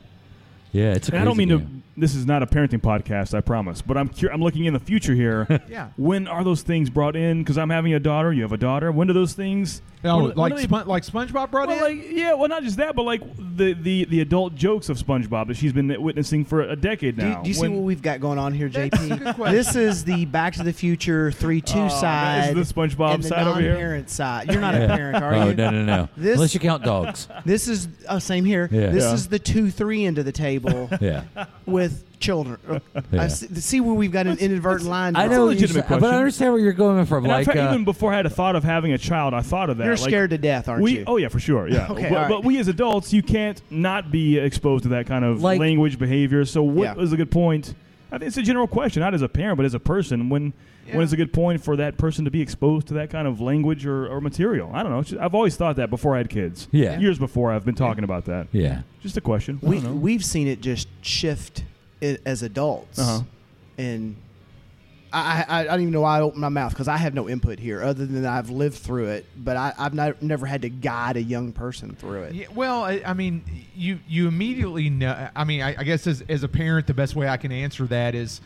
S5: Yeah. It's. A
S6: And I don't
S5: crazy
S6: mean to.
S5: game.
S6: This is not a parenting podcast, I promise. But I'm cur- I'm looking in the future here.
S3: Yeah.
S6: When are those things brought in? Because I'm having a daughter. You have a daughter. When do those things?
S3: No,
S6: when- when
S3: like
S6: do they-
S3: Spon- like SpongeBob brought
S6: well,
S3: in.
S6: like yeah. Well, not just that, but like the the the adult jokes of SpongeBob that she's been witnessing for a decade
S2: Do,
S6: now.
S2: do you see
S6: When-
S2: what we've got going on here,
S3: good
S2: JP?
S3: question.
S2: This is the Back to the Future three two
S6: Oh, that is
S2: side.
S6: the SpongeBob
S2: and the
S6: side over here?
S2: non-parent side. You're not
S5: Yeah.
S2: a parent, are
S5: oh
S2: you?
S5: no no no!
S2: This-
S5: Unless you count dogs.
S2: This is uh, same here.
S5: Yeah.
S2: This
S6: Yeah.
S2: is the two three end of the table
S5: Yeah.
S2: with children. Or-
S5: Yeah.
S2: I see, see where we've got an inadvertent line.
S5: I
S2: drawn.
S5: know,
S6: a
S5: you
S6: legitimate
S5: but I
S6: question.
S5: understand where you're going from.
S6: And
S5: like,
S6: in fact,
S5: uh,
S6: even before I had a thought of having a child, I thought of that.
S2: You're
S6: Like,
S2: scared to death, aren't
S6: we,
S2: you?
S6: Oh yeah, for sure. Yeah.
S2: Okay,
S6: but,
S2: all right.
S6: but we as adults, you can't not be exposed to that kind of
S5: Like-
S6: language behavior. So what is
S2: Yeah.
S6: a good point? I think it's a general question, not as a parent, but as a person. When when is a good point for that person to be exposed to that kind of language or, or material? I don't know. It's just- I've always thought that before I had kids.
S5: Yeah.
S6: Years before, I've been talking about that.
S5: yeah.
S6: Just a question. I
S2: we
S6: don't know.
S2: we've seen it just shift i as adults,
S6: Uh-huh.
S2: and I, I I don't even know why I open my mouth because I have no input here other than I've lived through it, but I, I've not, never had to guide a young person through it.
S3: Yeah, well, I, I mean, you you immediately know. I mean, I, I guess as, as a parent, the best way I can answer that is,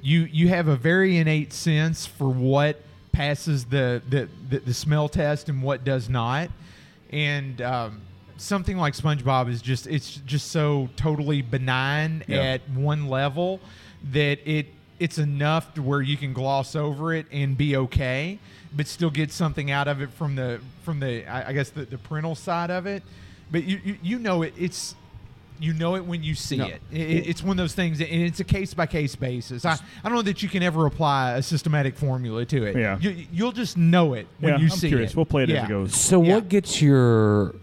S3: you you have a very innate sense for what passes the the, the, the smell test and what does not, and um, something like SpongeBob is just it's just so totally benign
S6: Yeah.
S3: at one level that it it's enough to where you can gloss over it and be okay, but still get something out of it from the from the I I guess the, the parental side of it. But you you, you know it it's you know it when you see it. I- i- It's one of those things, and it's a case by case basis. I, I don't know that you can ever apply a systematic formula to it.
S6: Yeah.
S3: you, you'll just know it when
S6: yeah,
S3: you
S6: I'm
S3: see
S6: curious.
S3: it.
S6: We'll play it as
S3: Yeah.
S6: it goes.
S5: So
S3: Yeah.
S5: what gets your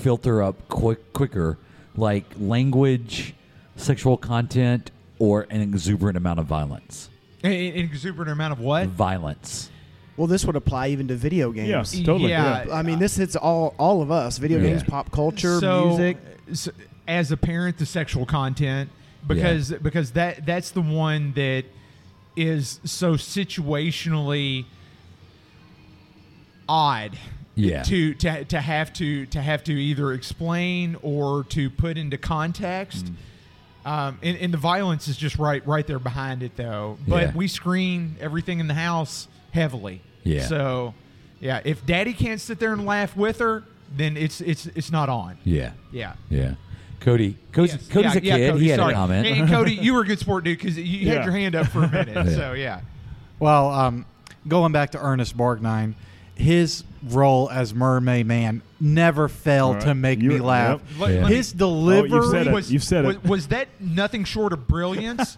S5: filter up quick quicker, like language, sexual content, or an exuberant amount of violence?
S3: An, an exuberant amount of what?
S5: Violence.
S2: Well, this would apply even to video
S6: Yeah,
S2: games.
S6: totally.
S3: Yeah.
S2: I mean, this hits all all of us: video
S5: Yeah.
S2: games, pop culture,
S3: so,
S2: music.
S3: s- as a parent, the sexual content because because that that's the one that is so situationally odd.
S5: Yeah.
S3: To, to to have to to have to either explain or to put into context. Um, and, and the violence is just right right there behind it though. But
S5: Yeah.
S3: we screen everything in the house heavily.
S5: Yeah.
S3: So yeah, if daddy can't sit there and laugh with her, then it's it's it's not on.
S5: Yeah.
S3: Yeah.
S5: Yeah. Cody. Cody's,
S3: Yes.
S5: Cody's
S3: Yeah, yeah,
S5: a kid. he
S3: Cody,
S5: had
S3: sorry.
S5: a comment.
S3: And, and Cody, you were a good sport, dude, because you, you
S6: Yeah.
S3: had your hand up for a minute.
S5: Yeah.
S3: So yeah,
S10: Well, um, going back to Ernest Borgnine, his role as Mermaid Man never failed
S6: All right.
S10: to make
S6: You're-
S10: me laugh.
S6: yep.
S3: Let-
S5: Yeah.
S3: let me-
S10: His delivery
S6: Oh, said it.
S10: was
S6: You've said
S3: was,
S6: it.
S3: was that nothing short of brilliance?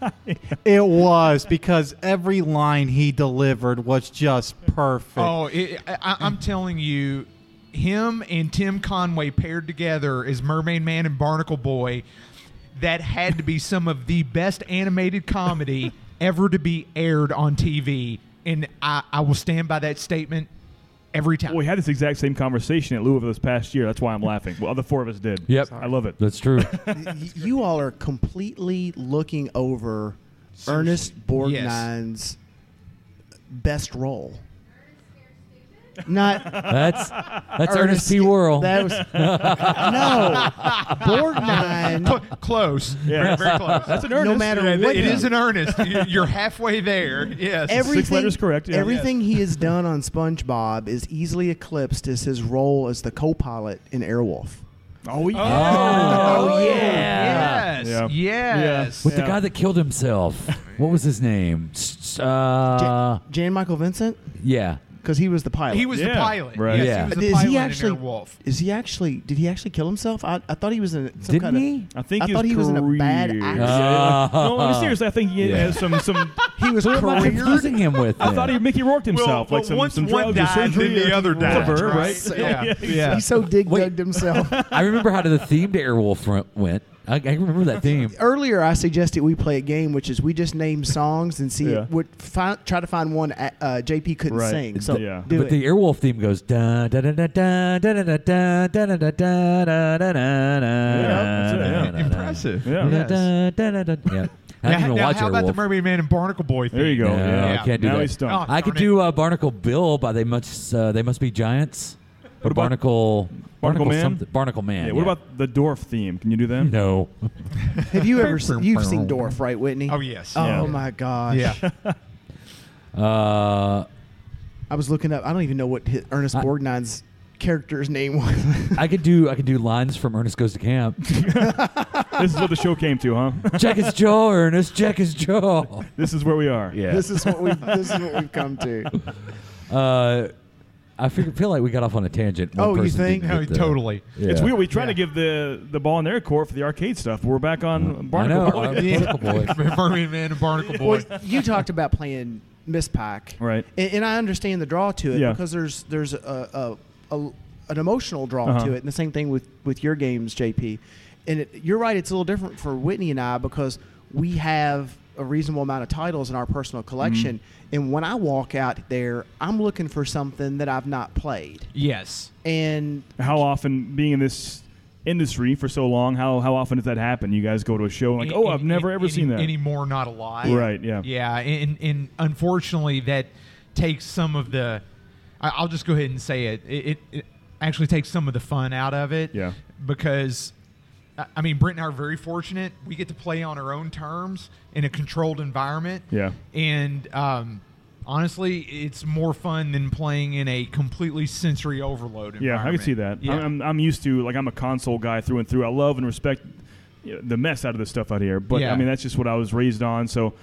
S10: it was because every line he delivered was just perfect.
S3: oh, it, I, I'm telling you, him and Tim Conway paired together as Mermaid Man and Barnacle Boy. That had to be some of the best animated comedy ever to be aired on TV, and I, I will stand by that statement every time.
S6: Well, we had this exact same conversation at Louisville this past year. That's why I'm laughing. Well, the four of us did.
S5: Yep.
S6: I love it.
S5: That's true.
S2: Y- you all are completely looking over Ernest Borgnine's best role. Not
S5: That's that's Ernest P. Worrell.
S2: That was no Borgnine.
S3: Cl- close.
S6: Yeah.
S3: Very, very close.
S6: That's an
S2: No
S6: earnest.
S2: matter
S3: Yeah,
S2: what,
S3: it
S2: he-
S3: is in earnest. You- You're halfway there. Yes.
S2: everything,
S6: letters correct, yeah.
S2: Everything he has done on SpongeBob is easily eclipsed as his role as the co-pilot in Airwolf.
S6: Oh, yeah.
S5: Oh,
S3: yeah. Yes.
S6: Yeah.
S3: Yes.
S5: With
S6: Yeah.
S5: the guy that killed himself. What was his name? S- s- Uh,
S2: Jan Michael Vincent,
S5: yeah.
S2: because he was the pilot.
S3: He was the
S6: Yeah.
S3: pilot.
S6: Right.
S3: Yes,
S5: Yeah.
S3: He was the
S2: is
S3: pilot
S2: he
S3: in
S2: actually?
S3: Airwolf.
S2: Is he actually? Did he actually kill himself? I, I thought he was in some
S5: Didn't
S2: kind of.
S5: he?
S6: I think
S2: I
S6: his
S2: thought he was in a
S6: career-
S2: bad actor.
S6: Yeah. no, I mean,
S5: Ah.
S6: seriously, I think he
S5: Yeah.
S6: has some some.
S2: He was
S5: Who am I confusing him with?
S6: I thought he
S5: then?
S6: Mickey Rourked himself,
S3: Well,
S6: like some
S3: once
S6: some
S3: one
S6: drugs or
S3: died,
S6: surgery,
S3: then the
S6: or
S3: other died.
S6: whatever,
S3: Right.
S6: right?
S3: So, yeah. Yeah.
S2: He so dig
S5: Wait.
S2: dugged himself.
S5: I remember how the theme to Airwolf went- went. I, I remember that theme.
S2: Earlier, I suggested we play a game, which is we just name songs and see
S6: Yeah.
S2: what fi- try to find one uh, uh, JP couldn't
S6: Right.
S2: sing. So
S6: Yeah.
S2: do
S5: but
S2: it.
S5: the Airwolf theme goes da da da da da da da da da da da da da da da da
S6: that's it,
S5: da
S6: yeah.
S5: da
S3: Impressive.
S6: Yeah.
S5: da da da da da. Yeah. I
S3: Now,
S5: didn't even
S3: now
S5: watch
S3: how about the
S5: Airwolf.
S3: Mermaid Man and Barnacle Boy thing?
S6: There you go.
S5: No,
S6: yeah.
S5: I can't do
S6: now
S5: that.
S6: he's stumped.
S3: Oh.
S5: I could
S3: Darn it.
S5: do uh, Barnacle Bill by they must uh, they must be giants. Or
S6: about-
S5: Barnacle
S6: Barnacle Man?
S5: something- Barnacle Man.
S6: yeah, what about the dwarf theme? Can you do that?
S5: no?
S2: Have you ever seen, you've seen Dorf, right, Whitney?
S3: Oh, yes.
S2: Oh
S6: Yeah.
S2: my gosh.
S3: Yeah.
S5: Uh,
S2: I was looking up. I don't even know what his, Ernest
S5: I-
S2: Borgnine's character's name was.
S5: I could do I could do lines from Ernest Goes to Camp.
S6: This is what the show came to, huh?
S5: Jack is Joe, Ernest. Jack is Joe.
S6: this is where we are.
S5: Yeah.
S2: This is what we've this is what we've come to.
S5: Uh, I feel, feel like we got off on a tangent. One
S2: Oh, you
S5: person
S2: think?
S5: didn't
S3: No,
S5: get the-
S3: totally.
S5: Yeah.
S6: It's weird. We try to
S3: Yeah.
S6: give the the ball in their court for the arcade stuff. We're back on
S5: I know.
S6: Barnacle Boy.
S5: uh, Barnacle Boy.
S3: Mermaid Man and Barnacle Boy.
S2: Well, you talked about playing Miss Pike,
S6: Right.
S2: And, and I understand the draw to it
S6: Yeah.
S2: because there's there's a, a, a an emotional draw
S6: Uh-huh.
S2: to it, and the same thing with with your games, JP. And it, you're right; it's a little different for Whitney and I because we have a reasonable amount of titles in our personal
S6: Mm-hmm.
S2: collection, and when I walk out there, I'm looking for something that I've not played,
S3: Yes.
S2: and
S6: How often being in this industry for so long? How how often does that happen? You guys go to a show and like, oh,
S3: Any-
S6: I've never
S3: any-
S6: ever seen that.
S3: anymore. Not alive.
S6: Right, yeah.
S3: Yeah. And, and unfortunately, that takes some of the. I- I'll just go ahead and say it. It, it, it actually takes some of the fun out of it.
S6: Yeah.
S3: Because. I- I mean, Brent and I are very fortunate. We get to play on our own terms in a controlled environment.
S6: Yeah.
S3: And um, honestly, it's more fun than playing in a completely sensory overload
S6: Yeah, I
S3: environment.
S6: can see that.
S3: Yeah.
S6: I'm, I'm, I'm used to like I'm a console guy through and through. I love and respect you know, the mess out of the stuff out here, but
S3: Yeah.
S6: I mean that's just what I was raised on. So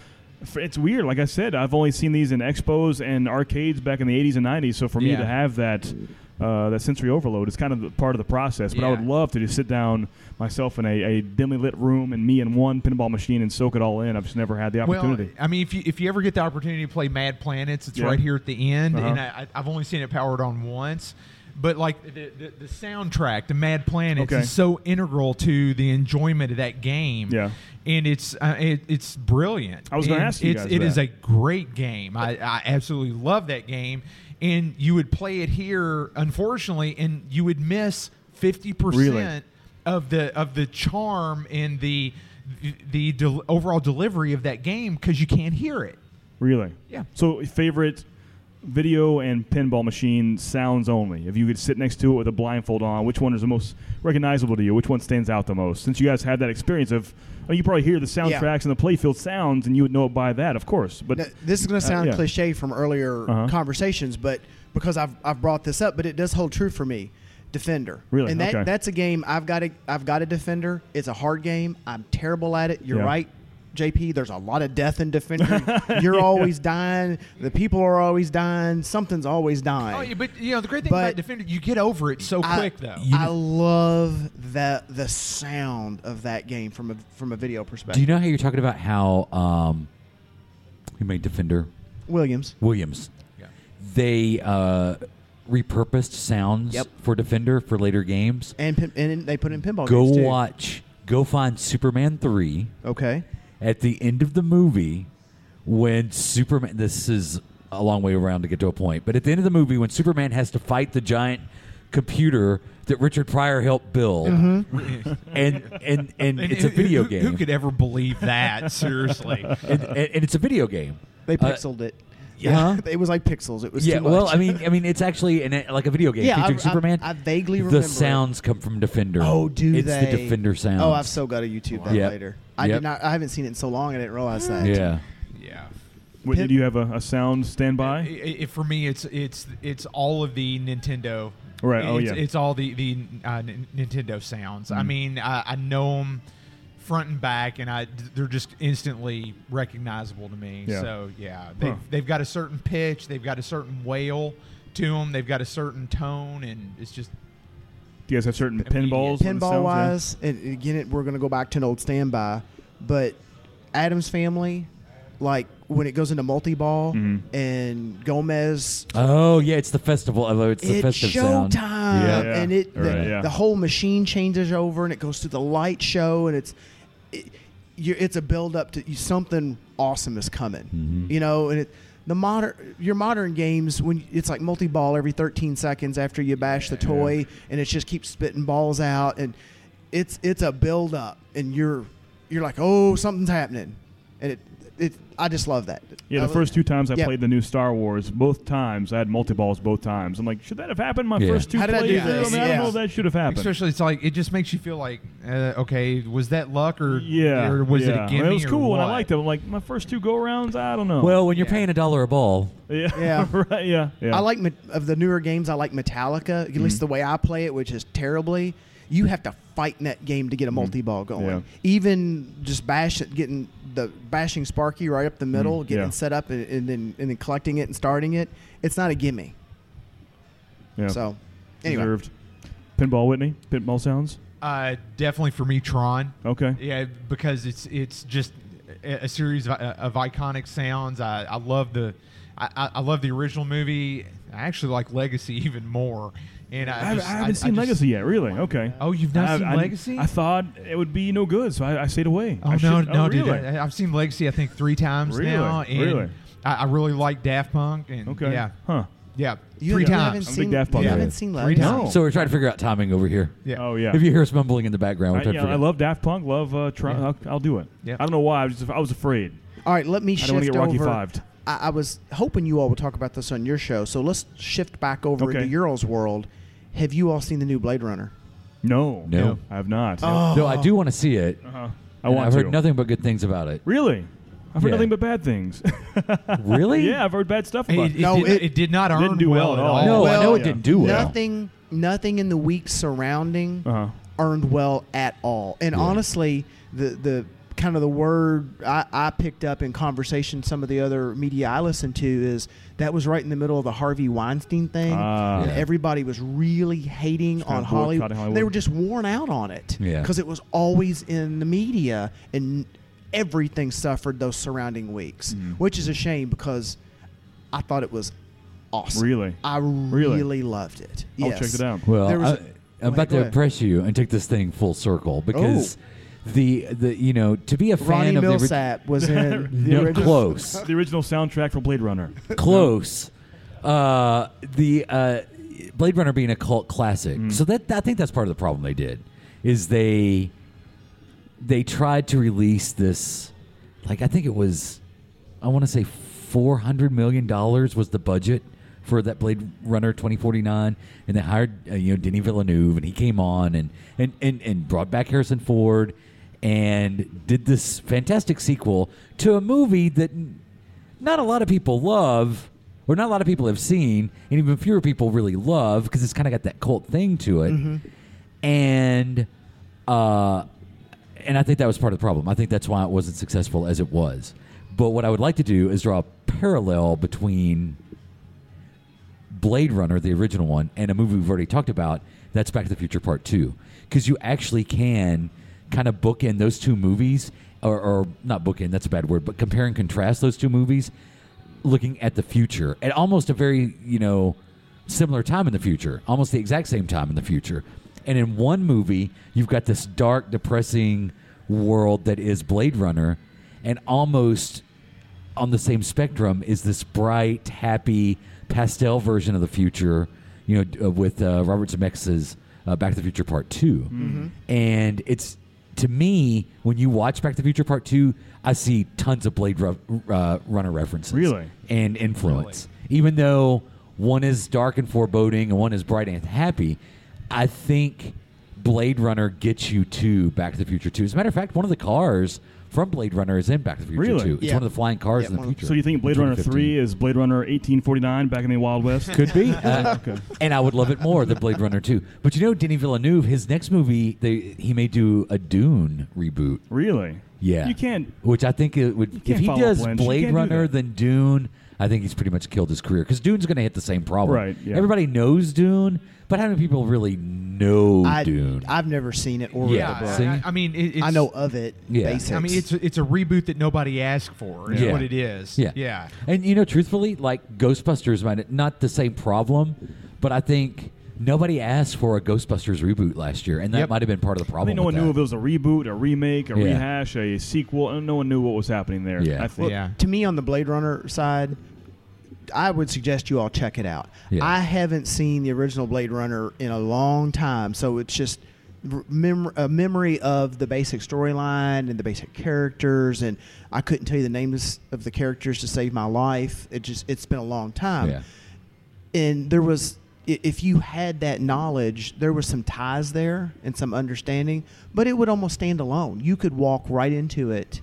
S6: f- it's weird. Like I said, I've only seen these in expos and arcades back in the 80s and 90s. So for me
S3: Yeah.
S6: to have that. Uh, that sensory overload is kind of the part of the process, but I
S3: Yeah.
S6: would love to just sit down myself in a, a dimly lit room and me and one pinball machine and soak it all in. I've just never had the opportunity.
S3: Well, I mean, if you if you ever get the opportunity to play Mad Planets, it's
S6: Yeah.
S3: right here at the end,
S6: Uh-huh.
S3: and I, I- I've only seen it powered on once. But like the, the, the soundtrack, the Mad Planets
S6: Okay.
S3: is so integral to the enjoyment of that game.
S6: Yeah.
S3: and it's uh, it, it's brilliant.
S6: I was gonna
S3: And
S6: ask you
S3: It's,
S6: guys
S3: it
S6: that.
S3: is a great game. I, I absolutely love that game, and you would play it here, unfortunately, and you would miss fifty
S6: Really?
S3: percent of the of the charm and the the del- overall delivery of that game because you can't hear it.
S6: Really?
S3: Yeah.
S6: So favorite video and pinball machine sounds only. If you could sit next to it with a blindfold on, which one is the most recognizable to you? Which one stands out the most? Since you guys had that experience of, I mean, you probably hear the soundtracks and the playfield sounds, and you would know it by that, of course. But
S2: Now, this is going to sound
S6: Uh, yeah.
S2: cliche from earlier
S6: Uh-huh.
S2: conversations, but because I've, I've brought this up, but it does hold true for me. Defender,
S6: Really?
S2: and that,
S6: Okay.
S2: that's a game I've got. A, I've got a defender. It's a hard game. I'm terrible at it. You're
S6: Yeah.
S2: right, JP. There's a lot of death in defender. You're always dying. The people are always dying. Something's always dying.
S3: Oh, yeah, but you know the great thing
S2: But-
S3: about Defender, you get over it so quick though.
S2: I love that the sound of that game from a from a video perspective.
S5: Do you know how you're talking about how um, we made Defender
S2: Williams?
S5: Williams?
S3: Yeah.
S5: They uh, repurposed sounds
S2: Yep.
S5: for Defender for later games.
S2: And pin, and they put in pinball.
S5: go
S2: games too.
S5: watch. Go find Superman three.
S2: Okay.
S5: at the end of the movie when Superman this is a long way around to get to a point, but at the end of the movie when Superman has to fight the giant computer that Richard Pryor helped build
S2: Mm-hmm.
S5: and, and
S3: And
S5: and it's
S3: who-
S5: a
S3: who-
S5: video
S3: who,
S5: game.
S3: Who could ever believe that? Seriously.
S5: and, and, and it's a video game.
S2: They
S5: Uh,
S2: pixeled it.
S5: yeah.
S2: it was like pixels. It was
S5: yeah,
S2: Too much.
S5: well, I mean, I mean, it's actually an, like a video game
S2: Yeah,
S5: featuring
S2: I- I-
S5: Superman.
S2: I vaguely
S5: the
S2: remember it.
S5: sounds come from Defender.
S2: oh, do
S5: it's
S2: they?
S5: the Defender sounds.
S2: Oh, I've so got to YouTube that
S5: Yep.
S2: later. I
S5: Yep.
S2: did not. I haven't seen it in so long. I didn't realize that.
S5: yeah.
S3: yeah.
S6: Whitney,
S2: Pin-
S6: do you have a, a sound
S3: I-
S6: standby?
S3: I- I- for me, it's it's it's all of the Nintendo.
S6: Right, oh,
S3: It's,
S6: yeah. Mm.
S3: It's all the the uh, N- Nintendo sounds. I mean, I, I know them front and back, and I they're just instantly recognizable to me.
S6: Yeah.
S3: So yeah, they
S6: Huh.
S3: have they've got a certain pitch, they've got a certain wail to them, they've got a certain tone, and it's just
S6: Do you guys have certain
S3: Immediate.
S6: pinballs? when it sounds, yeah?
S2: Pinball wise, and again, it, we're going to go back to an old standby, but Adam's family, like when it goes into multi ball and Gomez.
S5: Oh, yeah. It's the festival. although It's the
S2: It's
S5: festive
S2: showtime,
S5: sound. Yeah.
S6: Yeah.
S2: and it the,
S6: Right, yeah.
S2: the whole machine changes over, and it goes through the light show, and it's it, you it's a build up to you, something awesome is coming,
S5: Mm-hmm.
S2: you know. And it the modern your modern games when it's like multi ball every 13 seconds after you bash the toy, and it just keeps spitting balls out, and it's it's a build up, and you're you're like oh something's happening, and it it I just love that.
S6: Yeah,
S2: I
S6: the
S2: lo-
S6: first two times I
S2: Yeah.
S6: played the new Star Wars, both times I had multi balls. Both times I'm like, should that have happened? My
S5: Yeah.
S6: first two
S2: How did I do
S6: plays. I,
S2: this?
S6: mean, I don't
S2: Yeah.
S6: know if that should have happened.
S3: especially it's like it just makes you feel like uh, okay, was that luck or
S6: yeah,
S3: or was
S6: yeah.
S3: it a gimme?
S6: It was
S3: or
S6: cool and I
S3: what?
S6: liked it. I'm like, my first two go rounds, I don't know.
S5: Well, when you're
S3: Yeah.
S5: paying a dollar a ball,
S6: Yeah.
S2: Yeah.
S6: right. Yeah. Yeah. Mm-hmm.
S2: I like Me- of the newer games. I like Metallica, at least the way I play it, which is terribly. You have to fight in that game to get a multi-ball going.
S6: Mm-hmm. Yeah.
S2: Even just bash it, getting the bashing Sparky right up the middle,
S6: Mm,
S2: getting
S6: yeah.
S2: set up, and, and then and then collecting it and starting it. It's not a gimme.
S6: Yeah.
S2: So, anyway,
S6: Deserved. Pinball Whitney. Pinball sounds.
S3: Uh, definitely for me, Tron.
S6: Okay.
S3: Yeah, because it's it's just a a series of, of iconic sounds. I, I love the I- I, I love the original movie. I actually like Legacy even more. And
S6: I,
S3: I,
S6: haven't-
S3: just-
S6: I haven't
S3: I
S6: seen
S3: just-
S6: Legacy yet. Really? Okay.
S3: Oh, you've not
S6: I-
S3: seen
S6: I-
S3: Legacy?
S6: I thought it would be no good, so I, I stayed away.
S3: Oh
S6: I
S3: no,
S6: should-
S3: no, dude!
S6: really?
S3: I, I've seen Legacy I think three times
S6: Really?
S3: now, and
S6: Really?
S3: I, I really like Daft Punk. And
S6: Okay.
S3: yeah,
S6: Huh.
S3: yeah,
S2: you,
S3: three
S2: you haven't
S3: times.
S6: I'm a big
S2: seen,
S6: Daft
S2: you
S6: Punk
S2: haven't
S6: fan.
S2: seen
S3: Three
S2: Legacy?
S3: times.
S5: So we're trying to figure out timing over here.
S3: Yeah.
S6: Oh yeah.
S5: If you hear us mumbling in the background,
S6: I,
S5: we're
S6: yeah, I love Daft Punk. Love uh, Tron.
S3: Yeah.
S6: I'll, I'll do it.
S3: Yeah.
S6: I don't know why. I was just, I was afraid.
S2: All right, let me
S6: I
S2: shift
S6: don't want to get Rocky
S2: over.
S6: Fived.
S2: I, I was hoping you all would talk about this on your show, so let's shift back over
S6: Okay.
S2: into your all's world. Have you all seen the new Blade Runner?
S6: No.
S5: No.
S6: I have not.
S3: Oh.
S5: No, I do want to see it.
S6: Uh-huh. Oh. I
S5: and
S6: want
S5: I've
S6: to.
S5: heard nothing but good things about it.
S6: Really? I've heard
S5: Yeah.
S6: nothing but bad things.
S5: Really?
S6: yeah, I've heard bad stuff about
S3: It,
S6: it.
S3: it
S2: No,
S3: did,
S2: it-
S3: it, did not earn
S6: Didn't do well at all.
S5: No,
S2: Well,
S5: I know it
S6: yeah.
S5: didn't do well.
S2: Nothing, nothing in the week surrounding
S6: Uh-huh.
S2: earned well at all. And honestly, the the kind of the word I, I picked up in conversation some of the other media I listened to is that was right in the middle of the Harvey Weinstein thing,
S6: Ah.
S2: and
S5: Yeah.
S2: everybody was really hating
S6: kinda
S2: on Hollywood.
S6: boycotting Hollywood.
S2: They were just worn out on it
S5: Yeah.
S2: because it was always in the media and. Everything suffered those surrounding weeks,
S6: Mm-hmm.
S2: which is a shame because I thought it was awesome.
S6: Really?
S2: I
S6: Really?
S2: really, loved it.
S6: I'll
S2: Yes.
S6: check it out.
S5: Well,
S2: There was
S5: I,
S2: a-
S5: I'm about
S2: Go
S5: to
S2: ahead.
S5: impress you and take this thing full circle because the the you know to be a fan
S2: Oh. Ronnie
S5: of the ori-
S2: Millsap was in the
S5: No,
S2: original.
S5: close.
S6: the original soundtrack for Blade Runner.
S5: close. Uh, the uh, Blade Runner being a cult classic, so that I think that's part of the problem they did is they they tried to release this like I think it was I want to say four hundred million dollars was the budget for that Blade Runner twenty forty nine, and they hired uh, you know Denis Villeneuve, and he came on and and and and brought back Harrison Ford, and did this fantastic sequel to a movie that not a lot of people love, or not a lot of people have seen, and even fewer people really love because it's kind of got that cult thing to it, and uh, and I think that was part of the problem. I think that's why it wasn't successful as it was. But what I would like to do is draw a parallel between Blade Runner, the original one, and a movie we've already talked about. That's Back to the Future Part Two, because you actually can kind of bookend those two movies, or, or not bookend. That's a bad word, but compare and contrast those two movies, looking at the future at almost a very you know similar time in the future, almost the exact same time in the future. And in one movie, you've got this dark, depressing world that is Blade Runner, and almost on the same spectrum is this bright, happy, pastel version of the future, you know, d- uh, with uh, Robert Zemeckis' uh, Back to the Future Part 2
S6: Mm-hmm.
S5: And it's to me when you watch Back to the Future Part Two, I see tons of Blade Ru- uh, Runner references,
S6: Really?
S5: and influence. Even though one is dark and foreboding and one is bright and happy, I think Blade Runner gets you to Back to the Future 2. As a matter of fact, one of the cars from Blade Runner is in Back to the Future
S6: Really?
S5: 2. It's
S2: Yeah.
S5: one of the flying cars
S2: Yeah,
S5: in the
S2: one of the-
S5: future.
S6: So you think Blade Runner 3 is Blade Runner 1849 back in the Wild West?
S5: could be? Uh, And I would love it more than Blade Runner 2. But you know, Denis Villeneuve, his next movie, they, he may do a Dune reboot.
S6: Really?
S5: Yeah.
S6: You can't.
S5: Which I think it would.
S6: can't
S5: If he
S6: follow
S5: does
S6: Blanche. You
S5: Blade
S6: can't do
S5: Runner,
S6: that.
S5: then Dune, I think he's pretty much killed his career because Dune's going to hit the same problem.
S6: Right, yeah.
S5: Everybody knows Dune, but how many people really know
S2: I,
S5: Dune?
S2: I've never seen it or
S5: Yeah,
S2: read the book.
S5: see?
S3: I, I mean, it, it's,
S2: I know of it.
S5: Yeah.
S2: Basics.
S3: I mean, it's it's a reboot that nobody asked for. Is
S5: Yeah.
S3: what it is.
S5: Yeah.
S3: yeah.
S5: And you know, truthfully, like Ghostbusters might not the same problem, but I think nobody asked for a Ghostbusters reboot last year, and that
S3: Yep.
S5: might have been part of the
S6: I
S5: problem.
S6: think no one
S5: with
S6: knew if
S5: that.
S6: it was a reboot, a remake, a
S5: Yeah.
S6: rehash, a sequel. and No one knew what was happening there.
S5: Yeah.
S6: I think.
S3: Yeah.
S2: to me on the Blade Runner side, I would suggest you all check it out.
S5: Yeah.
S2: I haven't seen the original Blade Runner in a long time, so it's just r- mem- a memory of the basic storyline and the basic characters and I couldn't tell you the names of the characters to save my life. It just it's been a long time.
S5: Yeah.
S2: and there was i- if you had that knowledge there was some ties there and some understanding but it would almost stand alone you could walk right into it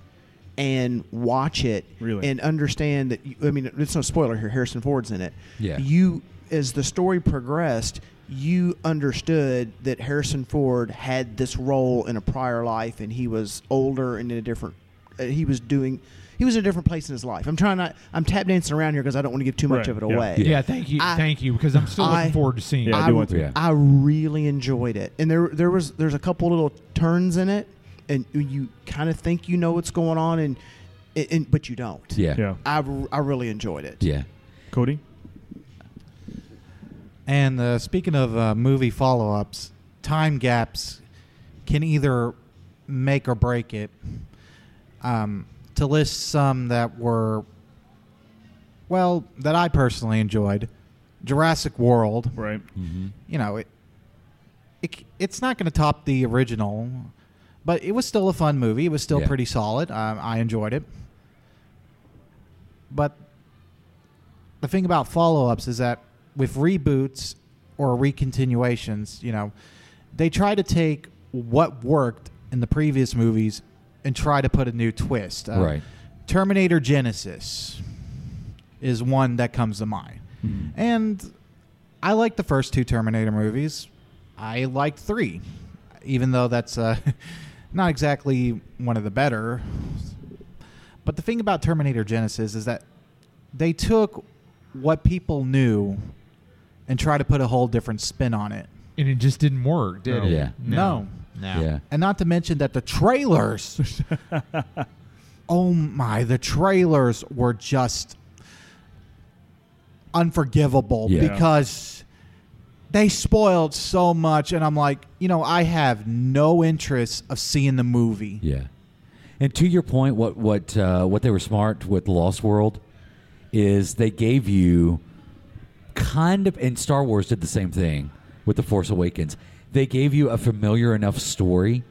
S2: and watch it
S6: Really?
S2: and understand that you, i mean it's no spoiler here harrison ford's in it
S5: Yeah.
S2: you as the story progressed you understood that harrison ford had this role in a prior life and he was older and in a different uh, he was doing. He was in a different place in his life. I'm trying not. I'm tap dancing around here because I don't want to give too much
S6: Right,
S2: of it
S6: yeah.
S2: away.
S5: Yeah.
S3: Yeah, thank you,
S2: I-
S3: thank you, because I'm still
S2: I-
S3: looking forward to seeing.
S6: Yeah,
S3: it.
S6: I do want to.
S5: Yeah.
S2: I really enjoyed it, and there there was there's a couple little turns in it, and you kind of think you know what's going on, and, and, and- but you don't.
S5: Yeah.
S6: Yeah.
S2: I, r- I really enjoyed it.
S5: Yeah.
S6: Cody?
S10: And uh, speaking of uh, movie follow ups, time gaps can either make or break it. Um, to list some that were, well, that I personally enjoyed Jurassic World.
S6: Right.
S5: Mm-hmm.
S10: You know, it, it c- it's not going to top the original, but it was still a fun movie. It was still
S5: Yeah.
S10: pretty solid. Um, I enjoyed it. But the thing about follow-ups is that with reboots or recontinuations, you know, they try to take what worked in the previous movies and try to put a new twist. Uh,
S5: Right.
S10: Terminator Genesis is one that comes to mind.
S5: Mhm.
S10: And I like the first two Terminator movies. I liked 3, even though that's uh, not exactly one of the better. But the thing about Terminator Genesis is that they took what people knew and tried to put a whole different spin on it.
S3: and it just didn't work, did
S6: No.
S3: it?
S5: Yeah.
S10: No.
S3: no.
S5: Yeah.
S10: And not to mention that the trailers. oh my, the trailers were just unforgivable
S5: Yeah.
S10: because they spoiled so much and I'm like, you know, I have no interest of seeing the movie.
S5: Yeah. And to your point, what what uh, what they were smart with Lost World is they gave you kind of, and Star Wars did the same thing with the Force Awakens. They gave you a familiar enough story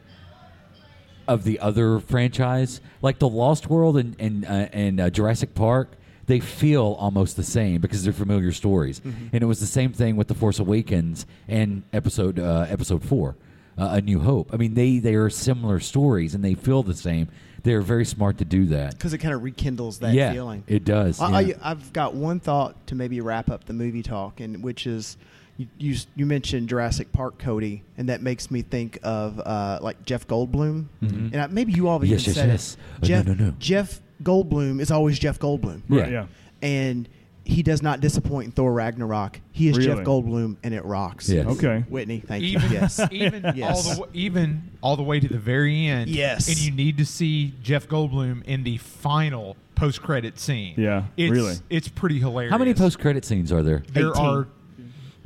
S5: of the other franchise, like the Lost World and and uh, and uh, Jurassic Park. They feel almost the same because they're familiar stories,
S2: Mm-hmm.
S5: and it was the same thing with the Force Awakens and episode uh, episode four, uh, A New Hope. I mean, they they are similar stories and they feel the same. They are very smart to do that.
S2: because it kind of rekindles that
S5: Yeah,
S2: feeling.
S5: it does,
S2: I,
S5: yeah.
S2: I, have got one thought to maybe wrap up the movie talk, and which is you, you, s- you mentioned Jurassic Park, Cody, and that makes me think of uh, like Jeff Goldblum,
S5: Mhm.
S3: Mm-hmm.
S2: and I, maybe you all have
S5: Yes,
S2: even
S5: yes,
S2: said it.
S5: yes. Uh, no,
S2: Jeff,
S5: no, no.
S2: Jeff Goldblum is always Jeff Goldblum,
S5: Yeah.
S6: Right, yeah.
S2: and he does not disappoint in Thor Ragnarok. He is Jeff
S6: Really?
S2: Goldblum, and it rocks.
S5: Yes.
S6: Okay.
S2: Whitney, thank you.
S3: Even
S2: Yes.
S3: even all
S2: Yes.
S3: the way, even all the way to the very end.
S2: Yes.
S3: and you need to see Jeff Goldblum in the final post credit scene.
S6: Yeah,
S3: it's,
S6: really.
S3: it's pretty hilarious.
S5: How many post credit scenes are there?
S3: There
S2: 18.
S3: are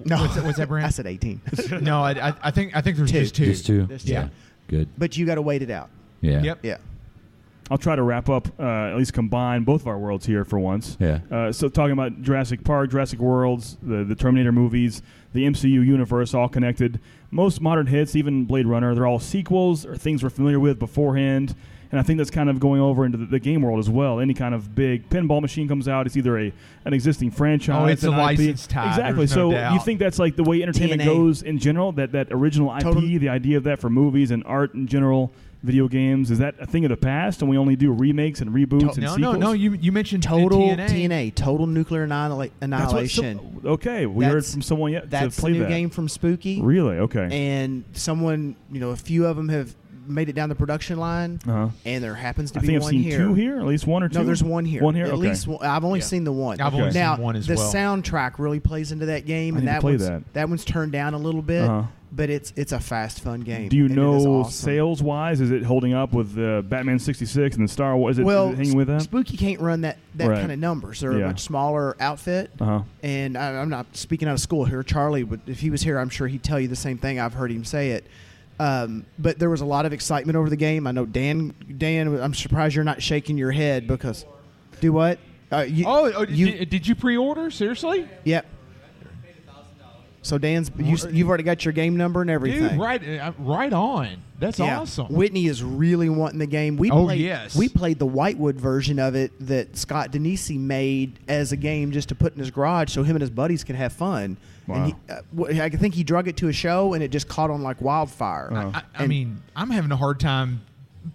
S2: No,
S3: What's that- what's that, Brent?
S2: I said eighteen.
S3: no. I, I, I think I think there's
S2: Two.
S3: just two.
S5: Just two.
S2: There's
S3: two.
S5: Yeah. Good.
S2: but you got to wait it out.
S5: Yeah.
S3: Yep.
S2: Yeah.
S6: I'll try to wrap up, uh, at least combine both of our worlds here for once.
S5: Yeah.
S6: Uh, so talking about Jurassic Park, Jurassic Worlds, the the Terminator movies, the MCU universe, all connected. Most modern hits, even Blade Runner, they're all sequels or things we're familiar with beforehand. And I think that's kind of going over into the, the game world as well. Any kind of big pinball machine comes out, it's either a an existing franchise.
S3: Oh, it's
S6: an
S3: a
S6: IP.
S3: license tie,
S6: Exactly.
S3: there's no
S6: so you
S3: doubt.
S6: think that's like the way entertainment
S2: TNA.
S6: goes in general? That that original IP,
S2: Totem-
S6: the idea of that for movies and art in general, video games, is that a thing of the past? And we only do remakes and reboots and
S3: No,
S6: sequels.
S3: no, no. You you mentioned
S2: Total
S3: TNA.
S2: TNA, total nuclear annihila-
S6: That's what some-
S2: annihilation.
S6: okay, we heard
S2: That's-
S6: from someone yet
S2: That's the
S6: to play
S2: new
S6: that.
S2: game from Spooky,
S6: Really? Okay.
S2: and someone, you know, a few of them have made it down the production line,
S6: uh-huh.
S2: and there happens to
S6: I
S2: be
S6: think I've
S2: one
S6: seen
S2: here.
S6: two here, at least one or two.
S2: No, there's one here.
S6: One here.
S2: At
S6: okay.
S2: least one, I've only
S3: Yeah.
S2: seen the one.
S3: I've only
S6: Okay.
S2: now
S3: seen one as
S2: the
S3: well.
S2: soundtrack really plays into that game,
S6: I
S2: and
S6: need to
S2: that
S6: play
S2: one's,
S6: that.
S2: one's turned down a little bit,
S6: Uh-huh.
S2: but it's it's a fast, fun game.
S6: Do you
S2: and it is
S6: know
S2: awesome.
S6: sales wise? Is it holding up with uh, Batman sixty six and the Star Wars? Is it, is
S2: Well,
S6: it hanging with that?
S2: Spooky can't run that, that
S6: Right.
S2: kind of numbers. They're
S6: Yeah.
S2: a much smaller outfit.
S6: Uh huh.
S2: and I, I'm not speaking out of school here. Charlie, would, if he was here, I'm sure he'd tell you the same thing. I've heard him say it. Um, but there was a lot of excitement over the game. I know Dan. Dan, I'm surprised you're not shaking your head because do what? Uh, you,
S3: Oh, oh,
S2: you.
S3: did, did you pre-order? Seriously,
S2: yep. So Dan's you, you've already got your game number and everything.
S3: dude? Right, uh, right on. That's
S2: Yeah.
S3: awesome.
S2: Whitney is really wanting the game. We
S3: Oh,
S2: played,
S3: yes.
S2: we played the Whitewood version of it that Scott Denisi made as a game just to put in his garage so him and his buddies could have fun. And he, uh, wh- I think he drug it to a show and it just caught on like wildfire.
S3: I, I mean, I'm having a hard time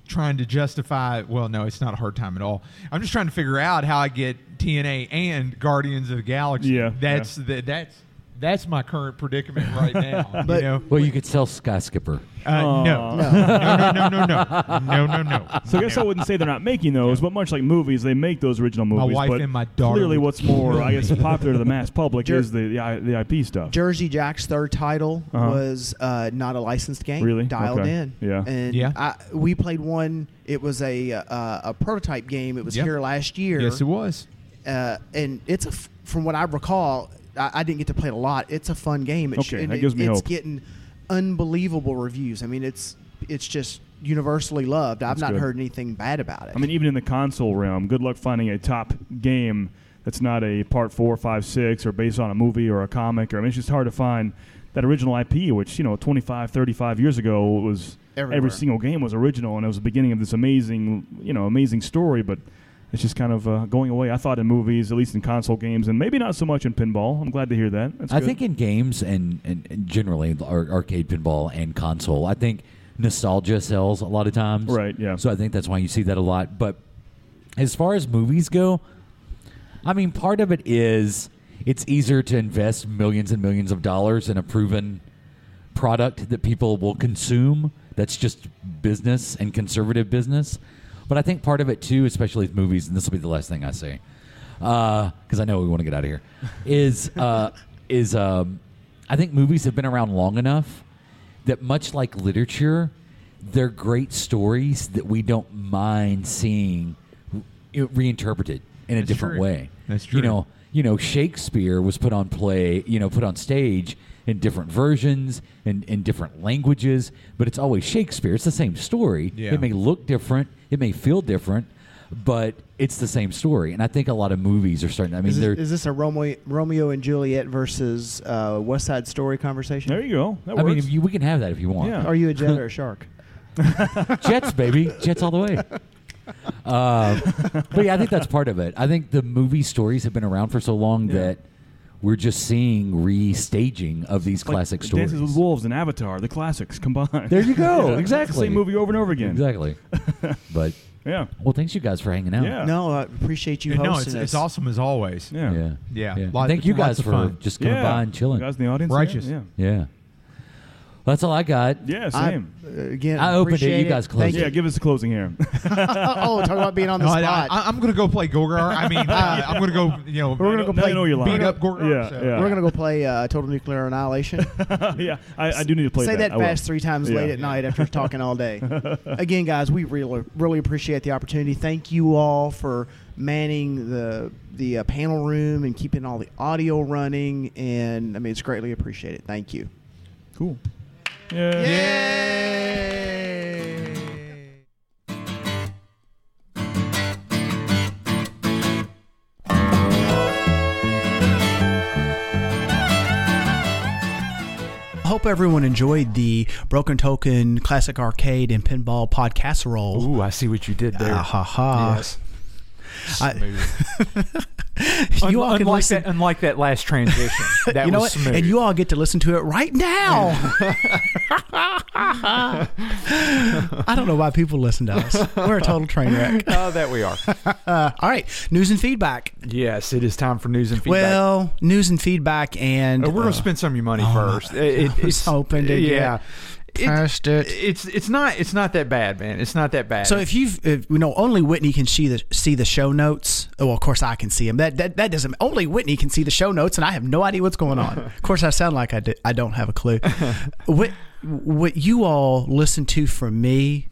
S3: trying to justify. Well, no, it's not a hard time at all. I'm just trying to figure out how I get TNA and Guardians of the Galaxy.
S6: Yeah,
S3: that's The, that's
S13: That's my current predicament right now.
S2: But-
S13: you know?
S5: Well, you could sell Skyskipper.
S13: Uh, no. no, no, no, no, no, no, no, no.
S6: So I guess I wouldn't say they're not making those, but much like movies, they make those original movies.
S13: wife
S6: but
S13: and my daughter
S6: Clearly,
S13: would
S6: what's more, I guess,
S13: kill me.
S6: popular to the mass public
S2: Jer-
S6: is the the, I, the IP stuff.
S2: Jersey Jack's third title
S6: Uh-huh.
S2: was uh, not a licensed game.
S6: Really?
S2: Dialed
S6: Okay.
S2: in.
S6: Yeah.
S2: And
S13: Yeah.
S2: I, we played one. It was a uh, a prototype game. It was
S13: Yeah.
S2: here last year.
S13: Yes, it was.
S2: Uh, and it's a f- from what I recall, I, I didn't get to play it a lot. It's a fun game. It
S6: Okay,
S2: and
S6: that
S2: it-
S6: gives me
S2: It's
S6: hope.
S2: getting unbelievable reviews. I mean, it's it's just universally loved. I've
S6: That's
S2: not
S6: good.
S2: heard anything bad about it.
S6: I mean, even in the console realm, good luck finding a top game that's not a part four, five, six, or based on a movie or a comic. Or I mean, it's just hard to find that original IP, which you know, 25, 35 years ago was every
S2: Everywhere.
S6: single game was original, and it was the beginning of this amazing, you know, amazing story. But it's just kind of uh, going away. I thought in movies, at least in console games, and maybe not so much in pinball. I'm glad to hear that. That's
S5: I
S6: good.
S5: think in games and, and, and generally ar- arcade pinball and console, I think nostalgia sells a lot of times.
S6: Right, yeah.
S5: So I think that's why you see that a lot. But as far as movies go, I mean, part of it is it's easier to invest millions and millions of dollars in a proven product that people will consume. That's just business and conservative business. But I think part of it too, especially with movies, and this will be the last thing I say, because I know we want to get out of here, is uh, is um, I think movies have been around long enough that much like literature, they're great stories that we don't mind seeing re- reinterpreted in a
S13: That's
S5: different
S13: true.
S5: way.
S13: That's
S5: You
S13: true.
S5: know, you know Shakespeare was put on play, you know, put on stage in different versions and in, different languages, but it's always Shakespeare. It's the same story.
S13: Yeah.
S5: It may look different, it may feel different, but it's the same story. And I think a lot of movies are starting. I mean,
S2: is,
S5: they're
S2: this, is this a Romeo, Romeo and Juliet versus uh, West Side Story conversation?
S6: there you go. That
S5: I
S6: works.
S5: mean, if you, we can have that if you want.
S6: Yeah.
S2: Are you a jet or a shark?
S5: Jets, baby, Jets all the way. Uh, but yeah, I think that's part of it. I think the movie stories have been around for so long
S6: Yeah.
S5: that we're just seeing restaging of these
S6: Like
S5: classic stories.
S6: Dances with Wolves and Avatar, the classics combined.
S5: There you go.
S6: it's the
S5: Exactly.
S6: same movie over and over again.
S5: Exactly. but
S6: Yeah.
S5: well, thanks you guys for hanging out.
S6: Yeah.
S2: No, I appreciate you hosting
S13: no, it's,
S2: us.
S13: it's awesome as always.
S6: Yeah.
S5: yeah,
S13: Yeah. Lot-
S5: Thank you
S13: lots
S5: guys
S13: of
S5: for
S13: fun.
S5: just coming by and chilling.
S6: You guys in the audience. yeah,
S13: Righteous.
S6: Yeah.
S5: yeah, Well, that's all I got.
S6: Yeah.
S2: I-
S6: Same.
S2: uh, again,
S5: I opened it.
S2: appreciate
S5: You guys closed
S2: Thank
S5: it.
S6: yeah.
S2: you.
S6: Give us a closing here.
S2: oh, talk about being on the
S13: No, I,
S2: spot.
S13: am gonna go play Gorgar. I mean, I, I'm gonna go. You know,
S2: We're gonna go
S6: Now
S2: play-
S6: you know you're lying.
S13: beat up Gorgon,
S6: Yeah,
S13: so-
S6: yeah.
S2: We're gonna go play uh, Total Nuclear Annihilation.
S6: yeah, I, I do need to play
S2: Say that,
S6: I will.
S2: fast three times
S6: Yeah.
S2: late at night after talking all day. Again, guys, we really really appreciate the opportunity. Thank you all for manning the the uh, panel room and keeping all the audio running. And I mean, it's greatly appreciated. Thank you.
S6: Cool. Yeah.
S14: Hope everyone enjoyed the Broken Token Classic Arcade and Pinball podcast roll.
S3: Ooh, I see what you did there.
S14: Ah, ha ha. I-
S3: Un-
S14: you Uh, all can
S3: unlike
S14: listen.
S3: that, unlike that last transition, that
S14: you know
S3: was
S14: what?
S3: smooth.
S14: And you all get to listen to it right now. I don't know why people listen to us. We're a total train wreck.
S3: oh, that we are.
S14: Uh, all right, news and feedback.
S3: yes, it is time for news and feedback.
S14: Well, news and feedback, and
S3: Uh, we're
S14: uh,
S3: gonna spend some of your money
S14: oh,
S3: first. It, it,
S14: I was
S3: it's
S14: hoping to
S3: yeah. It-
S14: past it.
S3: It's it's not it's not that bad, man. It's not that bad.
S14: So if you've, if, you know, only Whitney can see the see the show notes. Oh, well, of course I can see them. That, that that doesn't. Only Whitney can see the show notes, and I have no idea what's going on. of course, I sound like I do, I don't have a clue. what what you all listen to from me,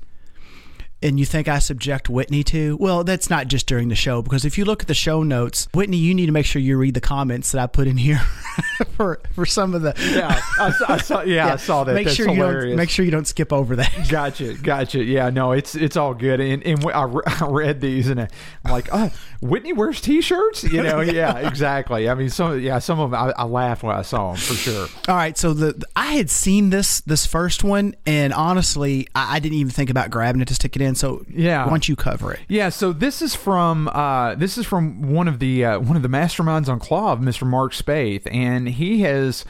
S14: and you think I subject Whitney to? Well, that's not just during the show because if you look at the show notes, Whitney, you need to make sure you read the comments that I put in here for for some of the.
S3: yeah, I saw, I saw, yeah, I saw that.
S14: Make
S3: That's
S14: sure you
S3: hilarious.
S14: don't make sure you don't skip over that.
S3: Gotcha, gotcha. Yeah, no, it's it's all good. And and I, re- I read these and I'm like, oh, Whitney wears t-shirts. You know, yeah, exactly. I mean, some yeah, some of them I, I laughed when I saw them for sure.
S14: All right, so the I had seen this this first one, and honestly, I, I didn't even think about grabbing it to stick it in. So
S3: Yeah.
S14: why don't you cover it?
S3: Yeah, so this is from uh, this is from one of the uh, one of the masterminds on Claw, Mr. Mark Spath, and he has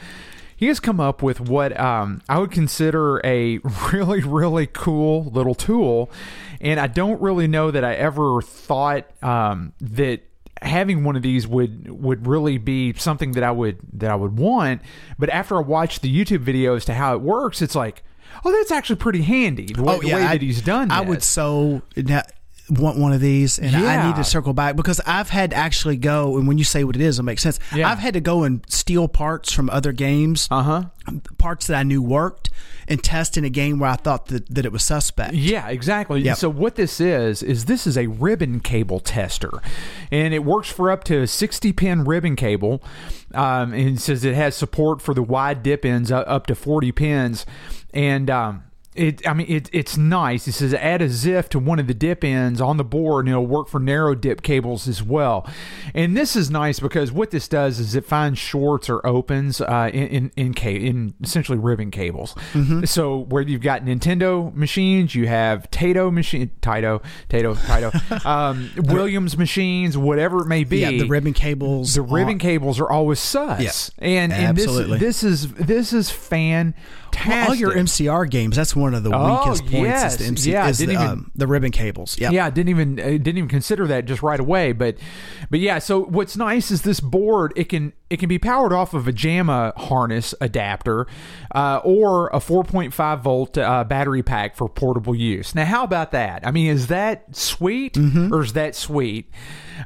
S3: he has come up with what um, I would consider a really really cool little tool, and I don't really know that I ever thought um, that having one of these would would really be something that I would that I would want. But after I watched the YouTube video as to how it works, it's like, oh, that's actually pretty handy. The way, the way
S14: Oh, I-
S3: that he's done.
S14: I would
S3: this.
S14: so na- want one of these, and I
S3: Yeah.
S14: need to circle back because I've had to actually go. And when you say what it is, it makes sense.
S3: Yeah.
S14: I've had to go and steal parts from other games,
S3: Uh-huh.
S14: parts that I knew worked, and test in a game where I thought that, that it was suspect.
S3: Yeah, exactly.
S14: Yep.
S3: So what this is is this is a ribbon cable tester, and it works for up to sixty pin ribbon cable, um, and it says it has support for the wide dip ends uh, up to forty pins, and. Um, it, I mean, it, it's nice. It says add a ZIF to one of the dip ends on the board, and it'll work for narrow dip cables as well. And this is nice because what this does is it finds shorts or opens uh, in in in, ca- in essentially ribbon cables.
S14: Mm-hmm.
S3: So where you've got Nintendo machines, you have Taito machine, Taito, Taito, Taito, um, Williams machines, whatever it may be.
S14: Yeah, the ribbon cables.
S3: The ribbon
S14: on-
S3: cables are always sus.
S14: Yes.
S3: and, and this
S14: Absolutely.
S3: this is this is fantastic.
S14: Well, all your MCR games. That's one of the
S3: Oh,
S14: weakest points. Is
S3: yes.
S14: the MC,
S3: Yeah, I
S14: is
S3: didn't
S14: the,
S3: even-
S14: um, the ribbon cables. Yeah.
S3: Yeah, I didn't even I didn't even consider that just right away, but but yeah. So what's nice is this board. It can it can be powered off of a JAMA harness adapter, uh, or a 4.5 volt uh, battery pack for portable use. Now, how about that? I mean, is that sweet
S14: Mm-hmm.
S3: or is that sweet?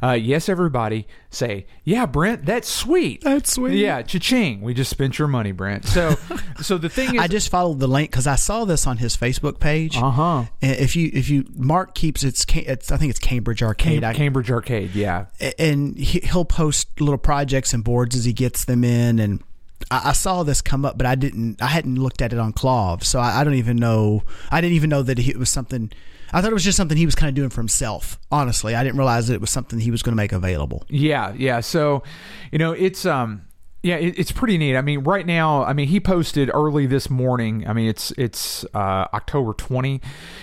S3: Uh, yes, everybody say yeah, Brent. That's sweet.
S14: That's sweet.
S3: Yeah, cha-ching. We just spent your money, Brent. So so the thing is,
S14: I just followed the link because I saw this on his Facebook page.
S3: uh huh.
S14: And If you if you Mark keeps it's, Ca- it's I think it's Cambridge Arcade. I-
S3: Cambridge Arcade. Yeah.
S14: and he, he'll post little projects and boards as he gets them in and I, I saw this come up but i didn't i hadn't looked at it on clove so i, I don't even know i didn't even know that he, it was something i thought it was just something he was kind of doing for himself honestly i didn't realize that it was something he was going to make available
S3: Yeah, yeah. So, you know, it's um yeah, it, it's pretty neat. I mean, right now, I mean, he posted early this morning. I mean, it's it's uh, October 20.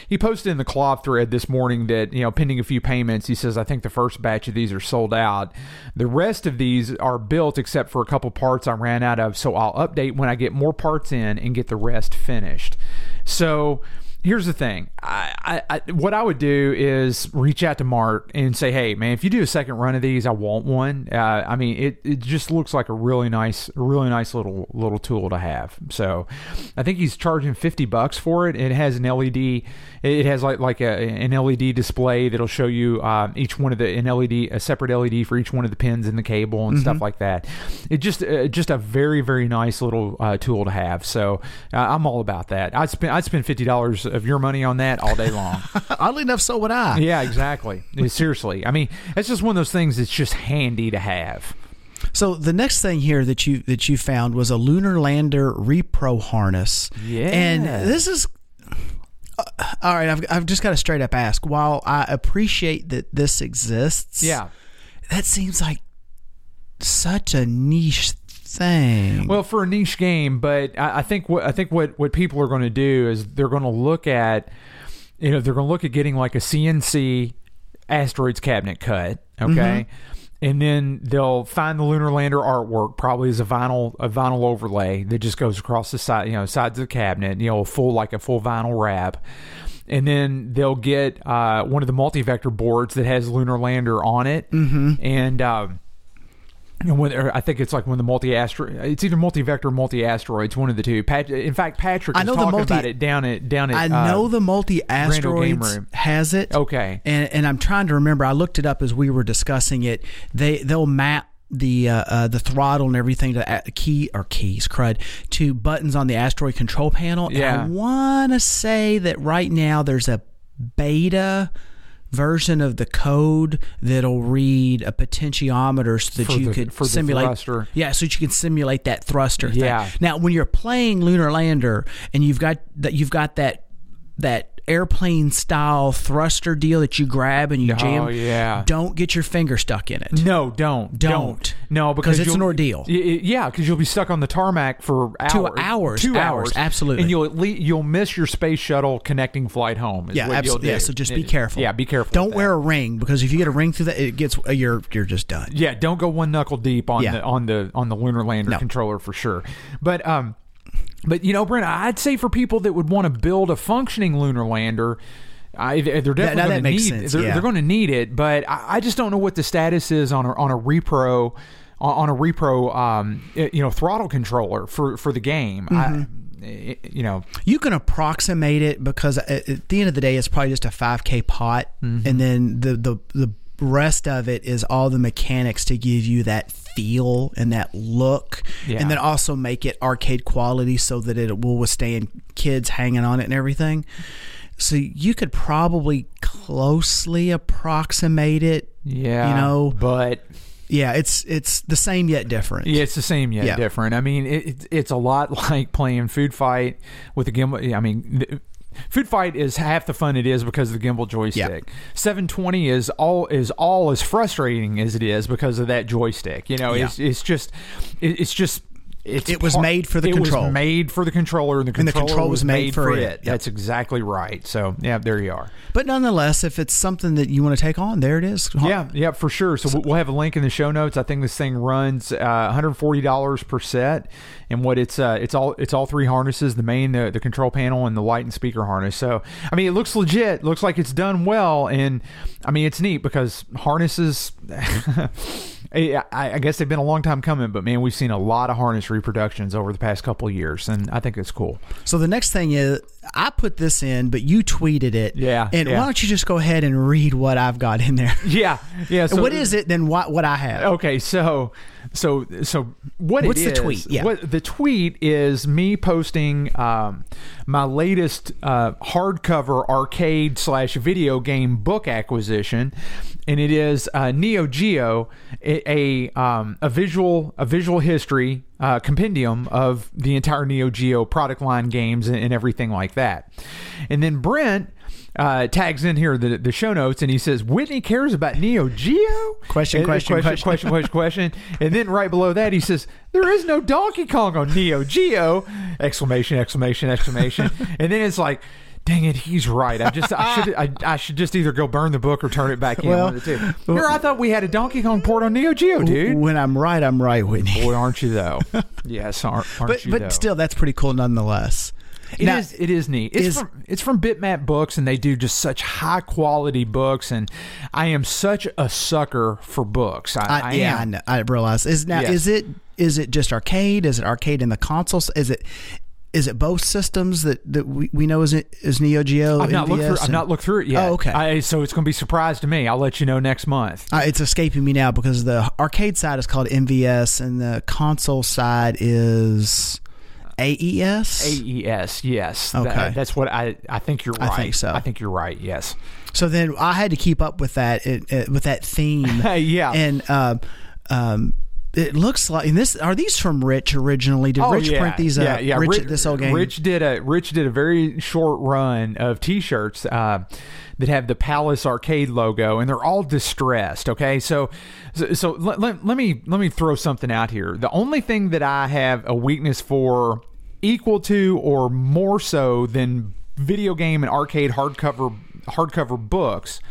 S3: He posted in the cloth thread this morning that, you know, pending a few payments, he says I think the first batch of these are sold out. The rest of these are built except for a couple parts I ran out of, so I'll update when I get more parts in and get the rest finished. So, here's the thing. I, I, I what I would do is reach out to Mart and say, "Hey, man, if you do a second run of these, I want one." Uh, I mean, it, it just looks like a really nice, really nice little little tool to have. So, I think he's charging fifty bucks for it. It has an E LED. It has like like a, an LED display that'll show you um, each one of the an LED a separate LED for each one of the pins in the cable and stuff like that. It just uh, just a very very nice little uh, tool to have. So uh, I'm all about that. I'd spend I'd spend fifty dollars of your money on that all day long.
S14: oddly enough so would i
S3: yeah, exactly. Seriously, I mean that's just one of those things that's just handy to have.
S14: so the next thing here that you that you found was a lunar lander repro harness and
S3: Yes.
S14: this is uh, all right I've, I've just got to straight up ask while i appreciate that this exists
S3: Yeah.
S14: that seems like such a niche thing.
S3: Well, for a niche game, but I, I think what I think what what people are going to do is they're going to look at, you know, they're going to look at getting like a CNC asteroids cabinet cut, okay. And then they'll find the lunar lander artwork, probably as a vinyl a vinyl overlay that just goes across the side, you know, sides of the cabinet, you know, a full like a full vinyl wrap. And then they'll get uh, one of the multi-vector boards that has lunar lander on it, mm-hmm. and um, and when, or I think it's like when the multi asteroid, it's either multi vector, multi asteroids, one of the two. Pat, in fact, Patrick
S14: I
S3: was
S14: know the
S3: talking
S14: multi-
S3: about it down at down at.
S14: I
S3: uh,
S14: know the multi
S3: Game
S14: asteroids
S3: Room.
S14: has it.
S3: Okay.
S14: and and I'm trying to remember. I looked it up as we were discussing it. They they'll map the uh, uh, the throttle and everything to a key or keys crud to buttons on the asteroid control panel. And
S3: Yeah.
S14: I want to say that right now there's a beta version of the code that'll read a potentiometer so that
S3: For
S14: you
S3: the-
S14: could
S3: for the
S14: simulate
S3: thruster.
S14: Yeah, so that you can simulate that thruster. thing.
S3: Yeah.
S14: Now, when you're playing Lunar Lander and you've got that, you've got that that airplane style thruster deal that you grab and you jam.
S3: Oh, yeah.
S14: Don't get your finger stuck in it.
S3: No, don't, don't,
S14: Don't.
S3: no,
S14: 'Cause
S3: because
S14: it's
S3: you'll-
S14: an ordeal.
S3: Y- y- yeah, because you'll be stuck on the tarmac for hours,
S14: Two hours,
S3: two
S14: hours,
S3: hours,
S14: absolutely.
S3: and you'll at least you'll miss your space shuttle connecting flight home. Is
S14: Yeah,
S3: what you'll
S14: absolutely.
S3: do.
S14: Yeah, so just be
S3: Y-
S14: careful.
S3: Yeah, be careful.
S14: Don't
S3: with
S14: wear
S3: that.
S14: a ring because if you get a ring through that, it gets uh, you're you're just done.
S3: Yeah, don't go one knuckle deep on
S14: Yeah.
S3: the on the on the lunar lander
S14: No.
S3: controller for sure. But um, but you know, Brent, I'd say for people that would want to build a functioning lunar lander. I, they're definitely
S15: now that
S3: going to need.
S15: makes sense,
S3: they're
S15: yeah.
S3: they're going to need it, but I, I just don't know what the status is on a, on a repro on on a repro um, eh, you know throttle controller for for the game.
S15: Mm-hmm.
S3: I, eh, you know,
S14: you can approximate it because at, at the end of the day, it's probably just a 5K pot,
S3: Mm-hmm.
S14: and then the the the rest of it is all the mechanics to give you that feel and that look,
S3: Yeah.
S14: and then also make it arcade quality so that it will withstand kids hanging on it and everything. So you could probably closely approximate it.
S3: yeah,
S14: you know,
S3: but
S14: yeah, it's it's the same yet different.
S3: Yeah, it's the same yet
S14: Yeah.
S3: different. I mean, it, it, it's a lot like playing Food Fight with a gimbal. I mean, th- Food Fight is half the fun it is because of the gimbal joystick. 720 is all is all as frustrating as it is because of that joystick. You know, it's it's just it, it's just. It's
S14: It was made for the
S3: it
S14: control.
S3: was made for the controller, and the
S14: And
S3: controller
S14: the control
S3: was made, for it.
S14: Yep.
S3: That's exactly right. So, yeah, there you are.
S14: But nonetheless, if it's something that you want to take on, there it is.
S3: Yeah, yeah, for sure. So we'll- we'll have a link in the show notes. I think this thing runs uh, $140 per set, and what it's uh, it's all it's all three harnesses: the main, the, the control panel, and the light and speaker harness. So I mean, it looks legit. Looks like it's done well, and I mean, it's neat because harnesses. I, I guess they've been a long time coming, but man, we've seen a lot of harness reproductions over the past couple of years, and I think it's cool.
S14: So the next thing is, I put this in, but you tweeted it.
S3: Yeah,
S14: And
S3: yeah.
S14: why don't you just go ahead and read what I've got in there?
S3: Yeah, Oh, yeah.
S14: And what is it then? What what I have?
S3: okay so so so what
S14: What's
S3: it
S14: the
S3: is-
S14: tweet? Yeah.
S3: what the tweet is me posting um, my latest uh, hardcover arcade slash video game book acquisition and it is uh, neo geo a, a, um, a visual a visual history uh, compendium of the entire neo geo product line games and, and everything like that and then brent uh, tags in here the, the show notes and he says Whitney cares about Neo Geo
S14: Question,
S3: And-
S14: question,
S3: question
S14: question.
S3: question, question, question. And then right below that, he says, "There is no Donkey Kong on Neo Geo!" Exclamation! Exclamation! Exclamation! and then it's like, "Dang it, he's right. I just I should I, I should just either go burn the book or turn it back in."
S14: Well-
S3: one of the two. Here, I thought we had a Donkey Kong port on Neo Geo, dude.
S14: When I'm right, I'm right, Whitney.
S3: Boy, aren't you though? yes, aren't, aren't
S14: But
S3: you?
S14: but
S3: though?
S14: still, that's pretty cool nonetheless.
S3: It is.
S14: Now-
S3: It is neat. It's
S14: is-
S3: from it's from Bitmap Books, and they do just such high quality books. And I am such a sucker for books. I,
S14: I,
S3: I
S14: yeah,
S3: am.
S14: I, know, I realize. Is now
S3: Yes.
S14: is it is it just arcade? Is it arcade in the consoles? Is it is it both systems that, that we, we know is it is Neo Geo?
S3: I've not looked through.
S14: NVS,
S3: I've
S14: and-
S3: not looked through it yet.
S14: Oh, okay.
S3: I, so it's going to be a surprise to me. I'll let you know next month.
S14: Uh, it's escaping me now because the arcade side is called MVS and the console side is E AES.
S3: E AES, yes.
S14: Okay.
S3: That- that's what I. I think you're
S14: I
S3: right.
S14: think so.
S3: I think you're right. Yes.
S14: So then I had to keep up with that it, it, with that theme.
S3: Yeah.
S14: and um, um, it looks like and this are these from Rich originally? Did Rich print these?
S3: Oh, Yeah,
S14: up?
S3: yeah.
S14: Rich, this old game.
S3: Rich did a Rich did a very short run of T-shirts uh, that have the Palace Arcade logo, and they're all distressed. Okay, so so, so let, let, let me let me throw something out here. The only thing that I have a weakness for, equal to or more so than video game and arcade hardcover hardcover books,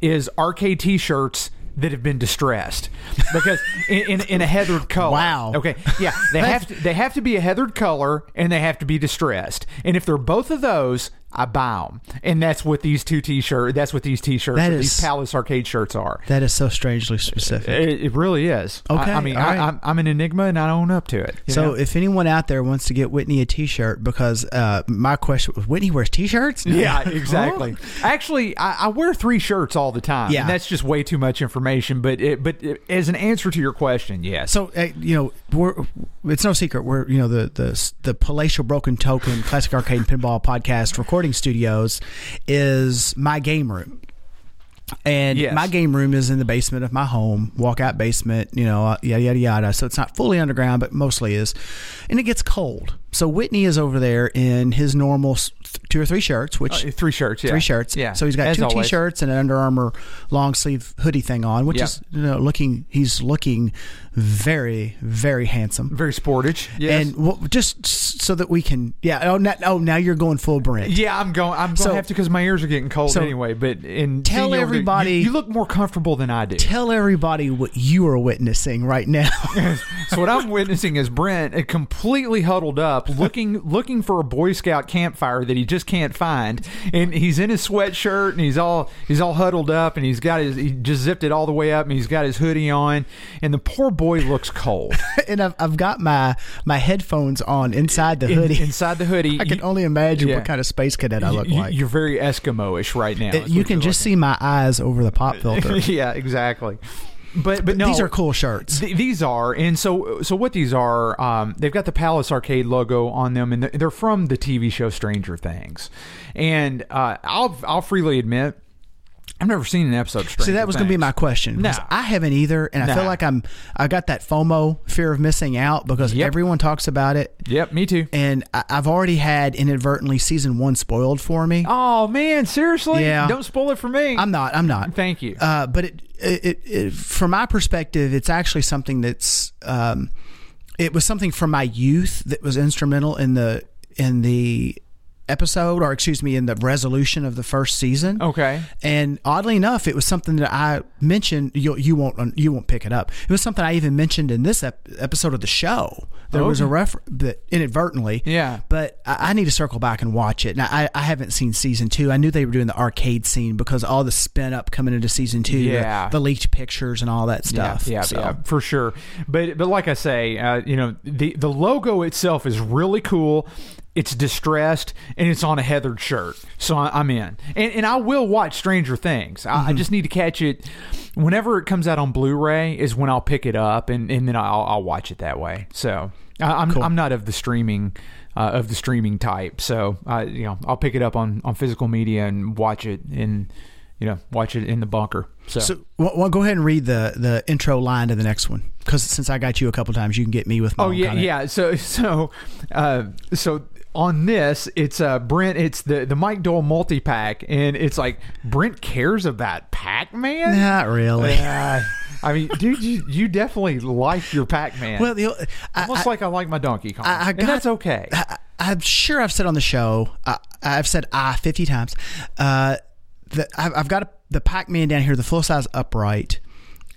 S3: is arcade T-shirts. That have been distressed because in, in, in a heathered color.
S14: Wow.
S3: Okay. Yeah. They have to, they have to be a heathered color and they have to be distressed. And if they're both of those, I buy them. And that's what these two t-shirt. That's what these t-shirts.
S14: That
S3: these
S14: is-
S3: Palace Arcade shirts are.
S14: that is so strangely specific.
S3: It, it really is. I-
S14: Okay,
S3: I, mean,
S14: all right.
S3: I, I'm, I'm an enigma and I own up to it. you
S14: So
S3: know?
S14: if anyone out there wants to get Whitney a T-shirt, because uh, my question was, Whitney wears T-shirts?
S3: yeah, exactly. Actually, I, I wear three shirts all the time.
S14: Yeah.
S3: and that's just way too much information. But it, but it, as an answer to your question, yes.
S14: So uh, you know, we're, it's no secret we're you know the the the Palatial Broken Token Classic Arcade and Pinball Podcast Recording Studios is my game room, and
S3: Yes.
S14: my game room is in the basement of my home, walkout basement. You know, uh, yada yada yada. So it's not fully underground, but mostly is, and it gets cold. So Whitney is over there in his normal s- two or three shirts, which
S3: Uh, three shirts. Yeah.
S14: three shirts.
S3: Yeah.
S14: So he's got
S3: As
S14: two
S3: always.
S14: t-shirts and an Under Armour long sleeve hoodie thing on, which
S3: Yeah.
S14: is you know looking he's looking very very handsome.
S3: Very sportage. Yes.
S14: And well, just s- so that we can yeah oh now, oh now you're going full Brent.
S3: Yeah, I'm going. I'm going
S14: So-
S3: to have to because my ears are getting cold
S14: so
S3: anyway. But in being
S14: tell
S3: able to-
S14: everybody-
S3: you, you look more comfortable than I do.
S14: Tell everybody what you are witnessing right now.
S3: so what I'm witnessing is Brent uh, completely huddled up up looking looking for a Boy Scout campfire that he just can't find, and he's in his sweatshirt and he's all he's all huddled up and he's got his he just zipped it all the way up and he's got his hoodie on, and the poor boy looks cold
S14: and I've, I've got my my headphones on inside the
S3: In-
S14: hoodie.
S3: inside the hoodie.
S14: I can
S3: you-
S14: only imagine
S3: yeah.
S14: what kind of space cadet I look
S3: you,
S14: like.
S3: You're very Eskimo-ish right now.
S14: It-
S3: is
S14: you
S3: what
S14: can
S3: you're
S14: just see my eyes over the pop filter.
S3: looking- yeah, exactly. But but no,
S14: These are cool shirts.
S3: Th- these are, and so so what these are, um, they've got the Palace Arcade logo on them, and they're- they're from the TV show Stranger Things. And uh, I'll I'll freely admit, I've never seen an episode. Of Stranger
S14: See, that was going to be
S3: Things.
S14: my question. 'cause
S3: No.
S14: I haven't either, and I
S3: No.
S14: feel like I'm. I got that FOMO fear of missing out because
S3: Yep.
S14: everyone talks about it,
S3: Yep, me too.
S14: and I, I've already had inadvertently season one spoiled for me.
S3: Oh man, seriously?
S14: Yeah.
S3: Don't spoil it for me.
S14: I'm not. I'm not.
S3: Thank you.
S14: Uh, but it, it, it, it, from my perspective, it's actually something that's. Um, it was something from my youth that was instrumental in the in the episode, or excuse me, in the resolution of the first season.
S3: Okay.
S14: And oddly enough, it was something that I mentioned. You you won't you won't pick it up. It was something I even mentioned in this ep- episode of the show. There was a
S3: Okay.
S14: ref that inadvertently.
S3: Yeah.
S14: But I, I need to circle back and watch it. Now I, I haven't seen season two. I knew they were doing the arcade scene because all the spin up coming into season two. the-
S3: Yeah.
S14: The, leaked pictures and all that stuff.
S3: Yeah, yeah,
S14: So,
S3: yeah, for sure. But but like I say, uh, you know, the the logo itself is really cool. It's distressed and it's on a heathered shirt, so I, I'm in. And, and I will watch Stranger Things. I,
S14: Mm-hmm.
S3: I just need to catch it whenever it comes out on Blu-ray. Is when I'll pick it up and, and then I'll, I'll watch it that way. So I, I'm I'm not of the streaming uh, of the streaming type. So uh, you know, I'll pick it up on on physical media and watch it in you know watch it in the bunker.
S14: So well, well, go ahead and read the the intro line to the next one because since I got you a couple times, you can get me with my.
S3: Oh
S14: own
S3: yeah,
S14: comment.
S3: yeah. So so uh, so on this, it's uh Brent. It's the the Mike Dole multi pack, and it's like Brent cares about Pac Man.
S14: Not really.
S3: I mean, dude, you, you definitely like your Pac Man.
S14: Well, the, I,
S3: almost like I like my Donkey Kong,
S14: I- I got-
S3: and that's okay.
S14: I, I- I'm sure I've said on the show, I, I've said I 50 times. Uh, the, I've, I've got a, the Pac Man down here, the full size upright.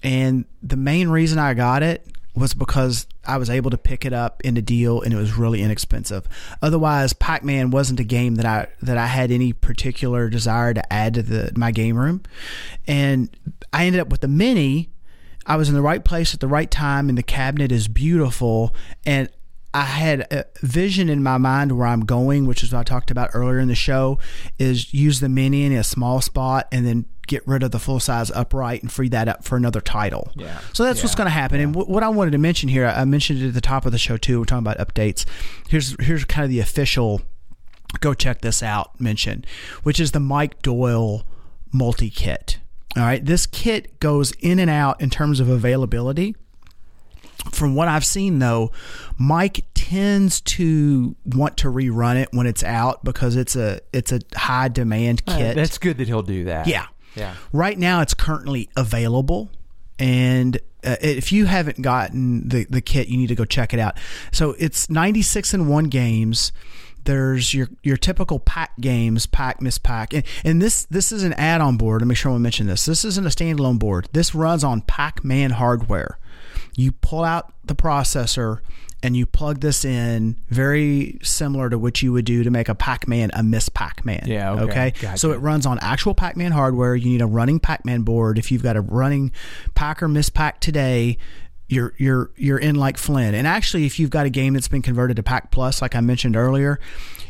S14: And the main reason I got it was because I was able to pick it up in a deal and it was really inexpensive. Otherwise, Pac Man wasn't a game that I that I had any particular desire to add to the my game room. And I ended up with the mini. I was in the right place at the right time and the cabinet is beautiful and I had a vision in my mind where I'm going, which is what I talked about earlier in the show, is use the mini in a small spot and then get rid of the full size upright and free that up for another title.
S3: Yeah.
S14: So that's what's going to happen. And wh- what I wanted to mention here, I mentioned it at the top of the show too. We're talking about updates. Here's here's kind of the official go check this out mention, which is the Mike Doyle multi kit. All right, this kit goes in and out in terms of availability from what I've seen though, Mike tends to want to rerun it when it's out because it's a it's a high demand kit.
S3: That's good that he'll do that.
S14: yeah.
S3: yeah.
S14: Right now it's currently available and uh, if you haven't gotten the the kit, you need to go check it out. So it's 96 and 1 games. There's your your typical pack games, pack miss pack. And and this this is an add-on board. Let me sure I mention this. This isn't a standalone board. This runs on Pac-Man hardware you pull out the processor and you plug this in very similar to what you would do to make a Pac-Man a Miss Pac-Man.
S3: Yeah, okay. Gotcha.
S14: So it runs on actual Pac-Man hardware. You need a running Pac-Man board. If you've got a running Pac or Miss Pac today, you're you're you're in like Flynn. And actually, if you've got a game that's been converted to Pac Plus, like I mentioned earlier,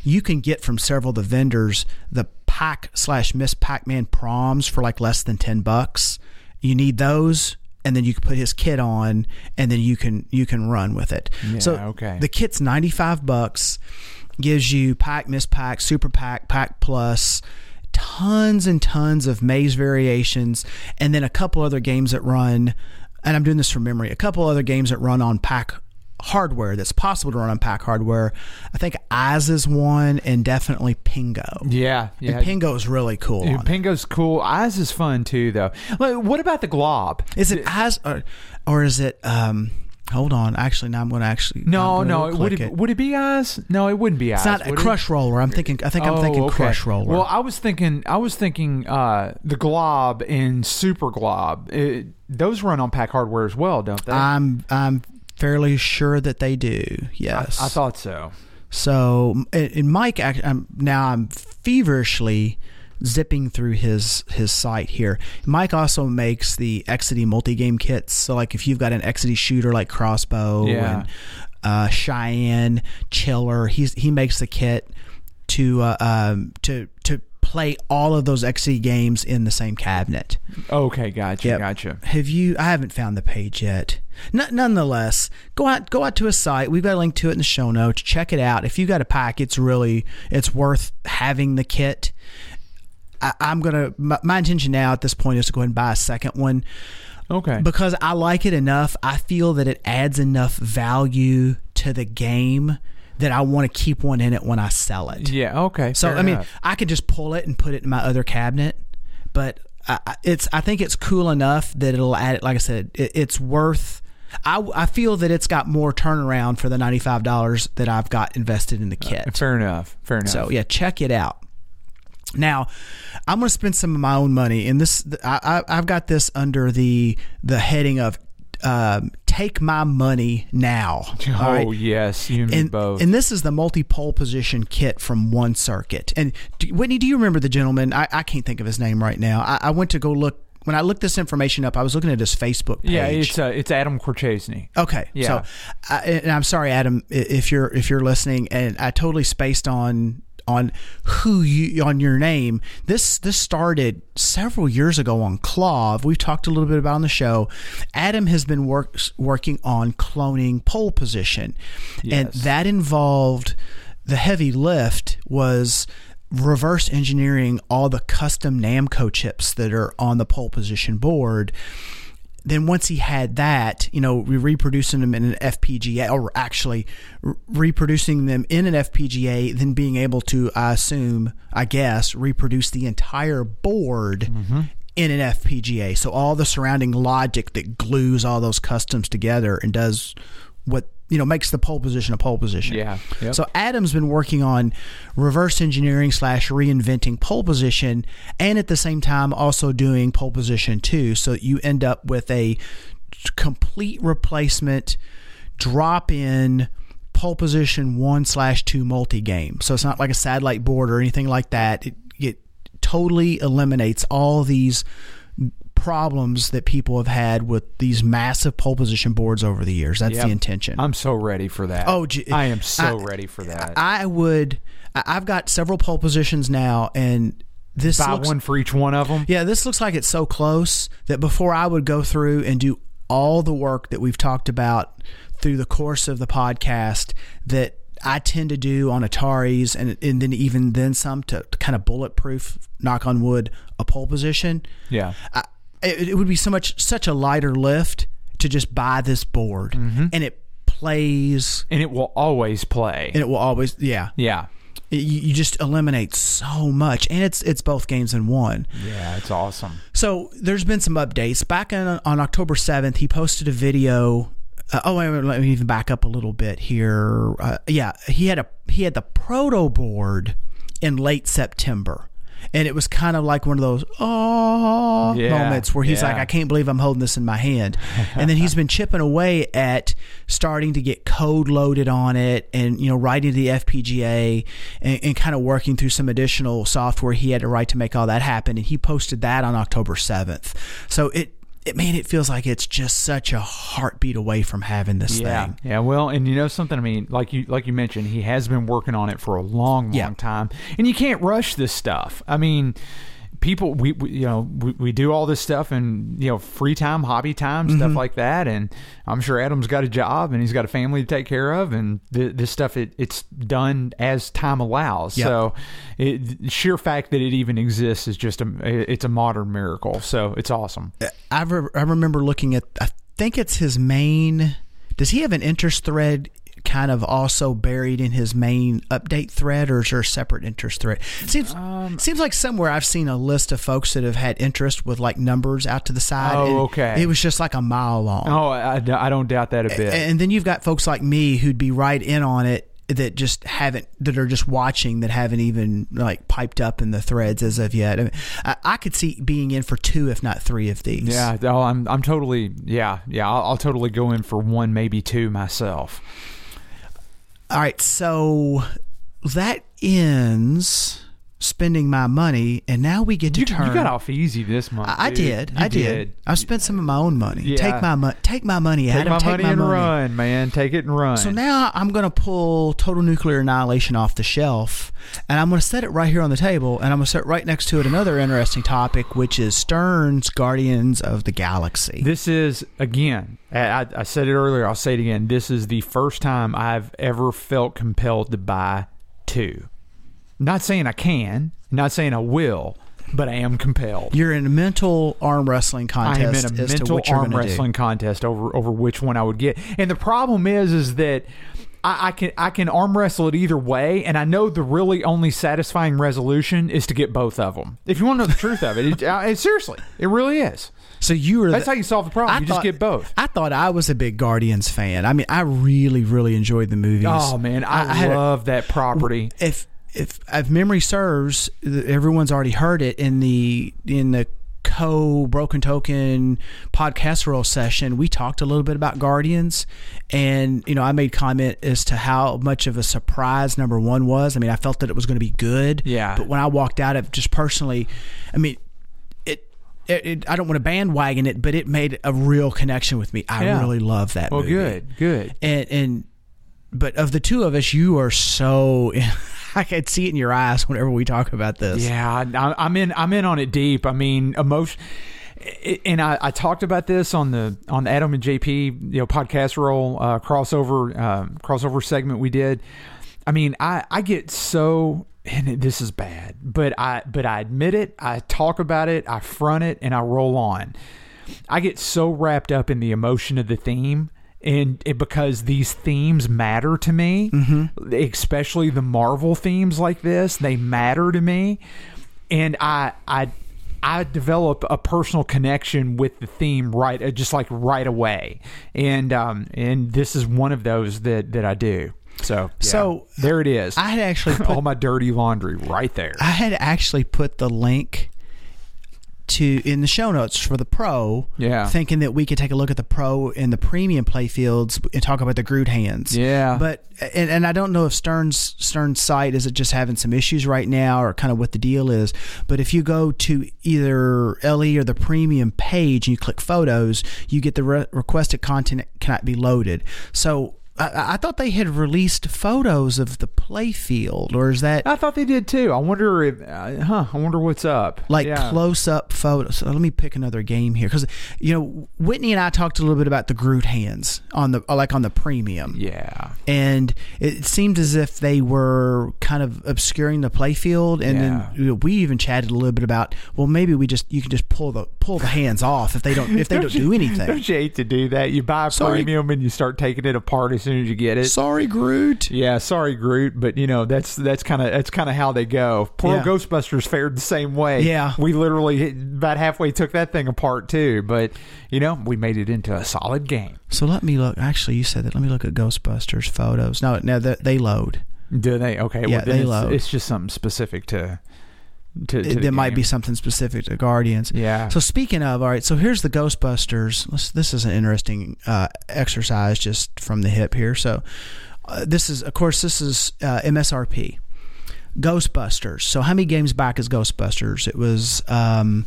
S14: you can get from several of the vendors the Pac slash Miss Pac-Man proms for like less than ten bucks. You need those and then you can put his kit on and then you can you can run with it. so
S3: okay.
S14: the kit's 95 bucks gives you pack miss pack super pack pack plus tons and tons of maze variations and then a couple other games that run and I'm doing this from memory. A couple other games that run on pack hardware that's possible to run on pack hardware. I think Eyes is one and definitely Pingo.
S3: Yeah, yeah.
S14: And Pingo is really cool.
S3: Dude,
S14: on it.
S3: Pingo's cool. Eyes is fun too, though. Like, what about the glob?
S14: Is it as or, or is it? Um, hold on. Actually, now I'm going to actually.
S3: No,
S14: I'm gonna
S3: no. It, would
S14: click
S3: it, would it be eyes? No, it wouldn't be eyes.
S14: it's not a
S3: would it?
S14: crush roller. I'm thinking. I think I'm
S3: Oh,
S14: thinking
S3: okay.
S14: crush roller.
S3: Well, I was thinking, I was thinking uh, the Glob and Super Glob. It, those run on pack hardware as well, don't they?
S14: I, am I'm fairly sure that they do.
S3: I,
S14: Yes.
S3: I thought so.
S14: So, and, and Mike, act- I'm, now I'm feverishly zipping through his his site here. Mike also makes the Exidy multi-game kits. So, like if you've got an Exidy shooter like crossbow
S3: Yeah.
S14: and uh, Cheyenne Chiller, he's he makes the kit to uh, um, to to play all of those Exidy games in the same cabinet.
S3: Okay, gotcha,
S14: Yep.
S3: gotcha.
S14: Have you? I haven't found the page yet. N- nonetheless, go out go out to a site. We've got a link to it in the show notes. Check it out. If you got a pack, it's really it's worth having the kit. I, I'm gonna. My, my intention now at this point is to go ahead and buy a second one
S3: Okay.
S14: because I like it enough. I feel that it adds enough value to the game that I want to keep one in it when I sell it.
S3: yeah. Okay.
S14: So
S3: fair
S14: I mean,
S3: enough.
S14: I could just pull it and put it in my other cabinet, but I, I- it's I think it's cool enough that it'll add it. Like I said, it, it's worth. I, I feel that it's got more turnaround for the ninety five dollars that I've got invested in the kit.
S3: Uh, fair enough. Fair enough.
S14: So yeah, check it out. Now, I'm going to spend some of my own money, and this I, I, I've got this under the the heading of um, "Take my money now."
S3: Oh
S14: All right?
S3: yes, you and, me
S14: and,
S3: both.
S14: and this is the multi pole position kit from One Circuit. And do, Whitney, do you remember the gentleman? I, I can't think of his name right now. I, I went to go look when I looked this information up. I was looking at his Facebook page.
S3: yeah, it's uh, it's Adam Korchesny.
S14: Okay.
S3: Yeah.
S14: So, I, and I'm sorry, Adam, i- if you're if you're listening, and I totally spaced on on who you on your name. This this started several years ago on Clove. We've talked a little bit about on the show. Adam has been works working on cloning pole position, and
S3: Yes.
S14: that involved the heavy lift was reverse engineering all the custom Namco chips that are on the pole position board then once he had that, you know, we reproducing them in an FPGA, or actually re- reproducing them in an FPGA, then being able to, I assume, I guess, reproduce the entire board in an FPGA. So all the surrounding logic that glues all those customs together and does what you know makes the pole position a pole position.
S3: Yeah. Yep.
S14: So Adam's been working on reverse engineering slash reinventing pole position, and at the same time also doing pole position too. So you end up with a complete replacement drop in pole position one slash two multi game. So it's not like a satellite board or anything like that. It, it totally eliminates all these problems that people have had with these massive pole position boards over the years. That's
S3: Yep.
S14: the intention.
S3: I'm so ready for that.
S14: Oh, gee.
S3: I am so
S14: I-
S3: ready for that.
S14: I would. I- I've got several pole positions now, and this
S3: Buy
S14: looks,
S3: one for each one of them.
S14: yeah, this looks like it's so close that before I would go through and do all the work that we've talked about through the course of the podcast that I tend to do on Ataris and, and then even then some to, to kind of bulletproof, knock on wood, a pole position.
S3: Yeah.
S14: I, it, it would be so much such a lighter lift to just buy this board,
S3: Mm-hmm.
S14: and it plays,
S3: And it will always play.
S14: and it will always yeah
S3: yeah.
S14: you, you just eliminate so much and it's it's both games in one
S3: Yeah, it's awesome.
S14: so there's been some updates back on, on october 7th he posted a video uh, oh wait, wait, let me even back up a little bit here uh, yeah he had a he had the proto board in late september and it was kind of like one of those oh
S3: Yeah,
S14: moments where he's
S3: yeah.
S14: like i can't believe i'm holding this in my hand and then he's been chipping away at starting to get code loaded on it and you know writing to the fpga and, and kind of working through some additional software he had to write to make all that happen and he posted that on october 7th so it it man it feels like it's just such a heartbeat away from having this
S3: Yeah,
S14: thing
S3: yeah. Well, and you know something. I mean, like you like you mentioned, he has been working on it for a long, long
S14: Yeah.
S3: time, and you can't rush this stuff. I mean, people, we, we you know we, we do all this stuff in you know free time, hobby time,
S14: Mm-hmm.
S3: stuff like that, and I'm sure Adam's got a job and he's got a family to take care of, and th- this stuff it, it's done as time allows.
S14: Yep.
S3: So, it, the sheer fact that it even exists is just a it's a modern miracle. So it's awesome.
S14: I, re- I remember looking at I think it's his main does he have an interest thread kind of also buried in his main update thread or is there a separate interest thread seems
S3: Um,
S14: seems like somewhere I've seen a list of folks that have had interest with like numbers out to the side
S3: Oh,
S14: and
S3: okay.
S14: it was just like a mile long
S3: Oh, I, I don't doubt that a bit.
S14: and then you've got folks like me who'd be right in on it that just haven't that are just watching that haven't even like piped up in the threads as of yet I, mean, I, I could see being in for two if not three of these
S3: Yeah, oh, I'm I'm totally yeah yeah I'll, I'll totally go in for one maybe two myself.
S14: All right, so that ends spending my money, and now we get to
S3: You,
S14: turn.
S3: you got off easy this month.
S14: I, I
S3: dude.
S14: did.
S3: You
S14: I did. I spent some of my own money.
S3: Yeah.
S14: Take my money. Take my money,
S3: Take
S14: Adam.
S3: my
S14: take
S3: money
S14: my
S3: and
S14: money.
S3: run, man. Take it and run.
S14: So now I'm going to pull Total Nuclear Annihilation off the shelf, and I'm going to set it right here on the table, and I'm going to set right next to it another interesting topic, which is Stern's Guardians of the Galaxy.
S3: This is again. I, I- I said it earlier. I'll say it again. This is the first time I've ever felt compelled to buy two. Not saying I can. Not saying I will. But I am compelled.
S14: You're in a mental arm wrestling
S3: I am in
S14: contest
S3: a
S14: as to
S3: mental
S14: what you're
S3: arm
S14: going to do.
S3: wrestling contest over over which one I would get. And the problem is, is that. I, I can I can arm wrestle it either way, and I know the really only satisfying resolution is to get both of them. If you want to know the truth of it, it, I- it seriously, it really is.
S14: So you were
S3: That's
S14: the-
S3: how you solve the problem. you just get both.
S14: I thought I was a big Guardians fan. I mean, I really, really enjoyed the movies.
S3: Oh man, I,
S14: had a-
S3: love that property.
S14: if if if memory serves, th- everyone's already heard it in the in the co broken token podcast roll session. We talked a little bit about Guardians, and you know I made comment as to how much of a surprise number one was. I mean, I felt that it was going to be good.
S3: Yeah.
S14: but when I walked out of just personally, I mean. It, it, it, I don't want to bandwagon it, but it made a real connection with me. I
S3: Yeah.
S14: really love that
S3: Well,
S14: movie
S3: good, good.
S14: and and but of the two of us, you are so I could see it in your eyes whenever we talk about this.
S3: Yeah, I, I'm in. I'm in on it deep. I mean, emotion. i- And I, I talked about this on the on the Adam and JP you know podcast roll uh, crossover uh, crossover segment we did. I mean, I I get so and it- this is bad, but I but I admit it. I talk about it. I front it, and I roll on. I get so wrapped up in the emotion of the theme. And it, because these themes matter to me,
S14: Mm-hmm.
S3: especially the Marvel themes like this, they matter to me, and I I I develop a personal connection with the theme right uh, just like right away, and um and this is one of those that that I do. So yeah.
S14: So,
S3: there it is.
S14: I had actually put-
S3: all my dirty laundry right there.
S14: I had actually put the link to in the show notes for the pro,
S3: Yeah.
S14: thinking that we could take a look at the pro and the premium playfields and talk about the Groot hands.
S3: Yeah.
S14: but and, and I don't know if Stern's Stern's site is it just having some issues right now or kind of what the deal is. But if you go to either LE or the premium page and you click photos, you get the re- requested content cannot be loaded. So. I, I thought they had released photos of the playfield, or is that
S3: I thought they did too. I wonder if, uh, huh? I wonder what's up.
S14: like
S3: Yeah.
S14: close up photos. So let me pick another game here because you know Whitney and I talked a little bit about the Groot hands on the like on the premium,
S3: Yeah.
S14: and it seemed as if they were kind of obscuring the playfield. And
S3: Yeah.
S14: then you know, we even chatted a little bit about well maybe we just you can just pull the pull the hands off if they don't if they don't do anything.
S3: Don't you hate to do that? You buy a
S14: Sorry.
S3: premium and you start taking it apart as soon as you get it.
S14: Sorry, Groot.
S3: Yeah, sorry, Groot, but you know that's that's kind of that's kind of how they go. Poor
S14: Yeah.
S3: Ghostbusters fared the same way.
S14: Yeah.
S3: we literally hit- about halfway took that thing apart too, but you know we made it into a solid game.
S14: So let me look. Actually, you said that. Let me look at Ghostbusters photos. No, no, they, they load.
S3: Do they? Okay,
S14: Yeah,
S3: well, then
S14: they
S3: it's,
S14: load.
S3: it's just something specific to to. to
S14: It-
S3: the
S14: there might
S3: game.
S14: be something specific to Guardians.
S3: Yeah.
S14: So speaking of, all right. So here's the Ghostbusters. Let's, this is an interesting uh, exercise just from the hip here. So uh, this is, of course, this is uh, MSRP. Ghostbusters. So how many games back is Ghostbusters? It was um,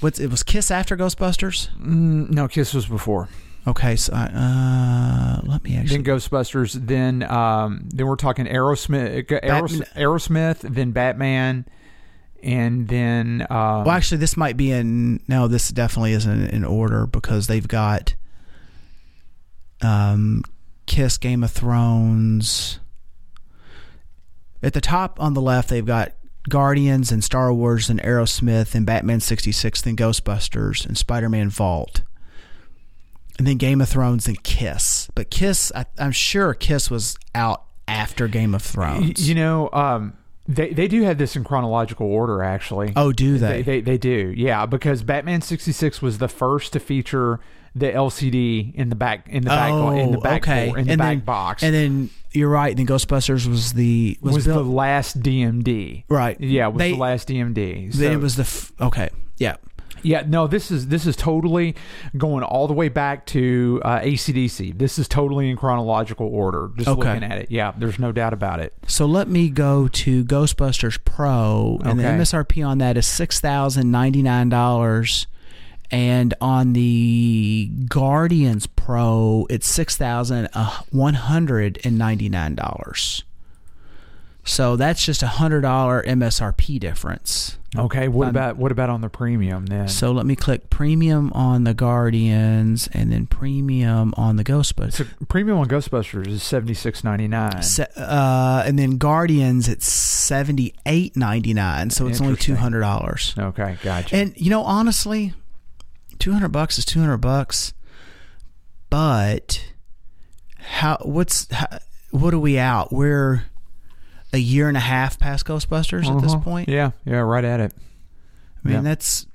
S14: what's it was Kiss after Ghostbusters.
S3: Mm, no, Kiss was before.
S14: Okay. So I, uh, let me actually.
S3: Then Ghostbusters. Then um, then we're talking Aerosmith. Aeros- Aerosmith. Then Batman. And then um,
S14: Well, actually, this might be in. No, this definitely isn't in order because they've got um, Kiss, Game of Thrones. At the top on the left, they've got Guardians and Star Wars and Aerosmith and Batman 66, then Ghostbusters and Spider Man Vault. And then Game of Thrones and Kiss. But Kiss, I, I'm sure Kiss was out after Game of
S3: Y-
S14: Thrones.
S3: You know, um, they they do have this in chronological order, actually.
S14: oh, do
S3: they,
S14: they?
S3: they they do, yeah. Because Batman sixty six was the first to feature the LCD in the back in the back in the back door- in the
S14: Oh,
S3: back
S14: and then,
S3: box.
S14: And then you're right. Then Ghostbusters was the was,
S3: was, the
S14: built-
S3: last DMD,
S14: Right.
S3: Yeah, was
S14: They-
S3: the last DMD.
S14: then
S3: So-
S14: it was the f- okay. Yeah.
S3: Yeah, no, this is this is totally going all the way back to uh, ACDC. This is totally in chronological order. Just
S14: Okay.
S3: looking at it, yeah, there's no doubt about it.
S14: So let me go to Ghostbusters Pro, and the
S3: Okay.
S14: MSRP on that is six thousand ninety nine dollars, and on the Guardians Pro, it's six thousand uh, one hundred and ninety nine dollars. So that's just a hundred dollar MSRP difference.
S3: Okay, what
S14: Um,
S3: about what about on the premium then?
S14: So let me click premium on the Guardians, and then premium on the Ghostbusters.
S3: So premium on Ghostbusters is seventy six ninety nine.
S14: Se- uh, and then Guardians it's seventy eight ninety nine, so it's only two
S3: Interesting.
S14: hundred dollars.
S3: Okay, gotcha.
S14: And you know, honestly, two hundred bucks is two hundred bucks. But how? What's how, what are we out? We're a year and a half past Ghostbusters at this
S3: Uh-huh.
S14: point.
S3: yeah, yeah, right at it.
S14: I mean,
S3: yeah.
S14: that's.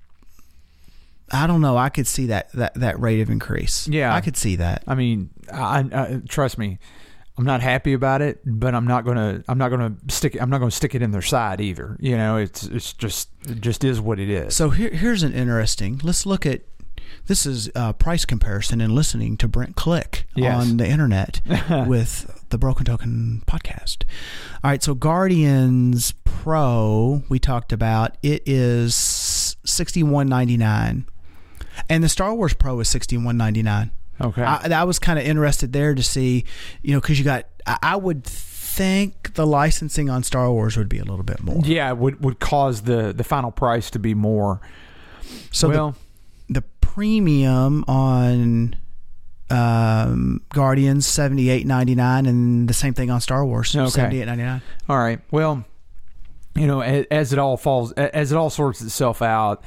S14: I don't know. I could see that that that rate of increase.
S3: Yeah.
S14: I could see that.
S3: I mean, I, I trust me. I'm not happy about it, but I'm not gonna. I'm not gonna stick. I'm not gonna stick it in their side either. You know, it's it's just it just is what it is.
S14: So here, here's an interesting. Let's look at this is uh, price comparison and listening to Brent Click
S3: Yes.
S14: on the internet with the Broken Token podcast. All right, so Guardians Pro we talked about it is sixty one ninety nine, and the Star Wars Pro is sixty one ninety nine.
S3: okay,
S14: I, I was kind of interested there to see, you know, because you got I, I would think the licensing on Star Wars would be a little bit more.
S3: yeah, it would would cause the the final price to be more.
S14: So the
S3: well,
S14: the premium on um, Guardians seventy eight ninety nine, and the same thing on Star Wars
S3: Okay.
S14: seventy eight ninety nine.
S3: All right. Well, you know, as, as it all falls, a- as it all sorts itself out,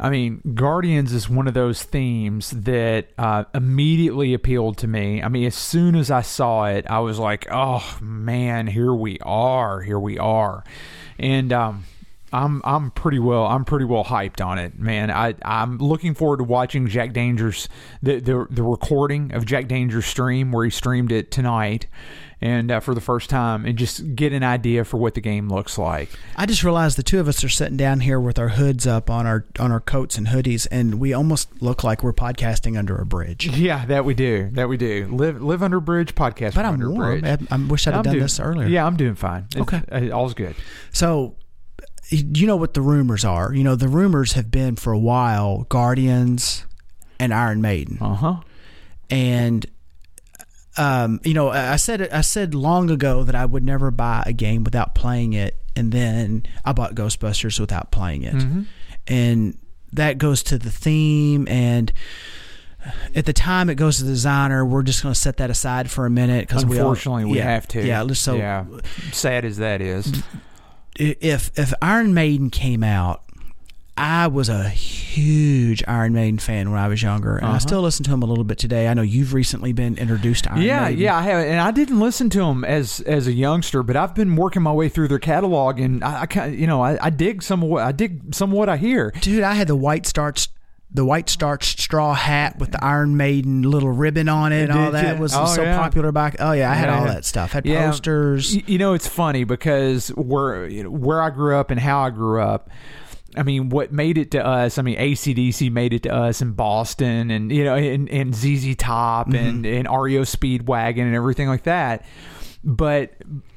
S3: I mean, Guardians is one of those themes that uh, immediately appealed to me. I mean, as soon as I saw it, I was like, "Oh man, here we are, here we are," and um, I'm I'm pretty well I'm pretty well hyped on it, man. I I'm looking forward to watching Jack Danger's the the, the recording of Jack Danger's stream where he streamed it tonight, and uh, for the first time, and just get an idea for what the game looks like.
S14: I just realized the two of us are sitting down here with our hoods up on our on our coats and hoodies, and we almost look like we're podcasting under a bridge.
S3: Yeah, that we do, that we do. Live live under bridge podcast,
S14: But
S3: from
S14: I'm
S3: under
S14: warm.
S3: bridge.
S14: I, I wish I'd
S3: I'm
S14: have done
S3: doing-
S14: this earlier.
S3: Yeah, I'm doing fine. It's-
S14: Okay.
S3: uh, all's good.
S14: So, you know what the rumors are. You know the rumors have been for a while: Guardians and Iron Maiden.
S3: Uh huh.
S14: and um, you know, I I said I said long ago that I would never buy a game without playing it, and then I bought Ghostbusters without playing it,
S3: Mm-hmm.
S14: and that goes to the theme and. At the time, it goes to the designer. We're just going to set that aside for a minute because
S3: Unfortunately, we,
S14: we, all- yeah,
S3: have to.
S14: Yeah, so Mm,
S3: yeah. sad as that is.
S14: i- if if Iron Maiden came out, I was a huge Iron Maiden fan when I was younger, and
S3: Uh-huh.
S14: I still listen to them a little bit today. I know you've recently been introduced to Iron
S3: yeah,
S14: Maiden.
S3: yeah, I have, and I didn't listen to them as as a youngster, but I've been working my way through their catalog, and I, I kind you know, I, I dig some of what I dig some of what I hear.
S14: dude i had the white starch the white starched straw hat with the Iron Maiden little ribbon on it and all
S3: Did
S14: that
S3: ya?
S14: was
S3: Oh,
S14: so
S3: yeah.
S14: popular back. Oh yeah, I had all
S3: Yeah.
S14: that stuff. had
S3: Yeah.
S14: posters.
S3: Y- You know, it's funny because where you know, where I grew up and how I grew up. I mean, what made it to us? I mean, ACDC made it to us in Boston, and you know, and, and ZZ Top
S14: Mm-hmm.
S3: and and REO Speedwagon and everything like that. But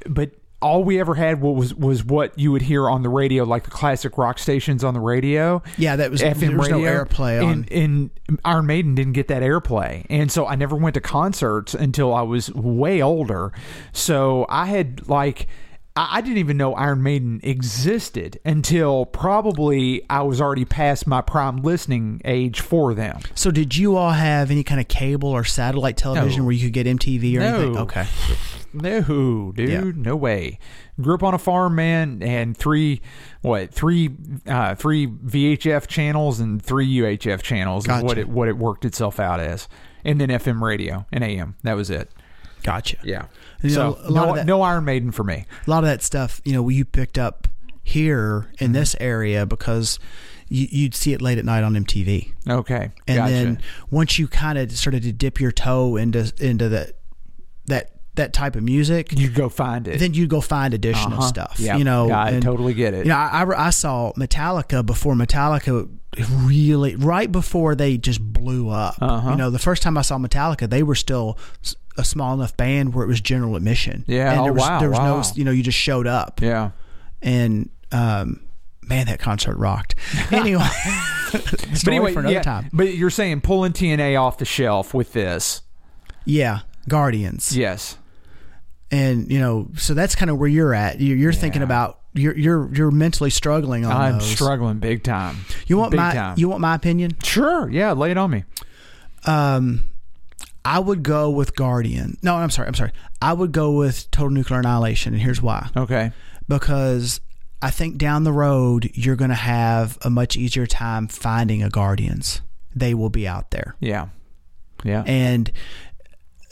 S3: but all we ever had was was what you would hear on the radio, like the classic rock stations on the radio.
S14: Yeah, that was- there was no airplay on-
S3: And- and Iron Maiden didn't get that airplay, and so I never went to concerts until I was way older. So I had like. I I didn't even know Iron Maiden existed until probably I was already past my prime listening age for them.
S14: So did you all have any kind of cable or satellite television
S3: No.
S14: where you could get MTV or
S3: No.
S14: anything? Okay.
S3: No, dude,
S14: Yeah.
S3: no way. Grew up on a farm, man, and three, what, three, uh, three VHF channels and three UHF channels is what
S14: Gotcha.
S3: it what it worked itself out as, and then FM radio and AM. That was it.
S14: Gotcha.
S3: Yeah.
S14: You know,
S3: So
S14: a lot
S3: no,
S14: of that-
S3: no Iron Maiden for me.
S14: a lot of that stuff, you know, you picked up here
S3: Mm-hmm.
S14: in this area because you, you'd see it late at night on MTV.
S3: Okay,
S14: and
S3: gotcha.
S14: then once you kind of started to dip your toe into into that that that type of music,
S3: You go find it.
S14: then you go find additional
S3: Uh-huh.
S14: stuff.
S3: Yeah.
S14: You know,
S3: I totally get it.
S14: You know, I, I, I saw Metallica before Metallica really right before they just blew up.
S3: Uh-huh.
S14: You know, the first time I saw Metallica, they were still s- a small enough band where it was general admission.
S3: Yeah.
S14: and
S3: Oh,
S14: there was,
S3: wow,
S14: There was
S3: wow.
S14: no, you know, you just showed up.
S3: yeah.
S14: and um, man, that concert rocked. Anyway, story for another
S3: yeah,
S14: time.
S3: But you're saying pulling TNA off the shelf with this.
S14: Yeah, Guardians.
S3: Yes.
S14: and you know, so that's kind of where you're at. You're, you're thinking
S3: Yeah.
S14: about you're you're you're mentally struggling on
S3: I'm
S14: those.
S3: struggling big time.
S14: You want
S3: big
S14: my
S3: time.
S14: you want my opinion?
S3: Sure. Yeah. Lay it on me.
S14: Um, I would go with Guardian. No, I'm sorry. I'm sorry. I would go with Total Nuclear Annihilation, and here's why.
S3: Okay.
S14: Because I think down the road you're going to have a much easier time finding a Guardians. They will be out there.
S3: Yeah. Yeah.
S14: and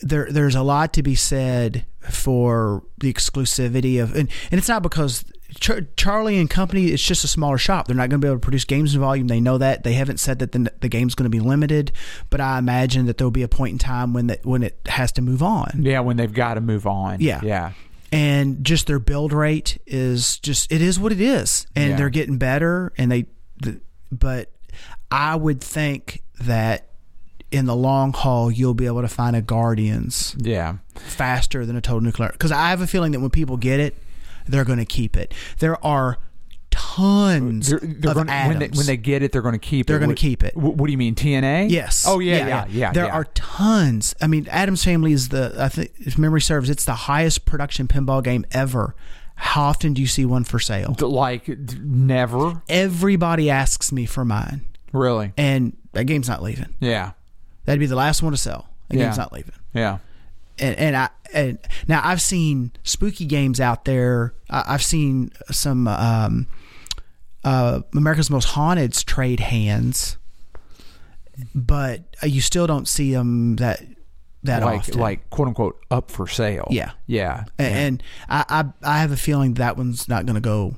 S14: there there's a lot to be said for the exclusivity of and, and it's not because Char- Charlie and company it's just a smaller shop they're not going to be able to produce games in volume they know that they haven't said that the, the game's going to be limited but I imagine that there'll be a point in time when that when it has to move on
S3: yeah. When they've got to move on.
S14: Yeah.
S3: Yeah.
S14: and just their build rate is just it is what it is and
S3: Yeah.
S14: they're getting better and they th- but i would think that in the long haul you'll be able to find a guardians
S3: Yeah.
S14: faster than a total nuclear because i have a feeling that when people get it they're going to keep it there are tons
S3: They're, they're
S14: of
S3: gonna, when,
S14: atoms
S3: they, when they get it, they're going to keep
S14: They're
S3: it.
S14: gonna
S3: What-
S14: keep it.
S3: What, what do you mean, TNA?
S14: Yes.
S3: Oh yeah, yeah, yeah. yeah
S14: There are tons. I mean, Adam's Family is the I think if memory serves, it's the highest production pinball game ever. How often do you see one for sale?
S3: D- like d- never
S14: Everybody asks me for mine,
S3: really.
S14: and that game's not leaving.
S3: Yeah.
S14: That'd be the last one to sell. That
S3: Yeah.
S14: game's not leaving.
S3: Yeah.
S14: and and I and now I've seen spooky games out there. I, I've seen some um, uh, America's Most Haunted's trade hands, but uh, you still don't see them that that
S3: like
S14: often.
S3: like quote unquote up for sale.
S14: Yeah.
S3: Yeah.
S14: A- and, I, I I have a feeling that one's not going to go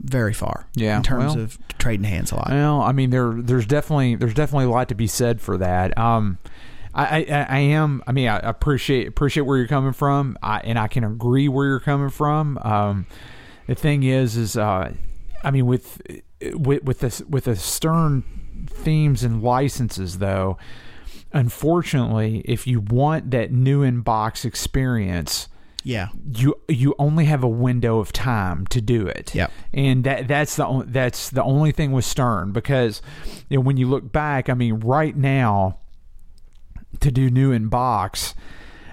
S14: very far.
S3: Yeah,
S14: in terms
S3: well- eh.
S14: of trading hands a lot.
S3: Well, I mean, there there's definitely there's definitely a lot to be said for that. Um, I, I, I am. I mean, I appreciate appreciate where you're coming from, I, and I can agree where you're coming from. Um, the thing is, is uh, I mean, with with with this with the stern themes and licenses, though, unfortunately, if you want that new in box experience,
S14: yeah,
S3: you you only have a window of time to do it.
S14: Yep.
S3: And that that's the on- that's the only thing with Stern because you know, when you look back, I mean, right now to do new in box.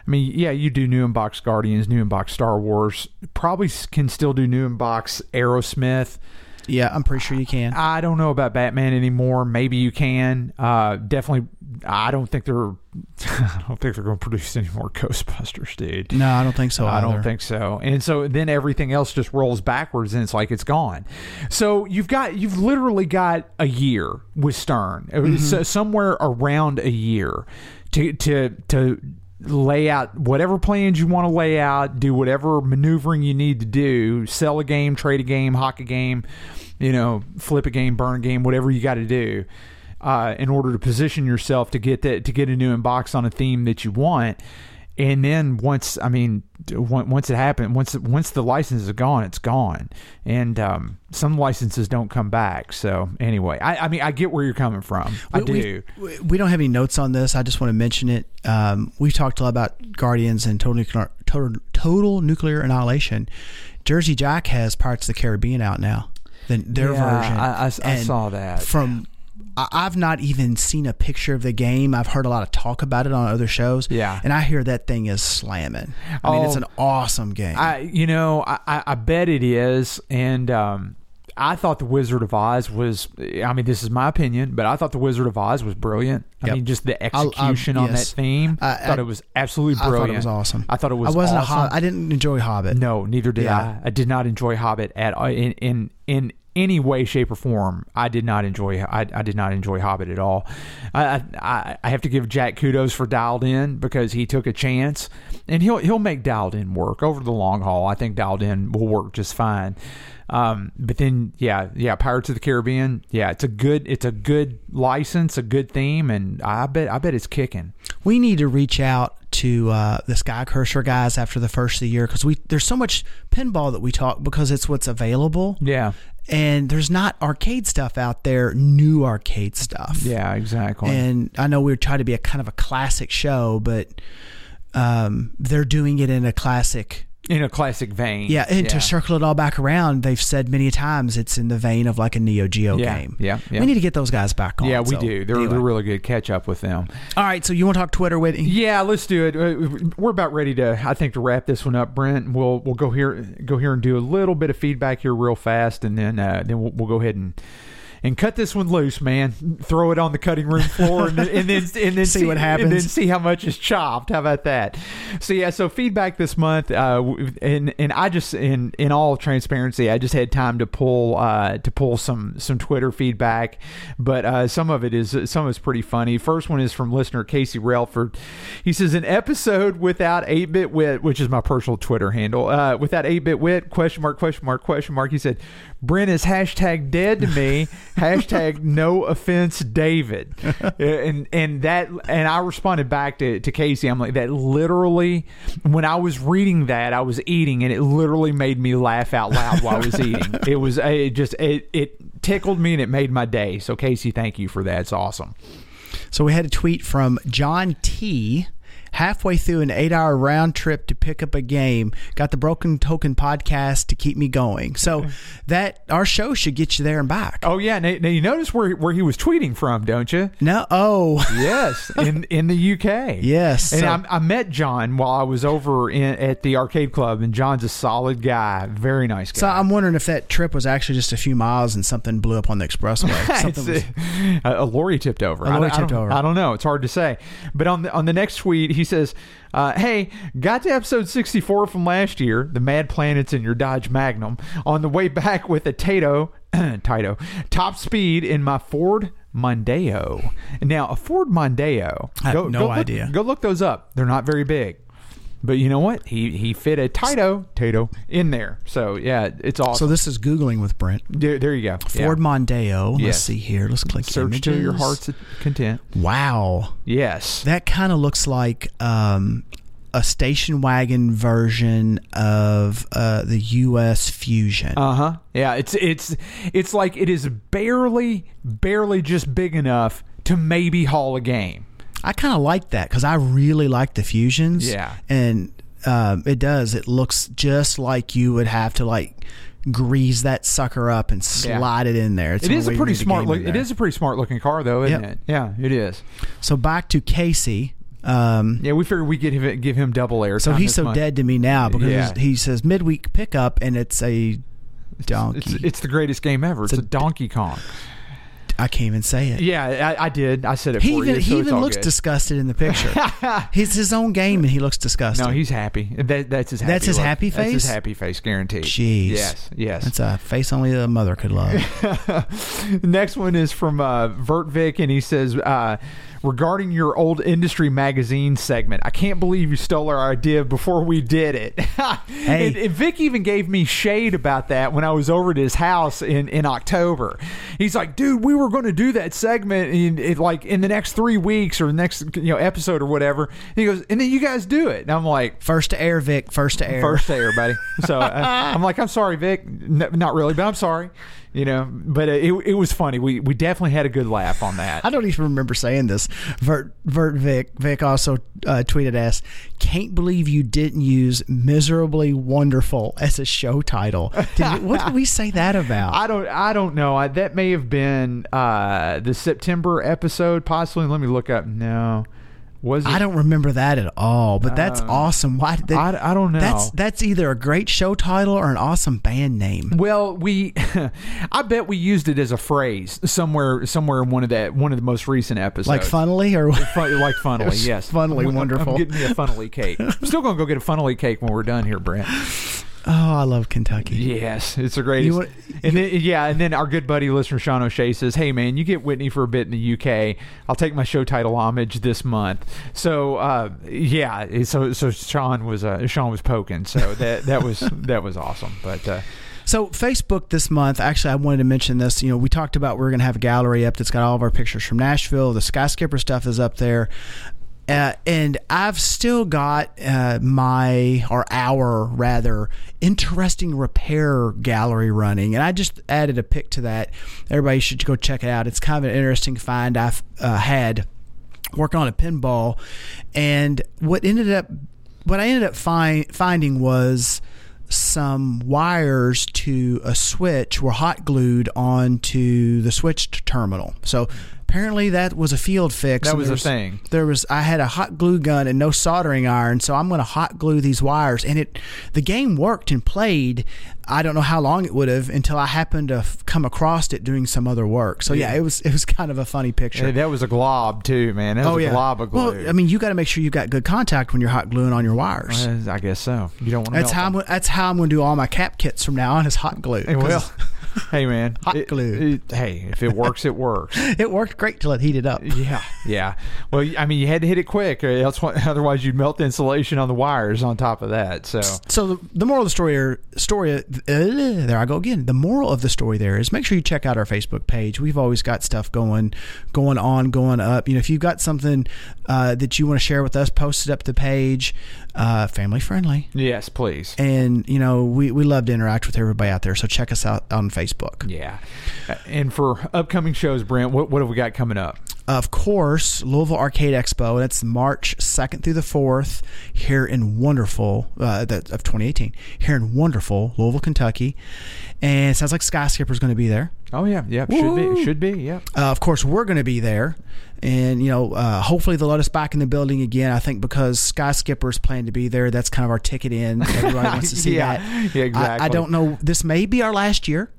S3: I mean, yeah, you do new in box Guardians, new in box Star Wars. Probably s- can still do new in box Aerosmith.
S14: yeah. I'm pretty sure you can.
S3: I don't know about Batman anymore. Maybe you can. Uh, definitely, I don't think they're. I don't think they're going to produce any more Ghostbusters, dude.
S14: no, I don't think so.
S3: I
S14: either.
S3: don't think so. And so then everything else just rolls backwards and it's like it's gone. So you've got you've literally got a year with Stern. It was
S14: Mm-hmm.
S3: so- somewhere around a year to to to lay out whatever plans you want to lay out, do whatever maneuvering you need to do, sell a game, trade a game, hock a game, you know, flip a game, burn a game, whatever you got to do. Uh, in order to position yourself to get that to get a new inbox on a theme that you want, and then once I mean d- on- once it happened once once the license is gone it's gone and um, some licenses don't come back so anyway I, I mean I get where you're coming from I
S14: We-
S3: do
S14: We, we don't have any notes on this. I just want to mention it. Um, we've talked a lot about Guardians and total nuclear, total, total nuclear annihilation. Jersey Jack has Pirates of the Caribbean out now. The, their
S3: Yeah,
S14: version.
S3: I- I s- I
S14: And
S3: saw that.
S14: From I- I've not even seen a picture of the game. I've heard a lot of talk about it on other shows.
S3: Yeah.
S14: and I hear that thing is slamming. I mean, it's
S3: Oh.
S14: an awesome game.
S3: I you know I, I, I bet it is and um, I thought the Wizard of Oz was I mean this is my opinion but I thought the Wizard of Oz was brilliant I
S14: Yep.
S3: mean just the
S14: I-
S3: execution on
S14: yes.
S3: that theme
S14: I-
S3: I, thought
S14: I-
S3: it was absolutely
S14: I
S3: brilliant
S14: thought it was awesome.
S3: I thought it was
S14: I wasn't
S3: awesome.
S14: a hob- I didn't enjoy Hobbit.
S3: No, neither did
S14: Yeah.
S3: I. I did not enjoy Hobbit at all. in in in any way, shape, or form. I did not enjoy. I, I did not enjoy Hobbit at all. I, I I have to give Jack kudos for Dialed In because he took a chance, and he'll he'll make Dialed In work over the long haul. I think Dialed In will work just fine. Um, but then yeah, yeah, Pirates of the Caribbean. Yeah, it's a good it's a good license, a good theme, and I bet I bet it's kicking.
S14: we need to reach out to uh, the Sky Cursor guys after the first of the year because we there's so much pinball that we talk because it's what's available.
S3: Yeah.
S14: And there's not arcade stuff out there, new arcade stuff.
S3: Yeah, exactly.
S14: And I know we were trying to be a kind of a classic show, but um, they're doing it in a classic.
S3: in a classic vein.
S14: Yeah, and to circle it all back around, they've said many times it's in the vein of like a Neo Geo
S3: Yeah,
S14: game.
S3: yeah, yeah.
S14: We need to get those guys back on.
S3: Yeah, we
S14: so,
S3: do. They're,
S14: anyway.
S3: they're really good. Catch up with them.
S14: All right, so you want to talk Twitter, Whitney?
S3: Yeah, let's do it. Uh, We're about ready to, I think, to wrap this one up, Brent. We'll we'll go here go here and do a little bit of feedback here real fast, and then uh, then we'll, we'll go ahead and and cut this one loose, man. Throw it on the cutting room floor, and, then- and then and then
S14: See what happens.
S3: and then see how much is chopped. How about that? So yeah, so feedback this month, uh, w- and and I just in in all transparency, I just had time to pull uh, to pull some some Twitter feedback, but uh, some of it is some of it's pretty funny. First one is from listener Casey Relford. He says an episode without eight bit wit, which is my personal Twitter handle, uh, without eight bit wit question mark question mark question mark. He said, "Brent is hashtag dead to me hashtag no offense David," Uh, and and that and I responded back to to Casey. I'm like that literally when I was reading that I was eating and it literally made me laugh out loud while I was eating. It was it just it it tickled me and it made my day. So Casey, thank you for that. It's awesome.
S14: So we had a tweet from John T. Halfway through an eight hour round trip to pick up a game, got the Broken Token podcast to keep me going. So that our show should get you there and back.
S3: Oh yeah, now, now you notice where where he was tweeting from, don't you?
S14: No, oh,
S3: Yes, in in the UK.
S14: Yes,
S3: and
S14: so-
S3: I, I met John while I was over in, at the arcade club, and John's a solid guy, very nice guy.
S14: so I'm wondering if that trip was actually just a few miles and something blew up on the expressway. Something was,
S3: It's, uh, a, a lorry tipped over.
S14: A lorry
S3: I, don't- I
S14: tipped
S3: don't-
S14: over.
S3: I don't know. It's hard to say. But on the, on the next tweet, he says, uh, "Hey, got to episode 64 from last year, the Mad Planets in your Dodge Magnum. On the way back with a Tato, Tato, top speed in my Ford." Mondeo. Now, a Ford Mondeo.
S14: I have no
S3: look-
S14: idea.
S3: go look those up. They're not very big. But you know what? He he fit a Tato, Tato in there. So, yeah, it's
S14: so
S3: awesome.
S14: this is Googling with Brent.
S3: there, there you go. Yeah.
S14: Ford Mondeo. Let's
S3: Yes.
S14: see here. Let's click
S3: Search to your
S14: images.
S3: heart's content.
S14: Wow.
S3: Yes.
S14: That kind of looks like um, a station wagon version of uh, the U.S. Fusion.
S3: Uh huh. Yeah. It's it's it's like it is barely barely just big enough to maybe haul a game.
S14: I kind of like that because I really like the Fusions.
S3: Yeah.
S14: and um, it does. It looks just like you would have to like grease that sucker up and
S3: Yeah.
S14: slide it in there. It's
S3: It
S14: the
S3: is a
S14: way you
S3: pretty
S14: need the
S3: smart
S14: game
S3: look.
S14: in
S3: It
S14: there.
S3: is a pretty smart looking car though, isn't
S14: Yep.
S3: it? Yeah, it is.
S14: So back to Casey. Um,
S3: Yeah, we figured we give him, give him double air.
S14: so
S3: time
S14: he's
S3: this
S14: so
S3: month.
S14: dead to me now because
S3: Yeah.
S14: he says midweek pickup and it's a donkey.
S3: It's, it's the greatest game ever. It's,
S14: It's a-
S3: a, Donkey Kong.
S14: I can't even say it.
S3: Yeah, I, I did. I said it.
S14: He
S3: for
S14: even
S3: you, so
S14: he
S3: it's
S14: even
S3: all
S14: looks
S3: good.
S14: disgusted in the picture. He's his own game and he looks disgusted.
S3: No, he's happy. That, that's his. Happy
S14: That's his
S3: look.
S14: happy
S3: That's his
S14: face?
S3: happy face, guaranteed.
S14: Jeez.
S3: Yes. Yes.
S14: That's a face only a mother could love.
S3: Next one is from uh, Vertvic, and he says, uh, regarding your old industry magazine segment, I can't believe you stole our idea before we did it.
S14: Hey.
S3: and, and Vic even gave me shade about that when I was over at his house in, in October. He's like, dude, we were going to do that segment in, in, like in the next three weeks or next you know episode or whatever. And he goes, and then you guys do it. And I'm like,
S14: First to air, Vic. First to air.
S3: First day, everybody. So I, I'm like, I'm sorry, Vic. N- not really, but I'm sorry. You know, but uh, it, it was funny. We we definitely had a good laugh on
S14: I
S3: that.
S14: don't even remember saying this. Vert, Vert Vic, Vic also uh, tweeted us, "Can't believe you didn't use miserably wonderful as a show title." Did you- what did we say that about?
S3: I don't I don't know. I, that may have been uh, the September episode, possibly. Let me look up. No, was it?
S14: I don't remember that at all, but that's awesome. Why? did-
S3: Uh, I- I don't know.
S14: That's that's either a great show title or an awesome band name.
S3: Well, we, I bet we used it as a phrase somewhere, somewhere in one of that one of the most recent episodes.
S14: like funnily or
S3: Fun, like funnily,
S14: It's
S3: yes.
S14: funnily
S3: I'm- I'm-
S14: wonderful.
S3: I'm getting me a funnily cake. I'm still gonna go get a funnily cake when we're done here, Brent.
S14: oh, I love Kentucky.
S3: Yes, it's the greatest.
S14: You want-
S3: and then, yeah, and then our good buddy listener Sean O'Shea says, "Hey man, you get Whitney for a bit in the UK. I'll take my show title homage this month." So uh, yeah, so so Sean was uh, Sean was poking. So that that was that was awesome. But uh,
S14: So Facebook this month, actually, I wanted to mention this. You know, we talked about we're going to have a gallery up that's got all of our pictures from Nashville. The skyscraper stuff is up there. Uh, and I've still got uh, my, or our rather, interesting repair gallery running. And I just added a pic to that. Everybody should go check it out. It's kind of an interesting find I've uh, had working on a pinball. And what ended up, what I ended up find, finding was some wires to a switch were hot glued onto the switch t- terminal. So apparently that was a field fix.
S3: That
S14: and
S3: was
S14: there
S3: a thing.
S14: There was I had a hot glue gun and no soldering iron, so I'm going to hot glue these wires. And it, the game worked and played. I don't know how long it would have until I happened to f- come across it doing some other work. So yeah, it was it was kind of a funny picture.
S3: Hey, that was a glob too, man. That was
S14: oh
S3: a
S14: yeah,
S3: glob of glue.
S14: well I mean you got to make sure you got good contact when you're hot gluing on your wires.
S3: Uh, I guess so. You don't want to.
S14: That's how I'm. gonna- That's how I'm going to do all my cap kits from now on. Is hot glue.
S3: Hey, well,
S14: 'Cause
S3: hey man,
S14: Hot
S3: It-
S14: glue.
S3: it- hey, if it works, it works.
S14: it worked great till it heated up.
S3: Yeah, yeah. Well, I mean, you had to hit it quick, or else otherwise you'd melt the insulation on the wires. On top of that, so
S14: So the, the moral of the story, or story, uh, there I go again. The moral of the story there is make sure you check out our Facebook page. We've always got stuff going, going on, going up. You know, if you've got something uh, that you want to share with us, post it up the page. Uh, family friendly,
S3: yes, please.
S14: and you know we we love to interact with everybody out there. So check us out on Facebook.
S3: Yeah, Uh, and for upcoming shows, Brent, what what have we got coming up?
S14: of course, Louisville Arcade Expo. That's March 2nd through the 4th here in wonderful, uh, that, of 2018, here in wonderful Louisville, Kentucky. And it sounds like Skyscraper's going to be there.
S3: Oh yeah, yeah, should be, should be, yeah.
S14: Uh, of course, we're going to be there. And, you know, uh, hopefully they'll let us back in the building again. I think because Sky Skipper's planning to be there, that's kind of our ticket in. Everybody wants to see
S3: Yeah,
S14: that.
S3: yeah,
S14: I, I
S3: exactly.
S14: don't know. This may be our last year.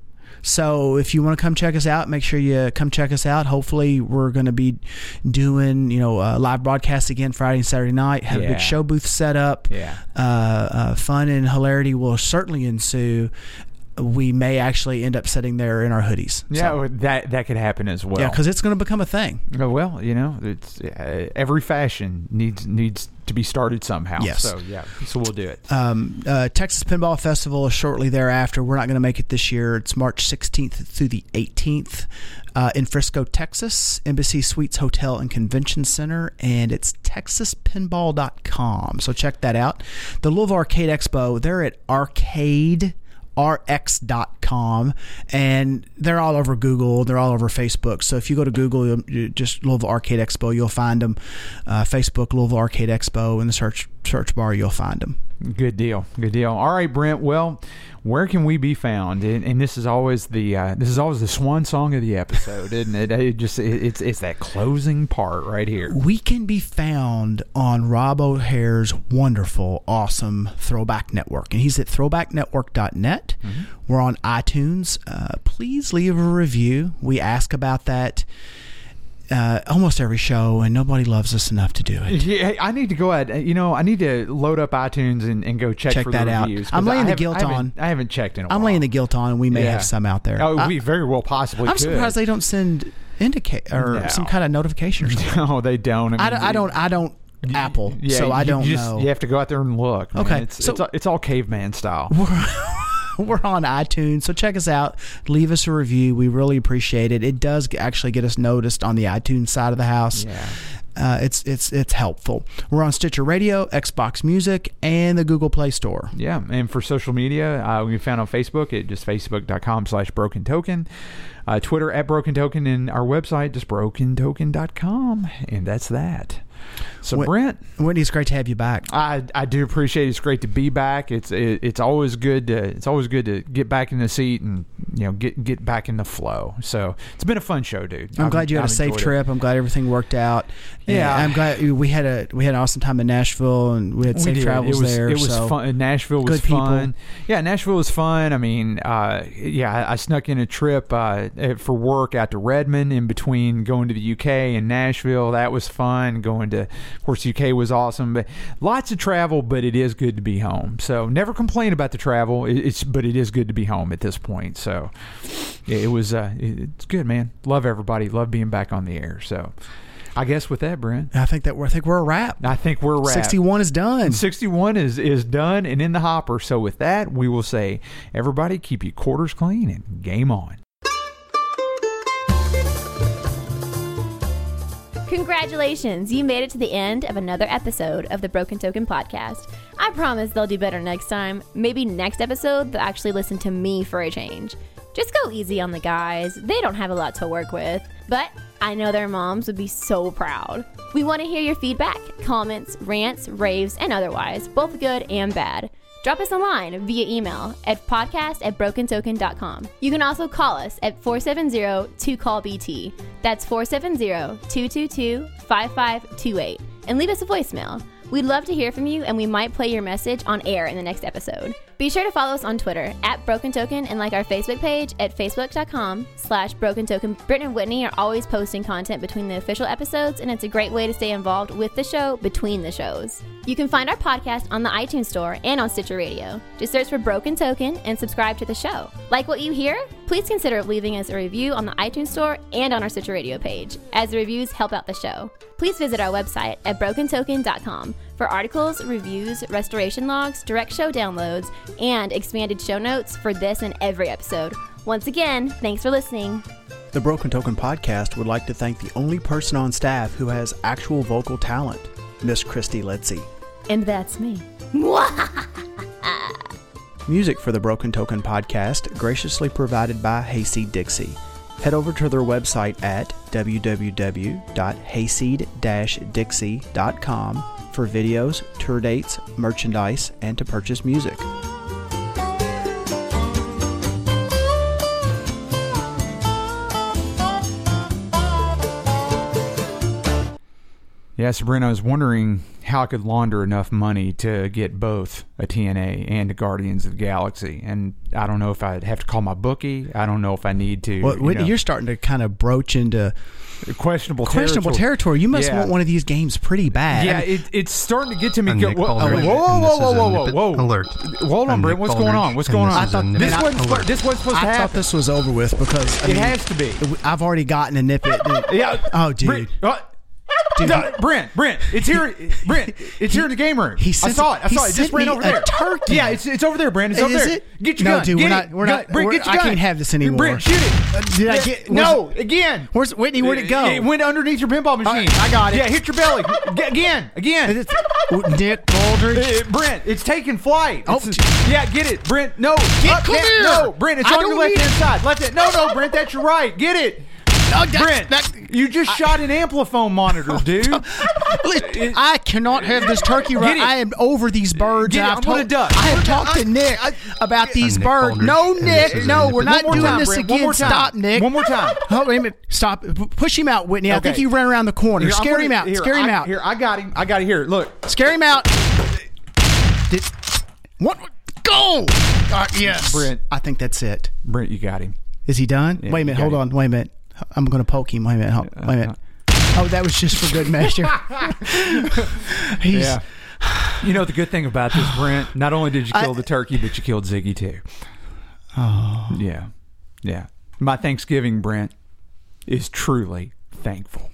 S14: So if you want to come check us out, make sure you come check us out. Hopefully we're going to be doing, you know, uh, live broadcasts again Friday and Saturday night. Have a
S3: Yeah.
S14: big show booth set up.
S3: Yeah.
S14: Uh, uh, fun and hilarity will certainly ensue. We may actually end up sitting there in our hoodies.
S3: Yeah, well, that that could happen as well.
S14: Yeah, because it's going to become a thing.
S3: Uh, well, you know, it's uh, every fashion needs needs to be started somehow.
S14: Yes.
S3: So yeah, so we'll do it.
S14: Um, uh, Texas Pinball Festival is shortly thereafter. We're not going to make it this year. It's March 16th through the 18th uh, in Frisco, Texas, Embassy Suites Hotel and Convention Center, and it's texaspinball.com. So check that out. The Louisville Arcade Expo, they're at arcade rx.com and they're all over Google, they're all over Facebook. So if you go to Google, you'll- you just Louisville Arcade Expo, you'll find them. Uh, Facebook Louisville Arcade Expo in the search search bar, you'll find them.
S3: Good deal. Good deal. All right, Brent. Well, where can we be found? And, and this is always the uh, this is always the swan song of the episode, isn't it? It just it, it's it's that closing part right here.
S14: We can be found on Rob O'Hare's wonderful, awesome Throwback Network. And he's at throwbacknetwork.net.
S3: Mm-hmm.
S14: We're on iTunes. Uh, please leave a review. We ask about that uh, almost every show, and nobody loves us enough to do it.
S3: Yeah, I need to go ahead. You know, I need to load up iTunes and, and go check,
S14: Check
S3: for
S14: that
S3: the
S14: out.
S3: reviews. 'cause
S14: I'm laying
S3: I
S14: the
S3: haven't-
S14: guilt
S3: I haven't-
S14: on.
S3: I haven't checked in a while.
S14: I'm laying the guilt on, and we may
S3: Yeah.
S14: have some out there.
S3: Oh,
S14: I-
S3: we very well possibly.
S14: I'm
S3: could.
S14: surprised they don't send indicate or
S3: No.
S14: some kind of notification or something.
S3: No, they don't.
S14: I
S3: mean,
S14: don't. I don't. I don't Apple,
S3: Yeah,
S14: so I
S3: you
S14: don't
S3: just-
S14: know.
S3: You have to go out there and look. man.
S14: Okay,
S3: it's,
S14: so-
S3: it's, all- it's all caveman style.
S14: we're on iTunes, so check us out. Leave us a review. We really appreciate it. It does actually get us noticed on the iTunes side of the house.
S3: Yeah.
S14: Uh, it's it's it's helpful. We're on Stitcher Radio, Xbox Music, and the Google Play Store.
S3: Yeah, and for social media, uh, we can be found on Facebook at just facebook.com slash broken token, uh, Twitter at broken token, and our website just brokentoken.com. And that's that. So,
S14: Wh-
S3: Brent,
S14: Whitney, it's great to have you back.
S3: I, I do appreciate it. It's great to be back. It's it, it's always good to it's always good to get back in the seat and you know get get back in the flow. So it's been a fun show, dude.
S14: I'm
S3: I've-
S14: glad you had
S3: I've
S14: a safe
S3: enjoyed it.
S14: trip. I'm glad everything worked out. And
S3: Yeah.
S14: I'm glad we had a we had an awesome time in Nashville and we had
S3: We
S14: safe
S3: did.
S14: travels
S3: it was,
S14: there.
S3: It was
S14: so.
S3: fun. Nashville was
S14: Good people.
S3: fun. Yeah, Nashville was fun. I mean, uh, yeah, I, I snuck in a trip uh, eh, for work out to Redmond in between going to the UK and Nashville. That was fun. Going to, of course, UK was awesome. But lots of travel, but it is good to be home. So never complain about the travel. It, it's but it is good to be home at this point. So yeah, it was. Uh, it- it's good, man. Love everybody. Love being back on the air. So I guess with that, Brent.
S14: I think that we're I think we're a wrap.
S3: I think we're wrapped.
S14: 61 is done.
S3: 61 is is done and in the hopper. So with that, we will say everybody keep your quarters clean and game on.
S1: Congratulations! You made it to the end of another episode of the Broken Token Podcast. I promise they'll do better next time. Maybe next episode, they'll actually listen to me for a change. Just go easy on the guys, they don't have a lot to work with. But I know their moms would be so proud. We want to hear your feedback, comments, rants, raves, and otherwise, both good and bad. Drop us a line via email at podcast at brokentoken.com. You can also call us at 470-2CALL-BT. That's 470-222-5528. And leave us a voicemail. We'd love to hear from you and we might play your message on air in the next episode. Be sure to follow us on Twitter at Broken Token and like our Facebook page at facebook.com slash broken token. Britt and Whitney are always posting content between the official episodes and it's a great way to stay involved with the show between the shows. You can find our podcast on the iTunes Store and on Stitcher Radio. Just search for Broken Token and subscribe to the show. Like what you hear? Please consider leaving us a review on the iTunes Store and on our Stitcher Radio page, as the reviews help out the show. Please visit our website at brokentoken.com for articles, reviews, restoration logs, direct show downloads, and expanded show notes for this and every episode. Once again, thanks for listening.
S14: The Broken Token Podcast would like to thank the only person on staff who has actual vocal talent, Miss Christy Letzi.
S1: And that's me.
S14: Music for the Broken Token Podcast graciously provided by Hayseed Dixie. Head over to their website at www.hayseed-dixie.com for videos, tour dates, merchandise, and to purchase music.
S3: Yeah, Sabrina, I was wondering how I could launder enough money to get both a TNA and a Guardians of the Galaxy. And I don't know if I'd have to call my bookie. I don't know if I need to.
S14: Well,
S3: you
S14: Whitney,
S3: know,
S14: you're starting to kind of broach into
S3: questionable
S14: questionable territory. You must
S3: Yeah.
S14: want one of these games pretty bad.
S3: Yeah, it, it's starting to get to me.
S16: I'm
S3: Go-
S16: Nick
S3: whoa, oh, whoa,
S16: Baldridge,
S3: whoa,
S16: and
S3: whoa,
S16: this
S3: whoa,
S16: is a
S3: whoa, whoa,
S16: Nippet
S3: whoa!
S16: Alert.
S3: Hold on,
S16: I'm Nick
S3: Brent. What's going
S16: Baldridge,
S3: on? What's
S16: and
S3: going
S16: this is
S3: on?
S16: a
S3: this
S16: Nippet
S3: wasn't.
S16: Alert.
S3: supposed- This wasn't supposed
S14: I
S3: to
S14: thought
S3: happen.
S14: this was over with because I
S3: it
S14: mean,
S3: has to be.
S14: I've already gotten a nip it.
S3: Yeah.
S14: Oh, dude.
S3: Brent, uh, no, Brent, Brent, it's here. Brent, it's here in the game room.
S14: he
S3: I
S14: sent-
S3: saw it. I
S14: he
S3: saw it. It
S14: sent
S3: Just ran
S14: me
S3: over
S14: a
S3: there.
S14: turkey.
S3: Yeah, it's it's over there, Brent. It's over
S14: Is
S3: there.
S14: it?
S3: Get your
S14: No,
S3: gun.
S14: dude,
S3: Get
S14: we're
S3: it.
S14: not- we're
S3: Gun.
S14: not-
S3: Brent,
S14: we're-
S3: get your
S14: I
S3: gun.
S14: can't have this anymore. Uh,
S3: Brent, shoot it.
S14: did I
S3: Yeah,
S14: get
S3: no
S14: was it-
S3: again?
S14: Where's Whitney? Where'd it go?
S3: It went underneath your pinball machine.
S14: I got it.
S3: Yeah, hit your belly G- again, again.
S14: It's- Nick Baldridge.
S3: Uh, Brent, it's taking flight.
S14: Oh,
S3: It's-
S14: t-
S3: yeah, get it, Brent. No,
S14: Get
S3: up, down-
S14: clear.
S3: no, Brent, it's
S14: I
S3: on your
S14: don't
S3: left
S14: need-
S3: hand side. Left hand. No, no, Brent, that's your right. Get it,
S14: Oh, that's-
S3: Brent.
S14: that-
S3: you just shot an ampliphone monitor, dude.
S14: Listen, I cannot have this turkey
S3: Get
S14: right.
S3: it.
S14: I am over these birds.
S3: Get
S14: and
S3: it.
S14: I've
S3: I'm gonna
S14: told-
S3: duck.
S14: I have
S3: I'm gonna-
S14: talked to
S3: I-
S14: Nick about these
S16: Nick
S14: birds.
S16: Baldridge,
S14: No,
S16: and this
S14: Nick.
S16: is
S14: No,
S16: Nick
S14: we're
S16: Baldridge.
S3: One
S14: not
S3: more
S14: doing
S3: time,
S14: this
S3: Brent. One
S14: again.
S3: more time.
S14: Stop, Nick.
S3: One more time.
S14: Oh, wait a minute. Stop. P- Push him out, Whitney. I think
S3: Okay.
S14: he ran around the corner.
S3: Here, I'm
S14: Scare
S3: gonna-
S14: him out.
S3: here,
S14: Scare him
S3: I-
S14: out.
S3: Here, I got him. I got it. Here, look.
S14: Scare him out. Did, what? Go. Uh, yes.
S3: Brent.
S14: I think that's it.
S3: Brent, you got him.
S14: Is he done? wait a minute.
S3: you
S14: Hold
S3: got Uh-huh.
S14: on. Wait a minute. I'm going to poke him. Wait a minute. Hold, wait a minute. Oh, that was just for good measure. He's.
S3: Yeah. You know the good thing about this, Brent. Not only did you
S14: I-
S3: kill the turkey, but you killed Ziggy too. Oh. Yeah, yeah. My Thanksgiving, Brent, is truly thankful.